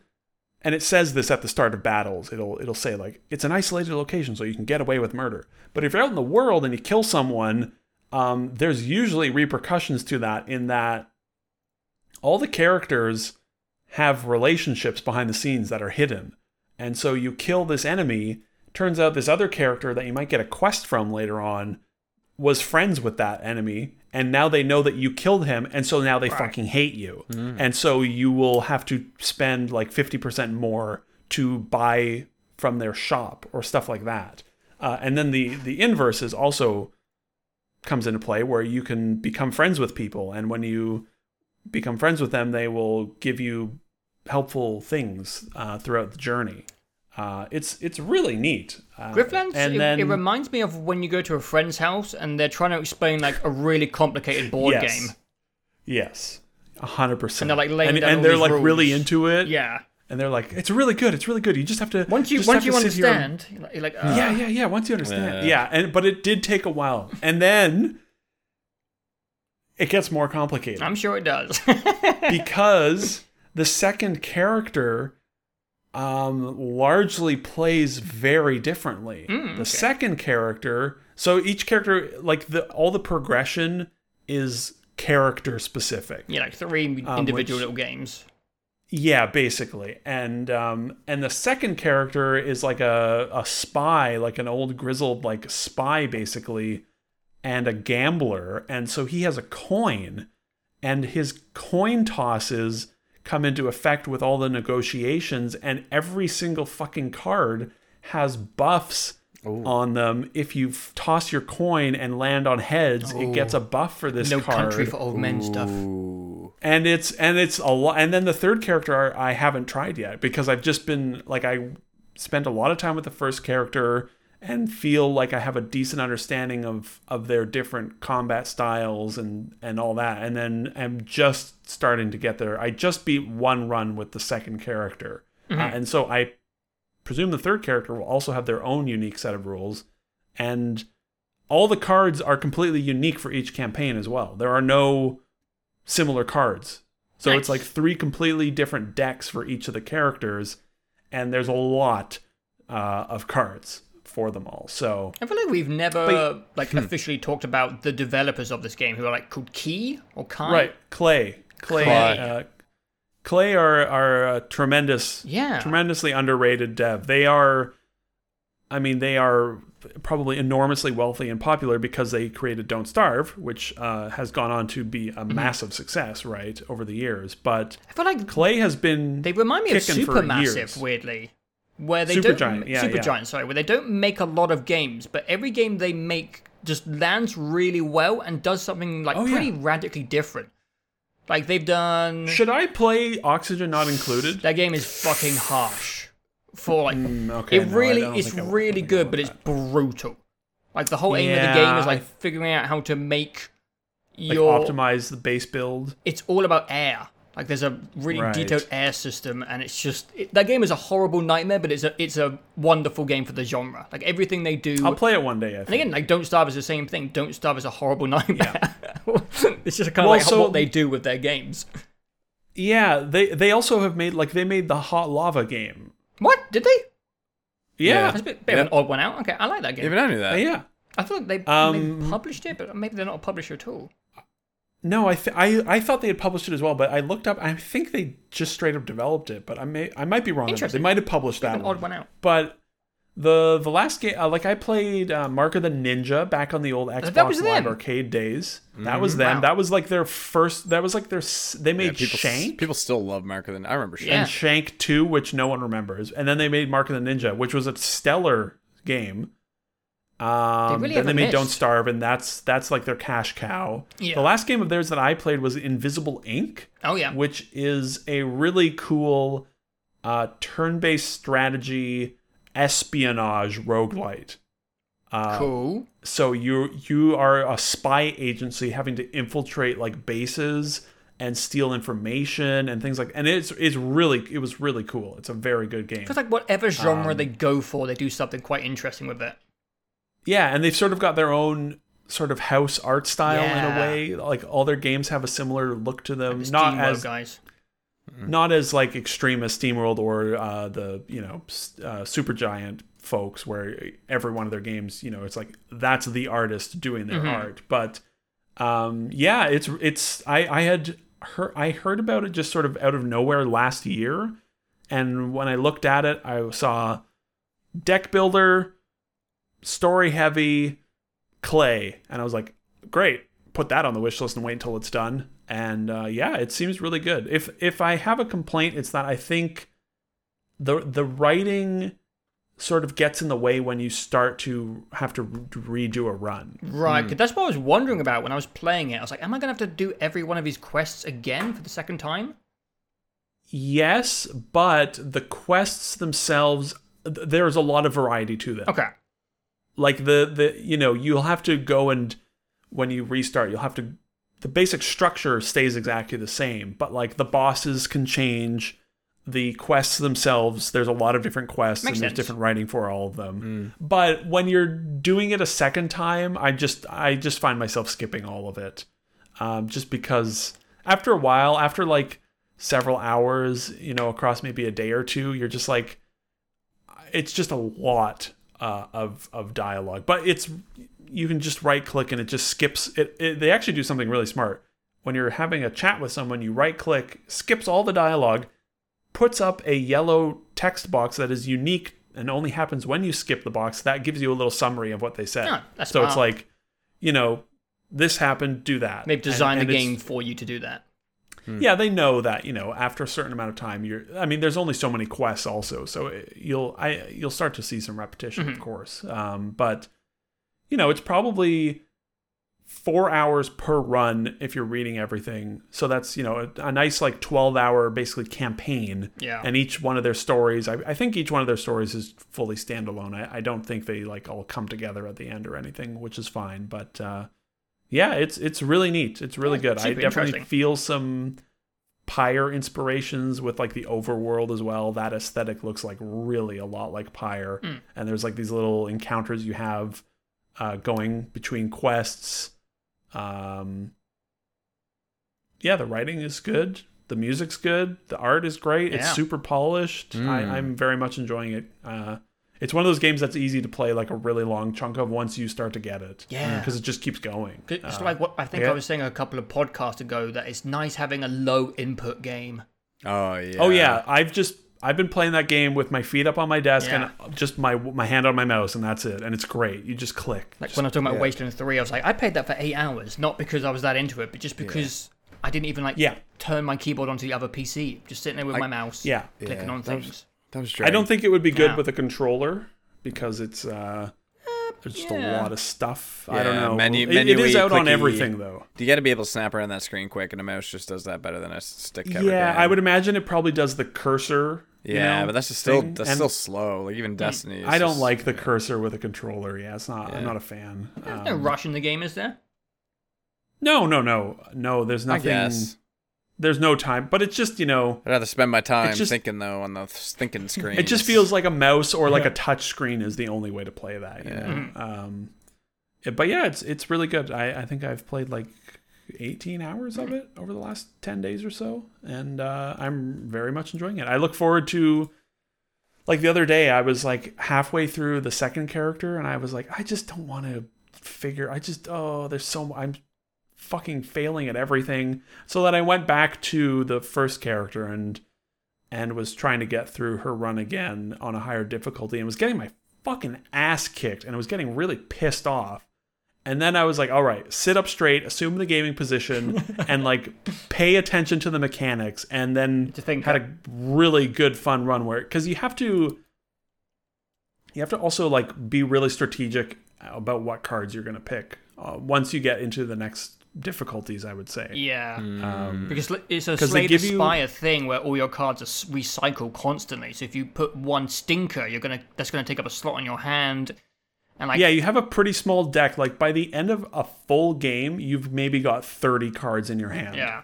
Speaker 1: and it says this at the start of battles, it'll it'll say like it's an isolated location, so you can get away with murder. But if you're out in the world and you kill someone, um, there's usually repercussions to that in that all the characters have relationships behind the scenes that are hidden. And so you kill this enemy. Turns out this other character that you might get a quest from later on was friends with that enemy. And now they know that you killed him. And so now they fucking hate you. And so you will have to spend like 50% more to buy from their shop or stuff like that. Uh, and then the, the inverse is also comes into play where you can become friends with people. And when you become friends with them, they will give you helpful things uh, throughout the journey. Uh, it's it's really neat. Uh,
Speaker 3: Grifflands,
Speaker 1: and
Speaker 3: it,
Speaker 1: then
Speaker 3: it reminds me of when you go to a friend's house and they're trying to explain like a really complicated board
Speaker 1: yes,
Speaker 3: game.
Speaker 1: Yes, a hundred percent.
Speaker 3: And they're, like, laying
Speaker 1: and,
Speaker 3: down
Speaker 1: and
Speaker 3: all
Speaker 1: they're
Speaker 3: these
Speaker 1: like really
Speaker 3: rules.
Speaker 1: into it.
Speaker 3: Yeah.
Speaker 1: and they're like, it's really good. It's really good. You Uh, just have to
Speaker 3: Once you
Speaker 1: just
Speaker 3: once
Speaker 1: have
Speaker 3: you
Speaker 1: to sit here and
Speaker 3: understand, you're like, you're like, "Ah."
Speaker 1: yeah, yeah, yeah. Once you understand,
Speaker 2: Yeah.
Speaker 1: yeah. And but it did take a while, and then it gets more complicated
Speaker 3: I'm sure it does. (laughs)
Speaker 1: because the second character um, largely plays very differently. The second character, so each character, like the all the progression is character specific.
Speaker 3: yeah, like three individual
Speaker 1: Um, which-
Speaker 3: little games.
Speaker 1: Yeah, basically. And um and the second character is like a a spy, like an old grizzled like spy basically and a gambler. And so he has a coin and his coin tosses come into effect with all the negotiations and every single fucking card has buffs on them. If you f- toss your coin and land on heads, it gets a buff for this
Speaker 3: No
Speaker 1: card
Speaker 3: country for old men stuff.
Speaker 1: and it's and it's a lot and then the third character i haven't tried yet because i've just been like i spent a lot of time with the first character and feel like i have a decent understanding of of their different combat styles and and all that and then i'm just starting to get there i just beat one run with the second character Uh, and so i presume the third character will also have their own unique set of rules and all the cards are completely unique for each campaign as well. There are no similar cards. So it's
Speaker 3: Nice.
Speaker 1: like three completely different decks for each of the characters, and there's a lot uh, of cards for them all. So
Speaker 3: I feel like we've never like
Speaker 1: hmm.
Speaker 3: officially talked about the developers of this game who are like called Key or Kai.
Speaker 1: right, Clay, Clay,
Speaker 3: Clay.
Speaker 1: Uh, Clay are are a tremendous,
Speaker 3: Yeah.
Speaker 1: tremendously underrated dev. They are, I mean, they are probably enormously wealthy and popular because they created Don't Starve, which uh, has gone on to be a
Speaker 3: Mm-hmm.
Speaker 1: massive success, right, over the years. But
Speaker 3: I feel like
Speaker 1: Clay has been
Speaker 3: they remind me of
Speaker 1: kicking for years.
Speaker 3: Supermassive, weirdly. Where they
Speaker 1: Supergiant,
Speaker 3: don't
Speaker 1: yeah,
Speaker 3: Supergiant,
Speaker 1: yeah.
Speaker 3: sorry, where they don't make a lot of games, but every game they make just lands really well and does something like
Speaker 1: Oh, yeah.
Speaker 3: pretty radically different. Like they've done
Speaker 1: Should I play Oxygen Not Included?
Speaker 3: that game is fucking harsh. For like
Speaker 1: Mm, okay,
Speaker 3: it
Speaker 1: no, I
Speaker 3: really
Speaker 1: don't
Speaker 3: it's
Speaker 1: think I would-
Speaker 3: really
Speaker 1: I don't think I
Speaker 3: good,
Speaker 1: would
Speaker 3: but it's
Speaker 1: that.
Speaker 3: brutal. Like the whole aim of the
Speaker 1: Yeah,
Speaker 3: game is
Speaker 1: I-
Speaker 3: like figuring out how to make
Speaker 1: Like
Speaker 3: your
Speaker 1: optimize the base build.
Speaker 3: it's all about air. Like there's a really
Speaker 1: Right.
Speaker 3: detailed air system, and it's just it, that game is a horrible nightmare, but it's a it's a wonderful game for the genre. Like everything they do,
Speaker 1: I'll play it one day. I
Speaker 3: and
Speaker 1: think.
Speaker 3: again, like Don't Starve is the same thing. Don't Starve is a horrible (laughs) nightmare. (laughs) it's just kind of
Speaker 1: Well,
Speaker 3: like
Speaker 1: so-
Speaker 3: what they do with their games.
Speaker 1: Yeah, they they also have made like they made the Hot Lava game.
Speaker 3: What did they?
Speaker 1: Yeah,
Speaker 3: That's a bit, bit of an odd one out. Okay, I like that game.
Speaker 2: Even I knew that.
Speaker 1: yeah.
Speaker 3: I feel like they,
Speaker 1: Um,
Speaker 3: they published it, but maybe they're not a publisher at all.
Speaker 1: No, I, th- I I thought they had published it as well, but I looked up. I think they just straight up developed it, but I may I might be wrong. on that. They
Speaker 3: Interesting.
Speaker 1: might have published that
Speaker 3: an odd one out.
Speaker 1: But the the last game, uh, like I played uh, Mark of the Ninja back on the old Xbox
Speaker 3: that was
Speaker 1: Live
Speaker 3: them.
Speaker 1: arcade days. That was them.
Speaker 3: Wow.
Speaker 1: That was like their first. That was like their. s- They
Speaker 2: Mm-hmm. Yeah,
Speaker 1: made
Speaker 2: people,
Speaker 1: Shank.
Speaker 2: people still love Mark of the I remember Shank.
Speaker 3: Yeah.
Speaker 1: and Shank 2, which no one remembers. And then they made Mark of the Ninja, which was a stellar game. Um,
Speaker 3: really
Speaker 1: then they
Speaker 3: haven't
Speaker 1: made Don't
Speaker 3: missed.
Speaker 1: Starve, and that's that's like their cash cow.
Speaker 3: Yeah.
Speaker 1: The last game of theirs that I played was Invisible Ink,
Speaker 3: Oh yeah,
Speaker 1: which is a really cool uh, turn-based strategy espionage roguelite. Uh,
Speaker 3: cool.
Speaker 1: so you you are a spy agency having to infiltrate like bases and steal information and things like and it's it's really it was really cool it's a very good game
Speaker 3: Because like whatever genre they
Speaker 1: Um,
Speaker 3: go for, they do something quite interesting with it.
Speaker 1: yeah and they've sort of got their own sort of house art style in a
Speaker 3: Yeah.
Speaker 1: way like all their games have a similar look to them
Speaker 3: It's
Speaker 1: not
Speaker 3: Steamworld,
Speaker 1: as
Speaker 3: guys.
Speaker 1: not as like extreme as steamworld or uh, the you know s- uh, super giant folks where every one of their games you know it's like that's the artist doing their art but um yeah it's it's i i had heard i heard about it just sort of out of nowhere last year and when i looked at it i saw deck builder story heavy clay and i was like great put that on the wish list and wait until it's done and uh, yeah it seems really good if if i have a complaint it's that i think the the writing sort of gets in the way when you start to have to re- redo a run
Speaker 3: Right, 'cause that's what I was wondering about when I was playing it. I was like, am I going to have to do every one of these quests again for the second time?
Speaker 1: yes but the quests themselves th- there's a lot of variety to them
Speaker 3: Okay.
Speaker 1: like the the you know you'll have to go and when you restart you'll have to the basic structure stays exactly the same but like the bosses can change the quests themselves there's a lot of different quests
Speaker 3: Makes
Speaker 1: and there's
Speaker 3: sense.
Speaker 1: different writing for all of them but when you're doing it a second time i just i just find myself skipping all of it um, just because after a while after like several hours you know across maybe a day or two you're just like it's just a lot uh, of of dialogue, but it's you can just right click and it just skips. It, it they actually do something really smart when you're having a chat with someone. You right click, skips all the dialogue, puts up a yellow text box that is unique and only happens when you skip the box. That gives you a little summary of what they said.
Speaker 3: Oh, that's
Speaker 1: so it's
Speaker 3: smart.
Speaker 1: like, you know, this happened, do that.
Speaker 3: They've
Speaker 1: And-
Speaker 3: designed
Speaker 1: and
Speaker 3: the
Speaker 1: it's-
Speaker 3: game for you to do that.
Speaker 1: yeah, they know that you know after a certain amount of time, you're. I mean, there's only so many quests, also, so it- you'll I you'll start to see some repetition, of course. Um, but you know, it's probably four hours per run if you're reading everything. So that's you know a, a nice like twelve hour basically campaign.
Speaker 3: Yeah.
Speaker 1: And each one of their stories, I, I think each one of their stories is fully standalone. I, I don't think they like all come together at the end or anything, which is fine. But uh, yeah, it's it's really neat. It's really
Speaker 3: Yeah,
Speaker 1: good.
Speaker 3: it's
Speaker 1: I
Speaker 3: super
Speaker 1: definitely
Speaker 3: interesting.
Speaker 1: feel some Pyre inspirations with like the overworld as well. That
Speaker 3: Hmm.
Speaker 1: aesthetic looks like really a lot like Pyre. And there's like these little encounters you have uh, going between quests. Um, yeah, the writing is good. The music's good. The art is great. It's
Speaker 3: Yeah.
Speaker 1: super polished. I, I'm very much enjoying it. Uh, it's one of those games that's easy to play like a really long chunk of once you start to get it.
Speaker 3: Yeah.
Speaker 1: Because it just keeps going.
Speaker 3: It's
Speaker 1: Uh,
Speaker 3: like what I think
Speaker 1: yeah.
Speaker 3: I was saying a couple of podcasts ago that it's nice having a low input game.
Speaker 2: Oh yeah.
Speaker 1: Oh yeah, I've just I've been playing that game with my feet up on my desk
Speaker 3: Yeah.
Speaker 1: and just my my hand on my mouse and that's it. And it's great. You just click.
Speaker 3: Like when I was talking about Wasteland 3, I was like, I played that for eight hours, not because I was that into it, but just because I didn't even like
Speaker 1: Yeah.
Speaker 3: turn my keyboard onto the other PC. Just sitting there with my mouse,
Speaker 1: Yeah.
Speaker 3: clicking
Speaker 2: Yeah.
Speaker 3: on
Speaker 2: That was-
Speaker 3: things.
Speaker 2: That was
Speaker 1: I don't think it would be good
Speaker 3: Yeah.
Speaker 1: with a controller because it's uh there's just
Speaker 3: yeah.
Speaker 1: a lot of stuff. I don't
Speaker 2: Yeah,
Speaker 1: know.
Speaker 2: menu-
Speaker 1: It- it
Speaker 2: menu-y,
Speaker 1: is out on
Speaker 2: clicky.
Speaker 1: everything though.
Speaker 2: You got to be able to snap around that screen quick, and a mouse just does that better than a stick. Cover
Speaker 1: yeah,
Speaker 2: can.
Speaker 1: I would imagine it probably does the cursor. you
Speaker 2: Yeah,
Speaker 1: know,
Speaker 2: but that's just still
Speaker 1: thing.
Speaker 2: that's
Speaker 1: And
Speaker 2: still slow. Like even Destiny. is
Speaker 1: I don't
Speaker 2: just-
Speaker 1: like the cursor with a controller. Yeah, it's not. I'm not a fan.
Speaker 3: There's
Speaker 1: Um,
Speaker 3: no rush in the game, is there?
Speaker 1: no, no, no, no. There's
Speaker 2: I
Speaker 1: nothing.
Speaker 2: guess.
Speaker 1: There's no time. But it's just you know.
Speaker 2: I'd rather spend my time
Speaker 1: just-
Speaker 2: thinking though on the thinking screen.
Speaker 1: (laughs) It just feels like a mouse or like a touch screen is the only way to play that. You
Speaker 3: Mm-hmm.
Speaker 1: know? um, it- but yeah, it's it's really good. I, I think I've played like 18 hours of it over the last 10 days or so, and uh, I'm very much enjoying it. I look forward to like the other day. I was like halfway through the second character, and I was like, I just don't want to figure. I just oh, there's so I'm fucking failing at everything. So then I went back to the first character and and was trying to get through her run again on a higher difficulty and was getting my fucking ass kicked and I was getting really pissed off. And then I was like, all right, sit up straight, assume the gaming
Speaker 3: (laughs)
Speaker 1: position, and like pay attention to the mechanics. And then
Speaker 3: To think.
Speaker 1: had a really good fun run where, because you have to, you have to also like be really strategic about what cards you're going to pick uh, once you get into the next difficulties, I would say.
Speaker 3: Yeah.
Speaker 1: Um,
Speaker 3: Because li- it's a
Speaker 1: 'Cause they
Speaker 3: Slay the
Speaker 1: give you-
Speaker 3: Spire thing where all your cards are s- recycled constantly. So if you put one stinker, you're gonna that's gonna take up a slot on your hand, and like
Speaker 1: yeah, you have a pretty small deck. Like by the end of a full game, you've maybe got 30 cards in your hand.
Speaker 3: yeah,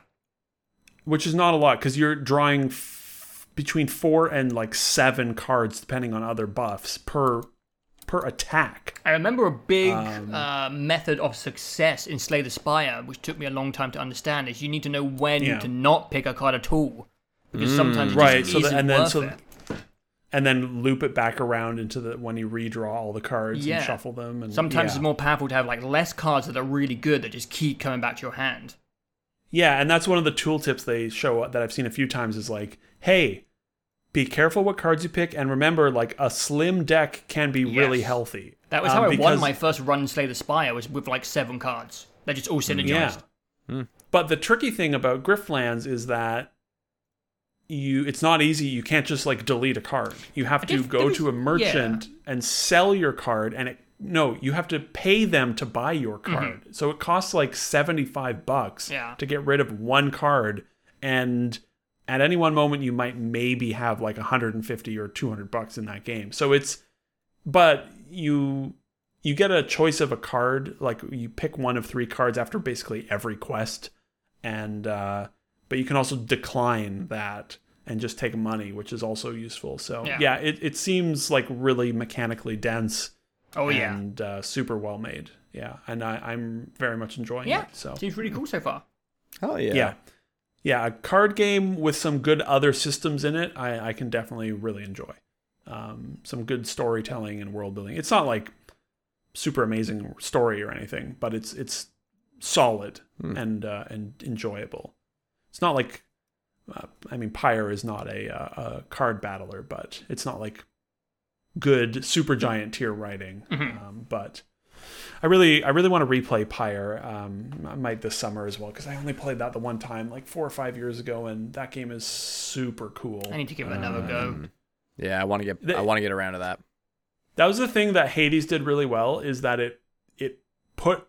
Speaker 1: Which is not a lot because you're drawing f- between four and like seven cards, depending on other buffs per per attack.
Speaker 3: I remember a big
Speaker 1: Um,
Speaker 3: uh, method of success in Slay the Spire, which took me a long time to understand, is you need to know when
Speaker 1: Yeah. Mm,
Speaker 3: to not pick a card at all, because sometimes it
Speaker 1: Right.
Speaker 3: just
Speaker 1: So
Speaker 3: isn't
Speaker 1: that, and then
Speaker 3: worth
Speaker 1: so
Speaker 3: it.
Speaker 1: and then loop it back around into the when you redraw all the cards
Speaker 3: Yeah.
Speaker 1: and shuffle them. And
Speaker 3: Sometimes
Speaker 1: yeah.
Speaker 3: it's more powerful to have like less cards that are really good that just keep coming back to your hand.
Speaker 1: Yeah, and that's one of the tooltips they show that I've seen a few times is like, hey, be careful what cards you pick, and remember, like a slim deck can be really
Speaker 3: Yes.
Speaker 1: healthy.
Speaker 3: That was
Speaker 1: Um,
Speaker 3: how I won
Speaker 1: because-
Speaker 3: my first run in Slay the Spire was with like seven cards. They're just all synergized.
Speaker 1: Mm, Yeah. Hmm. But the tricky thing about Grifflands is that you it's not easy. You can't just like delete a card. You have to
Speaker 3: did-
Speaker 1: go
Speaker 3: there
Speaker 1: to a
Speaker 3: was-
Speaker 1: merchant and sell your card and it no, you have to pay them to buy your card. So it costs like 75 bucks
Speaker 3: Mm-hmm. Yeah.
Speaker 1: to get rid of one card and at any one moment you might maybe have like 150 or 200 bucks in that game. So it's but you you get a choice of a card like you pick one of three cards after basically every quest and uh but you can also decline that and just take money which is also useful so
Speaker 3: Yeah.
Speaker 1: yeah, it, it seems like really mechanically dense
Speaker 3: Oh yeah.
Speaker 1: and uh, super well made yeah and I, i'm very much enjoying
Speaker 3: Yeah.
Speaker 1: it so
Speaker 3: Seems really cool so far.
Speaker 2: Hell Oh, yeah.
Speaker 1: yeah. yeah a card game with some good other systems in it i, I can definitely really enjoy um, some good storytelling and world building it's not like super amazing story or anything but it's it's solid and uh, and enjoyable it's not like uh, i mean pyre is not a, uh, a card battler but it's not like good super giant tier writing um, but I really, I really want to replay Pyre. Um, I might this summer as well because I only played that the one time, like four or five years ago, and that game is super cool.
Speaker 3: I need to give it another
Speaker 1: Um,
Speaker 3: go.
Speaker 2: Um, Yeah, I want to get
Speaker 1: The-
Speaker 2: I want to get around to that.
Speaker 1: that was the thing that Hades did really well is that it it put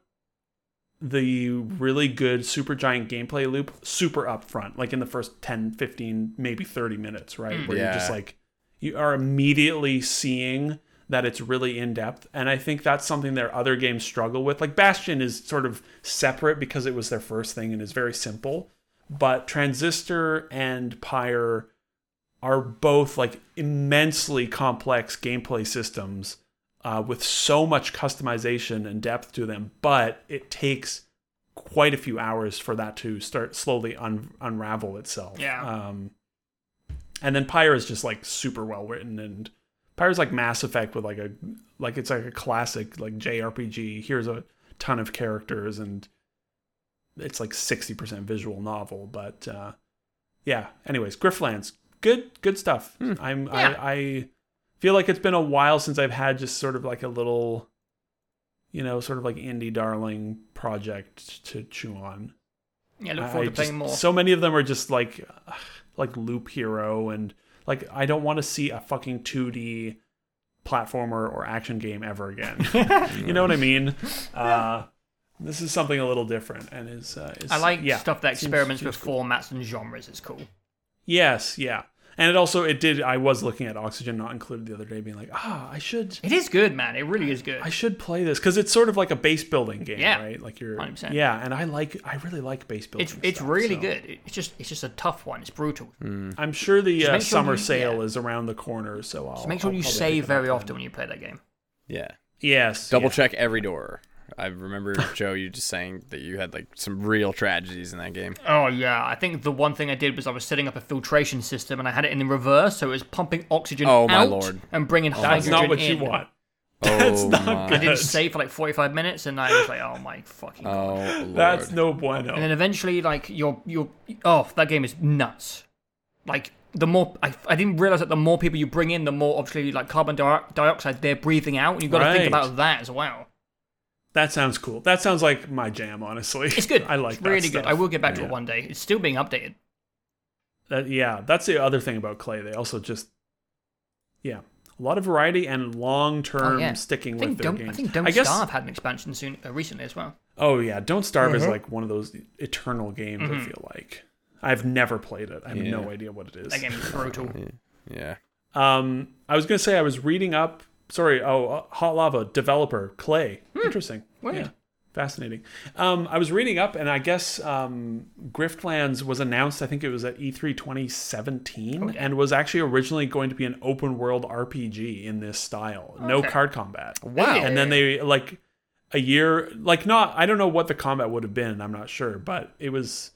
Speaker 1: the really good super giant gameplay loop super up front, like in the first 10, 15, maybe 30 minutes, right? Where you're just
Speaker 2: Yeah.
Speaker 1: like you are immediately seeing that it's really in depth. And I think that's something their other games struggle with. Like Bastion is sort of separate because it was their first thing and is very simple. But Transistor and Pyre are both like immensely complex gameplay systems uh, with so much customization and depth to them, but it takes quite a few hours for that to start slowly un- unravel itself.
Speaker 3: Yeah.
Speaker 1: Um, and then Pyre is just like super well written, and Pyre's like Mass Effect with like a like it's like a classic like JRPG. Here's a ton of characters, and it's like sixty percent visual novel. But uh, yeah, anyways, Grifflands, good good stuff. I'm
Speaker 3: Yeah.
Speaker 1: I, I feel like it's been a while since I've had just sort of like a little, you know, sort of like indie darling project to chew on.
Speaker 3: Yeah, look
Speaker 1: I-
Speaker 3: forward
Speaker 1: I
Speaker 3: to playing
Speaker 1: just-
Speaker 3: more.
Speaker 1: So many of them are just like, ugh, like Loop Hero, and like I don't want to see a fucking 2D platformer or action game ever
Speaker 3: (laughs)
Speaker 1: again. you know what I mean? Uh, this is something a little different, and is, uh, is
Speaker 3: I like
Speaker 1: yeah,
Speaker 3: stuff that
Speaker 1: seems-
Speaker 3: experiments
Speaker 1: seems
Speaker 3: with formats and genres. It's cool.
Speaker 1: Yes, yeah. And it also it did. I was looking at Oxygen Not Included the other day, being like, ah, I should
Speaker 3: It is good, man. It really is good.
Speaker 1: I should play this because it's sort of like a base building game,
Speaker 3: Yeah.
Speaker 1: right? Like you're,
Speaker 3: 100%.
Speaker 1: yeah. And I like, I really like base building.
Speaker 3: It's it's
Speaker 1: stuff,
Speaker 3: really
Speaker 1: so.
Speaker 3: good. It- It's just it's just a tough one. It's brutal.
Speaker 1: I'm sure the uh,
Speaker 3: make sure
Speaker 1: summer
Speaker 3: you-
Speaker 1: sale
Speaker 3: yeah.
Speaker 1: is around the corner, so I'll
Speaker 3: So make sure
Speaker 1: Mm. I'll
Speaker 3: you
Speaker 1: probably
Speaker 3: save
Speaker 1: pick it up.
Speaker 3: very often when you play that game.
Speaker 2: Yeah.
Speaker 1: Yes,
Speaker 2: Double
Speaker 1: yeah.
Speaker 2: check every door. I remember Joe, you just saying that you had like some real tragedies in that game.
Speaker 3: Oh yeah, I think the one thing I did was I was setting up a filtration system and I had it in the reverse, so it was pumping oxygen
Speaker 2: Oh, my
Speaker 3: out
Speaker 2: lord.
Speaker 3: and bringing
Speaker 1: That's
Speaker 3: hydrogen
Speaker 1: not what
Speaker 3: in.
Speaker 1: you
Speaker 3: (laughs)
Speaker 1: want.
Speaker 2: Oh
Speaker 1: That's not
Speaker 2: my.
Speaker 3: I didn't
Speaker 1: Yes.
Speaker 3: save for like 45 minutes, and I was like, oh my fucking.
Speaker 1: Uh,
Speaker 3: God.
Speaker 2: Oh lord.
Speaker 1: That's no bueno.
Speaker 3: And then eventually, like your your oh that game is nuts. Like the more I, I didn't realize that the more people you bring in, the more obviously like carbon di- dioxide they're breathing out, and you've got to
Speaker 1: Right.
Speaker 3: think about that as well.
Speaker 1: that sounds cool. That sounds like my jam, honestly.
Speaker 3: It's good.
Speaker 1: (laughs) I like
Speaker 3: it's
Speaker 1: that
Speaker 3: really good. I
Speaker 1: stuff.
Speaker 3: will get back to it
Speaker 1: Yeah.
Speaker 3: one day. It's still being updated.
Speaker 1: That, yeah, that's the other thing about Clay. They also just, yeah, a lot of variety and long term
Speaker 3: Oh, yeah.
Speaker 1: sticking
Speaker 3: I
Speaker 1: with
Speaker 3: think
Speaker 1: their
Speaker 3: don't
Speaker 1: games.
Speaker 3: I think don't
Speaker 1: guess,
Speaker 3: starve had an expansion soon uh, recently as well.
Speaker 1: Oh yeah, Don't Starve is like one of those eternal games.
Speaker 3: Mm-hmm.
Speaker 1: I feel like I've never played it. I have no idea what it is.
Speaker 3: That game
Speaker 1: (sighs)
Speaker 3: is brutal.
Speaker 2: Yeah.
Speaker 1: Um, I was gonna say I was reading up. Sorry, oh, uh, Hot Lava developer Clay.
Speaker 3: Hmm.
Speaker 1: Interesting.
Speaker 3: Weird.
Speaker 1: Fascinating. Um, I was reading up, and I guess um, Griftlands was announced. I think it was at E E3 2017, and was actually originally going to be an open world RPG in this style, no
Speaker 3: Okay.
Speaker 1: card combat.
Speaker 3: Wow.
Speaker 1: And then they like a year, like not. I don't know what the combat would have been. I'm not sure, but it was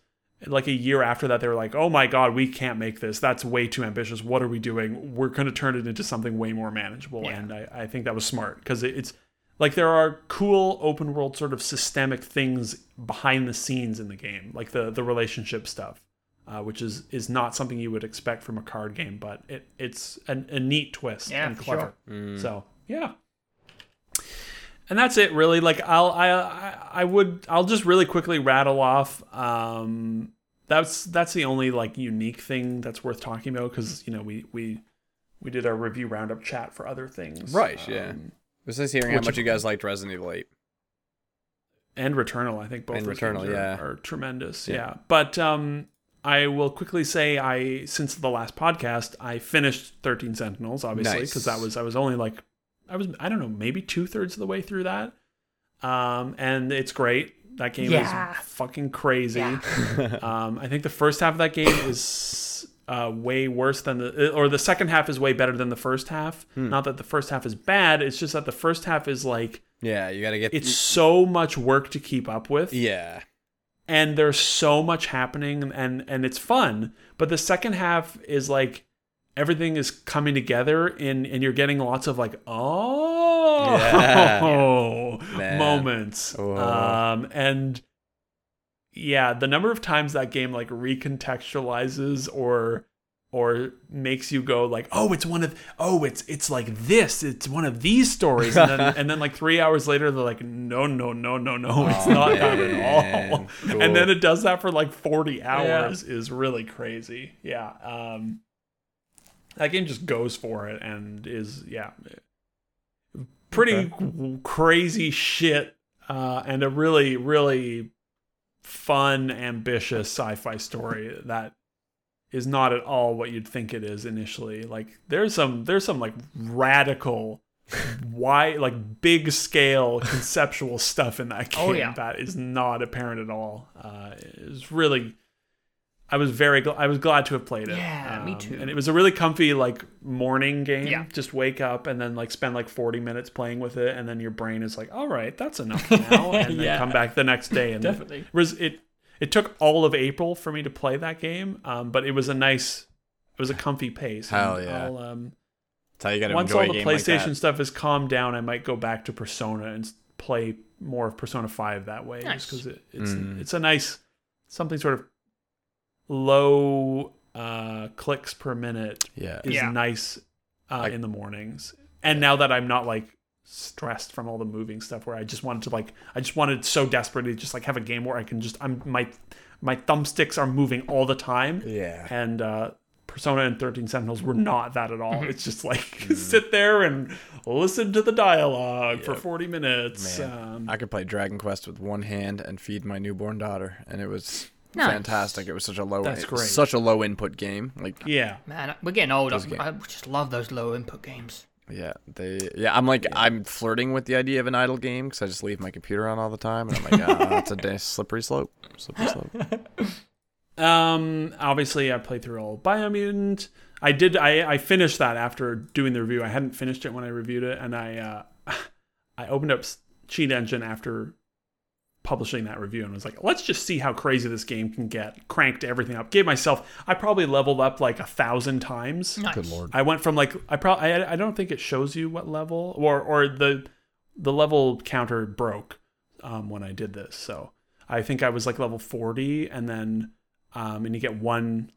Speaker 1: like a year after that, they were like, "Oh my god, we can't make this. That's way too ambitious. What are we doing? We're going to turn it into something way more manageable."
Speaker 3: Yeah.
Speaker 1: And I, I think that was smart because it, it's like there are cool open world sort of systemic things behind the scenes in the game, like the the relationship stuff, uh, which is is not something you would expect from a card game, but it it's an, a neat twist
Speaker 3: Yeah,
Speaker 1: and
Speaker 3: for
Speaker 1: clever.
Speaker 3: Mm.
Speaker 1: So yeah and that's it really like i'll i i, I would i'll just really quickly rattle off um that's that's the only like unique thing that's worth talking about because you know we we we did our review roundup chat for other things
Speaker 2: Right, yeah.
Speaker 1: um,
Speaker 2: It was nice hearing how
Speaker 1: Which-
Speaker 2: much you guys liked Resident Evil 8.
Speaker 1: and Returnal. I think both
Speaker 2: And
Speaker 1: those games
Speaker 2: Returnal,
Speaker 1: are,
Speaker 2: yeah.
Speaker 1: are tremendous. Yeah. but um, I will quickly say I since the last podcast I finished Thirteen Sentinels obviously
Speaker 2: Nice.
Speaker 1: because that was I was only like I was I don't know maybe two thirds of the way through that, um, and it's great. That game
Speaker 3: Yeah.
Speaker 1: is fucking crazy.
Speaker 2: (laughs)
Speaker 1: um, I think the first half of that game is uh, way worse than the, uh, or the second half is way better than the first half.
Speaker 2: Hmm.
Speaker 1: Not that the first half is bad. It's just that the first half is like
Speaker 2: Yeah, you got to get
Speaker 1: it's so much work to keep up with
Speaker 2: Yeah.
Speaker 1: and there's so much happening and and it's fun but the second half is like everything is coming together and and you're getting lots of like oh (laughs)
Speaker 2: Man.
Speaker 1: moments
Speaker 2: Oh.
Speaker 1: um and yeah the number of times that game like recontextualizes or or makes you go like oh it's one of oh it's it's like this it's one of these stories and then and then like three hours later they're like no no no no no it's not that at all
Speaker 2: man. Cool.
Speaker 1: and then it does that for like 40 hours is really crazy yeah um that game just goes for it and is yeah pretty w- crazy shit uh and a really really fun ambitious sci-fi story that is not at all what you'd think it is initially. Like there's some there's some like radical why like big
Speaker 3: (laughs)
Speaker 1: scale conceptual stuff in that game
Speaker 3: Oh, yeah.
Speaker 1: that is not apparent at all. Uh it's really I was very gl- I was glad to have played it. Um,
Speaker 3: Yeah, me too.
Speaker 1: And it was a really comfy like morning game.
Speaker 3: Yeah.
Speaker 1: Just wake up and then like spend like 40 minutes playing with it and then your brain is like, "All right, that's enough
Speaker 3: (laughs)
Speaker 1: now." And
Speaker 3: Yeah.
Speaker 1: then come back the next day and
Speaker 3: Definitely.
Speaker 1: It was it it took all of April for me to play that game, um, but it was a nice it was a comfy pace. and
Speaker 2: Hell yeah.
Speaker 1: I'll, um,
Speaker 2: That's how you gotta
Speaker 1: once
Speaker 2: enjoy
Speaker 1: all
Speaker 2: a
Speaker 1: the
Speaker 2: game
Speaker 1: PlayStation
Speaker 2: like
Speaker 1: stuff is calmed down, I might go back to Persona and s- play more of Persona Five that way,
Speaker 3: Nice.
Speaker 1: because it, it's
Speaker 2: Mm.
Speaker 1: it's a nice something sort of low uh, clicks per minute
Speaker 2: that. Yeah.
Speaker 1: is
Speaker 3: Yeah.
Speaker 1: nice uh,
Speaker 2: Like-
Speaker 1: in the mornings. And now that I'm not like stressed from all the moving stuff, where I just wanted to like I just wanted so desperately to just like have a game where I can just I'm my my thumbsticks are moving all the time
Speaker 2: Yeah.
Speaker 1: and uh, Persona and 13 Sentinels were not that at all. It's just like (laughs)
Speaker 2: Mm-hmm.
Speaker 1: sit there and listen to the dialogue for 40 minutes. Um,
Speaker 2: I could play Dragon Quest with one hand and feed my newborn daughter, and it was
Speaker 3: Nice.
Speaker 2: fantastic. It was such a low,
Speaker 1: That's
Speaker 2: it was
Speaker 1: great.
Speaker 2: such a low input game. Like,
Speaker 1: yeah.
Speaker 3: Man, we're getting old. I,
Speaker 2: games.
Speaker 3: I just love those low input games.
Speaker 2: yeah, they, yeah, I'm like, I'm flirting with the idea of an idle game because I just leave my computer on all the time, and I'm
Speaker 1: (laughs)
Speaker 2: like, ah, it's a da- slippery slope, slippery slope.
Speaker 1: Um, obviously, I played through all of Biomutant. I did. I, I finished that after doing the review. I hadn't finished it when I reviewed it, and I uh, (laughs) I opened up S- Cheat Engine after publishing that review and was like, let's just see how crazy this game can get. Cranked everything up. Gave myself. I probably leveled up like a thousand times.
Speaker 3: Nice.
Speaker 1: I went from like I probably I, I don't think it shows you what level or or the the level counter broke um, when I did this. So I think I was like level 40 and then um, and you get one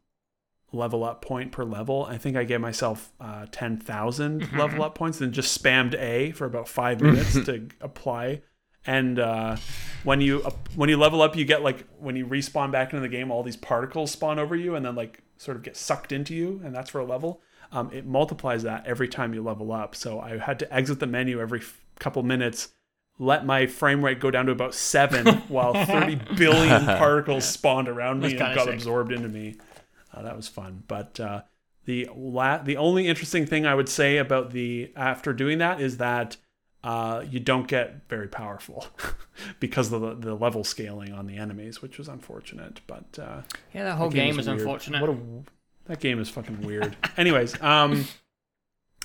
Speaker 1: level up point per level. I think I gave myself uh, 10,000 level up points and just spammed A for about 5 minutes to apply and uh, when you up, when you level up, you get like when you respawn back into the game, all these particles spawn over you, and then like sort of get sucked into you, and that's for a level. Um, it multiplies that every time you level up. So I had to exit the menu every f- couple minutes, let my frame rate go down to about seven, while thirty billion particles spawned around me
Speaker 3: That's
Speaker 1: and
Speaker 3: kinda
Speaker 1: got
Speaker 3: sick.
Speaker 1: absorbed into me. Uh, that was fun, but. Uh, the la- the only interesting thing I would say about the after doing that is that uh, you don't get very powerful (laughs) because of the, the level scaling on the enemies, which was unfortunate. But uh,
Speaker 3: Yeah, that whole
Speaker 1: that
Speaker 3: game is
Speaker 1: weird.
Speaker 3: unfortunate.
Speaker 1: What a, that game is fucking weird. Anyways, um,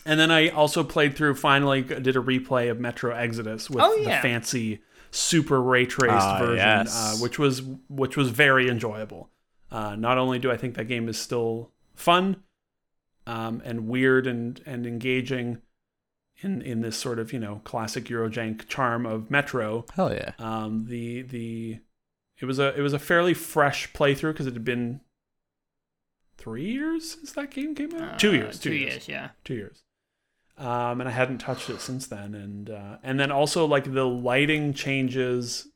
Speaker 1: and then I also played through. Finally, did a replay of Metro Exodus with
Speaker 3: Oh,
Speaker 1: the
Speaker 3: yeah.
Speaker 1: fancy super ray traced
Speaker 2: Ah,
Speaker 1: version,
Speaker 2: yes.
Speaker 1: uh, which was which was very enjoyable. Uh, not only do I think that game is still fun um, and weird and and engaging. In, in this sort of you know classic Eurojank charm of Metro,
Speaker 2: Hell yeah.
Speaker 1: um, the the it was a it was a fairly fresh playthrough because it had been three years since that game came out.
Speaker 3: Uh,
Speaker 1: two years, two,
Speaker 3: two
Speaker 1: years,
Speaker 3: yeah.
Speaker 1: two years. Um, and I hadn't touched it since then, and uh, and then also like the lighting changes.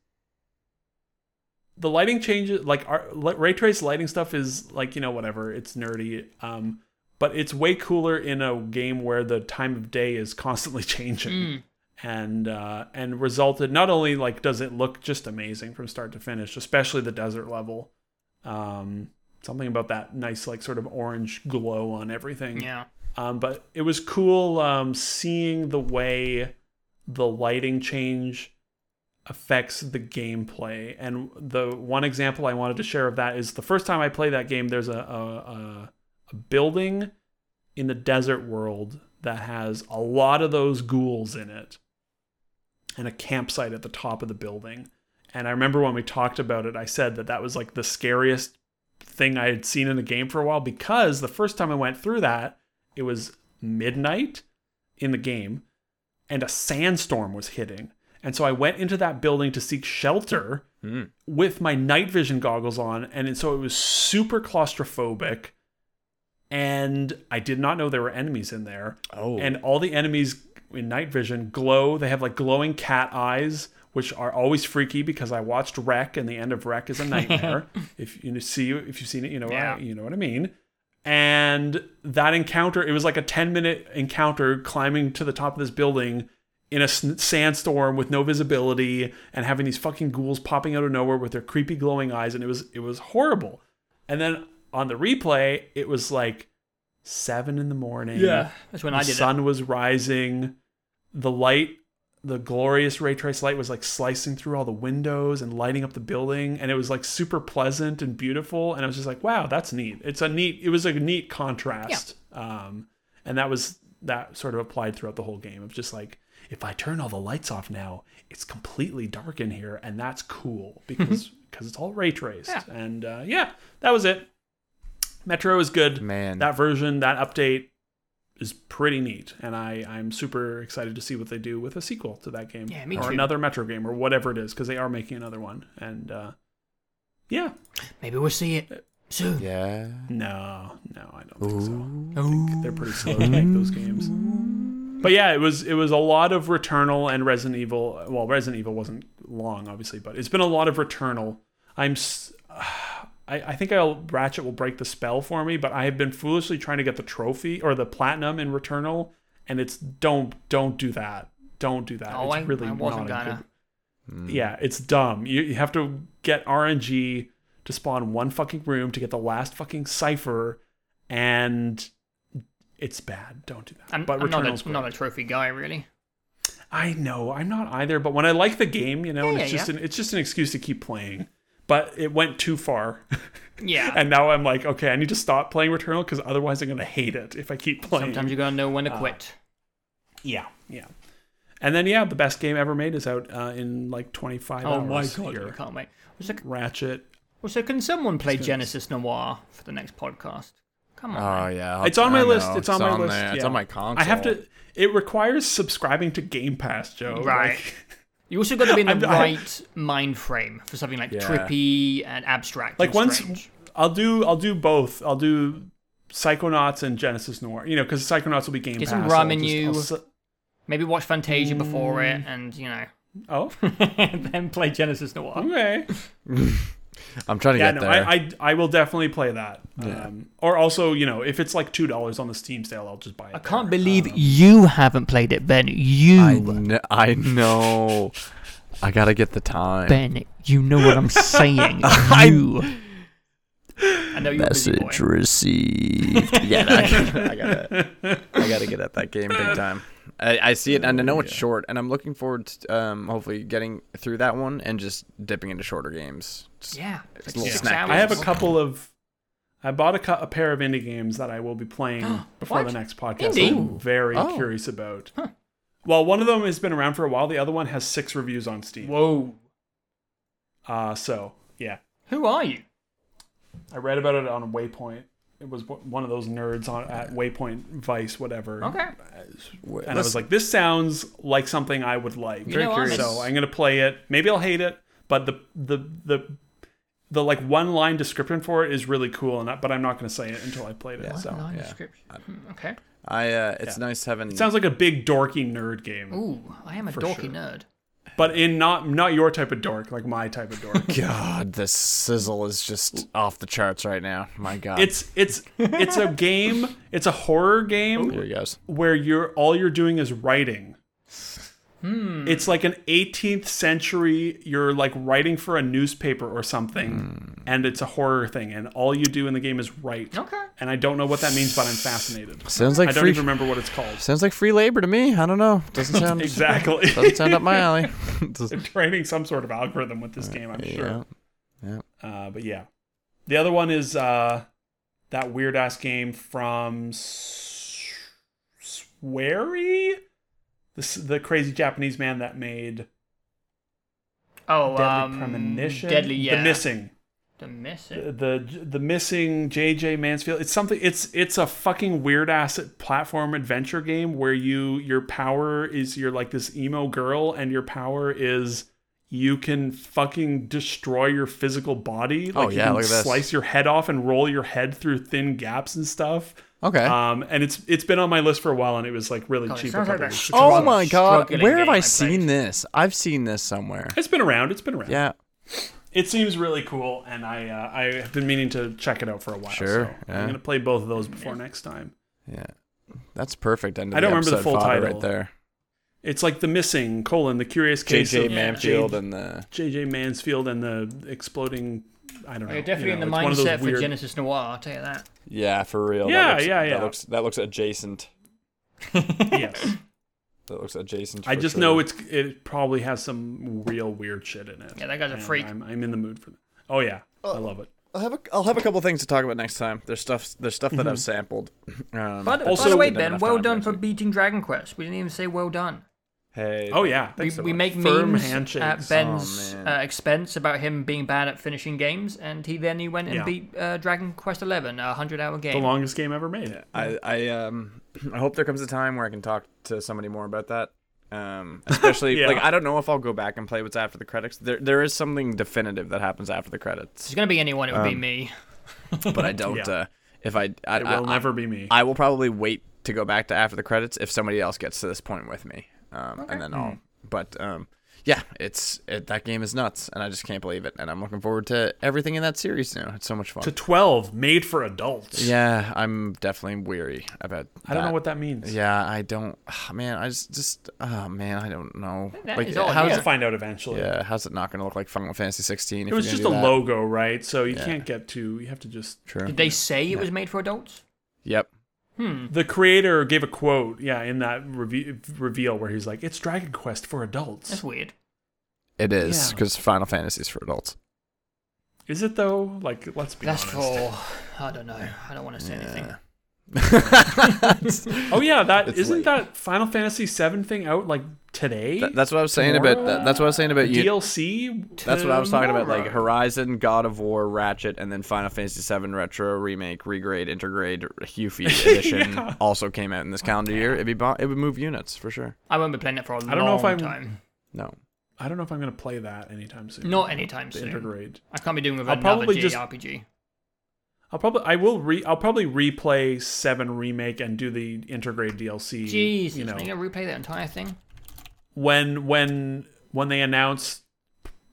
Speaker 1: The lighting changes, like our, like, ray trace lighting stuff is like you know whatever. It's nerdy, um, but it's way cooler in a game where the time of day is constantly (laughs) changing
Speaker 3: Mm.
Speaker 1: and uh, and resulted not only like does it look just amazing from start to finish, especially the desert level. Um, something about that nice like sort of orange glow on everything.
Speaker 3: Yeah.
Speaker 1: Um, but it was cool um, seeing the way the lighting change affects the gameplay. And the one example I wanted to share of that is the first time I play that game, there's a, a, a, a building in the desert world that has a lot of those ghouls in it and a campsite at the top of the building. And I remember when we talked about it, I said that that was like the scariest thing I had seen in the game for a while because the first time I went through that, it was midnight in the game and a sandstorm was hitting. And so I went into that building to seek shelter with my night vision goggles on. And it- so it was super claustrophobic. And I did not know there were enemies in there.
Speaker 2: Oh.
Speaker 1: And all the enemies in night vision glow. They have like glowing cat eyes, which are always freaky because I watched Wreck, and the end of Wreck is a nightmare. if you see, if you've seen it, you know,
Speaker 3: Yeah.
Speaker 1: I, you know what I mean and that encounter it was like a 10 minute encounter climbing to the top of this building in a s- sandstorm with no visibility and having these fucking ghouls popping out of nowhere with their creepy glowing eyes and it was it was horrible and then on the replay it was like 7 in the morning
Speaker 3: That's when I
Speaker 1: the
Speaker 3: did
Speaker 1: sun was rising the light the glorious ray trace light was like slicing through all the windows and lighting up the building and it was like super pleasant and beautiful and i was just like wow that's neat it's a neat it was a neat contrast um and that was that sort of applied throughout the whole game of just like if i turn all the lights off now it's completely dark in here and that's cool because because it's all ray traced
Speaker 3: Mm-hmm. Yeah.
Speaker 1: and uh, yeah that was it metro is good
Speaker 4: Man.
Speaker 2: (laughs)
Speaker 1: that version that update is pretty neat and i i'm super excited to see what they do with a sequel to that game
Speaker 3: Yeah, me
Speaker 1: or
Speaker 3: too.
Speaker 1: another metro game or whatever it is because they are making another one and uh yeah
Speaker 3: Maybe we'll see it soon.
Speaker 4: Yeah.
Speaker 1: no, no, I don't (laughs) think so. I think they're pretty slow to make those games. But yeah, it was it was a lot of Returnal and Resident Evil. Well, Resident Evil wasn't long, obviously, but it's been a lot of Returnal. I'm, s- (sighs) I, I think I'll Ratchet will break the spell for me, but I have been foolishly trying to get the trophy or the platinum in Returnal, and it's don't don't do that, don't do that.
Speaker 3: No,
Speaker 1: it's
Speaker 3: Oh, I-
Speaker 1: really
Speaker 3: I wasn't
Speaker 1: not a
Speaker 3: gonna.
Speaker 1: good- yeah, it's dumb. You, you have to get RNG to spawn one fucking room to get the last fucking cipher, and it's bad. Don't do that.
Speaker 3: I'm,
Speaker 1: but
Speaker 3: I'm not,
Speaker 1: Returnal's
Speaker 3: a, I'm not
Speaker 1: great.
Speaker 3: a trophy guy, really.
Speaker 1: I know I'm not either. But when I like the game, you know, and
Speaker 3: Yeah,
Speaker 1: it's
Speaker 3: yeah,
Speaker 1: just an it's just an excuse to keep playing. But it went too far,
Speaker 3: Yeah.
Speaker 1: (laughs) and now I'm like, okay, I need to stop playing Returnal because otherwise I'm gonna hate it if I keep playing.
Speaker 3: Sometimes you gotta know when to quit.
Speaker 1: yeah, yeah. And then yeah, the best game ever made is out uh, in like 25
Speaker 3: oh my
Speaker 1: hours.
Speaker 3: god, I
Speaker 1: here.
Speaker 3: can't wait. Also, c-
Speaker 1: Ratchet
Speaker 3: also, can someone play Genesis Noir for the next podcast? Come
Speaker 2: Ah.
Speaker 3: on.
Speaker 4: Oh yeah.
Speaker 1: It's on my
Speaker 4: I
Speaker 1: list.
Speaker 4: know.
Speaker 1: It's on my list.
Speaker 4: there. It's
Speaker 1: yeah.
Speaker 4: on my console.
Speaker 1: I have to. It requires subscribing to Game Pass, Joe.
Speaker 3: Right.
Speaker 1: Like,
Speaker 3: You also got to be in the
Speaker 1: I'm- I-
Speaker 3: right mind frame for something like
Speaker 4: Yeah.
Speaker 3: trippy and abstract.
Speaker 1: Like
Speaker 3: and
Speaker 1: once-
Speaker 3: strange.
Speaker 1: (laughs) I'll do. I'll do both. I'll do Psychonauts and Genesis Noir. You know, because Psychonauts will be Game
Speaker 3: Get
Speaker 1: Pass.
Speaker 3: some
Speaker 1: I'll
Speaker 3: ramen
Speaker 1: just-
Speaker 3: you.
Speaker 1: I'll su-
Speaker 3: maybe watch Fantasia before it, and you know,
Speaker 1: oh,
Speaker 3: then play Genesis Noir.
Speaker 1: okay.
Speaker 4: I'm trying to
Speaker 1: Yeah,
Speaker 4: get
Speaker 1: no,
Speaker 4: there.
Speaker 1: I, I I will definitely play that. Um, or also, you know, if it's like two dollars on the Steam sale, I'll just buy it. Um,
Speaker 3: I can't believe you haven't played it, Ben. You,
Speaker 4: I kn- I know. I gotta get the time.
Speaker 3: (laughs) Ben, you know what
Speaker 4: (laughs)
Speaker 3: I'm saying. you. I know you're a busy boy.
Speaker 4: Message
Speaker 1: (laughs)
Speaker 4: received. yeah, no, I gotta, I gotta, I gotta get at that game big time. I, I see it, and I know it's short, and I'm looking forward to um, hopefully getting through that one and just dipping into shorter games. Just-
Speaker 3: Yeah,
Speaker 4: It's a little
Speaker 3: six
Speaker 4: snack.
Speaker 3: hours.
Speaker 1: I have a couple of. I bought a, cou- a pair of indie games that I will be
Speaker 3: (gasps)
Speaker 1: playing before
Speaker 3: What?
Speaker 1: the next podcast.
Speaker 3: Indie?
Speaker 1: I'm very
Speaker 4: Oh.
Speaker 1: curious about. Well, one of them has been around for a while. The other one has six reviews on Steam.
Speaker 3: Whoa,
Speaker 1: Uh, so yeah,
Speaker 3: who are you?
Speaker 1: I read about it on Waypoint. It was w- one of those nerds on at Waypoint Vice, whatever.
Speaker 3: Okay,
Speaker 1: And I was like, this sounds like something I would like.
Speaker 3: You know what?
Speaker 1: So I'm gonna play it. Maybe I'll hate it, but the the the the like one line description for it is really cool, and I, but I'm not gonna say it until I played it. So
Speaker 3: Line description. Hmm, Okay.
Speaker 4: I uh, it's nice having.
Speaker 1: it sounds like a big dorky nerd game,
Speaker 3: Ooh, I am a dorky nerd.
Speaker 1: but in not not your type of dork, like my type of dork.
Speaker 4: God, this sizzle is just off the charts right now. My God,
Speaker 1: it's it's it's a game. It's a horror game.
Speaker 4: here he goes.
Speaker 1: where you're all you're doing is writing.
Speaker 4: Hmm.
Speaker 1: It's like an 18th century. You're like writing for a newspaper or
Speaker 4: Hmm.
Speaker 1: something, and it's a horror thing, and all you do in the game is write.
Speaker 3: Okay.
Speaker 1: And I don't know what that means, but I'm fascinated.
Speaker 4: Sounds like
Speaker 1: I don't
Speaker 4: free.
Speaker 1: even remember what it's called.
Speaker 4: sounds like free labor to me. I don't know.
Speaker 1: (laughs)
Speaker 4: Doesn't sound
Speaker 1: Exactly.
Speaker 4: (laughs) Doesn't sound up my alley. (laughs)
Speaker 1: They're (laughs) training some sort of algorithm with this game, I'm
Speaker 4: yeah.
Speaker 1: sure. Uh, but yeah, the other one is uh, that weird ass game from S- Swery, this the crazy Japanese man that made.
Speaker 3: Oh,
Speaker 1: Deadly
Speaker 3: um,
Speaker 1: Premonition.
Speaker 3: Deadly, yeah.
Speaker 1: The Uh, Missing.
Speaker 3: The missing.
Speaker 1: The the missing JJ Mansfield. It's something it's it's a fucking weird ass platform adventure game where you your power is you're like this emo girl and your power is you can fucking destroy your physical body. Like you
Speaker 4: Oh, yeah,
Speaker 1: can
Speaker 4: look at this.
Speaker 1: slice your head off and roll your head through thin gaps and stuff.
Speaker 4: Okay.
Speaker 1: Um and it's it's been on my list for a while and it was like really
Speaker 3: God, it
Speaker 1: cheap. a
Speaker 3: sounds like
Speaker 1: couple
Speaker 3: that
Speaker 1: weeks ago.
Speaker 4: Oh
Speaker 3: Struggle-
Speaker 4: my god,
Speaker 3: struggling
Speaker 4: where have
Speaker 3: game I
Speaker 4: I
Speaker 3: played.
Speaker 4: seen this? I've seen this somewhere.
Speaker 1: It's been around. It's been around.
Speaker 4: Yeah,
Speaker 1: It seems really cool, and I uh, I have been meaning to check it out for a while.
Speaker 4: Sure,
Speaker 1: so
Speaker 4: yeah.
Speaker 1: I'm gonna play both of those before next time.
Speaker 4: yeah. That's perfect. End of
Speaker 1: I don't remember the
Speaker 4: episode
Speaker 1: full
Speaker 4: fodder
Speaker 1: title.
Speaker 4: right there.
Speaker 1: It's like the missing colon, the curious case
Speaker 4: JJ
Speaker 1: of
Speaker 4: Manfield
Speaker 1: J-
Speaker 4: and the
Speaker 1: JJ Mansfield, and the exploding. I don't know.
Speaker 3: You're definitely
Speaker 1: you
Speaker 3: in the
Speaker 1: know, it's one of those
Speaker 3: mindset for
Speaker 1: weird-
Speaker 3: Genesis Noir. I'll tell you that.
Speaker 4: yeah for real.
Speaker 1: Yeah,
Speaker 4: that looks,
Speaker 1: yeah, yeah.
Speaker 4: That looks that looks adjacent.
Speaker 1: (laughs) Yes.
Speaker 2: that looks adjacent.
Speaker 1: I
Speaker 2: for
Speaker 1: just
Speaker 2: sure.
Speaker 1: know it's it probably has some real weird shit in it.
Speaker 3: Yeah, that guy's a
Speaker 1: And
Speaker 3: freak.
Speaker 1: I'm, I'm in the mood for that. Oh yeah, I love it.
Speaker 2: I'll have a, I'll have a couple things to talk about next time. There's stuff there's stuff that
Speaker 1: Mhm.
Speaker 2: I've sampled. Um,
Speaker 3: By, the- by
Speaker 1: Also-
Speaker 3: the way,
Speaker 2: Didn't have
Speaker 3: Ben,
Speaker 2: enough
Speaker 3: well
Speaker 2: time
Speaker 3: done
Speaker 2: next
Speaker 3: for
Speaker 2: week.
Speaker 3: beating Dragon Quest. We didn't even say well done.
Speaker 2: hey.
Speaker 1: Oh yeah,
Speaker 3: We,
Speaker 1: Thanks so
Speaker 3: we
Speaker 1: much.
Speaker 3: make
Speaker 1: Firm
Speaker 3: memes
Speaker 1: handshakes.
Speaker 3: at Ben's
Speaker 2: Oh, man.
Speaker 3: uh, expense about him being bad at finishing games, and he then he went and
Speaker 1: Yeah.
Speaker 3: beat uh, Dragon Quest XI, a hundred-hour game.
Speaker 1: the longest game ever made.
Speaker 2: I, I um (clears throat) I hope there comes a time where I can talk to somebody more about that. Um,
Speaker 1: (laughs)
Speaker 2: especially
Speaker 1: Yeah.
Speaker 2: like I don't know if I'll go back and play what's after the credits. There there is something definitive that happens after the
Speaker 3: If it's
Speaker 2: credits,
Speaker 1: (laughs)
Speaker 3: gonna be anyone, it would be
Speaker 1: Um,
Speaker 3: me.
Speaker 2: but I don't.
Speaker 1: Yeah.
Speaker 2: uh, if I I,
Speaker 1: It
Speaker 2: I,
Speaker 1: will
Speaker 2: I,
Speaker 1: never be me.
Speaker 2: I will probably wait to go back to after the credits if somebody else gets to this point with me, um, and
Speaker 1: Hmm.
Speaker 2: then I'll. But um, yeah, it's it, that game is nuts, and I just can't believe it. And I'm looking forward to everything in that series now. It's so much fun.
Speaker 1: to 12, made for adults.
Speaker 2: yeah, I'm definitely weary about.
Speaker 1: I don't
Speaker 2: that.
Speaker 1: know what that means.
Speaker 2: Yeah, I don't. (sighs) Man, I just, just. Oh man, I don't know.
Speaker 3: That
Speaker 2: like,
Speaker 3: is odd,
Speaker 2: how's
Speaker 1: We'll
Speaker 3: yeah.
Speaker 2: it?
Speaker 1: find out eventually.
Speaker 2: Yeah, how's it not going to look like Final Fantasy 16?
Speaker 1: It was just a logo, right? So you can't get too. You have to just.
Speaker 2: True.
Speaker 3: Did they say it was made for adults? Hmm,
Speaker 2: Yep.
Speaker 1: The creator gave a quote, yeah, in that reve- reveal where he's like, "It's Dragon Quest for
Speaker 3: That's
Speaker 1: adults."
Speaker 3: weird.
Speaker 2: It is
Speaker 1: Yeah.
Speaker 2: because Final Fantasy is for adults.
Speaker 1: Is it though? Like, let's be
Speaker 3: That's
Speaker 1: honest.
Speaker 3: for I don't know. I don't want to say anything.
Speaker 2: (laughs)
Speaker 1: (laughs) Oh yeah, that
Speaker 2: It's
Speaker 1: isn't
Speaker 2: late.
Speaker 1: that Final Fantasy VII thing out like today?
Speaker 2: Th- that's what I was saying about.
Speaker 1: Tomorrow?
Speaker 2: That, that's what I was saying about you.
Speaker 1: DLC.
Speaker 2: that's what I was talking about. Like
Speaker 1: tomorrow.
Speaker 2: Horizon, God of War, Ratchet, and then Final Fantasy 7 Retro Remake, Regrade, Intergrade,
Speaker 1: (laughs)
Speaker 2: Hufy Edition also came out in this calendar year. It'd be bo- it would move units for sure.
Speaker 3: I won't be playing it for a long
Speaker 1: don't know if I'm-
Speaker 3: time.
Speaker 2: No.
Speaker 1: I don't know if I'm gonna play that anytime soon.
Speaker 3: Not anytime
Speaker 1: The
Speaker 3: soon.
Speaker 1: Intergrade.
Speaker 3: I can't be doing with
Speaker 1: I'll
Speaker 3: another
Speaker 1: probably just-
Speaker 3: JRPG.
Speaker 1: I'll probably I will re I'll probably replay Seven remake and do the Intergrade DLC.
Speaker 3: Jesus,
Speaker 1: you know
Speaker 3: are you gonna replay that entire thing?
Speaker 1: when when when they announce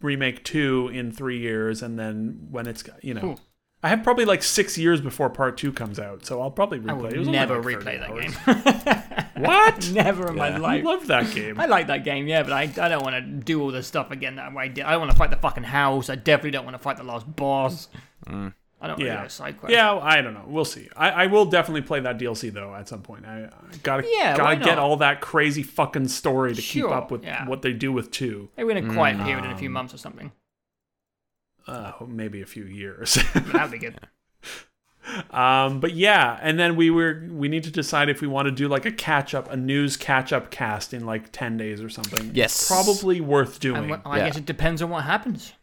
Speaker 1: remake two in three years, and then when it's you know.
Speaker 3: Ooh.
Speaker 1: I have probably like six years before part two comes out, so I'll probably replay.
Speaker 3: I
Speaker 1: it. It
Speaker 3: would
Speaker 1: was only
Speaker 3: never
Speaker 1: like 30
Speaker 3: replay that
Speaker 1: hours.
Speaker 3: game. (laughs)
Speaker 1: What?
Speaker 3: never in my
Speaker 1: (laughs) I
Speaker 3: life.
Speaker 1: love that game.
Speaker 3: (laughs) I like that game, yeah, but I, I don't want to do all this stuff again that I did. I don't want to fight the fucking house. I definitely don't want to fight the last boss. I don't want to
Speaker 1: yeah.
Speaker 3: do a side quest.
Speaker 1: Yeah, I don't know. We'll see. I, I will definitely play that DLC though at some point. I, I gotta
Speaker 3: Yeah, why
Speaker 1: gotta get
Speaker 3: not?
Speaker 1: all that crazy fucking story to
Speaker 3: Sure,
Speaker 1: keep up with
Speaker 3: yeah.
Speaker 1: what they do with two.
Speaker 3: Maybe in a quiet period in a few
Speaker 2: Mm.
Speaker 3: months
Speaker 1: (laughs)
Speaker 3: or something.
Speaker 1: Uh, maybe a few
Speaker 3: (laughs)
Speaker 1: years.
Speaker 3: That'd be good.
Speaker 1: (laughs) um, but yeah, and then we were we need to decide if we want to do like a catch up, a news catch up cast in like ten days or something.
Speaker 2: Yes.
Speaker 1: probably worth
Speaker 3: And
Speaker 1: doing.
Speaker 3: wh- I
Speaker 2: Yeah.
Speaker 3: guess it depends on what happens.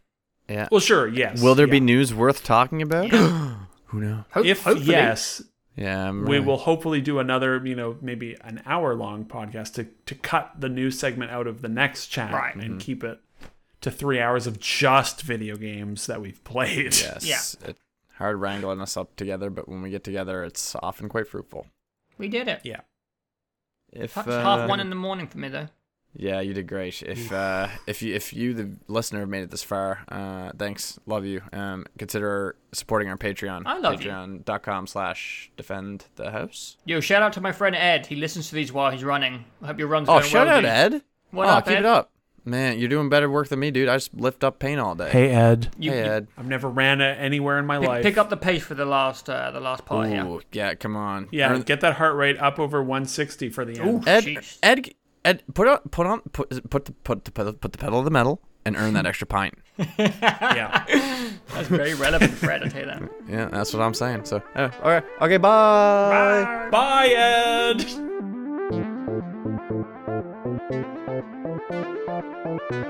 Speaker 2: Yeah.
Speaker 1: well, sure. Yes.
Speaker 2: Will there be
Speaker 1: yeah.
Speaker 2: news worth talking about?
Speaker 3: Yeah.
Speaker 2: (gasps) Who knows?
Speaker 3: Ho-
Speaker 1: If
Speaker 3: hopefully.
Speaker 1: yes,
Speaker 2: Yeah, I'm
Speaker 1: we
Speaker 2: really-
Speaker 1: will hopefully do another you know maybe an hour long podcast to, to cut the news segment out of the next chat
Speaker 3: Right. Mm-hmm.
Speaker 1: and keep it to three hours of just video games that we've played
Speaker 2: (laughs) Yes. It, hard wrangling us up together, but when we get together, it's often quite fruitful.
Speaker 3: We did it.
Speaker 1: yeah
Speaker 2: If
Speaker 3: It's
Speaker 2: uh,
Speaker 3: half one in the morning for me, though.
Speaker 2: yeah, you did great. If uh, if you if you the listener have made it this far, uh, thanks, love you. Um, consider supporting our Patreon.
Speaker 3: I love you.
Speaker 2: Patreon.com/slash defend the house.
Speaker 3: Yo, shout out to my friend Ed. He listens to these while he's running. I hope your run's
Speaker 2: Oh,
Speaker 3: going
Speaker 2: shout
Speaker 3: well,
Speaker 2: out
Speaker 3: dude.
Speaker 2: Ed.
Speaker 3: What
Speaker 2: oh,
Speaker 3: up,
Speaker 2: keep
Speaker 3: Ed?
Speaker 2: it up, man. You're doing better work than me, dude. I just lift up paint all day.
Speaker 1: (laughs) hey ed
Speaker 3: You,
Speaker 2: Hey,
Speaker 3: you
Speaker 2: Ed.
Speaker 1: i've never ran a, anywhere in my
Speaker 3: Pick,
Speaker 1: life
Speaker 3: pick up the pace for the last uh, the last part here.
Speaker 2: Ooh, yeah, come on.
Speaker 1: yeah
Speaker 2: Earn-
Speaker 1: get that heart rate up over 160 for the end
Speaker 2: Ed,
Speaker 3: Jeez.
Speaker 2: Ed, Ed, put on, put on, put, put the, put the pedal, put the pedal to the metal, and earn that extra pint.
Speaker 3: (laughs)
Speaker 1: yeah
Speaker 3: That's very relevant, Fred. I tell
Speaker 2: (laughs)
Speaker 3: you that.
Speaker 2: Yeah, that's what I'm saying. So, uh, all right, okay, bye.
Speaker 1: bye
Speaker 3: (laughs)
Speaker 1: ed